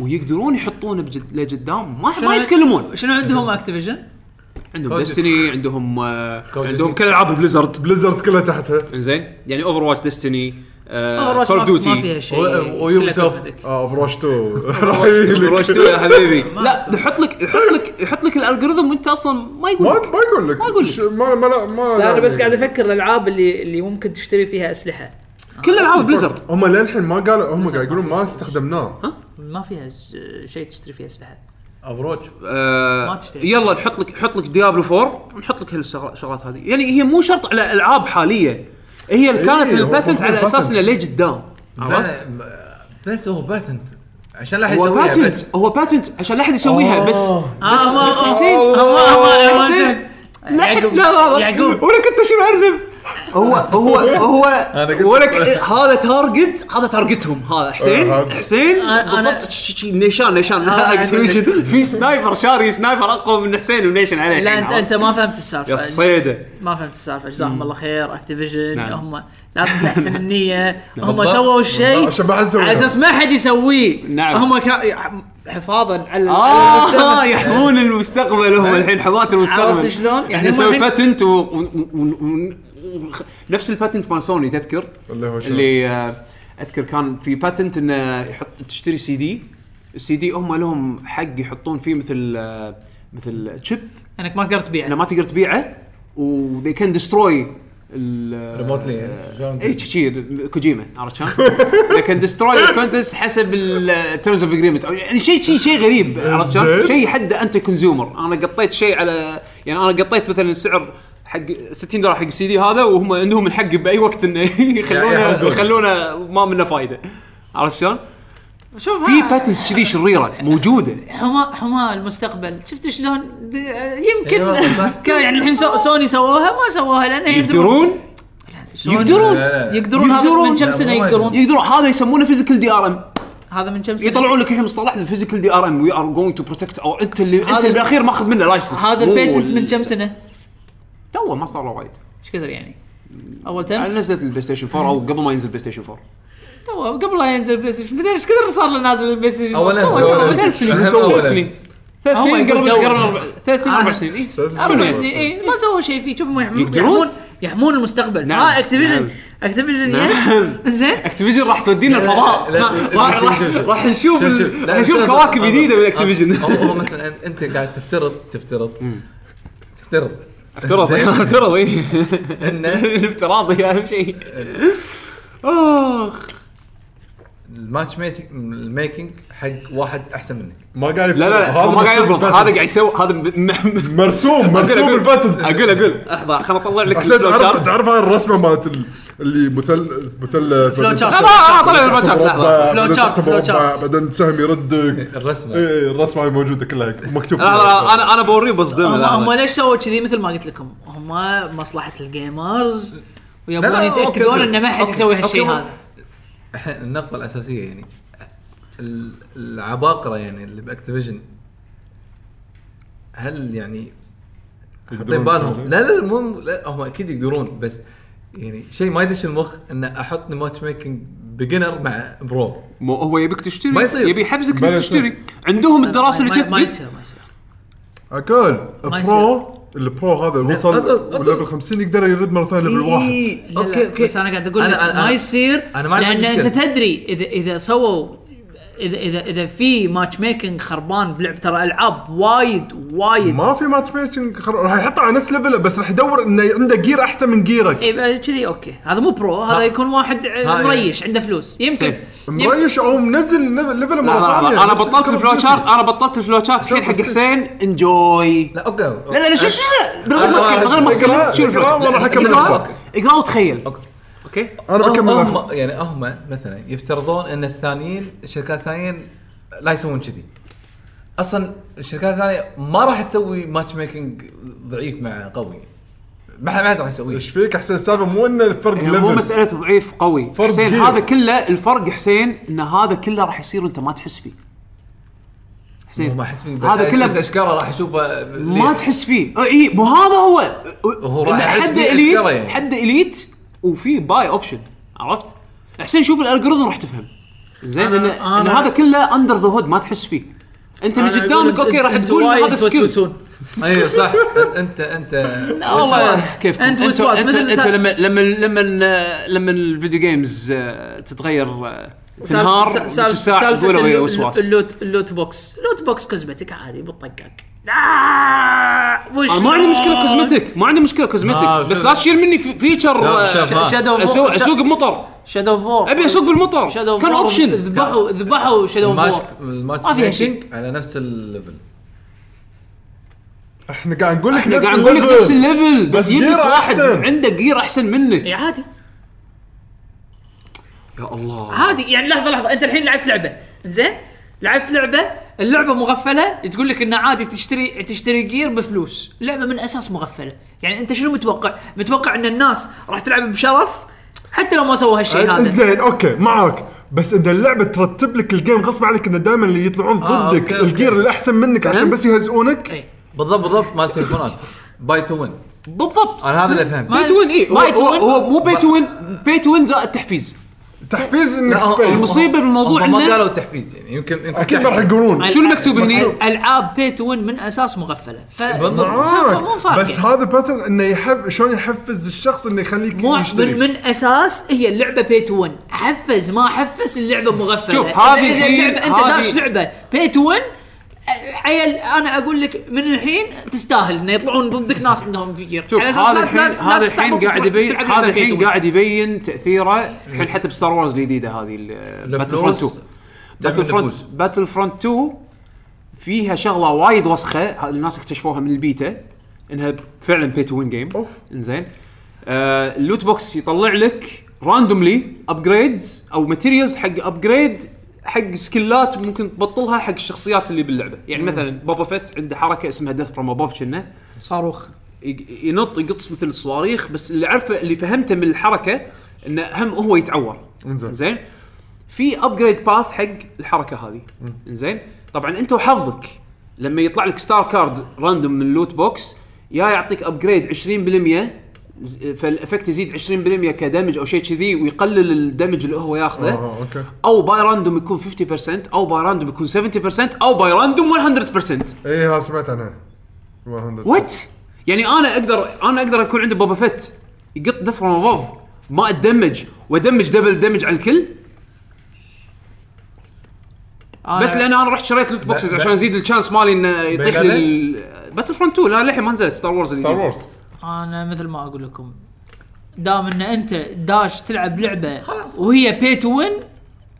A: ويقدرون يحطونه بجد لقدام ما ما يتكلمون
D: شنو عندهم اكتيفيجن؟
A: عندهم
E: Call of Duty.
A: ديستني عندهم آه،
E: Duty.
A: عندهم كل العاب البليزرد
C: بليزرد كلها تحتها
A: زين يعني آه، اوفر واتش ديستني
D: Overwatch
A: كول اوف
D: ما- ما
A: ديوتي
D: فيها شيء
E: و- ويوبي
D: كلها
E: سوفت.
D: cosmetic.
C: اه بروش 2 راح يجيلك.
A: روشتو يا حبيبي لا يحط لك يحط لك يحط لك الالجوريثم وانت اصلا ما
C: ما
A: يقول لك.
C: ما يقول لك
A: ما يقول لك.
C: ش- ما ما لا ما يعني.
D: لا انا بس قاعد افكر الالعاب اللي اللي ممكن تشتري فيها اسلحه
A: كل العاب بليزرد
C: هم للحين ما قالوا هم قاعد يقولون ما استخدمناه
D: ما فيها ز- شيء تشتري فيه اسلحه
E: افروج
A: آه
D: ما تشتري.
A: يلا نحط لك نحط لك ديابلو 4 ونحط لك هالشغلات هذه يعني هي مو شرط على العاب حاليه هي اللي كانت
C: هو-
A: الباتنت
C: هو
A: على اساس
C: الباتنت.
A: انه ليه قدام عرفت؟
E: زين، بس هو باتنت عشان لا احد
A: هو
E: يسويها
A: باتنت
E: بس.
A: هو باتنت عشان لا احد يسويها بس
D: آه، ما-
A: بس
D: آه،
A: حسين
D: آه، آه، آه،
A: حسين.
D: آه،
A: لا
D: يعقوب.
A: لا لا
D: يعقوب.
A: ولا كنت شو مأرنب هو هو هو ولا ك- هذا تارجت هذا تارجتهم هذا
C: آه،
A: حسين
C: هذا.
A: حسين
D: أنا- آه، أنا-
A: بالضبط شي- شي- نيشان نيشان
D: آه، أنا أقول لك.
A: في سنايبر شاري سنايبر اقوى من حسين ونيشان عليه
D: لا
A: الحين،
D: انت انت ما فهمت السالفه
A: يعني يا الصيدة
D: ما فهمت السالفه جزاهم الله خير اكتيفيجن
A: نعم.
D: هم لازم تحسن النيه هم
E: بالضبط.
D: سووا الشيء
C: عشان ما حد يسوي
D: على اساس ما حد يسويه
A: نعم.
D: هم كا- حفاظا على على
A: اه
D: المستقبل.
A: يحمون المستقبل هم الحين حماة المستقبل
D: عرفت شلون؟ يعني
A: احنا
D: هم
A: نسوي
D: الحين-
A: باتنت و... و... و... و... نفس الباتنت مال سوني تذكر
C: اللي هو شو؟
A: اللي آه، اذكر كان في باتنت انه يحط تشتري سي دي السي دي هم لهم حق يحطون فيه مثل آه، مثل تشيب
D: انك ما تقدر تبيع
A: انه ما تقدر تبيعه و they can destroy ال
E: ريموتلي
A: اي شي كوجيما عرفت شلون؟ لكن دستروي الكونتنس حسب التيرمز اوف اجريمنت او يعني شيء شيء شيء غريب عرفت شلون؟
C: زين.
A: شيء حده انت كونسيومر انا قطيت شيء على يعني انا قطيت مثلا السعر حق 60 دولار حق السي دي هذا وهم عندهم الحق باي وقت انه يخلونه
E: يعرقون.
A: يخلونه ما منه فايده عرفت شلون؟
D: شوف
A: في
D: ها-
A: باتنس كذي شريره موجوده
D: حما حما المستقبل شفت شلون د- يمكن
E: إي والله صح.
D: كا- يعني الحين سو- سوني سووها ما سووها لان
A: أيوة، يقدرون
D: سوني-
A: يقدرون
E: لا، لا.
D: يقدرون هذا
A: يقدرون.
D: من كم سنه
E: لا، ما
D: يقدرون
A: يقدرون هذا يسمونه فيزيكال دي ار ام
D: هذا من كم سنه
A: يطلعون لك الحين مصطلح الفيزيكال دي ار ام وي ار جوينج تو بروتكت او انت اللي انت
D: هذا-
A: اللي بالاخير ماخذ منه لايسنس
D: هذا البيتنت من كم سنه؟
A: تو ما صار له وايد
D: ايش كثر يعني؟ اول
A: على
D: تمس
A: نزلت البلاي ستيشن 4 او قبل ما ينزل البلاي ستيشن 4
D: تو قبل لا ينزل البلاي ستيشن بعدين ايش كثر صار له نازل البلاي ستيشن
E: أول أمس،
D: تو-
E: أول
D: تو-
E: أمس.
D: ثلاث سنين
E: أهم
A: تو-
E: أول
A: ثلاث سنين
E: أمس.
A: ثلاث
D: هو
A: سنين
D: يقول
A: قبل
D: تو-
A: قبل أربع- ثلاث سنين
D: آه.
A: اربع سنين اي
C: ثلاث
D: اربع
C: سنين.
D: سنين اي ما سووا شيء فيه شوف هم يحمون
A: يقدرون؟
D: يحمون- يحمون المستقبل
A: نعم.
D: ها اكتيفيجن
A: نعم.
D: اكتيفيجن
A: نعم.
D: يت زين
A: اكتيفيجن راح تودينا
E: لا، لا،
A: الفضاء
E: لا،
A: راح-
E: لا،
A: راح
E: شوف،
A: راح-
E: شوف، شوف.
A: راح نشوف
E: شوف-
A: ال-
E: شوف. لا،
A: راح نشوف
E: بس-
A: كواكب جديده من
E: أه، هو
A: اكتيفيجن
E: هو مثلا أن- انت قاعد تفترض تفترض تفترض
A: افترض
E: زين،
A: افترض إيه. اي
E: انه
A: الافتراض هي اهم شيء اخ
E: الماتش ميتي- الميكنج حق واحد احسن منك
C: ما قاعد يفرض
A: لا لا هو ما قاعد يفرض هذا قاعد يسوي هذا م-
C: مرسوم مرسوم
A: أقول-
C: الباتل
A: اقول اقول لحظه خليني اطلع لك
C: حسين
A: الفلو
C: تعرف
A: شارت
C: تعرف هاي الرسمه مالت ال- اللي مثل مثل
D: فلو شارت.
A: لا ما اطلع الفلو شارت لحظه
D: فلو شارت، فلو شارت.
C: بعدين سهم
A: إيه،
C: يردك
E: الرسمه
C: اي الرسمه إيه، هاي موجوده كلها مكتوب
A: لحظة، انا انا بوريه بصدمه
D: هم, هم
A: لحظة.
D: ليش سووا كذي مثل ما قلت لكم هم مصلحه الجيمرز ويبون
E: لا، أوكي،
D: يتاكدون
E: أوكي.
D: ان ما حد
E: أوكي،
D: يسوي هالشيء
E: أوكي،
D: هذا
E: الحين النقطه الاساسيه يعني ال- العباقره يعني اللي باكتيفيجن هل يعني حاطين
C: يقدرون
E: بالهم
C: يسوون
E: لا لا لا، مو لا هم اكيد يقدرون بس يعني شيء ما يدش المخ ان احط ماتش ميكنج بيجنر مع برو
A: مو هو يبيك تشتري
E: ما يصير.
A: يبي يحفزك انك
C: بلا
A: تشتري عندهم الدراسه
D: ما- ما-
A: اللي
D: ما
A: تثبت
D: يصير ما يصير
C: اكل
D: ما يصير.
C: برو آه، البرو هذا اللي
E: أضرب-
C: وصل
E: أضرب.
C: ليفل 50 يقدر يرد مره ثانيه ليفل واحد
E: إيه،
D: لا، لا، بس انا قاعد اقول لك
E: أنا- أنا-
D: ما يصير
E: أنا ما عندي
D: لان
E: مشكلة.
D: انت تدري اذا اذا سووا اذا اذا اذا في ماتش ميكنج خربان بلعب ترى العاب وايد وايد
C: ما في ماتش ميكنج خر- راح يحطه على نفس ليفله بس راح يدور انه عنده جير احسن من جيرك
D: اي بقى إيه، كذي اوكي هذا مو برو هذا
E: ها.
D: يكون واحد
E: ها،
D: مريش عنده فلوس يمكن يمكن
C: مريش او منزل ليفله
A: لحظة،
C: مره ثانيه
A: لحظة، انا
C: نفس
A: بطلت
C: الكلام
A: الفلو شارت انا بطلت الفلو شارت الحين حق حسين انجوي
E: لا اوكي
A: لا لا لا شو شو لا، بغير ما
E: أنا-
A: تكلم بغير ما
C: اقرا
A: تكلم شو الفلو
C: اقرا
A: شارت؟
C: والله حكم
A: اقرا
C: الأخبار.
A: اقرا وتخيل
E: أوكي.
A: اوكي
C: انا
E: هم
C: بكمل الأخبار.
E: هم يعني هم مثلا يفترضون ان الثانيين الشركات الثانيين لا يسوون كذي اصلا الشركات الثانيه ما راح تسوي ماتش ميكنج ضعيف مع قوي ما حد ما حد راح يسويه
C: ايش فيك احسن السالفه مو انه الفرق
A: يعني مو
C: ليفل
A: مساله ضعيف قوي
C: فرق
A: حسين
C: جيل.
A: هذا كله الفرق حسين ان هذا كله راح يصير وانت ما تحس فيه
E: مو
A: حسين
E: ما احس فيه بس-
A: هذا
E: بس
A: كله
E: اشكاله راح اشوفه
A: ما تحس فيه أه، اي مو هذا هو
E: هو راح
A: إن
E: يحس
A: حد
E: فيه
A: اليت
E: أشكره يعني.
A: حد اليت وفي باي اوبشن عرفت حسين شوف الالجوريثم راح تفهم زين ان,
D: أنا-
A: إن
D: أنا-
A: هذا كله اندر ذا هود ما تحس فيه انت اللي
D: أنا أقول
A: قدامك
D: أنت-
A: اوكي راح
D: أنتوا
A: تقول إن
D: وايد
A: هذا سكيل
D: توسوسون.
E: اي أيوة، صح انت انت
D: والله.
A: كيفكم
D: أنت وسواس،
A: انت,
D: مثل
A: أنت
D: سا-
A: لما لما لما آه، لما الفيديو جيمز آه، تتغير آه، تنهار
D: سالف- سالف-
A: ساعة
D: سالفه
A: تقول ويا
D: اللو-
A: وسواس
D: اللوت اللوت بوكس اللوت بوكس كوزمتيك عادي بالطقاق آه، وش
A: انا ما عندي مشكله كوزمتك ما عندي مشكله
E: آه،
A: كوزمتك بس
E: شوف.
A: لا تشيل مني في- فيتشر
E: شوف،
A: آه،
E: شوف،
A: ش-
E: ها.
D: شادو
A: اسوق
D: فور-
A: اسوق بمطر
D: شادو فور
A: ابي اسوق بالمطر
D: شادو
A: كان
D: فور
A: اوبشن
D: ذبحوا ذبحوا شادو
E: الماتش
D: فور
E: الماتش
D: ما فيها شيء.
E: ميكنج على نفس الليفل
C: احنا قاعد نقول لك
A: احنا
C: نفس
A: قاعد نقول لك
C: الليفل.
A: نفس الليفل بس
C: بس
A: يجيك
C: جير
A: واحد
C: أحسن.
A: عنده جير احسن منك
D: اي إيه، عادي
A: يا الله
D: عادي يعني لحظه لحظه انت الحين لعبت لعبه زين لعبت لعبه اللعبه مغفله تقول لك انه عادي تشتري تشتري جير بفلوس لعبه من اساس مغفله يعني انت شنو متوقع متوقع ان الناس راح تلعب بشرف حتى لو ما سووا هالشيء هذا
C: إيه، زين اوكي معك بس ان اللعبه ترتب لك الجيم غصب عليك انه دائما اللي يطلعون
E: آه،
C: ضدك
E: أوكي، أوكي.
C: الجير اللي احسن منك عشان بس يهزئونك
D: إي.
E: بالضبط بالضبط مال التليفونات باي تو وين
A: بالضبط
E: انا هذا اللي فهمته
A: بي تو وين اي إيه، هو-
D: باي تو
A: هو-
D: وين.
A: هو مو بي تو وين بي تو وين زائد تحفيز
C: تحفيز انك
E: لا،
C: تبين.
E: هم-
A: المصيبة بالموضوع
E: هم ما
A: إنه-
E: قالوا التحفيز يعني يمكن يمكن
C: اكيد ما
E: تحفيز.
C: راح
D: أيوة.
C: يقولون
A: شو اللي مكتوب هني؟
D: العاب بي تو وين من اساس مغفله ف
E: بالضبط.
D: ف- فمو
C: معاك
D: فارق
C: بس
D: يعني.
C: هذا باترن انه يحب شلون يحفز الشخص انه يخليك
D: مو من,
C: يشتري
D: من اساس هي اللعبه بي تو وين حفز ما حفز اللعبه مغفله
A: شوف،
D: إذا-
A: هذه
D: إذا
A: هي-
D: اللعبه انت
A: هذه-
D: داش لعبه بي تو وين عيل انا اقول لك من الحين تستاهل انه يطلعون ضدك ناس عندهم فيجر
A: شوف هذا الحين هذا الحين قاعد يبين هذا الحين قاعد يبين تاثيره الحين حتى بستار وورز الجديده هذه باتل فرونت 2
E: الفلوس
A: باتل
E: تعمل
A: فرونت
E: نفوس.
A: باتل فرونت 2 فيها شغله وايد وسخه هذه الناس اكتشفوها من البيتا انها فعلا بي تو وين جيم اوف انزين آه اللوت بوكس يطلع لك راندوملي ابجريدز او ماتيريالز حق ابجريد حق سكلات ممكن تبطلها حق الشخصيات اللي باللعبه يعني مثلا بوبا فيت عنده حركه اسمها ديث فروم ابوف كنا
D: صاروخ
A: يق- ينط يقط مثل الصواريخ بس اللي عارفه اللي فهمته من الحركه انه هم هو يتعور
C: إنزين.
A: زين في ابجريد باث حق الحركه هذه زين طبعا انت وحظك لما يطلع لك ستار كارد راندوم من اللوت بوكس يا يعطيك ابجريد 20% ز- فالافكت يزيد 20% كدمج او شيء كذي ويقلل الدمج اللي هو ياخذه
C: آه، أوكي.
A: او باي راندوم يكون 50% او باي راندوم يكون 70% او باي راندوم 100%
C: اي ها إيه، سمعت عنها 100.
A: وات يعني انا اقدر انا اقدر اكون عندي بوبا فيت يقط دث فروم ابوف ما اتدمج وادمج دبل دمج على الكل بس لان انا رحت شريت لوت بوكسز
E: ب-
A: عشان ازيد الشانس مالي انه يطيح
E: بيلعبه؟
A: لي باتل فرونت 2 لا للحين ما نزلت ستار وورز
C: ستار وورز
D: انا مثل ما اقول لكم دام ان انت داش تلعب لعبه وهي بي تو وين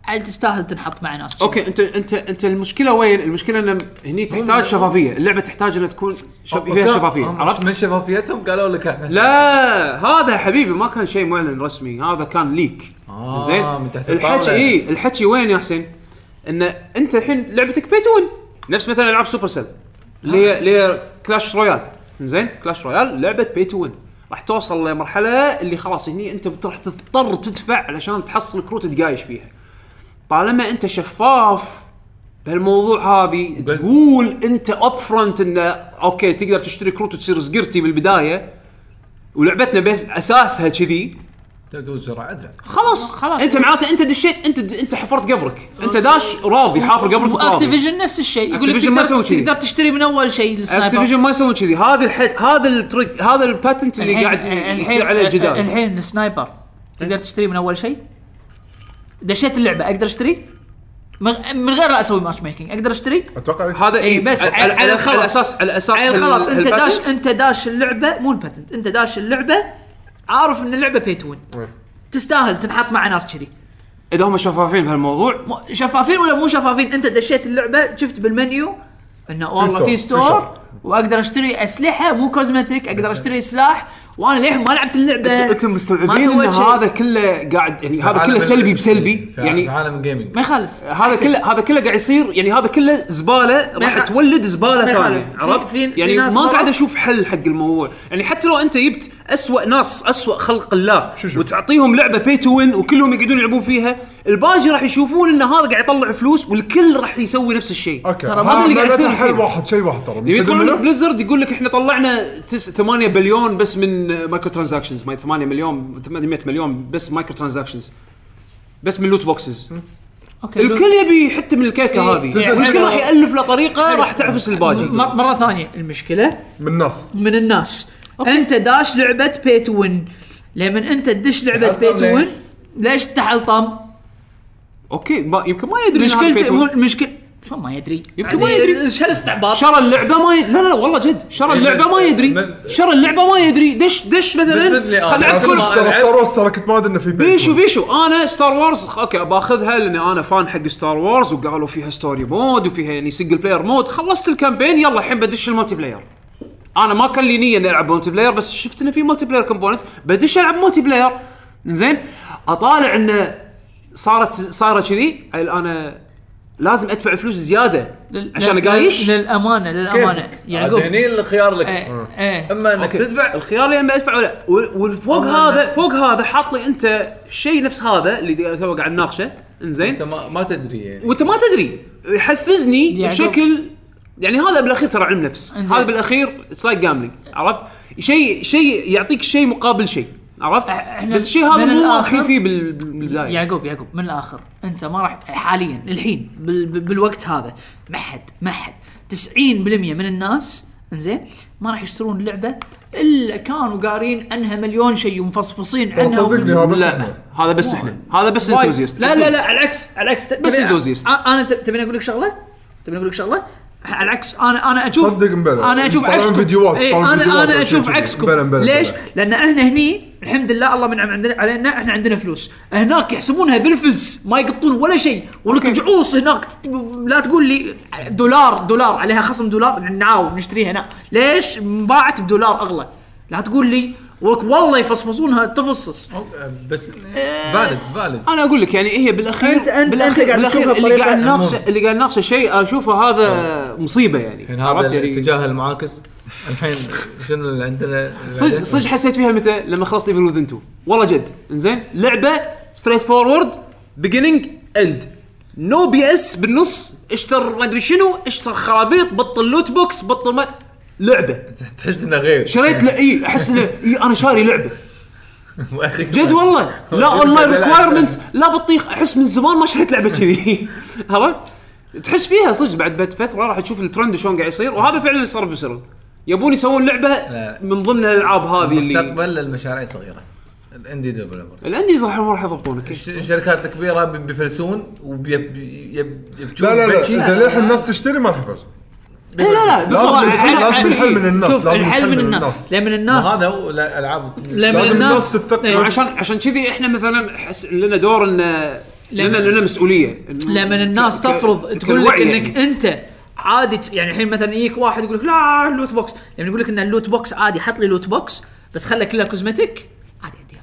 D: عاد تستاهل تنحط مع ناس
A: اوكي انت انت انت المشكله وين؟ المشكله ان هني تحتاج شفافيه، اللعبه تحتاج انها تكون شف... فيها شفافيه عرفت؟
E: عرفت من شفافيتهم قالوا لك إحنا
A: لا هذا حبيبي ما كان شيء معلن رسمي هذا كان ليك
E: آه، من تحت الطاولة.
A: الحكي اي الحكي وين يا حسين ان انت الحين لعبتك بيتون نفس مثلا العاب سوبر سيل اللي هي اللي هي كلاش رويال زين كلاش رويال لعبه بيتون راح توصل لمرحله اللي خلاص هني انت راح تضطر تدفع علشان تحصل كروت تقايش فيها طالما انت شفاف بهالموضوع هذه تقول انت اب فرونت انه اوكي تقدر تشتري كروت وتصير صقرتي بالبدايه ولعبتنا بس اساسها كذي
E: تدوز بسرعه ادري
A: خلاص خلاص انت معناته انت دشيت انت انت حفرت قبرك انت داش راضي حافر قبرك وراضي
D: اكتيفيجن نفس الشيء يقول لك
A: Activision ما
D: تقدر,
A: يسوي كذي.
D: تقدر تشتري من اول شيء السنايبر
A: اكتيفيجن ما يسوون كذي هذا الحد هذا التريك هذا الباتنت اللي
D: الحين-
A: قاعد يصير
D: الحين-
A: عليه جدال
D: الحين السنايبر تقدر تشتري من اول شيء دشيت اللعبه اقدر اشتري من من غير لا اسوي ماتش ميكنج اقدر اشتري
C: اتوقع
A: هذا
D: إي،
A: اي
D: إيه، بس على- على
A: على
D: الخلاص.
A: الاساس على الاساس
D: عيل
A: هال-
D: خلاص انت
A: هالباتنت.
D: داش انت داش اللعبه مو الباتنت انت داش اللعبه عارف ان اللعبه بيتون
A: إيه.
D: تستاهل تنحط مع ناس كذي
A: اذا هم شفافين بهالموضوع
D: مو- شفافين ولا مو شفافين انت دشيت اللعبه شفت بالمنيو انه والله
C: ستور،
D: في
C: في
D: ستور واقدر اشتري اسلحه مو كوزمتيك اقدر اشتري سلاح وانا للحين ما لعبت اللعبه
A: انت
D: ما
A: مستوعبين ان
D: سويت شيء.
A: هذا كله قاعد يعني هذا كله سلبي بسلبي
E: يعني في
A: يعني
E: عالم الجيمنج
D: ما يخالف
A: هذا كله هذا كله قاعد يصير يعني هذا كله زباله راح
D: يخالف.
A: تولد زباله
D: ما يخالف.
A: ثانيه
D: في-
A: عرفت؟
D: في- في
A: يعني
D: ناس
A: ما
D: مرة-
A: قاعد اشوف حل حق الموضوع، يعني حتى لو انت جبت اسوء ناس اسوء خلق الله
C: شو- شو.
A: وتعطيهم لعبه بي تو وين وكلهم يقعدون يلعبون فيها، الباجي راح يشوفون ان هذا قاعد يطلع فلوس والكل راح يسوي نفس الشيء.
C: اوكي
D: ترى
A: هذا اللي قاعد
C: معناته
A: يصير
C: حل
A: الحين.
C: واحد شيء واحد ترى
A: يبي
C: متدري
A: يطلعون
C: منه؟
A: بليزرد يقول لك احنا طلعنا تس 8 بليون بس من مايكرو ترانزاكشنز ما 8 مليون 800 مليون بس مايكرو ترانزاكشنز بس من لوت بوكسز
D: اوكي
A: الكل يبي حتى من الكيكه هذه
D: إيه،
A: والكل
D: حلو.
A: راح يالف له طريقه راح تعفس الباجي
D: م- مره ثانيه المشكله
C: من الناس
D: من الناس أوكي. انت داش لعبه بي تو وين لما انت تدش لعبه
E: تحلطم
D: بي تو وين
E: ليش؟
D: ليش تحلطم؟
A: اوكي ما يمكن ما يدري إن هذا
D: مشكلته
A: فيسبوك.
D: مو المشكله شلون ما يدري؟ يعني
A: يمكن ما يدري.
D: ايش هالاستعباط؟
A: شرى اللعبه ما يدري لا لا والله جد
D: إيه،
A: شرى اللعبه ما يدري
E: من-
A: شرى اللعبه ما يدري دش دش مثلا
E: مثلي أنا.
A: خل
C: أنا
A: أعرف
E: أعتقد
A: كل-
E: ما-
C: شفت ترى ستار وورز ترى كنت ما ادري انه في بيت.
A: بيشو بيشو انا ستار وورز خ- اوكي باخذها لاني انا فان حق ستار وورز وقالوا فيها ستوري مود وفيها يعني سنجل بلاير مود خلصت الكامبين يلا الحين بدش المالتي بلاير انا ما كان لي نيه اني العب مالتي بلاير بس شفت انه في مالتي بلاير كومبوننت بدش العب مالتي بلاير زين اطالع انه صارت صايره كذي عيل انا لازم ادفع فلوس زياده
D: لل-
A: عشان
D: لل-
A: اقايش
D: للامانه للامانه
E: كيفك عاد
D: يعقوب
E: هني الخيار لك
D: ايه ايه
E: اما
A: يعني إيه.
E: انك
A: أوكي.
E: تدفع
A: الخيار اللي انا ادفع ولا وفوق هذا فوق هذا حاط لي انت شيء نفس هذا اللي تو قاعد نناقشه انزين
E: انت ما, ما تدري يعني
A: وانت ما تدري يحفزني
D: يعني
A: بشكل يعني هذا بالاخير ترى علم نفس
D: إنزين.
A: هذا بالاخير اتس لايك جاملينج عرفت شيء شيء يعطيك شيء مقابل شيء عرفت
D: إحنا
A: بس الشيء هذا
D: من
A: مو
D: الآخر- يعني
A: واضحين فيه بال- بالبدايه
D: يعقوب يعقوب من الاخر انت ما راح حاليا الحين بال... بال- بالوقت هذا ما حد ما حد 90% من الناس زين ما راح يشترون لعبه الا كانوا قارين عنها مليون شيء ومفصفصين
C: ترى
D: عنها
C: صدقني
D: ومن-
C: هذا بس
A: لا
C: إحنا.
A: هذا بس احنا هذا بس
D: وايد.
A: انتوزيست
D: لا لا لا على العكس على العكس
A: بس enthusiast.
D: انا ت- تبيني اقول لك شغله تبيني اقول لك شغله على العكس انا انا اشوف
C: صدق مبلى.
D: انا اشوف
C: طالعين
D: عكسكم
C: فيديوهات،
D: إيه،
C: طالعين
D: انا
C: فيديوهات
D: انا
C: أو شيء
D: اشوف
C: كذي.
D: عكسكم
C: مبلى مبلى
D: ليش؟
C: مبلى.
D: لان احنا هني الحمد لله الله منعم عندنا علينا احنا عندنا فلوس هناك يحسبونها بالفلس ما يقطون ولا شيء ولك جعوص هناك لا تقول لي دولار دولار عليها خصم دولار نعاو نشتريها هنا ليش انباعت بدولار اغلى لا تقول لي ولك والله يفصفصونها تفصص
A: إيه.
E: بس فالد فالد
A: انا اقول لك يعني هي بالاخير
D: أنت- أنت-
A: بالاخير,
D: أنت قاعد
A: بالأخير
D: تشوفها
A: اللي
D: بطريقة-
A: قاعد نناقشه اللي قاعد نناقشه شيء اشوفه هذا مصيبه يعني
E: يعني
A: عرفت
E: هذا
A: يعني
E: الاتجاه المعاكس الحين شنو اللي عندنا
A: صدق صدق حسيت فيها متى لما خلصت ايفل وذن 2 والله جد انزين لعبه ستريت فورورد بيجنينج اند نو بي اس بالنص اشتر ما ادري شنو اشتر خرابيط بطل لوت بوكس بطل ما لعبه
E: تحس انه غير
A: شريت لا اي احس إنه اي انا شاري لعبه
E: واخي
A: جد والله لا اونلاين ريكوايرمنت لا بطيخ احس من زمان ما شريت لعبه كذي عرفت؟ تحس فيها صدق بعد بعد فتره راح تشوف الترند شلون قاعد يصير وهذا فعلا اللي صار بسرعه يبون يسوون لعبه من ضمن الالعاب هذه اللي
E: مستقبل المشاريع صغيره الاندي ديفلوبرز
A: الانديز راح راح يضبطونك
E: الش- الشركات الكبيره بي- بيفلسون ويبجون
C: لا لا لا اذا للحين الناس تشتري ما راح يفوز
A: إيه لا لا
C: لازم
A: بالطبع،
C: الحل-
A: على-
C: لازم
A: على-
C: الحل من الناس،
D: شوف
C: لازم
D: الحل من الناس
C: الناس.
D: لما الناس
E: هذا هو الالعاب
D: لما
C: لازم
D: الناس
C: الناس تتثقف.
D: إيه،
A: عشان عشان كذي احنا مثلا حس لنا دور ان لان لان مسؤوليه
D: لما الناس
A: ك-
D: تفرض
A: ك-
D: تقول لك
A: كالوعي
D: انك
A: يعني.
D: انت عادي ت- يعني الحين مثلا يجيك واحد يقول لك لا اللوت بوكس لما يقول لك ان اللوت بوكس عادي حط لي لوت بوكس بس خله كله كوزمتيك عادي عندي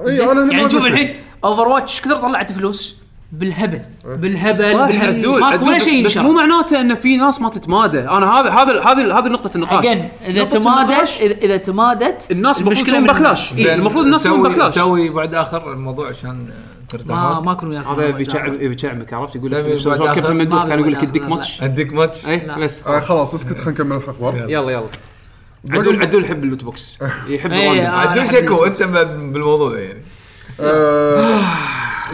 D: انا
C: إي،
D: زين؟
C: إيه، أنا هنا ما
D: يعني شوف
C: أقول شيء.
D: الحين اوفر واتش ايش كثر طلعت فلوس بالهبل
C: إيه.
D: بالهبل
A: صح،
D: بالهبل
A: عدول،
D: ماكو
A: عدول،
D: ولا
A: بس-
D: شيء
A: بس مو
D: ينشر
A: معناته ان في ناس ما تتمادى انا هذا هذا هذا هذه نقطه النقاش
D: Again، اذا
A: نقطة
D: تمادت
A: النقاش-
D: اذا إذا تمادت
A: الناس المفروض
D: المشكلة
A: يسوون
D: من الناس.
A: باكلاش إيه، المفروض الناس يسوون
E: سوي-
A: باكلاش
E: سوي بعد اخر الموضوع عشان
D: ما يعني.
E: ترتاحون
D: ما كانوا ياكلون
A: هذا
D: وايد.
A: بيشعب بيشعمك عرفت يقول لك
E: تبي
A: شلون- شلون
E: طيب، بعد آخر-
A: كابتن
D: ما
A: مندوب كان
D: بي-
A: يقول لك
D: آخر-
A: الديك
D: لا،
A: ماتش
E: عندك ماتش
A: اي
D: لا.
A: بس
C: آه خلاص اسكت خلينا نكمل الاخبار
A: يلا يلا عدول عدول يحب اللوت بوكس يحب
D: إيه،
A: الرواندة.
D: آه. أنا
E: عدل
D: أحب
E: شكو انت ب- بالموضوع يعني
C: آه،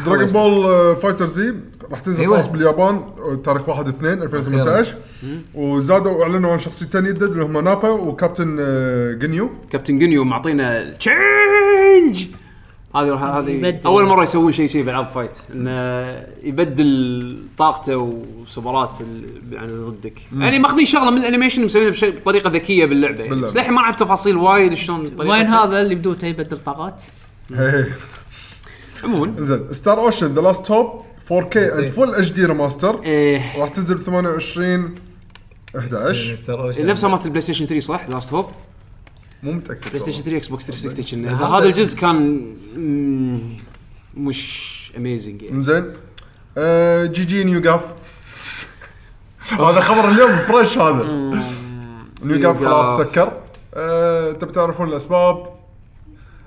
C: دراجون بول فايتر زي آه، راح تنزل
E: أيوة.
C: خلاص باليابان آه، تاريخ 1 2 2018 وزادوا اعلنوا عن شخصيتين جدد اللي هم نابا وكابتن آه، جنيو
A: كابتن جنيو معطينا تشينج هذه راح- هذه
D: يبدل.
A: اول مره يسوون شيء شيء بالعاب فايت انه يبدل طاقته وسوبرات ال- عن اللي ضدك يعني ماخذين شغله من الانيميشن مسوينها بش- بطريقه ذكيه باللعبه يعني
C: باللعبة.
A: بس للحين ما اعرف تفاصيل وايد شلون طريقتها.
D: وين هذا اللي بدوته يبدل طاقات
A: عموما
C: زين ستار اوشن ذا لاست هوب 4K اند فول اتش دي ريماستر
A: إيه
C: راح تنزل ب 28 11
E: مستر أوشن.
A: نفسها إيه، مالت البلاي ستيشن 3 صح لاست هوب
C: مو
A: بلاي ستيشن
C: متاكد
A: 3 اكس بوكس 360 كنا.
E: هذا-
A: هذا الجزء كان مم، مش اميزنج يعني
C: زين آه، جي جي نيو جاف هذا خبر اليوم فريش هذا نيو جاف خلاص
A: جاف.
C: سكر آه، تبي تعرفون الاسباب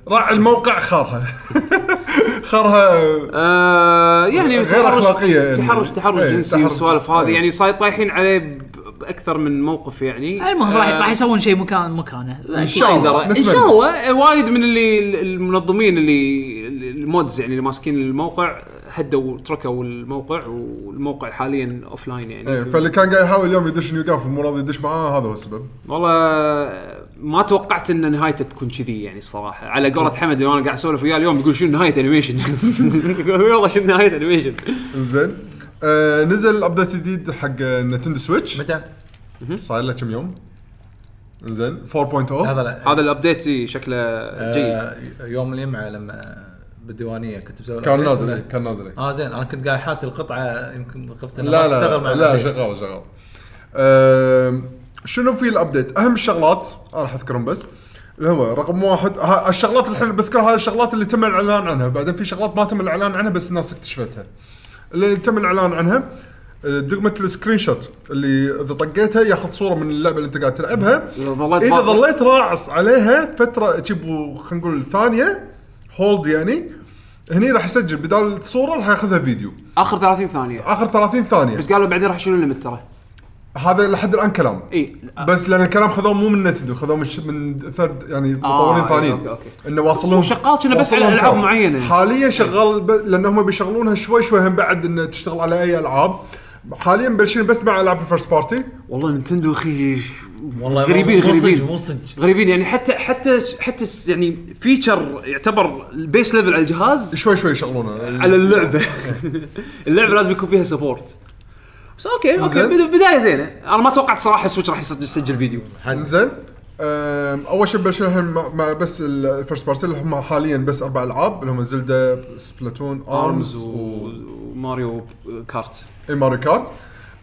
C: راعي الموقع خارها خارها
A: آه يعني
C: غير
A: تحرش-
C: أخلاقية يعني.
A: تحرش تحرش
C: إيه،
A: جنسي
C: تحرش-
A: والسوالف هذه
C: إيه.
A: يعني صاير طايحين عليه ب- باكثر من موقف يعني
D: المهم راح
A: آه،
D: راح يسوون شيء مكان مكانه
C: ان شاء الله
A: ان
C: نتمنى.
A: شاء الله إيه، وايد من اللي المنظمين اللي المودز يعني اللي ماسكين الموقع هدوا تركوا الموقع والموقع حاليا اوف لاين
C: إيه،
A: يعني
C: فاللي كان قاعد يحاول اليوم يدش نيو جاف ومو راضي يدش معاه هذا هو السبب
A: والله ما توقعت ان نهايته تكون كذي يعني الصراحه على قولة
C: إيه.
A: حمد اللي انا قاعد اسولف وياه اليوم يقول شنو نهايه انيميشن والله شنو نهايه انيميشن
C: زين آه، نزل ابديت جديد حق نتندو سويتش
E: متى؟
C: صاير له كم يوم زين oh. 4.0
E: هذا
C: هذا
E: لا
A: هذا الابديت شكله جيد
E: آه، يوم الجمعه لما بالديوانيه كنت مسوي
C: كان
E: update
C: نازل
E: ولا-
C: إيه، كان نازل إيه.
E: اه زين انا كنت قاعد حاط القطعه يمكن خفت انها
C: لا
E: ما تشتغل مع
C: لا لا
E: الأبديت.
C: شغال شغال أم، شنو في الابديت؟ اهم الشغلات انا راح اذكرهم بس اللي هو رقم واحد ها الشغلات اللي الحين بذكرها هاي الشغلات اللي تم الاعلان عنها، بعدين في شغلات ما تم الاعلان عنها بس الناس اكتشفتها. اللي تم الاعلان عنها أه، دقمة السكرين شوت اللي اذا طقيتها ياخذ صورة من اللعبة اللي انت قاعد تلعبها.
A: إذا ظليت
C: اذا
A: باطل.
C: ظليت راعص عليها فترة تجيب خلينا نقول ثانية هولد يعني هني راح يسجل بدال الصورة راح ياخذها فيديو.
A: اخر 30 ثانيه
C: اخر 30 ثانية.
A: بس قالوا بعدين راح يشيلون الليمت ترى
C: هذا لحد الان كلام
A: اي
C: بس لان الكلام خذوه مو من نتندو خذوه من ش- من ثرد يعني مطورين
A: أيوة،
C: ثانيين
A: أوكي، أوكي.
C: انه واصل لهم
A: وشغال كنا بس
C: واصل
A: على
C: لهم
A: ألعاب
C: كلام.
A: معينة. إيه.
C: حاليا شغال ب... لان هم بيشغلونها شوي شوي هم بعد انه تشتغل على اي العاب حاليا بلشين بس مع العاب الفيرست بارتي
A: والله نينتندو اخي
E: والله
A: غريبين
E: مو صج-
A: غريبين
E: مو صج
A: غريبين يعني حتى حتى حتى س- يعني فيتشر يعتبر البيس ليفل على الجهاز
C: شوي شوي يشغلونها
A: على اللعبه اللعبه لازم يكون فيها سبورت بس اوكي اوكي
C: زين.
A: بد- بدايه زينه انا ما توقعت صراحه سويتش راح يسجل يسجل فيديو
C: انزين أم، اول شيء بلشنا الحين مع مع بس الفيرست بارتي اللي هم حاليا بس اربع العاب اللي هم زلدا سبلاتون ارمز
A: ارمز
C: و...
A: وماريو كارت
C: اي إيه، ماريو كارت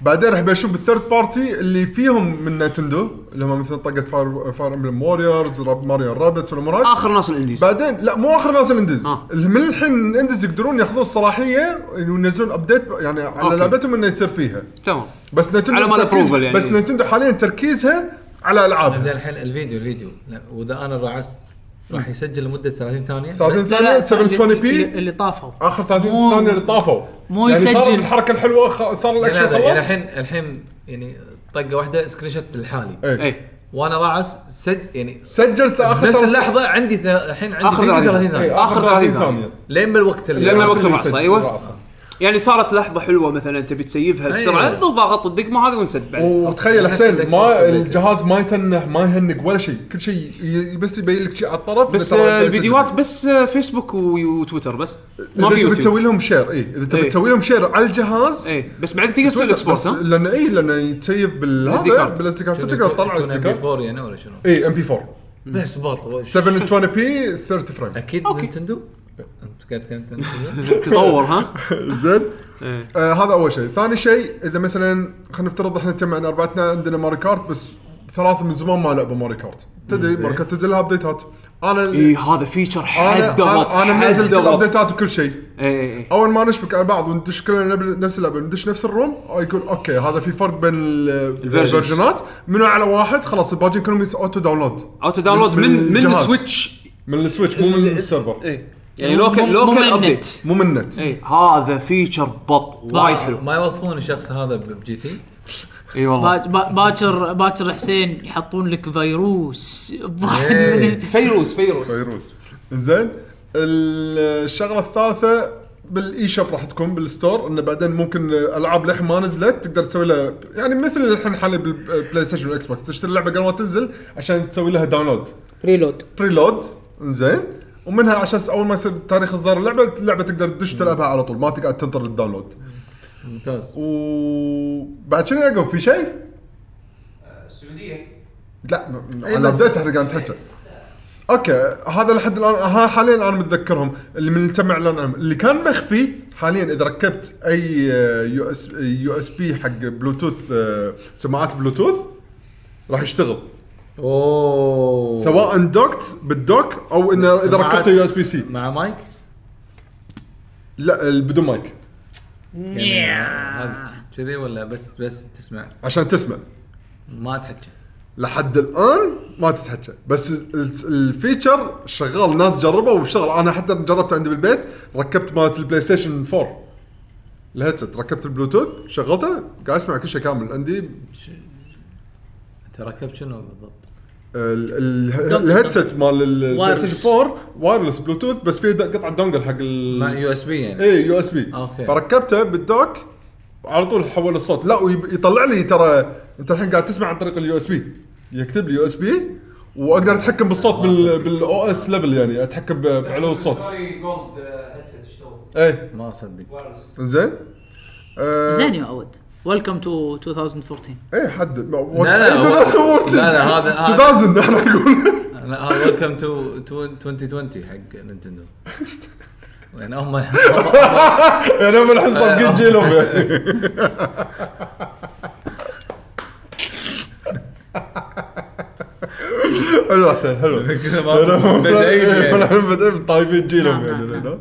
C: بعدين راح يبلشون بالثيرد بارتي اللي فيهم من نينتندو اللي هم مثلا طقت فاير فاير امبلم ووريرز راب ماريو رابت والامور هاي
A: اخر ناس الانديز
C: بعدين لا مو اخر ناس الاندز
A: آه.
C: اللي من الحين الاندز يقدرون ياخذون الصلاحيه وينزلون ابديت يعني على
A: أوكي.
C: لعبتهم انه يصير فيها
A: تمام
C: بس نينتندو
A: على مال
C: تركيز-
A: approval يعني.
C: بس نينتندو حاليا تركيزها على
E: زين
C: العابها
E: الحين الفيديو الفيديو لا، واذا انا رعست راح يسجل لمده 30 ثانيه
C: 30
E: بس
C: ثانيه 720
D: اللي-
C: بي
D: اللي طافوا
C: اخر 30
D: مو-
C: ثانيه اللي طافوا
D: مو
C: يعني صارت
D: يسجل.
C: الحركه الحلوه خ- صار
E: يعني
C: الاكشن
E: هذا- يعني
C: خلاص
E: الحين الحين يعني طقه واحده سكرين شوت لحالي
C: إيه.
A: اي
E: وانا راعس سج يعني
C: سجلت اخر
E: نفس
C: 30
E: اللحظه عندي ث- الحين عندي
A: آخر
E: فيديو
A: ثانية.
E: 30
C: إيه،
E: ثانيه
A: آخر 30 ثانية.
E: لين بالوقت اللي
A: لين
C: لأن
A: بالوقت
C: كل
A: الرأس،
C: يسجل
A: أيوة.
C: رأسه.
A: يعني صارت لحظه حلوه مثلا تبي تسيفها
E: أيوة.
A: بسرعه ضغط الدقمه هذه ونسد بعد
C: وتخيل
E: نفس
C: حسين
E: الإكس بوكس
C: ما
E: والبلاي ستيشن.
C: الجهاز ما يتنح ما يهنق ولا شيء كل شيء ي- بس يبين لك شيء على الطرف
A: بس
C: بترى
A: آه،
C: أنت
A: الفيديوهات
C: سجل.
A: بس آه، فيسبوك و- وتويتر بس ما
C: اذا
A: في
C: تبي تسوي
A: يوتيوب
C: لهم شير اي اذا
A: إيه.
C: تبي تسوي لهم شير على الجهاز
A: اي بس بعدين تقدر تسوي الاكسبورت
C: بس
A: ها
C: لان اي لانه يتسيف
A: SD
C: إيه، بالهذا
A: card.
C: بالاس دي كارد فتقدر تطلع الاس دي كارد إيه،
E: 4 يعني ولا شنو
C: اي ام بي 4
E: بس باط
C: 720 بي 30 فريم
E: اكيد نينتندو قاعد تتكلم
A: تطور ها
C: زين
A: إيه.
C: آه هذا اول شيء، ثاني شيء اذا مثلا خلينا نفترض احنا جمعنا اربعتنا عندنا ماري كارت بس ثلاثه من زمان ما لعبوا ماري كارت، تدري ماري كارت تنزل لها ابديتات، انا
A: اي هذا فيتشر
C: انا
A: حد ضغط
C: انا, أنا
A: حد
C: منزل كل
A: ضغط
C: الابديتات وكل شيء،
A: اي اي
C: اول ما نشبك على بعض وندش كلنا نبل- نفس اللعبه ندش نفس الروم آه، يقول اوكي هذا في فرق بين ال-
A: الفيرجنز.
C: الفيرجنات منو على واحد خلاص الباقيين كلهم يس- اوتو داونلود
A: اوتو داونلود
C: من-
A: من
C: من
A: من
C: الجهاز.
A: سويتش
C: من السويتش مو من السيرفر
A: اي يعني لوكال
D: مو- مو من
A: لوكال
D: النت.
A: ابديت
C: مو من النت
A: اي هذا فيتشر بط وايد حلو
E: ما يوظفون الشخص هذا بجي تي
A: اي والله
D: با- با- باكر باكر حسين يحطون لك فيروس بواحد من ال-
A: فيروس فيروس
C: فيروز زين ال- الشغله الثالثه بالاي شوب راح تكون بالستور انه بعدين ممكن العاب لح ما نزلت تقدر تسوي لها يعني مثل الحين حاليا بالبلاي ستيشن والاكس بوكس تشتري اللعبه قبل ما تنزل عشان تسوي لها داونلود
D: ريلود
C: بريلود زين ومنها عشان اول ما يصير تاريخ اصدار اللعبه اللعبه تقدر تدش تلعبها على طول ما تقعد تنتظر الداونلود
E: ممتاز
C: وبعد شنو يعقوب في شيء؟
H: السعوديه
C: لا م- على بديت احنا قاعد نتحكى اوكي هذا لحد الان ها حاليا انا متذكرهم اللي من اللي تم اعلان عنهم اللي كان مخفي حاليا اذا ركبت اي يو اس يو اس بي حق بلوتوث آه، سماعات بلوتوث راح يشتغل
E: اوه
C: سواء دوكت بالدوك او انه اذا
E: سماعات.
C: ركبته يو اس بي سي
E: مع مايك
C: لا ال- بدون مايك
E: يعني هذا كذي ولا بس بس تسمع
C: عشان تسمع
E: ما تحكي
C: لحد الان ما تتحكى بس ال- الفيتشر شغال ناس جربه وشغل انا حتى جربته عندي بالبيت ركبت مالت البلاي ستيشن 4 الهيدسيت ركبت البلوتوث شغلته قاعد اسمع كل شيء كامل عندي
E: انت ركبت شنو بالضبط؟
C: ال- ال- الهيدسيت مال ال- البلاي
D: وايرلس.
C: ستيشن 4 وايرلس بلوتوث بس فيه د- قطعه دونجل حق
E: مع
C: ال
E: يو اس بي يعني
C: اي يو اس بي
E: أوكي.
C: فركبته بالدوك على طول حول الصوت لا ويطلع لي ترى انت الحين قاعد تسمع عن طريق اليو اس بي يكتب لي يو اس بي واقدر اتحكم بالصوت بال بالاو اس ليفل يعني اتحكم ب- بعلو الصوت
H: جولد
A: آه،
H: هيدسيت اشتغل
C: اي
E: ما اصدق
C: زين آه،
D: زين يا عود ويلكم تو 2014
C: اي حد إيه،
E: لا، لا، هو- لا، لا، هذا- هذا-
C: 2000 احنا نقول
E: لا، هذا ويلكم تو 2020 حق نينتندو يعني هم
C: يعني هم الحين صادقين جيلهم يعني حلو حسين حلو
E: ما- بدعين يعني.
C: نحن بدأين طايبين جيلهم
D: نعم،
C: يعني
D: نعم،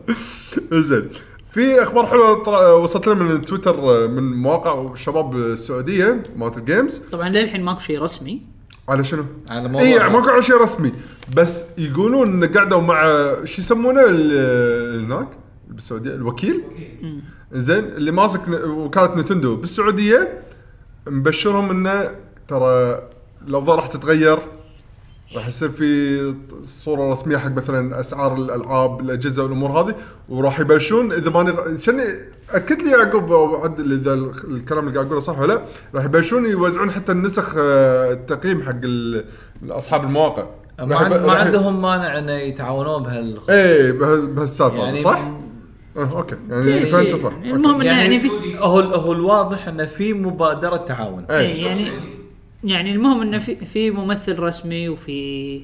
C: لا. زين في اخبار حلوه طلع- وصلت لنا من تويتر آه، من مواقع الشباب السعوديه مالت الجيمز
D: طبعا للحين ماكو شيء رسمي
C: على شنو؟
E: على موضوع
C: اي ماكو على شيء رسمي بس يقولون ان قعدوا مع شو يسمونه ال- هناك بالسعوديه الوكيل زين اللي ماسك ن- وكاله نتندو بالسعوديه مبشرهم انه ترى الاوضاع راح تتغير راح يصير في صوره رسميه حق مثلا اسعار الالعاب الاجهزه والامور هذه وراح يبلشون اذا ماني غ- شني اكد لي يعقوب أو عد- اذا ال- الكلام اللي قاعد اقوله صح ولا لا راح يبلشون يوزعون حتى النسخ آه، التقييم حق ال- اصحاب المواقع
E: ما,
C: راح
E: عن-
C: يب-
E: ما
C: راح ي-
E: عندهم مانع انه يتعاونون بهال
C: ايه بهال- بهالسالفه يعني
E: يعني إيه،
C: صح؟ آه، اوكي يعني فهمت صح أوكي.
D: المهم انه يعني في
E: هو هو الواضح انه في مبادره تعاون
C: إيه.
D: إيه، يعني يعني المهم انه في في ممثل رسمي وفي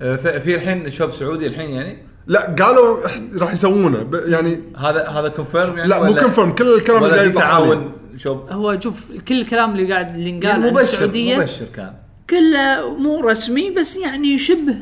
E: آه، ف- في الحين شوب سعودي الحين يعني
C: لا قالوا إح- راح يسوونه ب- يعني
E: هذا هذا كونفيرم يعني
C: لا مو
E: ولا-
C: كونفيرم كل الكلام اللي
E: ولا
C: قاعد
E: في
C: يطلع حاليا.
E: تعاون شوب
D: هو شوف كل الكلام اللي قاعد اللي انقال
E: يعني
D: عن
E: مبشر
D: السعوديه
E: مبشر كان
D: كله مو رسمي بس يعني شبه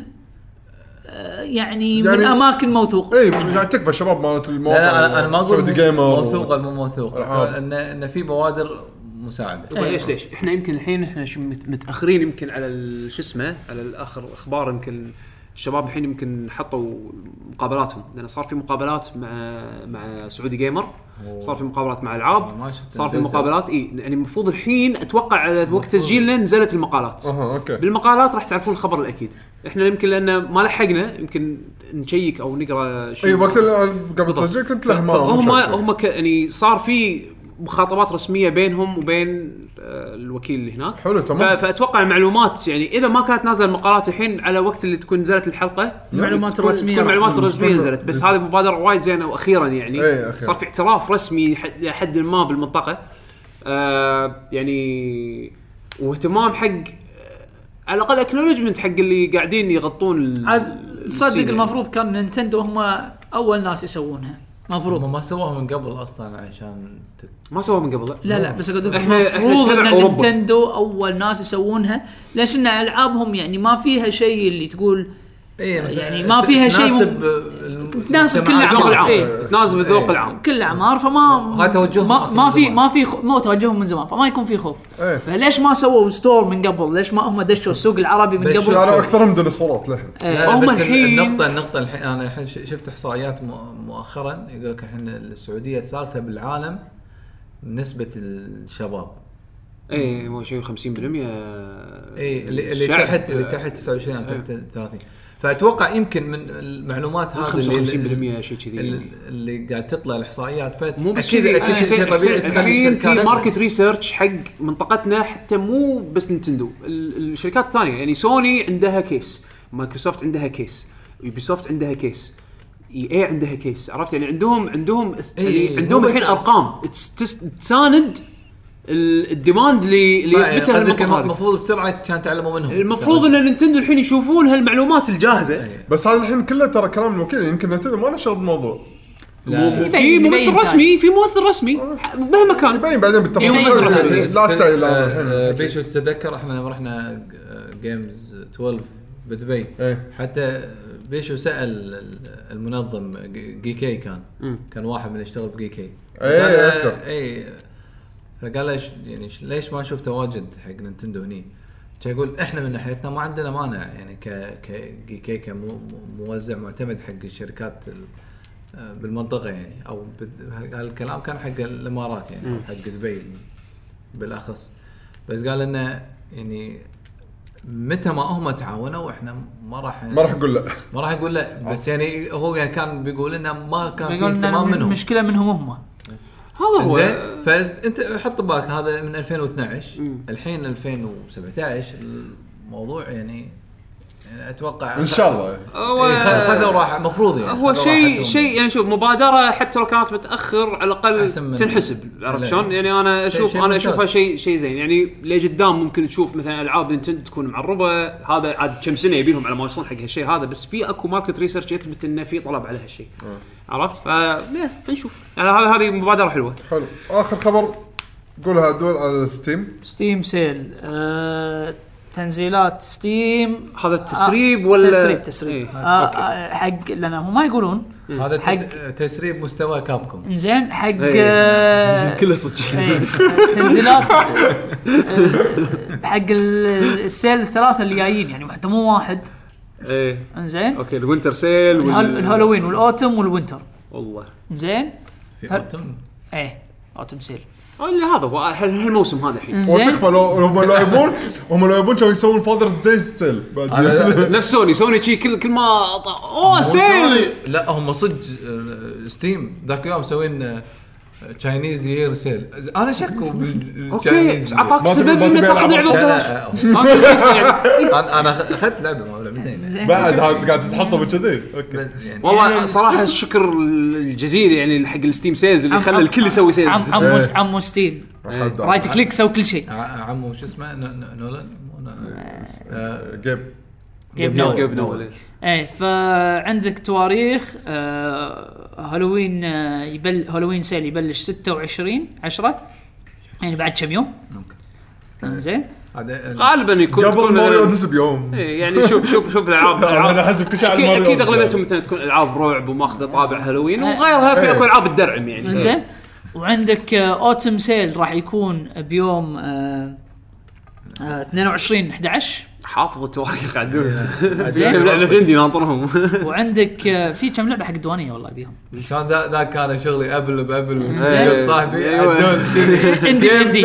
D: آه، يعني, يعني من
C: يعني-
D: اماكن موثوقه
C: اي إيه، قاعد تكفى الشباب مالت المواقع
E: لا لا انا, أنا ما اقول
C: سعودي آه. جيمر و-
E: موثوقه مو موثوقه
C: ألعاب.
E: ان ان في بوادر مساعده
A: طيب ليش ليش؟ احنا يمكن الحين احنا شو- مت- متاخرين يمكن على ال- شو اسمه على الاخر اخبار يمكن الشباب الحين يمكن حطوا مقابلاتهم لان صار في مقابلات مع مع سعودي جيمر صار في مقابلات مع
E: ما
A: العاب
E: شفت
A: صار في
E: نزل.
A: مقابلات اي يعني المفروض الحين اتوقع على وقت تسجيلنا نزلت المقالات
C: اها اوكي
A: بالمقالات راح تعرفون الخبر الاكيد احنا يمكن لان ما لحقنا يمكن نشيك او نقرا شيء
C: اي إيه، وقت ال- قبل التسجيل كنت له ما
A: هم
C: ما شايف شيء.
A: هم ك- يعني صار في مخاطبات رسميه بينهم وبين آه، الوكيل اللي هناك
C: حلو، تمام.
A: ف- فاتوقع المعلومات يعني اذا ما كانت نازله المقالات الحين على وقت اللي تكون نزلت الحلقه
D: المعلومات
A: تكون-
D: الرسميه
A: تكون
D: راح
A: المعلومات
D: تكون-
A: الرسميه نزلت بس هذه مبادره وايد زينه واخيرا يعني
C: إيه، أخيراً.
A: صار في اعتراف رسمي ح- الى حد ما بالمنطقه آه يعني واهتمام حق على الاقل اكنولجمنت حق اللي قاعدين يغطون ال-
D: عاد تصدق
A: السين يعني.
D: المفروض كان نينتندو هم اول ناس يسوونها
E: هم
D: مفروض
E: ما سووها من قبل اصلا عشان تت...
A: ما سووها من قبل
D: لا لا بس اقول لك
A: إحنا- إحنا
D: المفروض
A: تبع
D: ان
A: أوروبا.
D: نينتندو اول ناس يسوونها ليش ان العابهم يعني ما فيها شيء اللي تقول
E: إيه مثلاً
D: يعني ما فيها شيء
E: تناسب
D: مم-
E: ال-
D: تناسب كل
E: المجتمع
D: الأعمار.
A: الذوق العام
D: إيه.
A: تنازل بالذوق
E: إيه.
A: العام
D: كل الاعمار فما
E: هاي توجههم
D: ما,
E: أصلاً
D: ما
E: من
D: في
E: زمان.
D: ما في خ- مو توجههم من زمان فما يكون في خوف
C: إيه.
D: فليش ما سووا ستور من قبل ليش ما هم دشوا السوق العربي من
E: دشوا
D: قبل
E: على
C: شارع اكثرهم ديناصورات للحين
D: إيه.
E: لا،
A: هم
E: بس ال-
A: الحين-
E: النقطة النقطة الحين انا الحين ش- شفت احصائيات مؤ- مؤخرا يقول لك الحين السعودية الثالثة بالعالم نسبة الشباب
A: اي مو إيه، شيء 50%
E: اي إيه، اللي, اللي
A: الشعب.
E: تحت اللي تحت 29 أو تحت
A: آه.
E: 30 فاتوقع يمكن من المعلومات هذه اللي
A: 55% شيء كذي
E: اللي,
A: يعني.
E: اللي قاعد تطلع الاحصائيات فات
A: مو بس
E: اكيد
A: كذي،
E: اكيد
A: في
E: شيء طبيعي
A: الحين- الحين في
E: شركات-
A: ماركت ريسيرش حق منطقتنا حتى مو بس نينتندو ال- الشركات الثانيه يعني سوني عندها كيس مايكروسوفت عندها كيس يوبي سوفت عندها كيس اي اي عندها كيس عرفت يعني عندهم عندهم يعني
E: إي،
A: عندهم
E: إيه، مو
A: الحين
E: بس-
A: ارقام تس- تس- تساند ال- الديماند اللي اللي
E: فيعني
A: متى
E: قصدك
A: هالمنطقة هذه.
E: المفروض بسرعة كان تعلموا منهم
A: المفروض ان نينتندو الحين يشوفون هالمعلومات الجاهزه
E: إيه.
C: بس هذا الحين كله ترى كلام الوكيل يمكن نتندو ما له شغل بالموضوع
E: لا.
A: مو- في
D: يبين- يبين
A: ممثل رسمي في ممثل رسمي مهما كان
C: يبين بعدين بالتفاصيل
A: يبين بالتفاصيل.
C: يعني لا استعجل لا،
E: إيه، آه، آه،
C: الحين.
E: بيشو تتذكر احنا لما رحنا جيمز 12 بدبي
C: إيه.
E: حتى بيشو سال المنظم جي- جي كي كان كان واحد من اللي اشتغل بجي كي
C: إيه،
E: قال له-
C: أذكر.
E: اي فقال له ش- يعني ش- ليش ما نشوف تواجد حق نينتندو هني؟ كان يقول احنا من ناحيتنا ما عندنا مانع يعني ك ك جي كي كموزع معتمد حق الشركات ال- آه، بالمنطقه يعني او بال- هالكلام كان حق الامارات يعني أو حق دبي بالاخص بس قال انه يعني متى ما هم تعاونوا احنا ما راح
C: ما راح آه. اقول لا
E: ما راح اقول لا بس يعني هو يعني كان بيقول انه ما كان في
D: يقول إن
E: اهتمام منهم
D: المشكله منهم هم
A: هذا هو
E: زين فانت حط ببالك هذا من 2012 الحين 2017 الموضوع يعني يعني اتوقع
C: ان شاء الله
A: هو
E: إيه، خ- خذوا راحه المفروض يعني
A: هو
E: خذوا
A: شيء
E: راحتهم.
A: شيء يعني شوف مبادره حتى لو كانت متاخر على الاقل
E: أحسن من-
A: تنحسب عرفت
E: لا.
A: شلون؟ يعني انا
E: شيء-
A: اشوف
E: شيء
A: انا
E: ممتاز.
A: اشوفها شيء شيء زين يعني لقدام ممكن تشوف مثلا العاب نينتندو تكون معربه هذا عاد كم سنه يبيلهم على ما يوصلون حق هالشيء هذا بس في اكو ماركت ريسيرش يثبت انه في طلب على هالشيء
E: آه.
A: عرفت؟ ف ليه، نشوف يعني هذه هذه مبادره حلوه
C: حلو اخر خبر قولها دول على ستيم
D: ستيم سيل آه، تنزيلات ستيم آه،
A: هذا التسريب ولا
D: تسريب تسريب
A: إيه.
D: آه،
A: أوكي.
D: آه، حق لان هم ما يقولون
E: هذا
D: حق-
E: تت- تسريب مستوى كابكم
D: زين حق
A: إيه.
D: آه،
A: كله صدق
D: إيه، آه، تنزيلات آه، آه، حق ال- السيل الثلاثه اللي جايين يعني حتى مو واحد
A: ايه
D: زين
A: اوكي الوينتر سيل وال-
D: الهالوين والاوتم والوينتر
A: والله
D: زين
E: في
D: هل-
E: اوتم
D: ايه اوتم سيل
A: اللي هذا هو هال- هالموسم هذا الحين
D: زين
C: وتكفى لو هم لو يبون هم لو يبون كانوا يسوون فاذرز داي سيل بعد
A: نفس سوني سوني شي كل كل ما أط- اوه سيل
E: سيل لا هم صدق آه، ستيم ذاك اليوم مسوين آه، تشاينيز يير سيل انا شكوا
A: اوكي
E: بالتشاينيز
A: عطاك
C: ما تبي-
A: سبب
C: ما
A: انه
C: تبي
A: تاخذ
C: ألعاب.
A: لعبه
E: لا
A: فلاش
E: لا آه،
A: ما في فلوس يعني.
E: انا انا أخ- اخذت لعبه ما لعبتين
D: زين
C: بعد هذا قاعد تتحطه بكذي اوكي
E: بس يعني
A: والله صراحه الشكر الجزيل يعني حق الستيم سيلز اللي خلى الكل يسوي
D: عم
A: سيلز إيه.
D: عمو عمو ستيم
C: حد
D: رايت كليك سوي كل شيء
E: ع- عمو شو اسمه ن- ن- نولان مو ن- آه،
C: جيب
D: جيب
E: نول.
A: جيب نول.
D: ايه فعندك تواريخ آه هالوين آه يبل هالوين سيل يبلش 26 10 يعني بعد كم يوم
E: ممكن.
D: زين
E: هذا ال-
A: غالبا يكون
C: قبل
A: تكون-
C: ماريو اوديسي بيوم
A: إيه، يعني شوف شوف شوف الالعاب
C: انا
A: ألعاب-
C: حسب كل شيء على
A: اكيد
C: ماريو
A: اكيد
C: أوديسي.
A: اغلبيتهم مثلا تكون العاب رعب وماخذه طابع هالوين وغيرها في اكو العاب الدرعم يعني
D: زين وعندك اوتم سيل راح يكون بيوم آه آه 22 11
A: حافظ التواريخ عدول
E: زين.
A: كم لعبه عندي ناطرهم
D: وعندك آه في كم لعبه حق الديوانيه والله بيهم
E: كان ذا- ذاك كان شغلي ابل بابل
A: إيه.
E: صاحبي
A: أيوة.
E: عدول كذي.
D: عندي عندي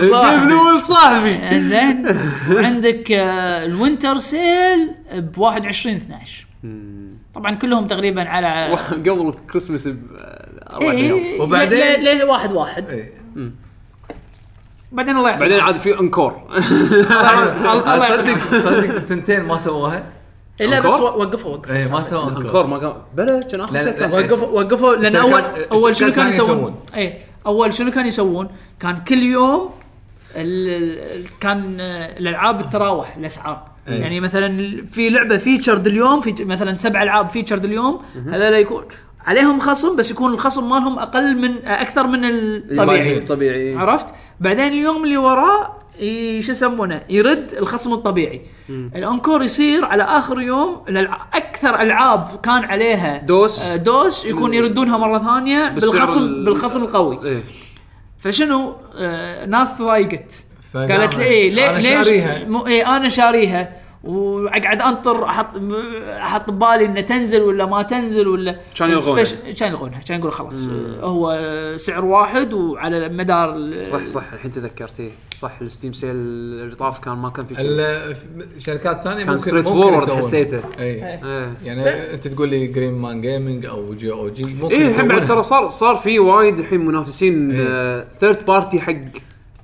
A: جيب نول صاحبي
D: زين وعندك آه، الوينتر سيل ب 21 12 طبعا كلهم تقريبا على
A: قبل آه، كريسمس باربع ايام
D: إيه
E: وبعدين-
D: ليه ليه واحد واحد
E: إيه.
D: بعدين الله يعطيك
A: بعدين عاد في انكور
D: الله
E: تصدق
D: يعطيك
E: تصدق سنتين ما سووها
D: إيه، لا بس
A: أنكور؟
D: و- وقفوا وقفوا
E: إيه، ما سووا
A: انكور
E: أنكور.
A: ما قام بلا كان اخر
E: لا، لا،
A: سنة
E: لا.
A: كان.
D: وقفوا وقفوا لان
E: الشركات-
D: اول اول شنو
E: الشركات
D: كانوا
E: كانوا
D: يسوون؟
E: يسوون.
D: اي اول شنو كانوا يسوون؟ كان كل يوم ال- ال- كان آه، الالعاب تتراوح الاسعار
E: إيه.
D: يعني مثلا في لعبه فيتشرد اليوم في مثلا سبع العاب فيتشرد اليوم هذول يكون عليهم خصم بس يكون الخصم مالهم اقل من آه، اكثر من الطبيعي
A: طبيعي
D: عرفت بعدين اليوم اللي وراه ي- شو يسمونه يرد الخصم الطبيعي الانكور يصير على اخر يوم الألع- اكثر العاب كان عليها
A: دوس.
D: آه، دوس يكون يردونها مره ثانيه
A: بالسعر
D: بالخصم
A: ال-
D: بالخصم القوي
A: ايه
D: فشنو آه، ناس تضايقت
E: فقام-
D: قالت لي ايه ليه
E: أنا
D: ليش
E: شاريها.
D: مو ايه انا شاريها واقعد انطر احط م- احط ببالي انه تنزل ولا ما تنزل ولا
A: كان يلغونها.
D: السبيش- كان يلغونها كان يقول خلاص آه، هو سعر واحد وعلى مدار ال-
A: صح صح الحين تذكرت ايه صح الستيم سيل اللي طاف كان ما كان في شيء
E: ال- شركات ثانيه
A: كان
E: ممكن
A: straight
E: ممكن
A: forward
E: يسوون.
A: حسيته.
E: اي
A: ايه
E: يعني انت تقول لي جرين مان جيمنج او جي او جي ممكن
A: ايه الحين بعد ترى
E: يسوونها.
A: صار صار في وايد الحين منافسين
E: إيه.
A: ثيرد بارتي حق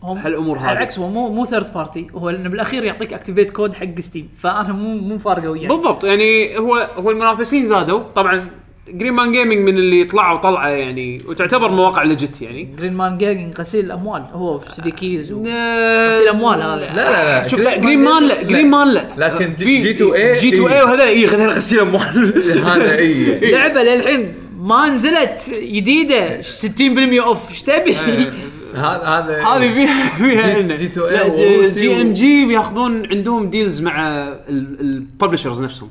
D: هم
A: هالأمور هذه.
D: على العكس هو مو مو ثيرد بارتي هو لانه بالاخير يعطيك اكتيفيت كود حق ستيم فانا مو مو فارقه وياه
A: بالضبط يعني هو هو المنافسين زادوا طبعا جرين مان جيمنج من اللي طلعوا طلعه يعني وتعتبر مواقع لجت يعني
D: جرين مان جيجن غسيل الاموال هو سيديكيز و... غسيل
A: آه،
D: اموال هذا
E: لا لا لا
A: شوف لا جرين مان لا جرين مان لا
E: لكن جي- G2A
A: جي 2 اي
E: إيه.
A: وهذا اي خلينا غسيل اموال
E: هذا إيه. اي
D: لعبه للحين ما نزلت جديده 60% اوف ايش تبي؟
A: إيه.
E: هذا هذا
A: هذه فيها فيها
E: جي-
A: إنه.
E: جي 2A
A: لا،
E: وروسي
A: جي ام
E: و-
A: جي بياخذون عندهم ديلز مع الببلشرز نفسهم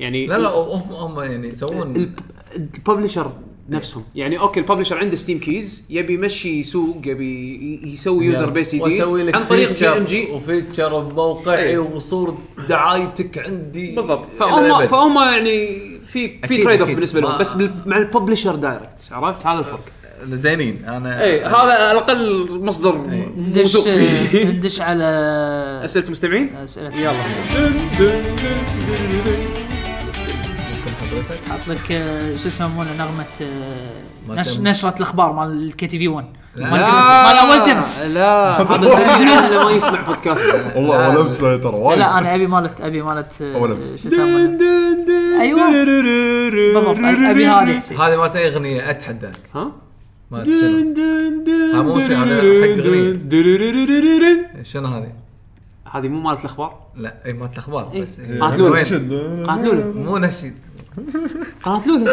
A: يعني
E: لا لا هم هم يعني يسوون
A: الببلشر نفسهم يعني اوكي الببلشر عنده ستيم كيز يبي يمشي سوق يبي ي- يسوي يوزر بيس جديد
E: واسوي يعني لك
A: عن طريق جي ام
E: feature
A: جي
E: وفيتشر بموقعي وصور دعايتك عندي
A: إيه. بالضبط
E: إلى
A: فهم
E: الأبد.
A: فهم يعني في في
E: أكيد،
A: تريد اوف
E: أكيد.
A: بالنسبه لهم
E: ما-
A: بس بال- مع الببلشر دايركت عرفت هذا الفرق
E: زينين انا
A: اي إيه، هذا على الاقل مصدر
D: ندش
A: موثوق فيه
D: ندش على
A: اسئله المستمعين
D: اسئله
A: يلا
D: حاط لك آه، شو يسمونه نغمه آه،
E: ما
D: نش-
E: تم.
D: نشره الاخبار مال الكي تي في 1 مال
E: لا.
D: مال اول تمس
A: لا هذا الدليل على إنه ما يسمع بودكاست
E: لا،
C: والله ولمت له ترى وايد
D: لا انا ابي مالت ابي مالت آه،
C: أول أمس.
D: شو يسمونه
A: أيوة.
D: ايوه بالضبط ابي هذه حسين.
E: هذه مالت اي اغنيه اتحداك
A: ها
E: ما أدري شنو. ها، مو موسيقى، هذا حق شنو هذه؟
A: هذه مو مالت الاخبار
E: لا اي مالت الاخبار بس
C: إيه،
E: هي-
A: مالت لولو.
E: وين؟
A: قناه لولو
E: مو نشيد
A: قناه لولو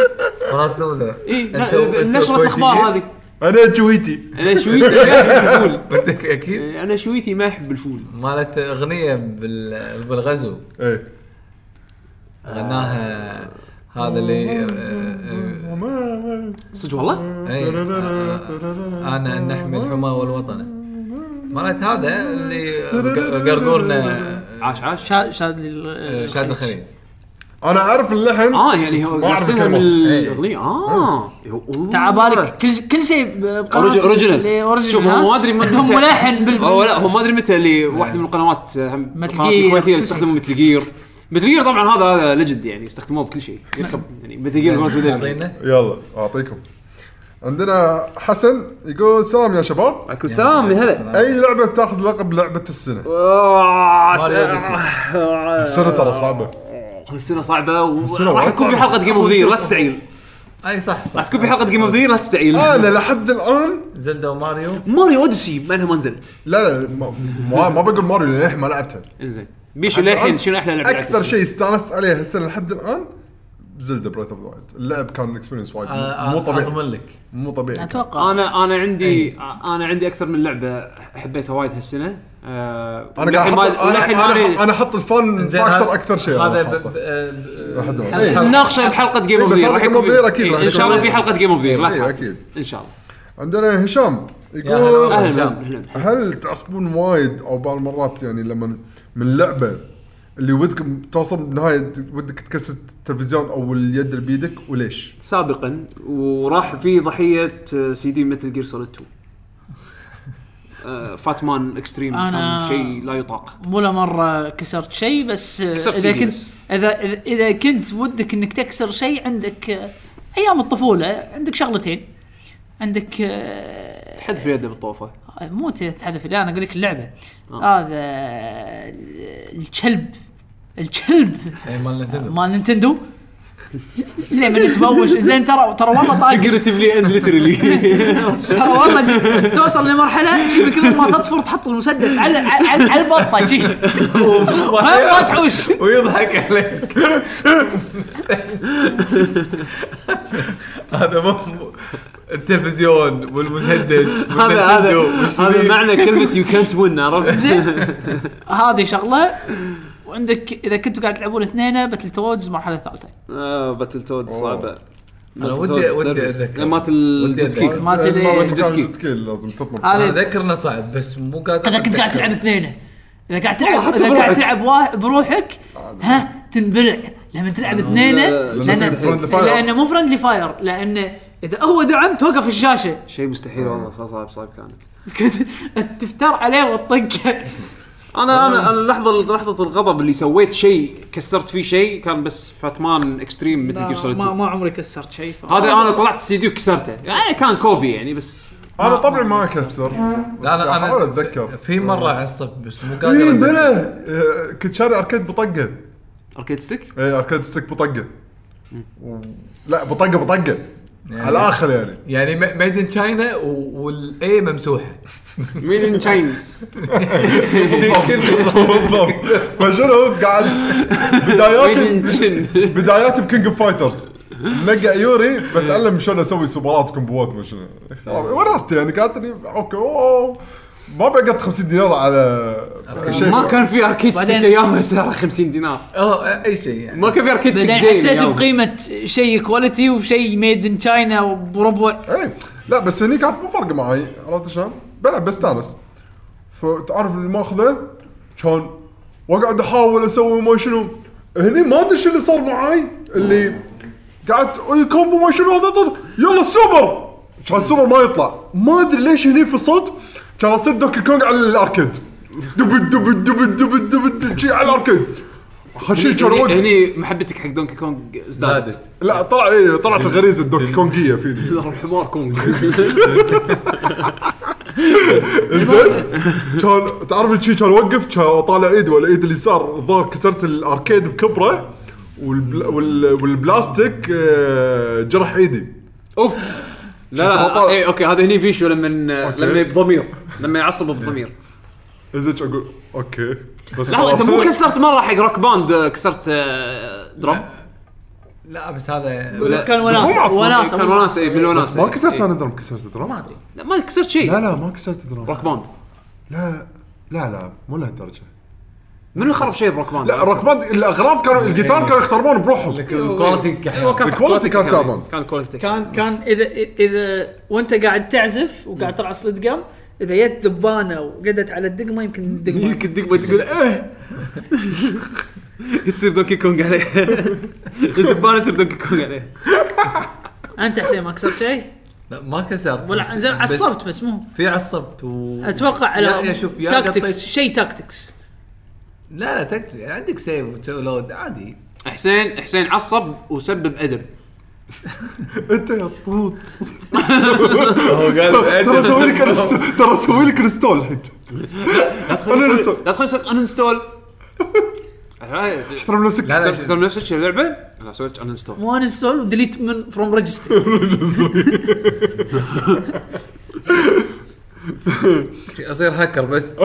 E: مرات لولا
A: اي
E: أنت- أنت
A: نشره الاخبار
E: كويتيين؟
A: هذه
C: انا جويتي
A: انا شويتي ما يحب الفول
E: بدك اكيد
A: انا إيه، شويتي ما يحب الفول
E: مالت اغنيه بال- بالغزو
C: ايه
E: غناها هذا اللي آه،
A: صدق والله
E: آه، إيه. آه، انا ان احمي الحمى والوطن مالت هذا اللي قرقورنا
A: عاش عاش
D: شاد شاد آه، لل-
E: آه، شاد الخليل
C: انا اعرف اللحن
A: اه يعني هو
C: ما أعرف
A: قصدها من
C: الكلمات.
E: إيه.
A: الاغنيه اه والله.
D: تعبالك كل كل شيء بقناه
A: أوريجي- اوريجينال شوف
D: اوريجينال
A: هو ما ادري متى
D: هم ملحن بال
A: هو لا هو ما ادري متى اللي واحده من القنوات آه، هم
D: متل
A: القنوات
D: جير.
A: الكويتيه اللي استخدموا مثل جير مثل جير طبعا هذا هذا ليجند يعني استخدموه بكل شيء يركب يعني مثل جير جوز وذ إيفري.
E: نعم. أعطينا.
C: يلا اعطيكم عندنا حسن يقول السلام يا شباب
E: يعني
A: عليكم السلام يا هلا
C: اي لعبه بتاخذ لقب لعبه السنه
A: آه،
E: ماريو أوديسي.
A: آه،
C: السنه ترى صعبه
A: السنه صعبه
C: السنة
A: وراح
C: وايد
A: تكون في
C: صعبة.
A: حلقه جيم اوف لا تستعيل
E: اي صح صح
A: راح تكون في حلقه جيم اوف لا تستعيل
C: انا لحد الان
E: زلدا وماريو
A: ماريو اوديسي ما انها ما نزلت
C: لا لا ما, ما- ما بقول ماريو للحين ما لعبتها
A: انزين بيشو للحين شنو احلى لعبه لعبتها؟
C: اكثر شيء استانست عليه هالسنه لحد الان زلدا بريث اوف ذا وايلد اللعب كان اكسبيرينس وايد
E: آه،
C: مو
E: آه،
C: طبيعي
E: اضمن لك
C: مو طبيعي
D: اتوقع
A: انا انا عندي
D: إيه.
A: انا عندي اكثر من لعبه حبيتها وايد هالسنه آه
C: انا قاعد احط انا
A: وللحين ما
C: انا
A: لي-
C: انا احط الفن
E: إنزين،
C: فاكتور
E: هذا-
C: اكثر شيء
E: هذا
C: أنا
E: ب- ب-
C: حاطه.
E: آه،
C: لحد الآن.
D: حلقة.
C: إيه.
A: نناقشه بحلقه جيم اوف
C: بس هذا
A: راح
C: Game
A: يكون
C: of the Year أكيد راح
A: ان شاء الله
C: يكون.
A: في حلقه جيم اوف لا
C: إيه،
A: تخاف.
C: أكيد.
A: ان شاء الله
C: عندنا هشام
E: يا هلا والله.
C: يقول
A: اهلا
E: هشام.
A: اهلا أهلاً.
C: هل تعصبون وايد او بعض المرات يعني لما من لعبه اللي ودك توصل بالنهايه ودك تكسر التلفزيون او اليد اللي بيدك وليش؟
A: سابقا وراح في ضحيه آه، سي دي مثل جير سوليد 2 آه، فاتمان اكستريم كان
D: أنا-
A: شيء لا يطاق
D: ولا مره كسرت شيء بس آه،
A: كسرت
D: اذا
A: CD
D: كنت
A: بس.
D: اذا إذا- اذا كنت ودك انك تكسر شيء عندك آه، ايام الطفوله عندك شغلتين عندك آه،
A: حذف يده بالطوفه
D: مو تحذف لا انا اقول لك اللعبه
A: آه.
D: هذا آه، الكلب الكلب
E: اي مال نتندو
D: مال نينتندو ليه من تبوش زين ترى ترى والله طاق
E: فيجريتفلي اند ليترلي
D: ترى والله جد- توصل لمرحله شي من كثر ما تطفر تحط المسدس على على, على البطه شي وهم ما تحوش
E: ويضحك عليك هذا مو التلفزيون والمسدس
A: هذا هذا هذا معنى كلمه يو كانت وين عرفت؟
D: زين هذه شغله وعندك اذا كنتوا قاعد تلعبون اثنين باتل تودز مرحله ثالثه
A: آه باتل تود صعبه
E: أنا ودي- ودي أتذكر.
A: إيه، مات
E: ودي
A: الجيتسكي
E: أتذكر.
D: ما تدري
C: جت لازم تطلع
E: انا
D: هذه
E: اذكر انه صعب بس مو قادر
D: اذا كنت قاعد تلعب اثنين اذا قاعد تلعب
A: حتى
D: اذا قاعد
A: بروحك.
D: تلعب واحد بروحك ها تنبلع لما تلعب اثنين
C: لأنه
D: لأن-
C: friendly fire.
D: لانه مو فرندلي فاير لانه اذا هو دعم توقف الشاشه
A: شيء مستحيل والله صعب صعب كانت
D: كنت تفتر عليه وتطقه
A: انا انا انا لحظه لحظه الغضب اللي سويت شيء كسرت فيه شيء كان بس فاتمان اكستريم مثل جير سوليد
D: ما ما عمري كسرت شيء ف-
A: هذا انا طلعت السي وكسرته يعني كان كوبي يعني بس
C: انا طبعا ما اكسر
E: لا لا
C: احاول
E: انا
C: اتذكر
E: في مره عصب بس مو
C: اي
E: قادر
C: إيه، بلا
E: أتذكر.
C: آه، كنت شاري اركيد بطقه
A: اركيد ستيك
C: اي اركيد ستيك بطقه و- لا بطقه بطقه على الاخر يعني
E: يعني ميد ان تشاينا والاي ممسوحه
A: مين ان تشاين
C: بالضبط فشنو قاعد بداياتي بداياتي بكينج اوف فايترز لقى يوري بتعلم شلون اسوي سوبرات كومبوات ما شنو وناست يعني قالت لي اوكي أوه. ما بقت 50 دينار على شيء
A: ما كان في اركيد ستيك
D: بعدين-
A: ايامها سعره 50 دينار
E: اه اي شيء يعني
A: ما كان في اركيد ستيك
D: بعدين
A: زين
D: حسيت
A: أيامها.
D: بقيمه شيء كواليتي وشيء ميد ان تشاينا بربع
C: اي إيه. لا بس هني كانت مو فارقه معي عرفت شلون؟ بلعب بستانس فتعرف اللي ماخذه كان واقعد احاول اسوي ما شنو هني ما ادري شو اللي صار معاي اللي قعدت اي كومبو ما شنو هذا طر- يلا السوبر كان السوبر ما يطلع ما ادري ليش هني فصلت كان اصير دوكي كونغ على الاركيد دب دب دب دب دب دب شي على الاركيد اخر شيء كان
A: هني-
C: وقت
A: هني محبتك حق دونكي كونج ازدادت
E: زادت.
C: لا طلع اي طلعت الغريزه الدوكي كونغيه فيني
A: الحمار كونج
C: زين كان تعرف شي كان وقف كان طالع ايد ولا ايد اليسار الظاهر كسرت الاركيد بكبره والبلا وال- والبلاستيك آه، جرح ايدي
A: اوف لا لا
C: بطل.
A: اي اوكي هذا هني بيشو لما
C: أوكي.
A: لما بضمير لما يعصب بضمير
C: زين اقول اوكي بس
A: لحظه انت
C: خلاص.
A: مو كسرت مره حق روك باند آه، كسرت آه، درم
E: لا بس هذا
D: بس كان
C: مو
D: وناسه
C: معصب.
D: وناسه
A: كان وناسه اي من إيه،
C: بس
A: الوناسه
C: ما كسرت
A: إي.
C: انا درم كسرت درم ما ادري
A: لا ما كسرت
E: إيه.
A: شيء
C: لا لا ما كسرت درم
A: روك باند
C: لا لا لا مو لهالدرجه
A: من اللي خرب شيء بروك باند
C: لا روك باند الاغراض كانوا الجيتار كانوا يختربون بروحهم
E: الكواليتي
A: أيوة، كان
C: الكواليتي كان تعبان.
A: كان كواليتي
D: كان كان اذا اذا وانت قاعد تعزف وقاعد ترعص الدقم اذا جت ذبانه وقعدت على الدقمه يمكن الدقمه
A: يمكن تقبل تقول
E: إيه.
A: ايه تصير دونكي كونج عليه الدبانه تصير دونكي كونج عليه
D: انت حسين ما كسرت شيء
E: لا ما كسرت
D: ولا
E: بس-
D: زين
E: بس
D: عصبت بس مو
E: في عصبت و
D: اتوقع
E: يا-
D: على
E: يا شوف يا
D: تاكتكس
E: قطيت-
D: شيء تاكتكس
E: لا لا تكتب يعني عندك سيف وتسوي لود عادي
A: حسين حسين عصب وسبب ادب
C: انت يا طوط
E: هو
C: ترى سوي لي كريستول ترى سوي لي كريستول الحين
A: لا
C: أنا
A: تخلي
C: نستول.
A: لا تخلي ان انستول
C: ترى نفسك
E: لا لا شوف.
A: ترى نفس الشيء اللعبه انا سويت ان انستول
D: مو انستول وديليت من فروم ريجستر
E: اصير هاكر بس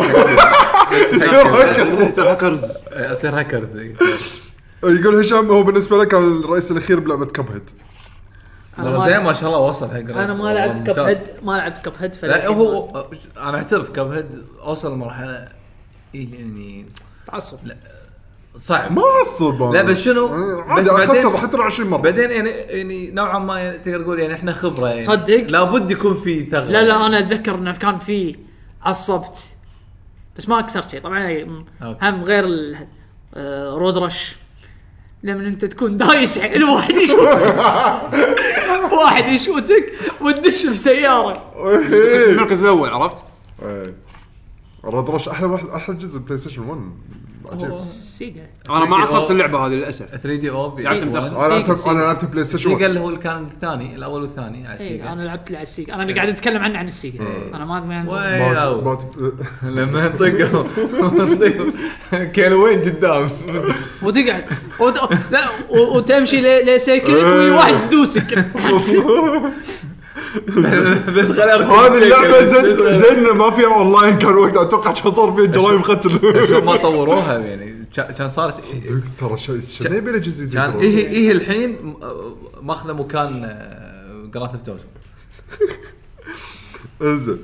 A: هاكرز
E: اصير هاكر زي
C: إيه، يقول هشام هو بالنسبه له كان الرئيس الاخير بلعبه كب هيد
E: والله زين ما شاء الله وصل حق
D: انا ما لعبت كب هيد ما لعبت إيه، كب هيد
E: لا هو انا اعترف كب هيد اوصل لمرحله يعني
D: تعصب
E: صعب
C: ما عصب أنا.
E: لا بس شنو؟
C: يعني
E: بس
C: عادي
E: بعدين-
C: اخسر حتى لو 20 مره
E: بعدين يعني يعني نوعا ما يعني تقدر تقول يعني احنا خبره يعني
D: صدق؟
E: لابد يكون في ثغره
D: لا لا انا اتذكر انه كان في عصبت بس ما كسرت شيء طبعا م-
E: أوكي.
D: هم غير ال- آه، رود رش لما انت تكون دايس حلو واحد يشوتك واحد يشوتك وتدش بسياره
C: إيه.
A: المركز الاول عرفت؟
C: إيه. رد رش احلى واحد احلى جزء بلاي ستيشن 1 عجيب
D: سيجا
A: انا
C: إيه،
A: ما عصرت اللعبه هذه للاسف
E: 3 دي او
A: يعتمد
E: بي
C: انا لعبت انا لعبت بلاي ستيشن
E: سيجا
C: 1
E: اللي هو اللي كان الثاني الاول والثاني على
D: اي
E: سيجا
D: انا لعبت على السيجا انا اللي
E: إيه.
D: قاعد اتكلم عنه عن السيجا انا ما يعني. ادري
E: وي
C: مات-
E: أو.
C: مات-
E: لما ينطقوا كيلوين قدام
D: وتقعد وت... لا و... وتمشي ل... لسيكلك وواحد يدوسك
E: بس خليني اركض
C: هذه اللعبه زين زين إنه ما فيها اونلاين كان وقت اتوقع كان صار فيها جرايم قتل
E: شو ما طوروها يعني كان كان صارت
C: ترى شيء شيء يبي له جزء جديد
E: كان
C: والله.
E: ايه ايه الحين م- ماخذه مكان آه، جراث اوف توتو
C: انزين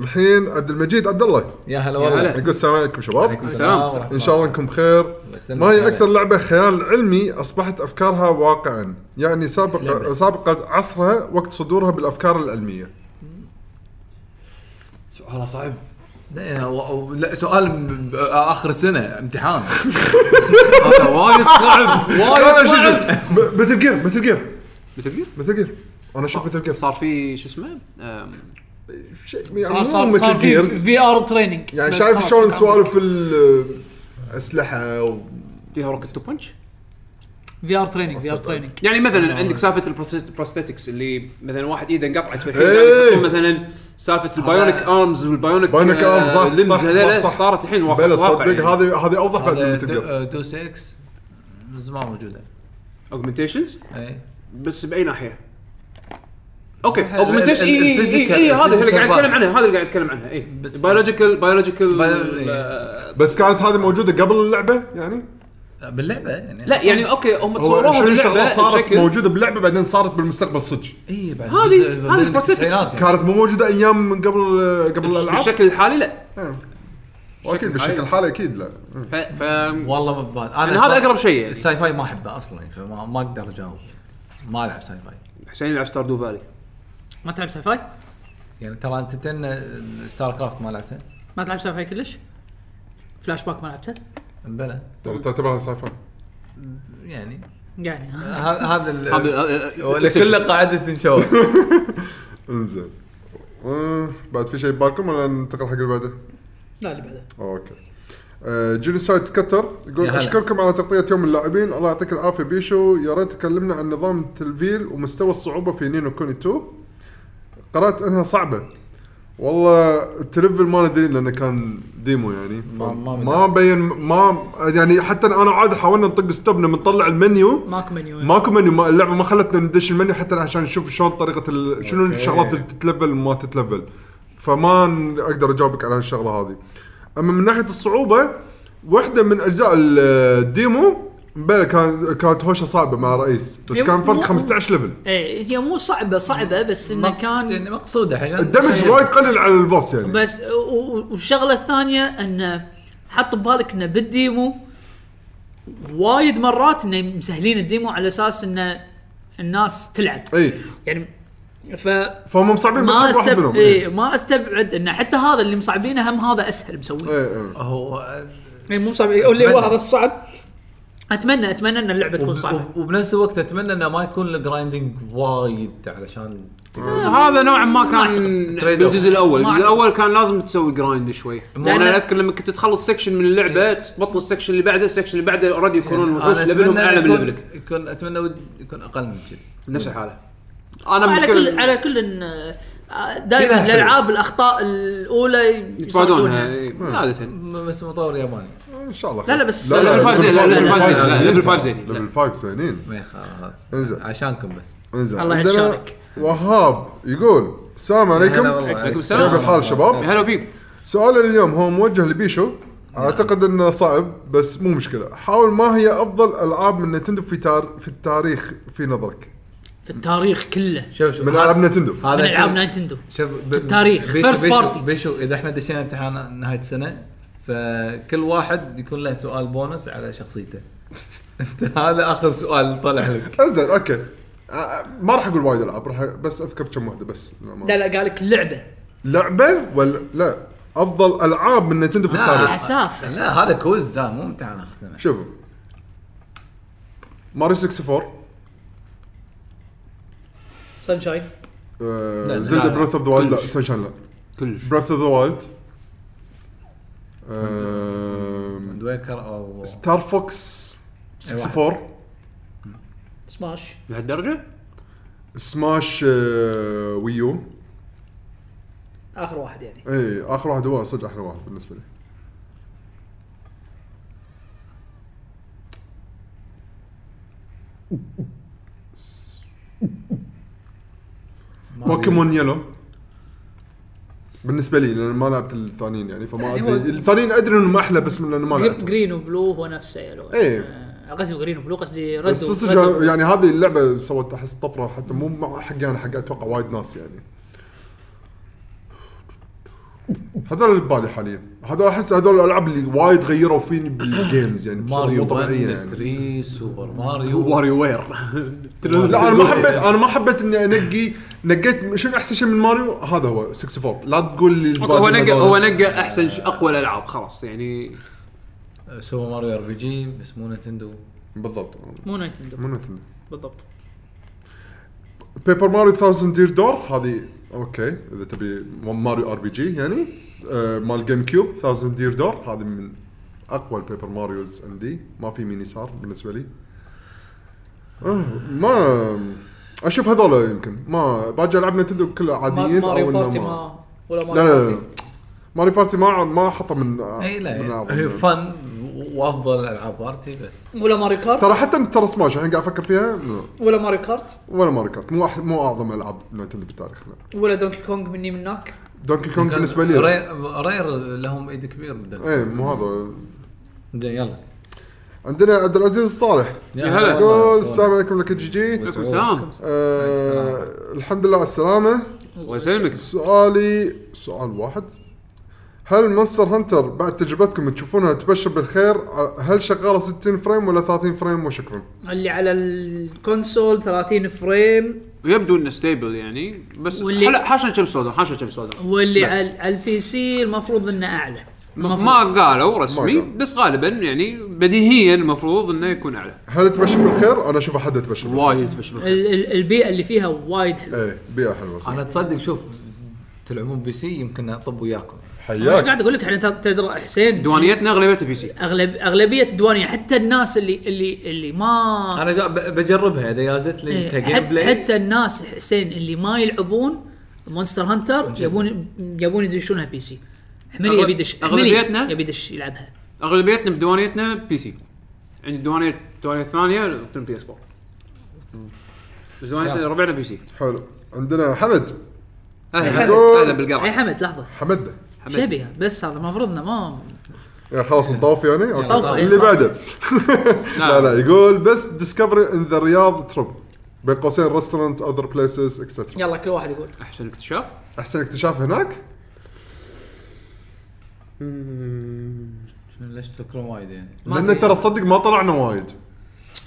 C: الحين عبد المجيد عبد الله
E: يا هلا
A: هلا.
E: والله
C: يقول السلام عليكم شباب
E: عليكم
A: السلام.
E: ورحمة
C: ان شاء الله انكم بخير
E: يسلمك.
C: ما هي اكثر لعبه خيال علمي اصبحت افكارها واقعا يعني سابقه سابقه عصرها وقت صدورها بالافكار العلميه
F: سؤال صعب
E: لا، و- و- لا سؤال م- ب- اخر سنه امتحان
G: هذا وايد صعب
D: طيب،
G: وايد صعب
C: مثل جير مثل جير
G: مثل جير؟
C: مثل جير انا شفت مثل جير
G: صار في شو اسمه أم،
C: صار
D: صار صار
C: مثل
D: صار في
C: جيرز
D: في ار تريننج
C: يعني شايف شلون سوالف الاسلحه و...
G: فيها روكت تو بنش
D: في ار تريننج في ار تريننج
G: يعني
C: آه.
G: مثلا عندك سالفه البروستيت- البروستيتكس اللي مثلا واحد ايده انقطعت في الحين
C: إيه.
G: يحطون مثلا سالفه البايونيك ارمز والبايونيك
C: بايونيك آرمز، صح،
G: آه، limbs
C: صح، صح،
G: هذيلا
C: صح.
G: صارت الحين واقع
C: بلا
G: واقع
C: صدق هذه هذه اوضح بعد من مثل جير
E: 2 6 آه، من زمان إيه. موجوده
G: اوجمنتيشنز
E: اي
G: بس باي ناحيه؟ اوكي
E: ال-
G: اوجمنتيشن اي اي
E: الفيزيكال-
G: اي اي هذا اللي
E: الفيزيكال
G: قاعد اتكلم
E: parts.
G: عنها هذا اللي قاعد اتكلم عنها اي
E: بس-
G: بيولوجيكال
E: Bio-
G: بيولوجيكال
E: إيه.
G: آه،
C: بس كانت هذه موجوده قبل اللعبه يعني
E: باللعبه يعني
G: لا يعني اوكي هم
C: هو
G: تصوروها
C: شنو الشغلات
G: باللعبه
C: صارت
G: بشكل
C: موجوده باللعبه بعدين صارت بالمستقبل صدق
E: اي إيه، بعد
G: هذه-
E: جزء-
G: هذه
E: بعد
G: البروستيتكس.
E: التسعينات يعني.
C: كانت مو موجوده ايام من قبل قبل الالعاب
G: بالشكل الحالي لا
C: اكيد بالشكل الحالي اكيد لا
G: ف, ف...
E: والله ما ببال انا
G: يعني هذا أقرب شيء يعني.
E: الساي فاي ما احبه اصلا فما ما اقدر اجاوب ما العب ساي فاي
G: حسين يلعب ستار دو فالي
D: ما تلعب ساي فاي؟
E: يعني ترى انت تن ستار كرافت ما لعبته
D: ما تلعب ساي فاي كلش؟ فلاش باك ما لعبته؟
E: بلى
C: ترى تعتبرها سايفر
E: يعني
D: يعني
E: هذا هذا ال-
G: هذا آه،
E: ولا كله قاعده شو
C: انزين آه، بعد في شيء ببالكم ولا ننتقل حق اللي بعده؟
D: لا اللي بعده
C: اوكي آه، جينوسايد كتر يقول
E: يا هلا.
C: اشكركم على تغطيه يوم اللاعبين الله يعطيك العافيه بيشو يا ريت تكلمنا عن نظام التلفيل ومستوى الصعوبه في نينو كوني 2 قرات انها صعبه والله التلفل ما ندري لانه كان ديمو يعني
E: ما- ما
C: ما بين ما يعني حتى انا وعاد حاولنا نطق ستوبنا بنطلع المنيو
D: ماكو منيو
C: ماكو منيو ما اللعبه ما خلتنا ندش المنيو حتى عشان نشوف شلون طريقه ال... شنو الشغلات اللي تتلفل وما تتلفل فما ن- اقدر اجاوبك على هالشغله هذه اما من ناحيه الصعوبه واحده من اجزاء ال- الديمو مبلا كان كانت هوشه صعبه مع رئيس بس
D: يم-
C: كان فرق
D: مو-
C: 15 ليفل
D: ايه هي مو صعبه صعبه بس انه كان
E: يعني مقصوده حق
C: الدمج وايد قليل على البوس يعني
D: بس و- و- والشغله الثانيه انه حط ببالك انه بالديمو وايد مرات انه مسهلين الديمو على اساس انه الناس تلعب
C: اي
D: يعني ف
C: فهم مصعبين بس
D: ما
C: حق واحد
D: استب...
C: منهم
D: إيه ما استبعد ان حتى هذا اللي مصعبينه هم هذا اسهل مسويه
C: إيه، إيه.
E: هو
D: يعني مو مصعب يقول لي
E: أتمنى.
D: هذا الصعب اتمنى اتمنى ان اللعبه تكون صعبه
E: وب- وبنفس الوقت اتمنى انه ما يكون الجرايندنج وايد علشان
G: هذا نوعا ما كان
D: أعتقد.
E: Trade off.
G: بالجزء الاول
D: ما
G: الجزء
D: أعتقد.
G: الاول كان لازم تسوي جرايند شوي
D: لأن-
G: انا اذكر لما كنت تخلص سكشن من اللعبه تبطل السكشن اللي بعده السكشن اللي بعده اوريدي يكونون
E: يعني
G: وحوش ليفلهم اعلى من
E: يكون-
G: ليفلك
E: يكون اتمنى ود يكون اقل من كذي
G: نفس الحاله انا
D: على كل
G: المشكله
D: على كل إن- آه،
E: كذا
D: دائما
E: حلو.
D: الالعاب الاخطاء الاولى
G: يتفادونها
D: يصلحونها.
G: إيه،
C: اه.
G: عاده
E: م- بس مطور ياباني
C: ان شاء الله
D: لا، لا،
G: level
D: بس-
G: five زين، لا، level five زين، لا، level five زين.
C: ليفل 5 زينين
E: ما خلاص
C: انزل.
E: عشانكم بس
C: انزين
D: الله
C: عندنا
D: يشارك.
C: وهاب يقول السلام عليكم
E: هلا والله.
G: عليكم السلام.
C: كيف الحال
G: يا
C: شباب؟
G: هلا فيك
C: سؤال اليوم هو موجه لبيشو اعتقد انه صعب بس مو مشكله حاول ما هي افضل العاب من نتندو في تار... في التاريخ في نظرك
D: في التاريخ كله
E: شوف شوف
C: من العاب نتندو
D: من
E: هذا
D: العاب
E: شوف-
D: نينتندو
E: شوف ب-
D: التاريخ.
E: بيشو-
D: First
E: بيشو-
D: party.
E: بيشو اذا احنا دشينا امتحان نهايه السنه فكل واحد يكون له سؤال بونس على شخصيته انت هذا اخر سؤال طلع لك
C: انزين اوكي آه، ما راح اقول وايد العاب راح بس اذكر كم واحده بس لا، ما-
D: لا لا قال لك لعبه
C: لعبه ولا لا افضل العاب من نتندو في
E: لا.
D: آه.
C: التاريخ
D: عسافه
E: لا هذا كوز ها، مو امتحان اخر سنه
C: شوفوا ماريو 64
D: سانشاين
C: آه،
E: لا، لا،
C: زلدا
E: لا.
C: بريث اوف ذا وايلد لا
G: كلش.
C: سانشاين لا
G: كلش
C: بريث اوف ذا وايلد أم،
E: دويكر او
C: ستار فوكس 64
D: سماش
A: لهالدرجه؟
C: سماش أه، ويو
D: اخر واحد يعني
C: اي اخر إيه، واحد هو صدق احلى واحد بالنسبه لي بوكيمون يلو بالنسبه لي لان ما لعبت الثانيين يعني فما
D: يعني
C: ادري
D: هو-
C: الثانيين ادري انهم احلى بس لان ما لعبت
D: جرين وبلو هو نفسه يلو
C: إيه.
D: آه، قصدي جرين وبلو قصدي رد
C: بس
D: و-
C: صدق
D: رد و-
C: يعني هذه اللعبه سوت احس طفره حتى مو مع حقي انا حق اتوقع وايد ناس يعني هذول اللي ببالي حاليا هذول احس هذول الالعاب اللي وايد غيروا فيني بالجيمز يعني بصورة
E: ماريو
C: مو
E: 1
C: طبيعيه
E: 3 سوبر ماريو
A: واري وير
C: لا انا ما حبيت انا ما حبيت اني انقي نقيت شنو احسن شيء من ماريو هذا هو 64 لا تقول لي
A: أوكي، هو
C: الباجي
A: نقى
C: هذول.
A: هو نقى احسن ش- اقوى الالعاب خلاص يعني
E: سوبر ماريو ار بي جي بس مو نتندو
C: بالضبط
D: مو نايتندو
C: مو نتندو
D: بالضبط
C: بيبر ماريو 1000 دير دور هذه اوكي اذا تبي ماريو ار بي جي يعني آه، مال جيم كيوب 1000 دير دور هذه من اقوى البيبر ماريوز عندي ما في مين يسار بالنسبه لي آه، ما اشوف هذول يمكن ما باجي العاب نتندو كلها
D: ما-
C: عاديين
D: ماريو
C: إنه
D: بارتي ما ولا
C: لا لا
D: ماريو
C: لا
D: بارتي
C: ماري بارتي ما ما حطه من
E: اي لا
C: آه. من
E: يعني
C: أعظم
E: هي
C: يعني.
E: فن وافضل العاب بارتي بس
D: ولا ماريو كارت
C: ترى حتى ترى سماش الحين قاعد افكر فيها لا،
D: ولا ماريو كارت
C: ولا ماري كارت مو أح- مو اعظم العاب نتندو بالتاريخ لا
D: ولا دونكي كونج مني منك
C: دونكي كونج بالنسبه لي
E: رير, رير لهم ايد كبير بدل
C: ايه مو هذا
E: زين يلا
C: عندنا عبد العزيز الصالح
E: يا
A: هلا.
E: والله.
C: يقول السلام عليكم لك جي جي
A: عليكم السلام
C: آه الحمد لله على السلامه
A: الله يسلمك
C: سؤالي سؤال واحد هل مونستر هانتر بعد تجربتكم تشوفونها تبشر بالخير هل شغاله 60 فريم ولا 30 فريم وشكرا
D: اللي على الكونسول 30 فريم
A: يبدو انه ستيبل يعني بس
D: واللي-
A: حلا- حاشا كم سوداء حاشا كم سوداء
D: واللي
A: لا.
D: على على البي سي المفروض انه اعلى
A: ما قالوا رسمي
C: ما قالوا.
A: بس غالبا يعني بديهيا المفروض انه يكون اعلى
C: هل تبشر بالخير انا اشوف احد تبشر بالخير
A: وايد بش بالخير.
D: ال- ال- البيئه اللي فيها وايد حلوه
C: ايه بيئه حلوه صح.
E: انا تصدق شوف تلعبون بي سي يمكن اطب وياكم
D: ايش
C: حياك
D: قاعد اقول لك احنا ترى- تدرى حسين
A: ديوانيتنا اغلبيتها بي سي
D: اغلب اغلبيه الديوانيه حتى الناس اللي اللي اللي ما
E: انا جا- ب- بجربها اذا يازت لي
D: إيه،
E: كجيم
D: حتى
E: بلاي
D: حتى الناس حسين اللي ما يلعبون مونستر هانتر يبون يبون يدشونها بي سي حملي
A: أغلب-
D: يبي يدش حملي
A: أغلبيتنا؟
D: يبي يدش يلعبها
A: اغلبيتنا بديوانيتنا بي سي عندي ديوانيه ديوانيه ثانيه تكون بي اس 4 بس ديوانيتنا ربعنا بي سي
C: حلو عندنا حمد
A: اهلا
D: حمد.
A: هلا هلا
D: اي
A: بالقرع
D: إيه، حمد لحظه
C: حمدنا
A: حمد.
D: شبيه بس هذا المفروض انه ما
C: يا خلاص نطوف يعني
D: طوف،
C: اوكي
D: إيه.
C: اللي بعده لا
A: نعم.
C: لا يقول بس ديسكفري ان ذا رياض ترب بين قوسين ريستورنت اذر بليسز اكسترا
D: يلا كل واحد يقول
A: احسن اكتشاف
C: احسن اكتشاف هناك
E: ليش تذكرون وايد يعني
D: ما
C: لان
D: أدري.
C: ترى تصدق ما طلعنا وايد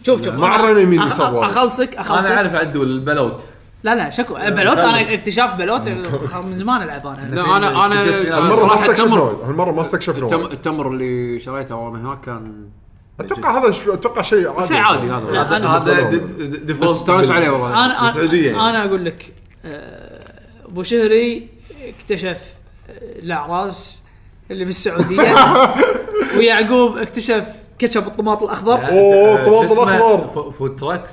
D: شوف شوف
C: ما
D: أنا-
C: عرفنا مين
D: أخ-
C: اللي سواه.
D: اخلصك
E: انا
D: اخلصك
E: اعرف عدول البلوت
D: لا لا شكو بلوت انا اكتشاف بلوت من زمان العب انا
A: لا انا انا
C: هالمره ما
A: صراحة
C: استكشفنا
A: التمر
C: وايد هالمره ما استكشفنا
A: التم-
C: وايد
A: التمر اللي شريته وانا هناك كان
C: اتوقع هذا ش- اتوقع شيء عادي
A: شيء عادي هذا.
D: لا،
E: هذا
D: أنا-
E: هذا
C: بالنسبة
E: د- د-
A: بس
E: ديفولت
A: استانس
E: بال-
A: عليه والله
D: انا انا
E: بالسعودية يعني.
D: انا اقول لك آه، ابو شهري اكتشف آه، الاعراس اللي بالسعوديه ويعقوب اكتشف كاتشب الطماط الاخضر
C: أوه،
E: آه،
C: طماطم
E: شو اسمه؟
C: أخضر.
E: فو- فود تراكس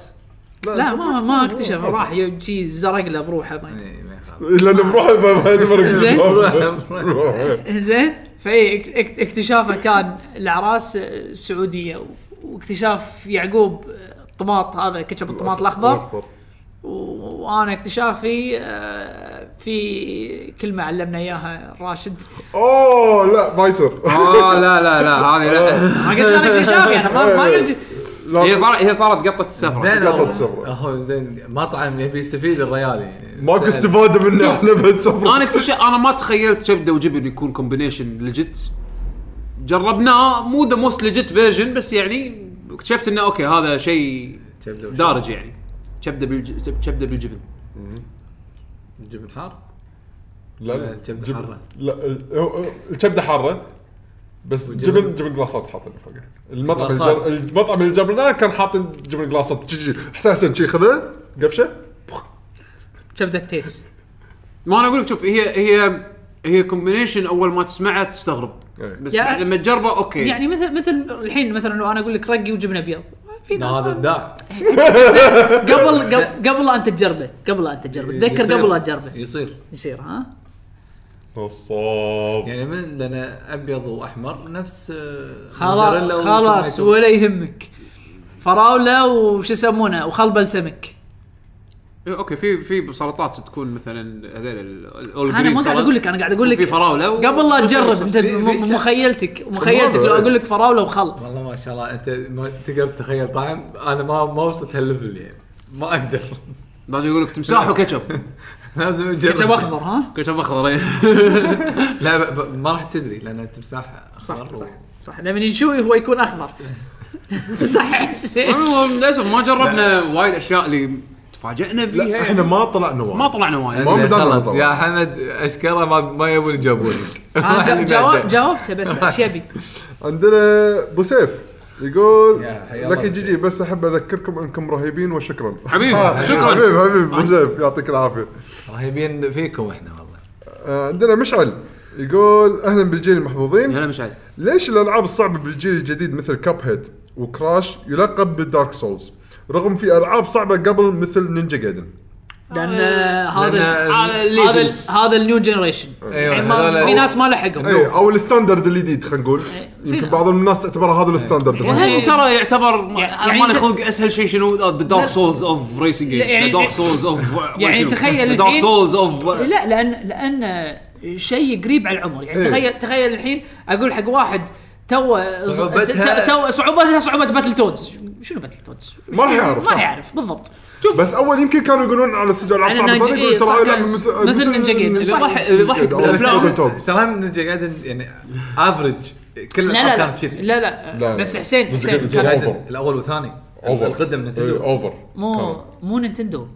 D: لا ما ما اكتشف راح ي- شي زرق له بروحه طيب. ما-
E: إي، إيه، ما يخالف.
C: لان بروحه ما
D: زين.
C: يدمر
D: زين فاي اك- اك- اكتشافه كان الاعراس آه، السعوديه و- واكتشاف يعقوب آه، الطماط هذا كاتشب الطماط الاخضر و- وانا اكتشافي آه، في كلمه علمنا اياها راشد
C: اوه لا ما يصير
A: اه لا لا لا هذه لا
D: ما قلت انا اكتشافي انا ما ما قلت
A: هي
C: لا
A: صار هي صارت قطه السفر
E: زين
C: قطة
E: هو-
C: سفرة.
E: هو زين مطعم يبي يستفيد الريال يعني
C: ماكو
E: سأل.
C: استفاده منه احنا بس
A: انا اكتشف انا ما تخيلت كبده وجبن يكون كومبينيشن ليجيت جربناه مو ذا موست ليجيت فيرجن بس يعني اكتشفت انه اوكي هذا شيء
E: كبدة وشبن.
A: دارج يعني كبده بالج- كبده بالجبن
E: جبن حار
C: لا لا
E: كبدة
C: جبن-
E: حارة.
C: لا ال- هو- هو- الكبده حاره بس جبن جبن جلاصات حاطين فوقه المطعم اللي
E: جلاصات.
C: جر- المطعم اللي جبناه كان حاطين جبن جلاصات جي- جي. حسين حسين شي خذه قفشه
D: كبده تيس
A: ما انا اقول لك شوف هي هي هي كومبينيشن اول ما تسمعها تستغرب
C: إيه.
A: بس
D: يعني-
A: لما تجربه اوكي
D: يعني مثل مثل الحين مثلا لو انا اقول لك رقي وجبنه ابيض في ناس
E: هذا
D: ما-
E: ابداع
D: قبل قبل- قبل ان تجربه قبل ان تجربه تذكر
E: يصير-
D: قبل ان تجربه
E: يصير
D: يصير ها
C: نصاب
E: يعني من لان ابيض واحمر نفس آه، موزاريلا
D: خلاص
E: وتوميتو.
D: خلاص ولا يهمك فراوله وش يسمونه وخل بلسمك
A: إيه، اوكي في في سلطات تكون مثلا هذول الاول
D: انا ما قاعد اقول لك انا قاعد اقول لك
A: في فراوله و-
D: قبل لا تجرب انت
E: في-
D: م-
E: في-
D: مخيلتك مخيلتك
C: هذا-
D: لو اقول لك فراوله وخل
E: والله ما شاء الله انت ما تقدر تتخيل طعم انا ما ما وصلت هالليفل يعني ما اقدر
A: بعدين يقول لك تمساح وكاتشب
E: لازم اجرب
D: كتب اخضر ها
A: كاتشب اخضر إيه.
E: لا ب- ب- ما راح تدري لان التمساح
D: صح
E: اخضر
D: صح صح لما ينشوي هو يكون اخضر صح حسين
A: والله للاسف ما جربنا وايد اشياء اللي تفاجئنا
C: لا
A: فيها
C: احنا ما طلعنا وايد
A: ما طلعنا وايد
C: ما بدنا
E: خلاص
C: نطلع.
E: يا حمد اشكره ما ما يبون يجاوبونك
D: انا آه، جا- جاوب- جاوبته بس ايش يبي
C: عندنا ابو سيف يقول
E: يا حي الله
C: لك
E: أبو
C: جي جي بس احب اذكركم انكم رهيبين وشكرا
A: حبيبي شكرا
C: حبيب حبيب ابو سيف يعطيك العافيه
E: رهيبين فيكم احنا والله
C: آه، عندنا مشعل يقول اهلا بالجيل المحظوظين
A: هلا مشعل
C: ليش الالعاب الصعبه بالجيل الجديد مثل كاب هيد وكراش يلقب بالدارك سولز رغم في العاب صعبه قبل مثل نينجا جايدن
D: لان آه، هذا
E: لأن- أيوة،
D: ال- هذا ال- هذا النيو جنريشن الحين ما-
E: هذول-
D: في ناس ما لحقهم
C: اي او الستاندرد الجديد خلينا نقول يمكن
D: ناس.
C: بعض الناس تعتبرها هذا الستاندرد
D: إيه.
C: الحين.
A: وهل ترى يعتبر
D: يعني
A: مال
D: أنت-
A: خلق اسهل شيء شنو آه، ذا دارك سولز اوف ريسنج
D: يعني-
A: جيمز ذا دارك سولز اوف
D: يعني تخيل
A: دارك
D: الحين-
A: سولز اوف
D: لا لان لان شيء قريب على العمر يعني
C: إيه.
D: تخيل تخيل الحين اقول حق واحد تو
E: صعوبتها-
D: تو صعوبتها صعوبه باتل تودز شنو باتل تودز؟
C: ما راح يعرف،
D: ما
C: صح.
D: راح يعرف بالضبط شوف
C: بس اول يمكن كانوا يقولون على السجل العاب
D: على
C: صعبه
D: نينجا-
C: ثانية،
D: إيه،
C: يقولون
D: صح،
C: ترى
D: كان
C: يلعب
D: مثل نينجا جايدن.
A: اللي ضحك اللي ضحك
C: أو Golden
A: بالافلام
C: Toads.
E: ترى نينجا جايدن يعني افريج كل
D: لا
E: الألعاب
D: لا
E: كانت
D: لا
E: كذي
C: لا،
D: لا لا
C: لا.
D: بس حسين
C: مش
D: حسين
C: قد
D: كان
C: الجواب.
E: جايدن
C: أوفر.
E: الاول والثاني
C: اوفر
E: القدم
C: إيه،
E: نتندو
C: اوفر
D: مو مو نينتندو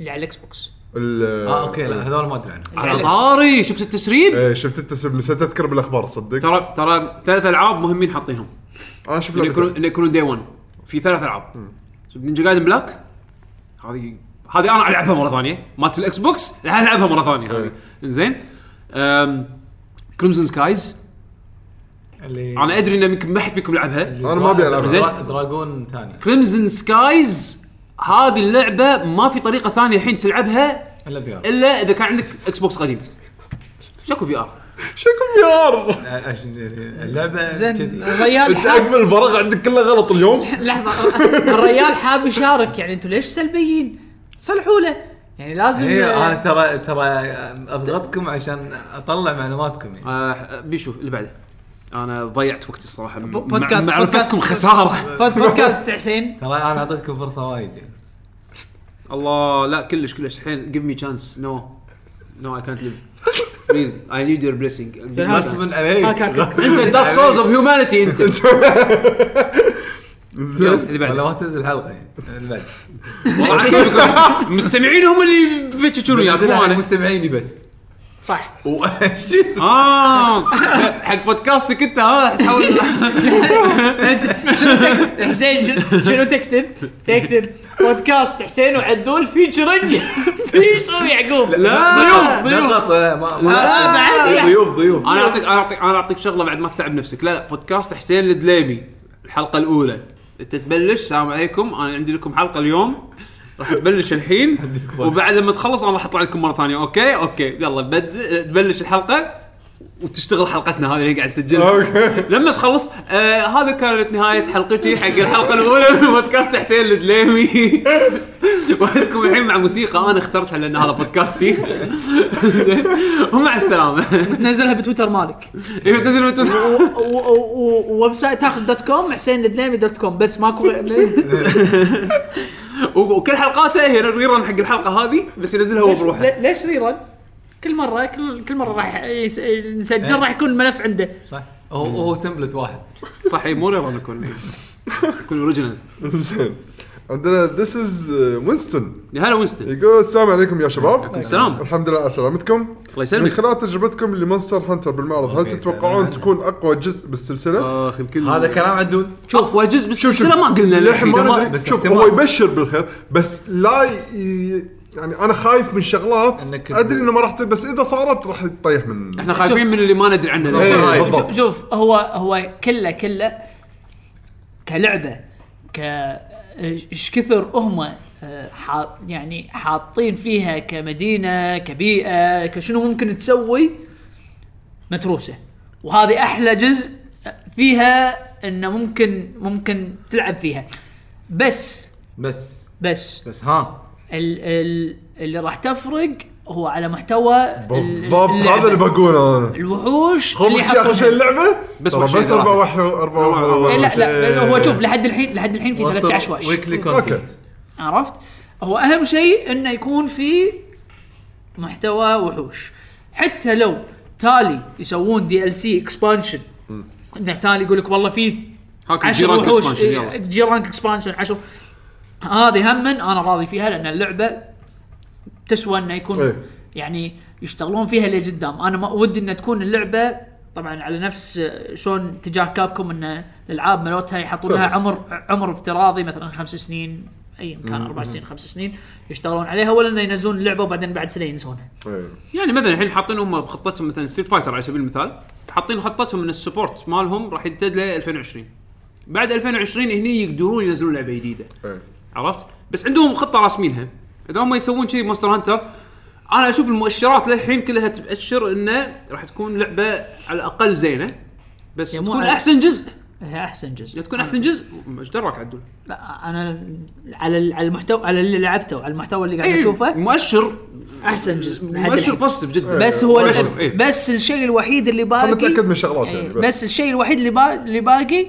D: اللي على الاكس بوكس
C: ال-
E: اه اوكي لا هذول ما ادري عنهم
A: على طاري شفت التسريب
C: إيه، شفت التسم نسيت اذكر بالاخبار صدق
A: ترى ترى ثلاث العاب مهمين حاطينهم
C: انا شفت
A: انه يكونون
C: لعبتين.
A: انه يكونون دي 1 في ثلاث العاب نينجا جايدن بلاك هذه هذه انا العبها مره ثانيه مالت الاكس بوكس راح العبها مره ثانيه هذه زين كريمزون سكايز
E: اللي
A: انا ادري انه يمكن ما حد فيكم لعبها
C: انا ما ابي العبها
A: زين.
E: درا- دراجون ثاني
A: كريمزون سكايز هذه اللعبه ما في طريقه ثانيه الحين تلعبها
E: الا في ار
A: الا اذا كان عندك اكس بوكس قديم شكو في ار
C: شكو بيار
E: آه، اللعبه
D: زين
E: كذي
D: الريال
C: انت
D: حاب-
C: اكمل الفراغ عندك كله غلط اليوم
D: لحظه الريال حاب يشارك يعني انتم ليش سلبيين؟ صلحوا له يعني لازم
E: ايوه انا ترى ترى اضغطكم عشان اطلع معلوماتكم يعني
A: آه، بيشو اللي بعده انا ضيعت وقتي الصراحه مع-
D: بودكاست-
A: معرفتكم
D: بودكاست.
A: خساره
D: بود- بودكاست حسين
E: ترى انا اعطيتكم فرصه وايد يعني
A: الله لا كلش كلش الحين جيف مي تشانس نو نو اي كانت ليف بليز اي نيد يور بليسنج انت
E: غصبا عليك
D: هاك هاك هاك.
A: الدارك سولز
E: إيه.
A: اوف هيومانيتي انت يلا،
C: زين
A: اللي
E: ولا
A: بعده
E: ما تنزل حلقه يعني اللي بعد
A: والله على كيفكم. مستمعين هم اللي بيتشتشون وياك آه.
E: نزلها
A: مو
E: على
A: انا
E: مستمعيني بس
D: صح
E: وأشد.
A: اه حق بودكاستك انت ها تحاول
D: أنت شنو تكتب حسين شنو- شنو تكتب؟ تكتب بودكاست حسين وعدول فيتشرنج فيتشر يعقوب
E: لا
D: ضيوف ضيوف
E: نضغط، لا ما
D: آه،
E: ما-
D: بعد يحسن.
E: ضيوف ضيوف
A: انا اعطيك انا اعطيك انا اعطيك شغله بعد ما تتعب نفسك لا لا بودكاست حسين الدليمي الحلقه الاولى انت تبلش السلام عليكم انا عندي لكم حلقه اليوم راح تبلش الحين وبعد لما تخلص انا راح اطلع لكم مره ثانيه اوكي اوكي يلا بد تبلش الحلقه وتشتغل حلقتنا هذه اللي قاعد نسجلها
C: اوكي
A: لما تخلص آه هذا كانت نهايه حلقتي حق الحلقه الاولى من بودكاست حسين الدليمي وعدكم الحين مع موسيقى انا اخترتها لان هذا بودكاستي زين. ومع السلامه
D: نزلها بتويتر مالك
A: ايوه تنزل من
D: و-
A: تويتر
D: و- و- وويب سايت تاخذ دوت كوم حسين الدنيمي دوت كوم بس ماكو
A: وكل حلقاته هي ريرن حق الحلقه هذه بس ينزلها هو
D: ليش-
A: بروحه
D: لي- ليش ريرن؟ كل مره كل كل مره راح يس- نسجل راح يكون الملف عنده
E: صح هو هو تمبلت واحد
A: صح إي، مو ريرن يكون يكون اوريجنال
C: زين عندنا uh, ذيس از وينستون
A: هلا وينستون
C: يقول السلام عليكم يا شباب
A: السلام.
C: الحمد لله على سلامتكم
A: الله
C: من
A: يسلمك
C: خلال تجربتكم لمونستر هانتر بالمعرض هل
E: أوكي، سلام
C: تتوقعون
E: عليكم.
C: تكون اقوى جزء بالسلسله؟
A: اخ الكل
E: هذا كلام عدول
A: شوف هو جزء بس السلسله ما قلنا
C: للحين
A: له
C: ما
E: احتمال-
C: ندري
E: بس
C: شوف
E: احتمال.
C: هو يبشر بالخير بس لا ي- يعني انا خايف من شغلات
E: إنك-
C: ادري انه ما راح ت- بس اذا صارت راح تطيح من
A: احنا خايفين من اللي ما ندري عنه
C: إيه،
A: للحين.
C: بالضبط.
D: شوف- شوف هو هو كله كله كلعبه ك ايش كثر هم آه، حاط يعني حاطين فيها كمدينه كبيئه كشنو ممكن تسوي متروسه وهذه احلى جزء فيها انه ممكن ممكن تلعب فيها بس
F: بس
D: بس
F: بس ها
D: ال ال اللي راح تفرق هو على محتوى ال-
C: بالضبط
D: اللعبة.
C: هذا اللي بقوله انا
D: الوحوش
C: خوفك شي اخر شيء
D: يحطونها.
C: اللعبه
A: بس
C: بس
A: وحشين
C: بس اربع
A: صراحة.
C: وحو اربع
A: لا، لا،
C: وحو-
D: إيه لا لا
C: وحوشين.
D: هو شوف لحد الحين لحد الحين في 13 وحش
F: ويكلي
C: اوكي
F: كونتنت
D: عرفت؟ هو اهم شيء انه يكون في محتوى وحوش حتى لو تالي يسوون دي ال سي اكسبانشن انه تالي يقول لك والله في
A: هاك
D: 10
A: الجيران
D: وحوش إيه.
A: expansion، يلا.
D: جيرانك اكسبانشن 10 هذه هم انا راضي فيها لان اللعبه تسوى انه يكون
C: إيه.
D: يعني يشتغلون فيها لقدام انا ما ودي ان تكون اللعبه طبعا على نفس آه، شلون اتجاه كابكم ان الالعاب مالتها يحطون لها
C: سلس.
D: عمر عمر افتراضي مثلا خمس سنين ايا كان اربع سنين خمس سنين يشتغلون عليها ولا انه ينزلون اللعبه وبعدين بعد سنه ينسونها
C: إيه.
A: يعني مثلا الحين حاطين هم بخطتهم مثلا ستريت فايتر على سبيل المثال حاطين خطتهم ان السبورت مالهم راح يمتد ل 2020 بعد 2020 هني يقدرون ينزلون لعبه جديده
C: إيه.
A: عرفت بس عندهم خطه راسمينها اذا هم يسوون كذي مونستر هانتر انا اشوف المؤشرات للحين كلها تبشر انه راح تكون لعبه على الاقل زينه بس
D: يا مو
A: تكون
D: على- آه.
A: احسن جزء
D: هي احسن جزء
A: يا تكون احسن جزء ايش دراك عدول
D: لا انا على ال- على المحتوى على اللي لعبته على المحتوى اللي قاعد
A: إيه،
D: اشوفه
A: مؤشر
D: احسن جزء لحد
A: مؤشر
D: الحين.
A: بوزيتيف جدا
D: بس هو
A: مؤشر،
D: الأ-
A: إيه.
D: بس الشيء الوحيد اللي باقي
C: خلينا نتاكد من شغلات يعني
D: إيه،
C: بس
D: بس الشيء الوحيد اللي با... اللي باقي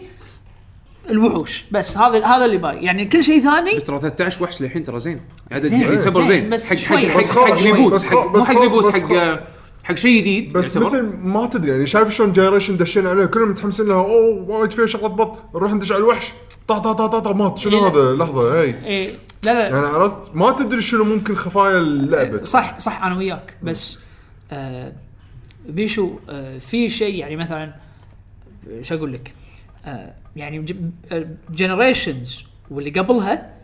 D: الوحوش بس هذا هذا اللي باقي يعني كل شيء ثاني
A: بس ترى 13 وحش للحين ترى زين عدد
D: زين،
A: يعني يعتبر
D: زين،
A: زين
D: بس
A: حق حق
D: شوي.
A: حق
D: بس
A: حق
C: خلاص،
A: ريبوت
C: بس
A: حق
C: خلاص،
A: مو
C: بس
A: حق
C: خلاص،
A: ريبوت
C: بس
A: حق
C: خلاص.
A: حق شيء جديد
C: بس
A: يعتبر.
C: مثل ما تدري يعني شايف شلون جنريشن دشين عليه كلهم متحمسين لها اوه وايد فيها شغلات بط نروح ندش على الوحش طا طا طا طا, طا مات
D: إيه.
C: شنو هذا لحظه هي
D: إيه لا لا
C: يعني عرفت ما تدري شنو ممكن خفايا اللعبه
D: إيه، صح صح انا وياك بس آه بيشو آه في شيء يعني مثلا شو اقول لك آه يعني جنريشنز واللي قبلها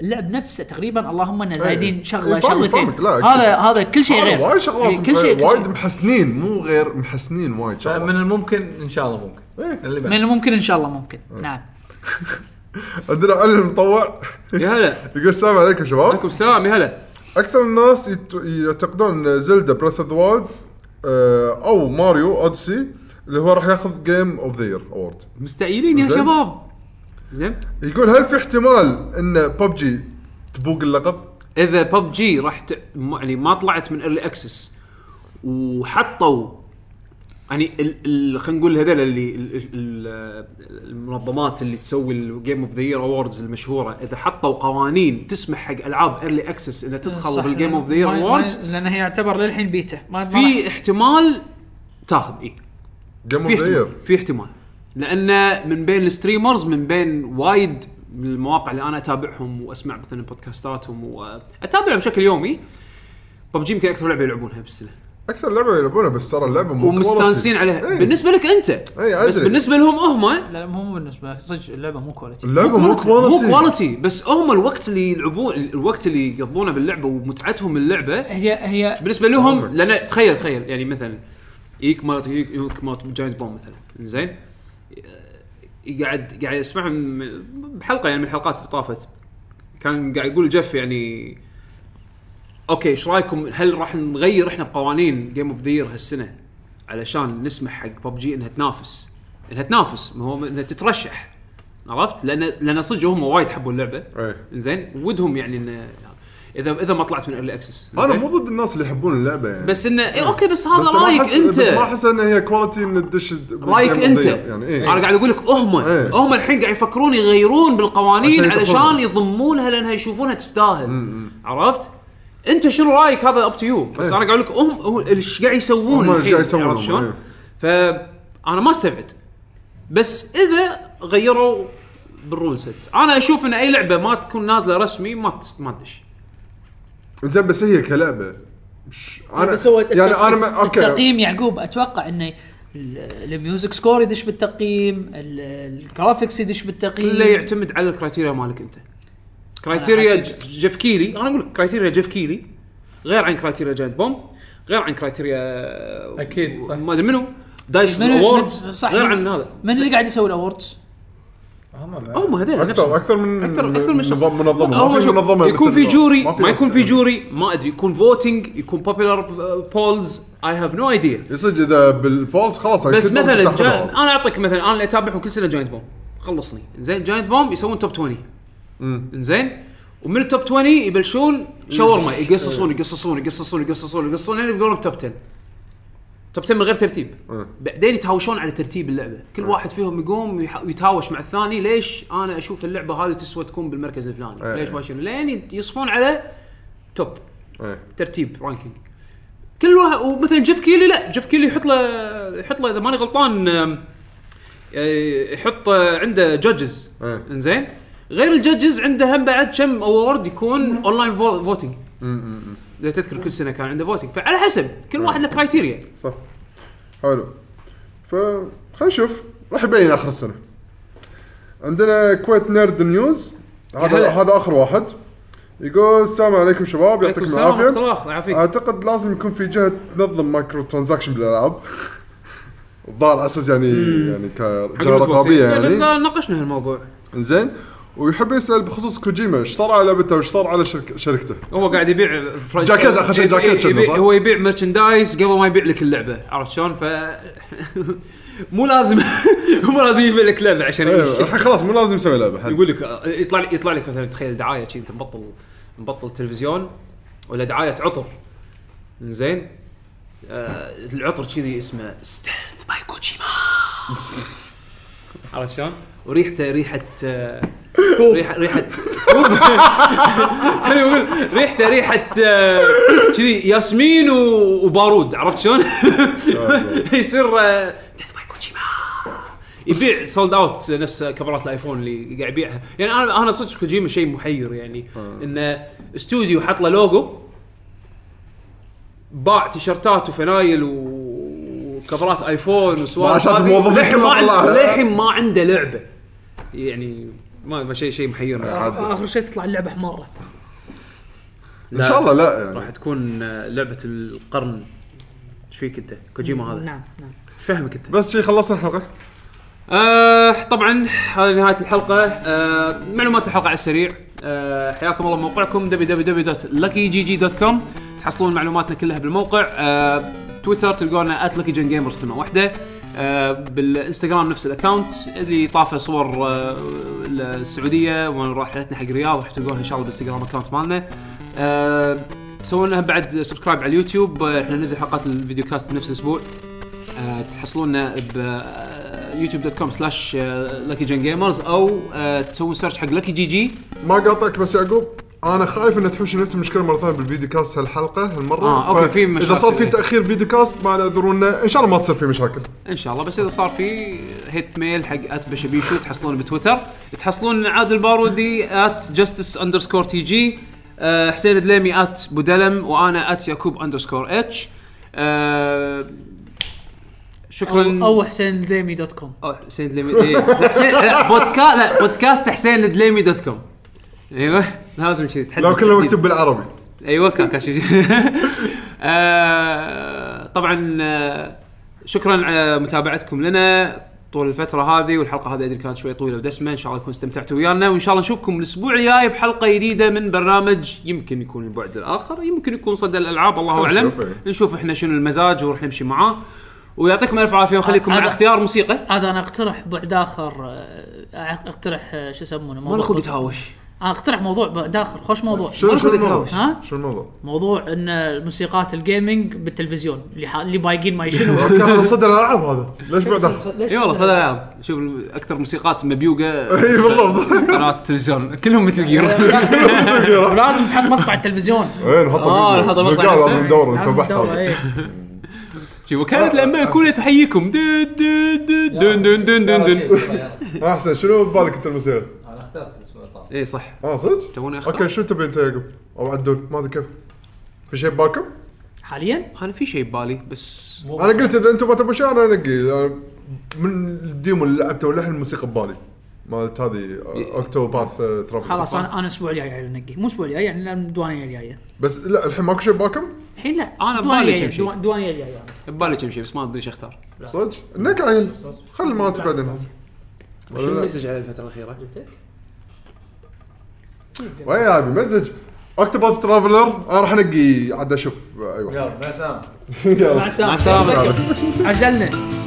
D: اللعب نفسه تقريبا اللهم انه زايدين
C: إيه.
D: شغله
C: إيه، فاهمك،
D: شغلتين
C: فاهمك، لا، أكيد.
D: هذا هذا كل شيء غير
C: وايد
D: إيه،
C: شغلات
D: كل شيء كل
C: وايد
D: شيء.
C: محسنين مو غير محسنين وايد شغلات
E: من الممكن ان شاء الله ممكن
C: إيه.
E: اللي بعد
D: من الممكن ان شاء الله ممكن نعم
C: عندنا علي المطوع
A: يا هلا
C: يقول السلام عليكم شباب
A: عليكم السلام يا هلا
C: اكثر الناس يت- يعتقدون ان زلدا بريث اوف ذا وايلد او آه، ماريو اوديسي اللي هو راح ياخذ جيم اوف ذا يير اوورد
A: مستعيلين يا
C: زين.
A: شباب زين
C: يقول هل في احتمال ان ببجي تبوق اللقب؟
A: اذا ببجي راح ت... م- يعني ما طلعت من ايرلي اكسس وحطوا يعني ال... ال... خلينا نقول هذول اللي ال... ال... المنظمات اللي تسوي الجيم اوف ذا يير اووردز المشهوره اذا حطوا قوانين تسمح حق العاب ايرلي اكسس انها تدخل بالجيم اوف ذا يير اووردز
D: لان هي يعتبر للحين بيتا ما
A: في احتمال تاخذ إيه. اي
C: جيم
A: في
C: اوف ذا
A: احتمال
C: يير
A: في احتمال لان من بين الستريمرز من بين وايد من المواقع اللي انا اتابعهم واسمع مثلا بودكاستاتهم واتابعهم بشكل يومي ببجي يمكن اكثر لعبه يلعبونه بالسنه
C: اكثر لعبه يلعبونها بس ترى اللعبه مو
A: ومستانسين
C: كواليتي.
A: عليها
C: إيه.
A: بالنسبه لك انت
C: أدري.
A: بس بالنسبه لهم هم
D: لا مو بالنسبه لك صدق اللعبه مو كواليتي
C: اللعبه مو
A: مو
C: كواليتي
A: كواليتي بس هم الوقت اللي يلعبون الوقت اللي يقضونه باللعبه ومتعتهم اللعبه
D: هي هي
A: بالنسبه لهم لان تخيل تخيل يعني مثلا يجيك مالت يجيك مالت جاينت بوم مثلا زين آه، قاعد قاعد اسمعهم بحلقه يعني من الحلقات اللي طافت كان قاعد يقول جف يعني اوكي ايش رايكم هل راح نغير احنا بقوانين جيم اوف ذا هالسنه علشان نسمح حق ببجي انها تنافس انها تنافس ما هو انها تترشح عرفت؟ لان لان صدق هم وايد حبوا اللعبه
C: إيه.
A: زين ودهم يعني انه اذا اذا ما طلعت من الاكسس اكسس
C: انا مو ضد الناس اللي يحبون اللعبه يعني
A: بس انه إيه اوكي بس هذا
C: بس ما
A: رايك
C: أحس-
A: انت
C: بس ما احس ان هي كواليتي ان الدش
A: رايك انت
C: يعني ايه
A: انا قاعد اقول لك هم
C: إيه.
A: هم الحين قاعد يفكرون يغيرون بالقوانين
C: عشان يدخلون.
A: علشان يضمونها لانها يشوفونها تستاهل عرفت؟ انت شنو رايك هذا اب تو يو بس
C: إيه.
A: انا قاعد اقول لك هم هو ايش قاعد يسوون
C: هم إيش
A: الحين،
C: قاعد يسوون،
A: عرفت شلون؟
C: إيه.
A: فانا ما استبعد بس اذا غيروا بالرول سيت انا اشوف ان اي لعبه ما تكون نازله رسمي ما تس- ما تدش
C: زين بس هي كلعبه مش- انا
D: بس هو
C: يعني انا ما-
D: التقييم-
C: اوكي
D: التقييم يعقوب اتوقع انه ال- الميوزك سكور يدش بالتقييم ال- الجرافيكس يدش بالتقييم
A: الا يعتمد على الكرايتيريا مالك انت كرايتيريا
D: إيه. أنا
A: ج- جيف كيلي انا اقول لك كرايتيريا جيف كيلي غير عن كرايتيريا جاينت بوم غير عن كرايتيريا
F: أكيد، صح.
A: ما ادري منو دايسون
D: من- من-
A: اووردز
D: صح.
A: غير عن هذا
D: من اللي قاعد يسوي الاوردز؟
A: هم هذول
C: اكثر اكثر من
A: اكثر اكثر من شخص
C: نظام منظمه ما
A: أول
C: في
A: شوف،
C: منظمه
A: يكون
C: مثل
A: في
C: ذا.
A: جوري
C: في
A: ما يكون في
C: ناس.
A: جوري ما ادري يكون فوتنج يكون uh, بوبيلر بولز اي هاف نو ايديا
C: يصير اذا بالبولز خلاص
A: بس
C: أكيد ما
A: مثلا
C: بتستخدمها.
A: جا... انا اعطيك مثلا انا اللي اتابعهم كل سنه جاينت بوم خلصني زين جاينت بوم يسوون توب 20 زين ومن التوب 20 يبلشون شاورما يقصصون يقصصون يقصصون يقصصون يقصصون يعني لين يبقون بتوب 10 توب 10 من غير ترتيب
C: مم.
A: بعدين يتهاوشون على ترتيب اللعبه كل واحد فيهم يقوم يح- يتهاوش مع الثاني ليش انا اشوف اللعبه هذه تسوى تكون بالمركز الفلاني
C: إيه.
A: ليش ما أشيل؟ لين يصفون على توب
C: إيه.
A: ترتيب رانكينج كل واحد ومثلا جيف كيلي لا جيف كيلي يحط له يحط له اذا ماني غلطان آم، آه، يحط آه، عنده جادجز
C: إيه.
A: انزين غير الجادجز عنده هم بعد كم اوورد يكون اونلاين فوتنج اذا تذكر كل سنه كان عنده فوتنج فعلى حسب كل واحد له كرايتيريا
C: صح حلو ف خلينا نشوف راح يبين اخر السنه عندنا كويت نيرد نيوز هذا
A: هلا.
C: هذا اخر واحد يقول السلام عليكم شباب يعطيكم
A: السلام ورحمة
C: العافيه
A: الله الله يعافيك
C: اعتقد لازم يكون في جهه تنظم مايكرو ترانزاكشن بالالعاب الظاهر على اساس يعني يعني كجهه رقابيه يعني
A: لا، ناقشنا هالموضوع
C: زين ويحب يسال بخصوص كوجيما ايش صار على لعبته وايش صار على شرك- شركته
A: هو قاعد يبيع فرنش-
C: جاكيت، أخر شيء جاكيت
A: يبيع-
C: شنو،
A: يبيع-
C: صح؟
A: هو يبيع مرشندايز قبل ما يبيع لك اللعبه عرفت شلون ف مو لازم مو لازم يبيع لك لعبه عشان
C: إيه،
A: يمشي
C: الحين خلاص مو لازم يسوي لعبه حد.
A: يعني يقول لك آه، يطلع لك يطلع لك مثلا تخيل دعايه شي انت مبطل مبطل تلفزيون ولا دعايه عطر زين آه العطر كذي اسمه ستيلث باي كوجيما عرفت شلون؟ وريحته ريحه آه، ريحه ريحه توني بقول ريحته ريحه آه، كذي ياسمين و- وبارود عرفت شلون؟ يصير آه، ديث باي كوجيما يبيع سولد اوت نفس كفرات الايفون اللي قاعد يبيعها يعني انا انا صدق كوجيما شيء محير يعني انه استوديو حط له لوجو باع تيشرتات وفنايل وكفرات ايفون وسوالف
C: ما عشان
A: هذه.
C: الموظفين
A: للحين ما
C: كلها
A: عنده-
C: طلعها.
A: للحين ما عنده لعبه يعني ما ما شيء شيء محير
D: اخر شيء تطلع اللعبه حماره
C: ان شاء الله لا يعني
A: راح تكون آه، لعبه القرن ايش فيك انت كوجيما هذا
D: نعم نعم
A: ايش فهمك انت
C: بس شي خلصنا الحلقه
A: آه طبعا هذه نهايه الحلقه آه معلومات الحلقه على السريع آه حياكم الله موقعكم www.luckygg.com تحصلون معلوماتنا كلها بالموقع آه تويتر تلقونا @luckygengamers كلمه واحده آه بالانستغرام نفس الاكونت اللي طافه صور آه السعوديه ورحلتنا حق الرياض راح تلقونها ان شاء الله بالانستغرام اكونت مالنا آه سووا لنا بعد سبسكرايب على اليوتيوب آه، احنا ننزل حلقات الفيديو كاست بنفس الاسبوع آه، تحصلونا ب آه، يوتيوب كوم سلاش لكي جن جيمرز او آه، تسوون سيرش حق لكي جي جي
C: ما قاطعك بس يعقوب انا خايف ان تحوش نفس المشكله مره ثانيه بالفيديو كاست هالحلقه هالمره
A: آه، أوكي، في مشاكل،
C: اذا صار في
A: إيه.
C: تاخير فيديو كاست ما اعذرونا ان شاء الله ما تصير في مشاكل
A: ان شاء الله بس اذا صار في هيت ميل حق ات بشبيشو تحصلون بتويتر تحصلون عادل بارودي ات جستس اندرسكور تي جي آه، حسين دليمي ات بودلم وانا ات يعقوب آه، اندرسكور اتش شكرا
D: او أو حسين الديمي دوت كوم
A: أو حسين دليمي إيه. لا، حسين لا بودكاست لا بودكاست حسين دليمي دوت كوم ايوه لازم كذي تحدد
C: لو كله مكتوب بالعربي
A: ايوه كاكاشي آه، طبعا آه، شكرا على متابعتكم لنا طول الفترة هذه والحلقة هذه ادري كانت شوي طويلة ودسمة ان شاء الله تكونوا استمتعتوا ويانا وان شاء الله نشوفكم الاسبوع الجاي بحلقة جديدة من برنامج يمكن يكون البعد الاخر يمكن يكون صدى الالعاب الله اعلم
C: نشوف،
A: نشوف احنا شنو المزاج وراح نمشي معاه ويعطيكم الف عافية ونخليكم مع
D: هذا-
A: اختيار موسيقى
D: هذا انا اقترح بعد اخر آه، اقترح آه، شو يسمونه
A: ما
D: موضوع
A: نخلق يتهاوش
D: انا اقترح موضوع بعد اخر خوش موضوع
C: شنو شنو
A: تهاوش.
C: الموضوع؟
D: ها
C: شنو الموضوع؟
D: موضوع ان موسيقات الجيمنج بالتلفزيون اللي ح... اللي بايقين ما يشنو
C: أوكي، هذا صدى الالعاب هذا ليش بعد أخ-
A: اي إيه والله صدى الالعاب شوف اكثر موسيقات مبيوقة
C: اي إيه، بالضبط
A: قنوات التلفزيون كلهم مثل جير
D: ولازم تحط مقطع التلفزيون
C: وين إيه، نحط
A: آه،
C: فيديو.
A: نحط مقطع
C: بالقاع
A: نفسه.
C: لازم ندور
D: لازم
C: نسبحت
D: تدور،
C: هذا
D: إيه.
A: شي وكالة
C: أه،
A: الأنباء الكورية تحييكم دن دن دن دن دن دن دن دن
C: احسن آه، شنو ببالك انت الموسيقى؟
E: انا اخترت الاسبوع الطاف
A: اي إيه، صح
C: اه صدق؟
A: توني أختار.
C: اوكي شنو تبي انت يا يعقوب؟ او عدول ما ادري كيف في شيء ببالكم؟
D: حاليا
A: أنا في شيء ببالي بس
C: انا قلت اذا انتم ما تبون شيء انا انقي أنا من الديمو اللي لعبته والحين الموسيقى ببالي مالت هذه آه، اوكتو باث ترافل
D: خلاص انا انا الاسبوع الجاي قاعد انقي مو الاسبوع الجاي يعني لا، الديوانيه الجايه
C: بس لا الحين ماكو شيء باكم
D: الحين لا
A: أنا
D: الديوانية
A: ببالي
D: الجاية،
A: كم شيء.
D: الديوانيه الجايه أنا.
A: ببالي كم شيء بس ما ادري ايش اختار
C: صدق انك عيل خلي مالت بعدين
A: شنو
C: ولا لا؟
A: المسج على الفتره الاخيره؟
C: ويا يا ابي مزج اوكتوباث ترافلر انا راح انقي عاد اشوف اي واحد
E: آه. يلا مع السلامه
C: يلا.
D: مع
A: مع
D: السلامه
A: السلامه
D: عزلنا